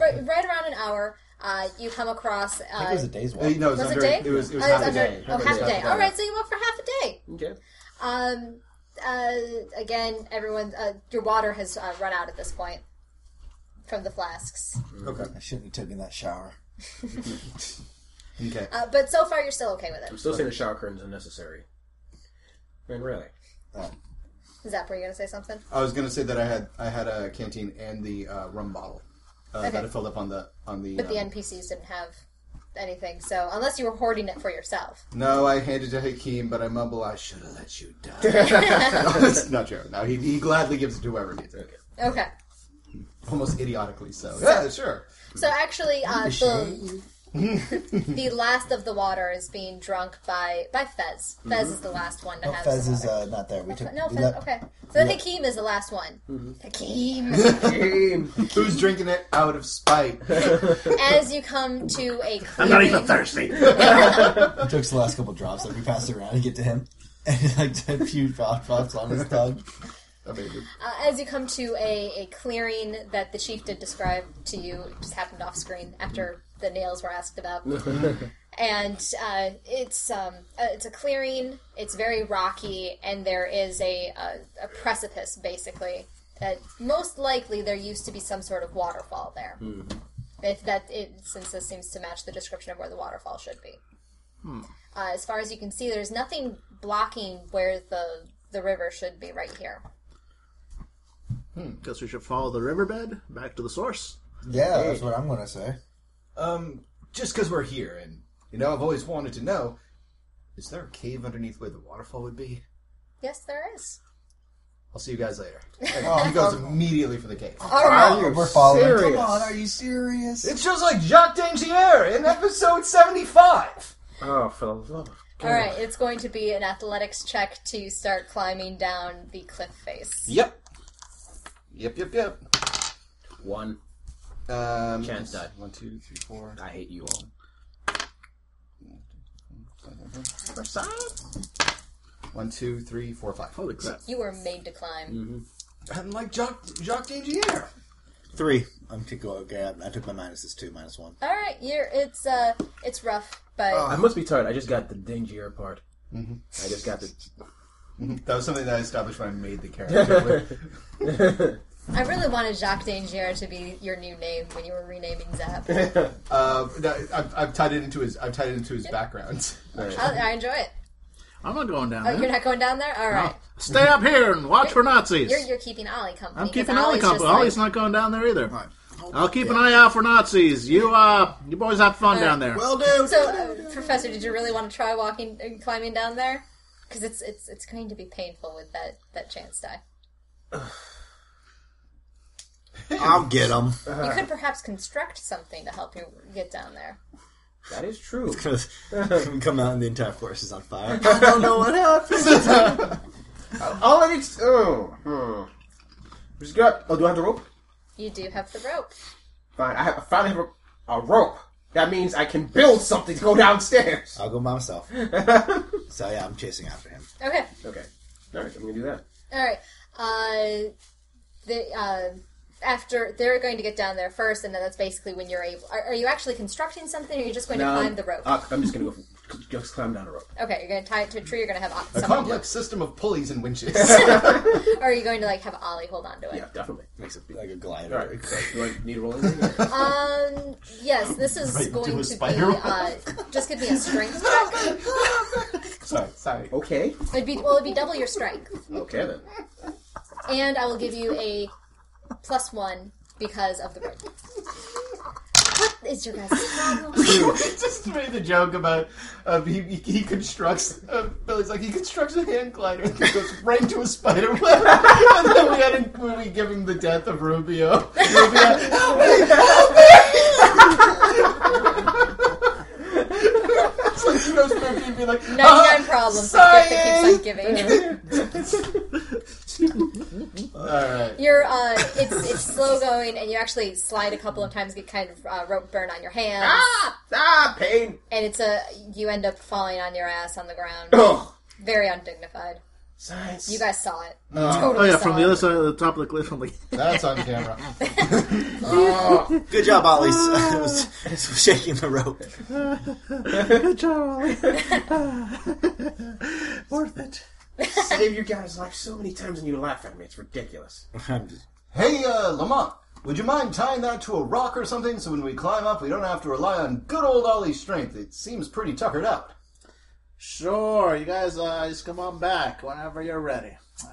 [SPEAKER 3] right, right around an hour, uh, you come across. Uh,
[SPEAKER 6] it was a day's
[SPEAKER 4] Uh,
[SPEAKER 6] walk.
[SPEAKER 4] No, it was,
[SPEAKER 3] was it
[SPEAKER 4] under,
[SPEAKER 3] day?
[SPEAKER 4] It was, it was
[SPEAKER 3] oh,
[SPEAKER 4] half
[SPEAKER 3] it's
[SPEAKER 4] a
[SPEAKER 3] under-
[SPEAKER 4] day.
[SPEAKER 3] Oh, half a day. All right, so you walk for half a day.
[SPEAKER 5] Okay.
[SPEAKER 3] Um, uh, again, everyone, uh, your water has uh, run out at this point from the flasks.
[SPEAKER 6] I shouldn't have taken that shower.
[SPEAKER 4] Okay.
[SPEAKER 3] Uh, but so far, you're still okay with
[SPEAKER 5] I'm still saying the shower curtains are necessary. I mean, really.
[SPEAKER 6] Uh,
[SPEAKER 3] it. Zap, were you going to say something?
[SPEAKER 4] I was gonna say that I had I had a canteen and the uh, rum bottle uh, that
[SPEAKER 3] Okay.
[SPEAKER 4] I filled up on the on the.
[SPEAKER 3] But the
[SPEAKER 4] um,
[SPEAKER 3] NPCs didn't have anything, so unless you were hoarding it for yourself.
[SPEAKER 4] No, I handed to Hakeem, but I mumble, I should have let you die. no, it's not true. No, he, he gladly gives it to whoever needs it.
[SPEAKER 3] Okay.
[SPEAKER 4] Almost idiotically so. Yeah, sure.
[SPEAKER 3] So actually, uh, the, the last of the water is being drunk by by Fez. Fez is the last one to have.
[SPEAKER 6] Mm-hmm. Fez
[SPEAKER 3] some
[SPEAKER 6] is
[SPEAKER 3] water.
[SPEAKER 6] uh, Mm-hmm. not there. We took
[SPEAKER 3] No,
[SPEAKER 6] we
[SPEAKER 3] Fez.
[SPEAKER 6] left-
[SPEAKER 3] Okay. So then Hakeem is the last one. Hakeem.
[SPEAKER 4] Who's drinking it out of spite?
[SPEAKER 3] As you come to a
[SPEAKER 7] I'm not
[SPEAKER 3] clearing,
[SPEAKER 7] even thirsty.
[SPEAKER 6] He took the last couple drops that we passed around to get to him, and like a few drop drops on his tongue.
[SPEAKER 4] Amazing.
[SPEAKER 3] uh, as you come to a, a clearing that the chief did describe to you, it just happened off screen after the nails were asked about. and uh, it's um, uh, it's a clearing. It's very rocky, and there is a a, a precipice basically. That most likely there used to be some sort of waterfall there. If that, it, since this seems to match the description of where the waterfall should be. Uh, as far as you can see, there's nothing blocking where the the river should be right here.
[SPEAKER 7] Guess we should follow the riverbed back to the source.
[SPEAKER 6] Yeah, that's what I'm gonna say.
[SPEAKER 4] Um, just because we're here, and, you know, I've always wanted to know is there a cave underneath where the waterfall would be?
[SPEAKER 3] Yes, there is.
[SPEAKER 4] I'll see you guys later. And he goes immediately for the cave.
[SPEAKER 3] All right.
[SPEAKER 6] We're following.
[SPEAKER 5] serious?
[SPEAKER 6] Come on, are you serious?
[SPEAKER 4] It's just like Jacques Dangier in episode 75!
[SPEAKER 5] Oh, for the love of
[SPEAKER 3] All right. It's going to be an athletics check to start climbing down the cliff face.
[SPEAKER 4] Yep. Yep, yep, yep.
[SPEAKER 5] one.
[SPEAKER 4] Um,
[SPEAKER 5] Chance died.
[SPEAKER 4] One, two, three, four.
[SPEAKER 5] I hate you all.
[SPEAKER 4] One, two, three, four, five.
[SPEAKER 7] Holy crap.
[SPEAKER 3] You were made to climb.
[SPEAKER 4] I'm like Jacques, Jacques Dangier.
[SPEAKER 6] Three. I'm to go. Okay, I, I took my minuses two, minus one.
[SPEAKER 3] All right. You're. It's uh. It's rough, but
[SPEAKER 7] Oh.
[SPEAKER 5] Oh, I must be tired. I just got the dingier part. I just got the.
[SPEAKER 4] That was something that I established when I made the character.
[SPEAKER 3] I really wanted Jacques Danger to be your new name when you were renaming Zap.
[SPEAKER 4] uh, that- I've, I've tied it into his. I've tied it into his background.
[SPEAKER 3] I, I enjoy it.
[SPEAKER 7] I'm not going down
[SPEAKER 3] Oh, you're
[SPEAKER 7] there.
[SPEAKER 3] not going down there. All right.
[SPEAKER 7] Stay up here and watch for Nazis.
[SPEAKER 3] You're you're keeping Ollie company.
[SPEAKER 7] I'm
[SPEAKER 3] 'cause
[SPEAKER 7] keeping Ollie
[SPEAKER 3] Ollie's just
[SPEAKER 7] company. Ollie's
[SPEAKER 3] like-
[SPEAKER 7] not going down there either. I'll keep an eye out for Nazis. You uh, you boys have fun down there.
[SPEAKER 6] Well, dude.
[SPEAKER 3] So, uh, Professor, did you really want to try walking and climbing down there? Because it's it's it's going to be painful with that that chance die.
[SPEAKER 6] I'll get him.
[SPEAKER 3] You
[SPEAKER 7] Uh.
[SPEAKER 3] could perhaps construct something to help you get down there.
[SPEAKER 5] That is true.
[SPEAKER 6] we come out and the entire forest is on fire. I don't know what happened.
[SPEAKER 5] All I need. Oh, hmm. We just got. Oh, do I have the rope?
[SPEAKER 3] You do have the rope.
[SPEAKER 5] Fine. I, have, I finally have a, a rope. That means I can build something to go downstairs.
[SPEAKER 6] I'll go by myself. So yeah, I'm chasing after him.
[SPEAKER 3] Okay.
[SPEAKER 5] Okay. All right. I'm gonna do that.
[SPEAKER 3] All right. Uh, the uh, after they're going to get down there first, and then that's basically when you're able. Are, are you actually constructing something, or are you just going to climb the rope?
[SPEAKER 5] Uh, I'm just gonna go. f- Just climb down the rope.
[SPEAKER 3] okay, you're going to tie it to a tree. You're going to have
[SPEAKER 4] A
[SPEAKER 3] O- someone, do
[SPEAKER 4] complex system of pulleys and winches.
[SPEAKER 3] it. or are you going to like have Ollie hold on to it?
[SPEAKER 5] Yeah, definitely.
[SPEAKER 6] Makes it like a glider.
[SPEAKER 5] All right. Do I need to roll anything?
[SPEAKER 3] Um. Yes, this is
[SPEAKER 6] Right into
[SPEAKER 3] going
[SPEAKER 6] a
[SPEAKER 3] to be
[SPEAKER 6] spider web.
[SPEAKER 3] uh, just going to be a strength check.
[SPEAKER 4] sorry, sorry.
[SPEAKER 5] okay.
[SPEAKER 3] It'd be well, it'd be double your strength.
[SPEAKER 5] Okay then.
[SPEAKER 3] And I will give you a plus one because of the break. What is your guys' problem?
[SPEAKER 4] just made the joke about um, he, he he constructs. Uh, Billy's like he constructs a hand glider and goes right into a spider web. and then we had him when we give him the death of Rubio. Rubio you know, Spooky would be like,
[SPEAKER 11] Ninety-nine problems. The gift that keeps on giving.
[SPEAKER 4] all right.
[SPEAKER 11] You're uh, it's it's slow going, and you actually slide a couple of times, get kind of uh, rope burn on your hands,
[SPEAKER 5] Ah, ah, pain.
[SPEAKER 11] and it's a you end up falling on your ass on the ground.
[SPEAKER 5] Oh,
[SPEAKER 11] Very undignified.
[SPEAKER 5] science.
[SPEAKER 11] You guys saw it.
[SPEAKER 7] Oh
[SPEAKER 11] totally
[SPEAKER 7] yeah,
[SPEAKER 11] saw
[SPEAKER 7] from
[SPEAKER 3] uh,
[SPEAKER 7] the
[SPEAKER 11] it.
[SPEAKER 7] other side of the top of the cliff. From the
[SPEAKER 4] That's on camera.
[SPEAKER 6] Good job, Ollie.
[SPEAKER 4] "Ah."
[SPEAKER 6] I was shaking the rope.
[SPEAKER 7] good job, Ollie. Worth it.
[SPEAKER 5] Save your guys' life so many times, and you laugh at me. It's ridiculous.
[SPEAKER 6] I'm just-
[SPEAKER 4] Hey, uh, Lamont, would you mind tying that to a rock or something so when we climb up, we don't have to rely on good old Ollie's strength? It seems pretty tuckered out.
[SPEAKER 7] Sure, you guys uh, just come on back whenever you're ready. Ah,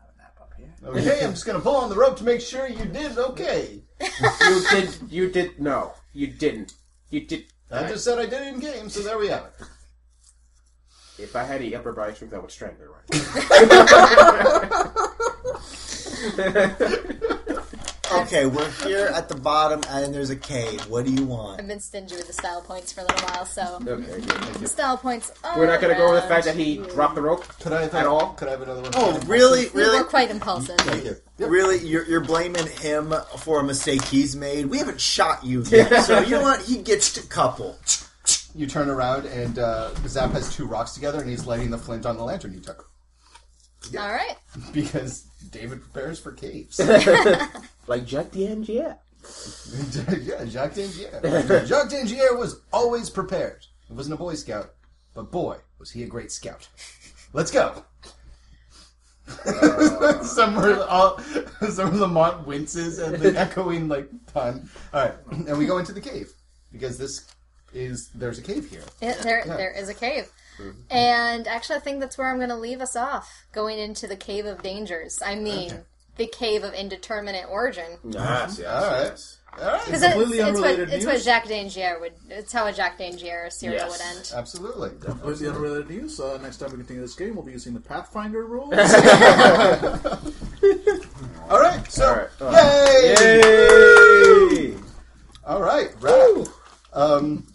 [SPEAKER 7] Have a nap up here.
[SPEAKER 4] Okay, I'm just gonna pull on the rope to make sure you did okay.
[SPEAKER 5] You did. You did. No, you didn't. You did.
[SPEAKER 4] I just said I did it in game, so there we have it.
[SPEAKER 5] If I had any upper body strength, I would strangle her right.
[SPEAKER 6] Okay, we're here at the bottom, and there's a cave. What do you want?
[SPEAKER 11] I've been stingy with the style points for a little while, so
[SPEAKER 5] now. Okay. good.
[SPEAKER 11] style points. all
[SPEAKER 5] We're not going to go over the
[SPEAKER 11] around.
[SPEAKER 5] fact that he dropped the rope.
[SPEAKER 4] Could I have
[SPEAKER 5] At all?
[SPEAKER 4] Could I have another one?
[SPEAKER 6] Oh, really,
[SPEAKER 11] We
[SPEAKER 6] really,
[SPEAKER 11] were quite impulsive.
[SPEAKER 5] Mm-hmm.
[SPEAKER 6] really? You're, you're blaming him for a mistake he's made. We haven't shot you yet, so you know what? He gets to couple.
[SPEAKER 4] You turn around and uh, Zap has two rocks together, and he's lighting the flint on the lantern you took
[SPEAKER 11] All right.
[SPEAKER 4] because David prepares for caves.
[SPEAKER 5] Like Jack the MGF.
[SPEAKER 4] yeah, Jacques Dangier. Jacques Dangier was always prepared. He wasn't a Boy Scout, but boy, was he a great scout. Let's go.
[SPEAKER 5] Uh,
[SPEAKER 4] somewhere, all, somewhere Lamont winces at the echoing like pun. All right, and we go into the cave because this is there's a cave here.
[SPEAKER 11] Yeah, there, there is a cave. And actually, I think that's where I'm going to leave us off, going into the cave of dangers. I mean, the cave of indeterminate origin.
[SPEAKER 5] Yes, yes,
[SPEAKER 4] All right. All right,
[SPEAKER 11] Because it's,
[SPEAKER 7] Completely
[SPEAKER 11] it's what,
[SPEAKER 7] unrelated
[SPEAKER 11] it's what
[SPEAKER 7] news.
[SPEAKER 11] Jacques Dangier would. It's how a Jacques Dangier serial
[SPEAKER 5] Yes.
[SPEAKER 11] would end.
[SPEAKER 4] absolutely.
[SPEAKER 7] Completely unrelated news. Uh, next time we continue this game, we'll be using the Pathfinder rules.
[SPEAKER 4] All right, so
[SPEAKER 5] All right. All right.
[SPEAKER 4] yay!
[SPEAKER 5] Yay!
[SPEAKER 4] All right, right. Um,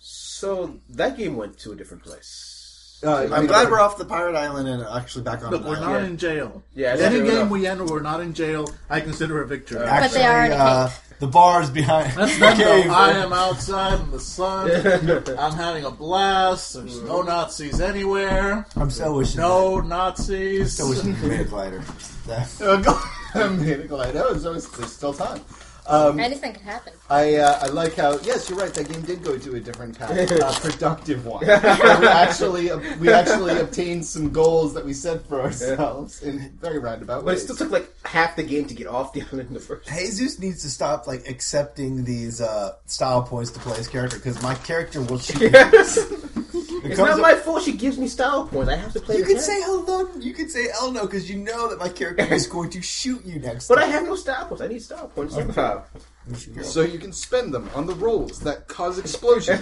[SPEAKER 5] So that game went to a different place.
[SPEAKER 4] uh,
[SPEAKER 6] I'm glad we're off the pirate island and actually back on.
[SPEAKER 7] Look,
[SPEAKER 6] the
[SPEAKER 7] we're
[SPEAKER 6] island.
[SPEAKER 7] not in jail.
[SPEAKER 5] Yeah, that's
[SPEAKER 7] Any
[SPEAKER 5] true
[SPEAKER 7] game
[SPEAKER 5] enough.
[SPEAKER 7] we enter, we're not in jail. I consider a victory.
[SPEAKER 11] But they are in a cave.
[SPEAKER 6] uh, the bars behind.
[SPEAKER 7] That's not no, I am outside in the sun. I'm having a blast. There's no Nazis anywhere.
[SPEAKER 6] I'm so wishing.
[SPEAKER 7] No Nazis.
[SPEAKER 6] so wishing we made it lighter. That-
[SPEAKER 7] Um,
[SPEAKER 4] I'm glad. Oh, so it's- there's still time. Um,
[SPEAKER 11] Anything could happen.
[SPEAKER 4] I uh, I like how yes, you're right. That game did go to a different path, a productive one. And we actually we actually obtained some goals that we set for ourselves in very roundabout
[SPEAKER 5] But it
[SPEAKER 4] ways.
[SPEAKER 5] still took like half the game to get off the island in the first.
[SPEAKER 6] Jesus needs to stop like accepting these uh, style points to play his character because my character will shoot. me.
[SPEAKER 5] It's
[SPEAKER 6] comes
[SPEAKER 5] not
[SPEAKER 6] up-
[SPEAKER 5] my fault. She gives me style points. I have to play.
[SPEAKER 6] You
[SPEAKER 5] the
[SPEAKER 6] can
[SPEAKER 5] character.
[SPEAKER 6] say hello. You can say Elno because you know that my character is going to shoot you next.
[SPEAKER 5] but I
[SPEAKER 6] time.
[SPEAKER 5] have no style points. I need style points somehow.
[SPEAKER 4] so you can spend them on the rolls that cause explosions.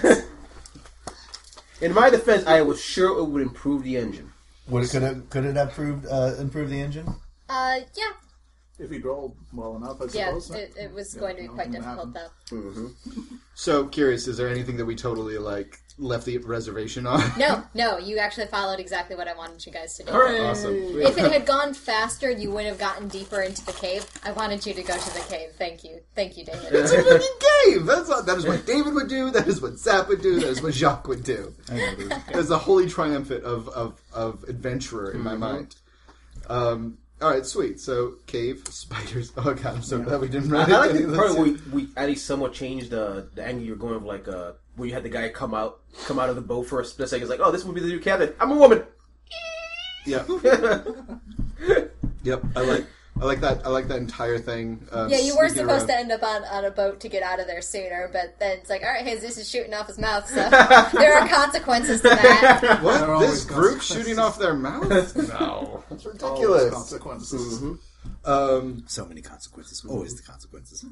[SPEAKER 5] In my defense, I was sure it would improve the engine.
[SPEAKER 6] Would it, could it could it have proved uh, improved the engine?
[SPEAKER 11] Uh, yeah.
[SPEAKER 7] If you rolled well enough, I
[SPEAKER 11] Yeah,
[SPEAKER 7] suppose.
[SPEAKER 11] it, it was going to be
[SPEAKER 7] no,
[SPEAKER 11] quite
[SPEAKER 7] it
[SPEAKER 11] difficult,
[SPEAKER 7] happened.
[SPEAKER 11] though.
[SPEAKER 4] so curious, is there anything that we totally like left the reservation on?
[SPEAKER 11] No, Oh, no, you actually followed exactly what I wanted you guys to do.
[SPEAKER 4] Awesome.
[SPEAKER 11] If it had gone faster, you would have gotten deeper into the cave. I wanted you to go to the cave. Thank you. Thank you, David.
[SPEAKER 4] It's a freaking game. That's not, that is what David would do. That is what Zap would do. That is what Jacques would do. That's the holy triumphant of of, of adventurer in my mind. Um, all right, sweet. So cave spiders. Oh god, I'm so glad we didn't
[SPEAKER 5] I, I
[SPEAKER 4] write
[SPEAKER 5] like
[SPEAKER 4] any
[SPEAKER 5] the
[SPEAKER 4] of this.
[SPEAKER 5] part where we, we at least somewhat changed the the angle you're going of like uh where you had the guy come out come out of the boat for a split second. It's like, oh, this would be the new captain. I'm a woman.
[SPEAKER 4] Yep. yep. I like I like that I like that entire thing. Um,
[SPEAKER 11] yeah, you were
[SPEAKER 4] sneaking
[SPEAKER 11] supposed
[SPEAKER 4] around.
[SPEAKER 11] to end up on, on a boat to get out of there sooner, but then it's like, all right, Jesus is shooting off his mouth, so there are consequences to that.
[SPEAKER 4] What?
[SPEAKER 7] always
[SPEAKER 4] This group shooting
[SPEAKER 7] consequences.
[SPEAKER 4] off their mouths? no, that's ridiculous.
[SPEAKER 7] consequences.
[SPEAKER 4] Um,
[SPEAKER 6] So many consequences. Always the consequences.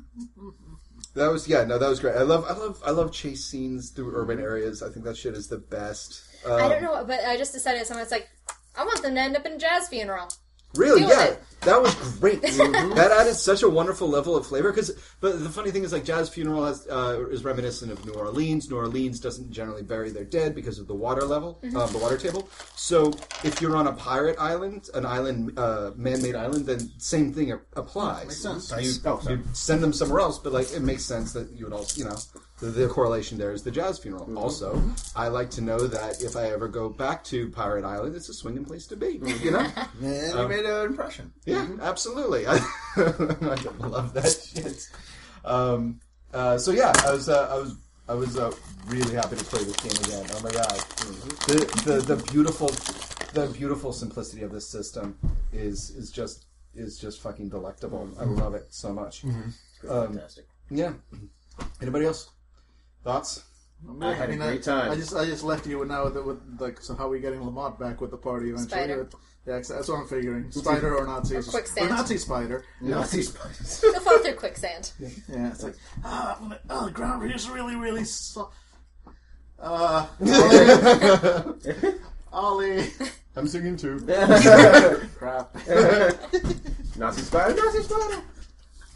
[SPEAKER 4] That was yeah, no, that was great. I love I love I love chase scenes through urban areas. I think that shit is the best. Um,
[SPEAKER 11] I don't know, but I just decided someone's like, I want them to end up in a jazz funeral.
[SPEAKER 4] Really,
[SPEAKER 3] Deal with
[SPEAKER 4] yeah.
[SPEAKER 3] it.
[SPEAKER 4] That was great. that added such a wonderful level of flavor. Because, but the funny thing is, like Jazz Funeral has, uh, is reminiscent of New Orleans. New Orleans doesn't generally bury their dead because of the water level, uh, the water table. So, if you're on a pirate island, an island, uh, man-made island, then same thing a- applies.
[SPEAKER 6] sense.
[SPEAKER 4] You,
[SPEAKER 5] Oh, sorry.
[SPEAKER 4] you send them somewhere else, but like it makes sense that you would also, you know, the, the correlation there is the Jazz Funeral. Also, I like to know that if I ever go back to Pirate Island, it's a swinging place to be. You know.
[SPEAKER 6] And you made an impression.
[SPEAKER 4] Yeah, absolutely. I, I love that shit. Um, uh, so yeah, I was uh, I was I was uh, really happy to play this game again. Oh my god, the, the the beautiful the beautiful simplicity of this system is is just is just fucking delectable. I love it so much.
[SPEAKER 5] Fantastic.
[SPEAKER 4] Yeah. Anybody else? Thoughts?
[SPEAKER 5] I had a great time.
[SPEAKER 9] I just I just left you with now that with like so how are we getting Lamont back with the party eventually?
[SPEAKER 3] Spider.
[SPEAKER 9] Yeah, that's that's what I'm figuring. Spider or Nazi?
[SPEAKER 3] quicksand.
[SPEAKER 9] Nazi spider.
[SPEAKER 4] Nazi
[SPEAKER 3] He'll fall through quicksand.
[SPEAKER 9] Yeah, it's like ah, I'm gonna- oh, the ground here's really really so- Uh, Ollie, Ollie.
[SPEAKER 4] I'm singing too.
[SPEAKER 9] crap.
[SPEAKER 5] Nazi spider, Nazi spider.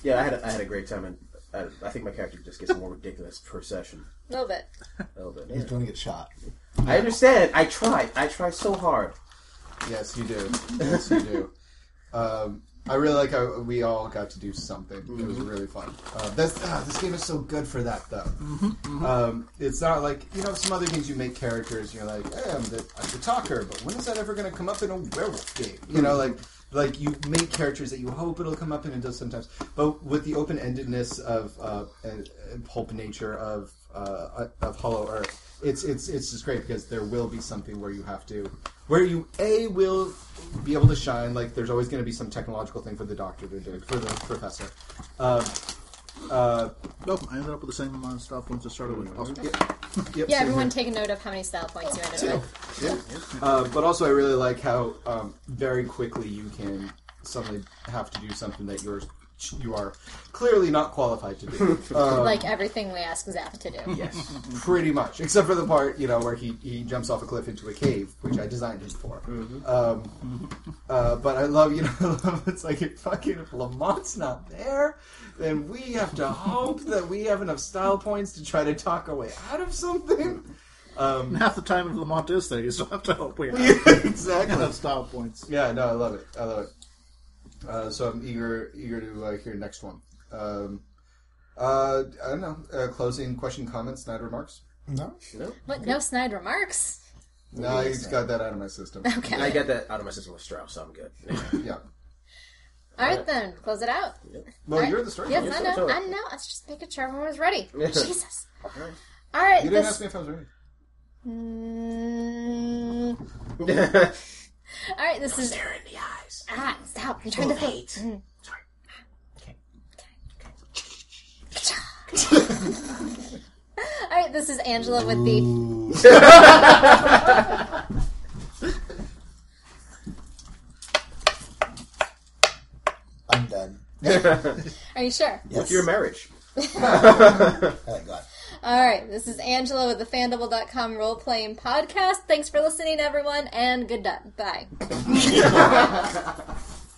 [SPEAKER 5] Yeah, I had a, I had a great time, and I, I think my character just gets more ridiculous per session.
[SPEAKER 3] A little bit.
[SPEAKER 5] A little bit.
[SPEAKER 6] He's going to get shot.
[SPEAKER 5] I understand. I tried. I tried so hard.
[SPEAKER 4] Yes, you do. Yes, you do. Um, I really like how we all got to do something. It was really fun. Uh, that's, ah, this game is so good for that, though. Um, it's not like you know some other games. You make characters, you're like, hey, I'm the, I'm the talker, but when is that ever going to come up in a werewolf game? You know, like like you make characters that you hope it'll come up in, and does sometimes. But with the open endedness of uh, and, and pulp nature of uh, of Hollow Earth, it's it's it's just great because there will be something where you have to where you a will be able to shine. Like there's always going to be some technological thing for the doctor to do for the professor. Um, uh,
[SPEAKER 7] Nope, I ended up with the same amount of style points I started with. Awesome.
[SPEAKER 4] yep,
[SPEAKER 3] Yeah,
[SPEAKER 4] same here.
[SPEAKER 3] everyone take a note of how many style points you ended up with.
[SPEAKER 4] Uh, but also, I really like how um, very quickly you can suddenly have to do something that you're you are clearly not qualified to do. Um,
[SPEAKER 3] Like everything we ask Zap to do.
[SPEAKER 5] Yes.
[SPEAKER 4] pretty much, except for the part you know where he, he jumps off a cliff into a cave, which I designed him for. Um, uh, but I love you know I love- it's like if fucking if Lamont's not there, then we have to hope that we have enough style points to try to talk our way out of something. Um,
[SPEAKER 7] Half the time, if Lamont is there, you still have to hope we have
[SPEAKER 4] exactly.
[SPEAKER 7] enough style points.
[SPEAKER 4] Yeah, no, I love it. I love it. Uh, so I'm eager eager to uh, hear next one. Um, uh, I don't know. Uh, closing question, comments, snide remarks.
[SPEAKER 6] No.
[SPEAKER 3] What? No snide remarks?
[SPEAKER 4] No, I just got that out of my system.
[SPEAKER 3] Okay.
[SPEAKER 5] I got that out of my system with Strauss, so I'm good.
[SPEAKER 4] Yeah.
[SPEAKER 3] All right, then. Close it out.
[SPEAKER 4] Well,
[SPEAKER 3] Right.
[SPEAKER 4] you're the story.
[SPEAKER 3] Yes,
[SPEAKER 4] you
[SPEAKER 3] I
[SPEAKER 5] it's
[SPEAKER 3] know.
[SPEAKER 5] over.
[SPEAKER 3] I know. I was just making sure everyone was ready.
[SPEAKER 5] Yeah.
[SPEAKER 3] Jesus. All right.
[SPEAKER 4] didn't
[SPEAKER 3] this-
[SPEAKER 4] ask me if I was ready.
[SPEAKER 3] Mm. All right, this is.
[SPEAKER 18] Stare in the eyes.
[SPEAKER 3] Ah, stop. You turned the face. Mm. All right, this is Angela with the.
[SPEAKER 6] I'm done.
[SPEAKER 3] Are you sure?
[SPEAKER 5] What's your marriage?
[SPEAKER 6] Thank God.
[SPEAKER 3] All right, this is Angela with the Fandible.com role playing podcast. Thanks for listening, everyone, and good night. Bye.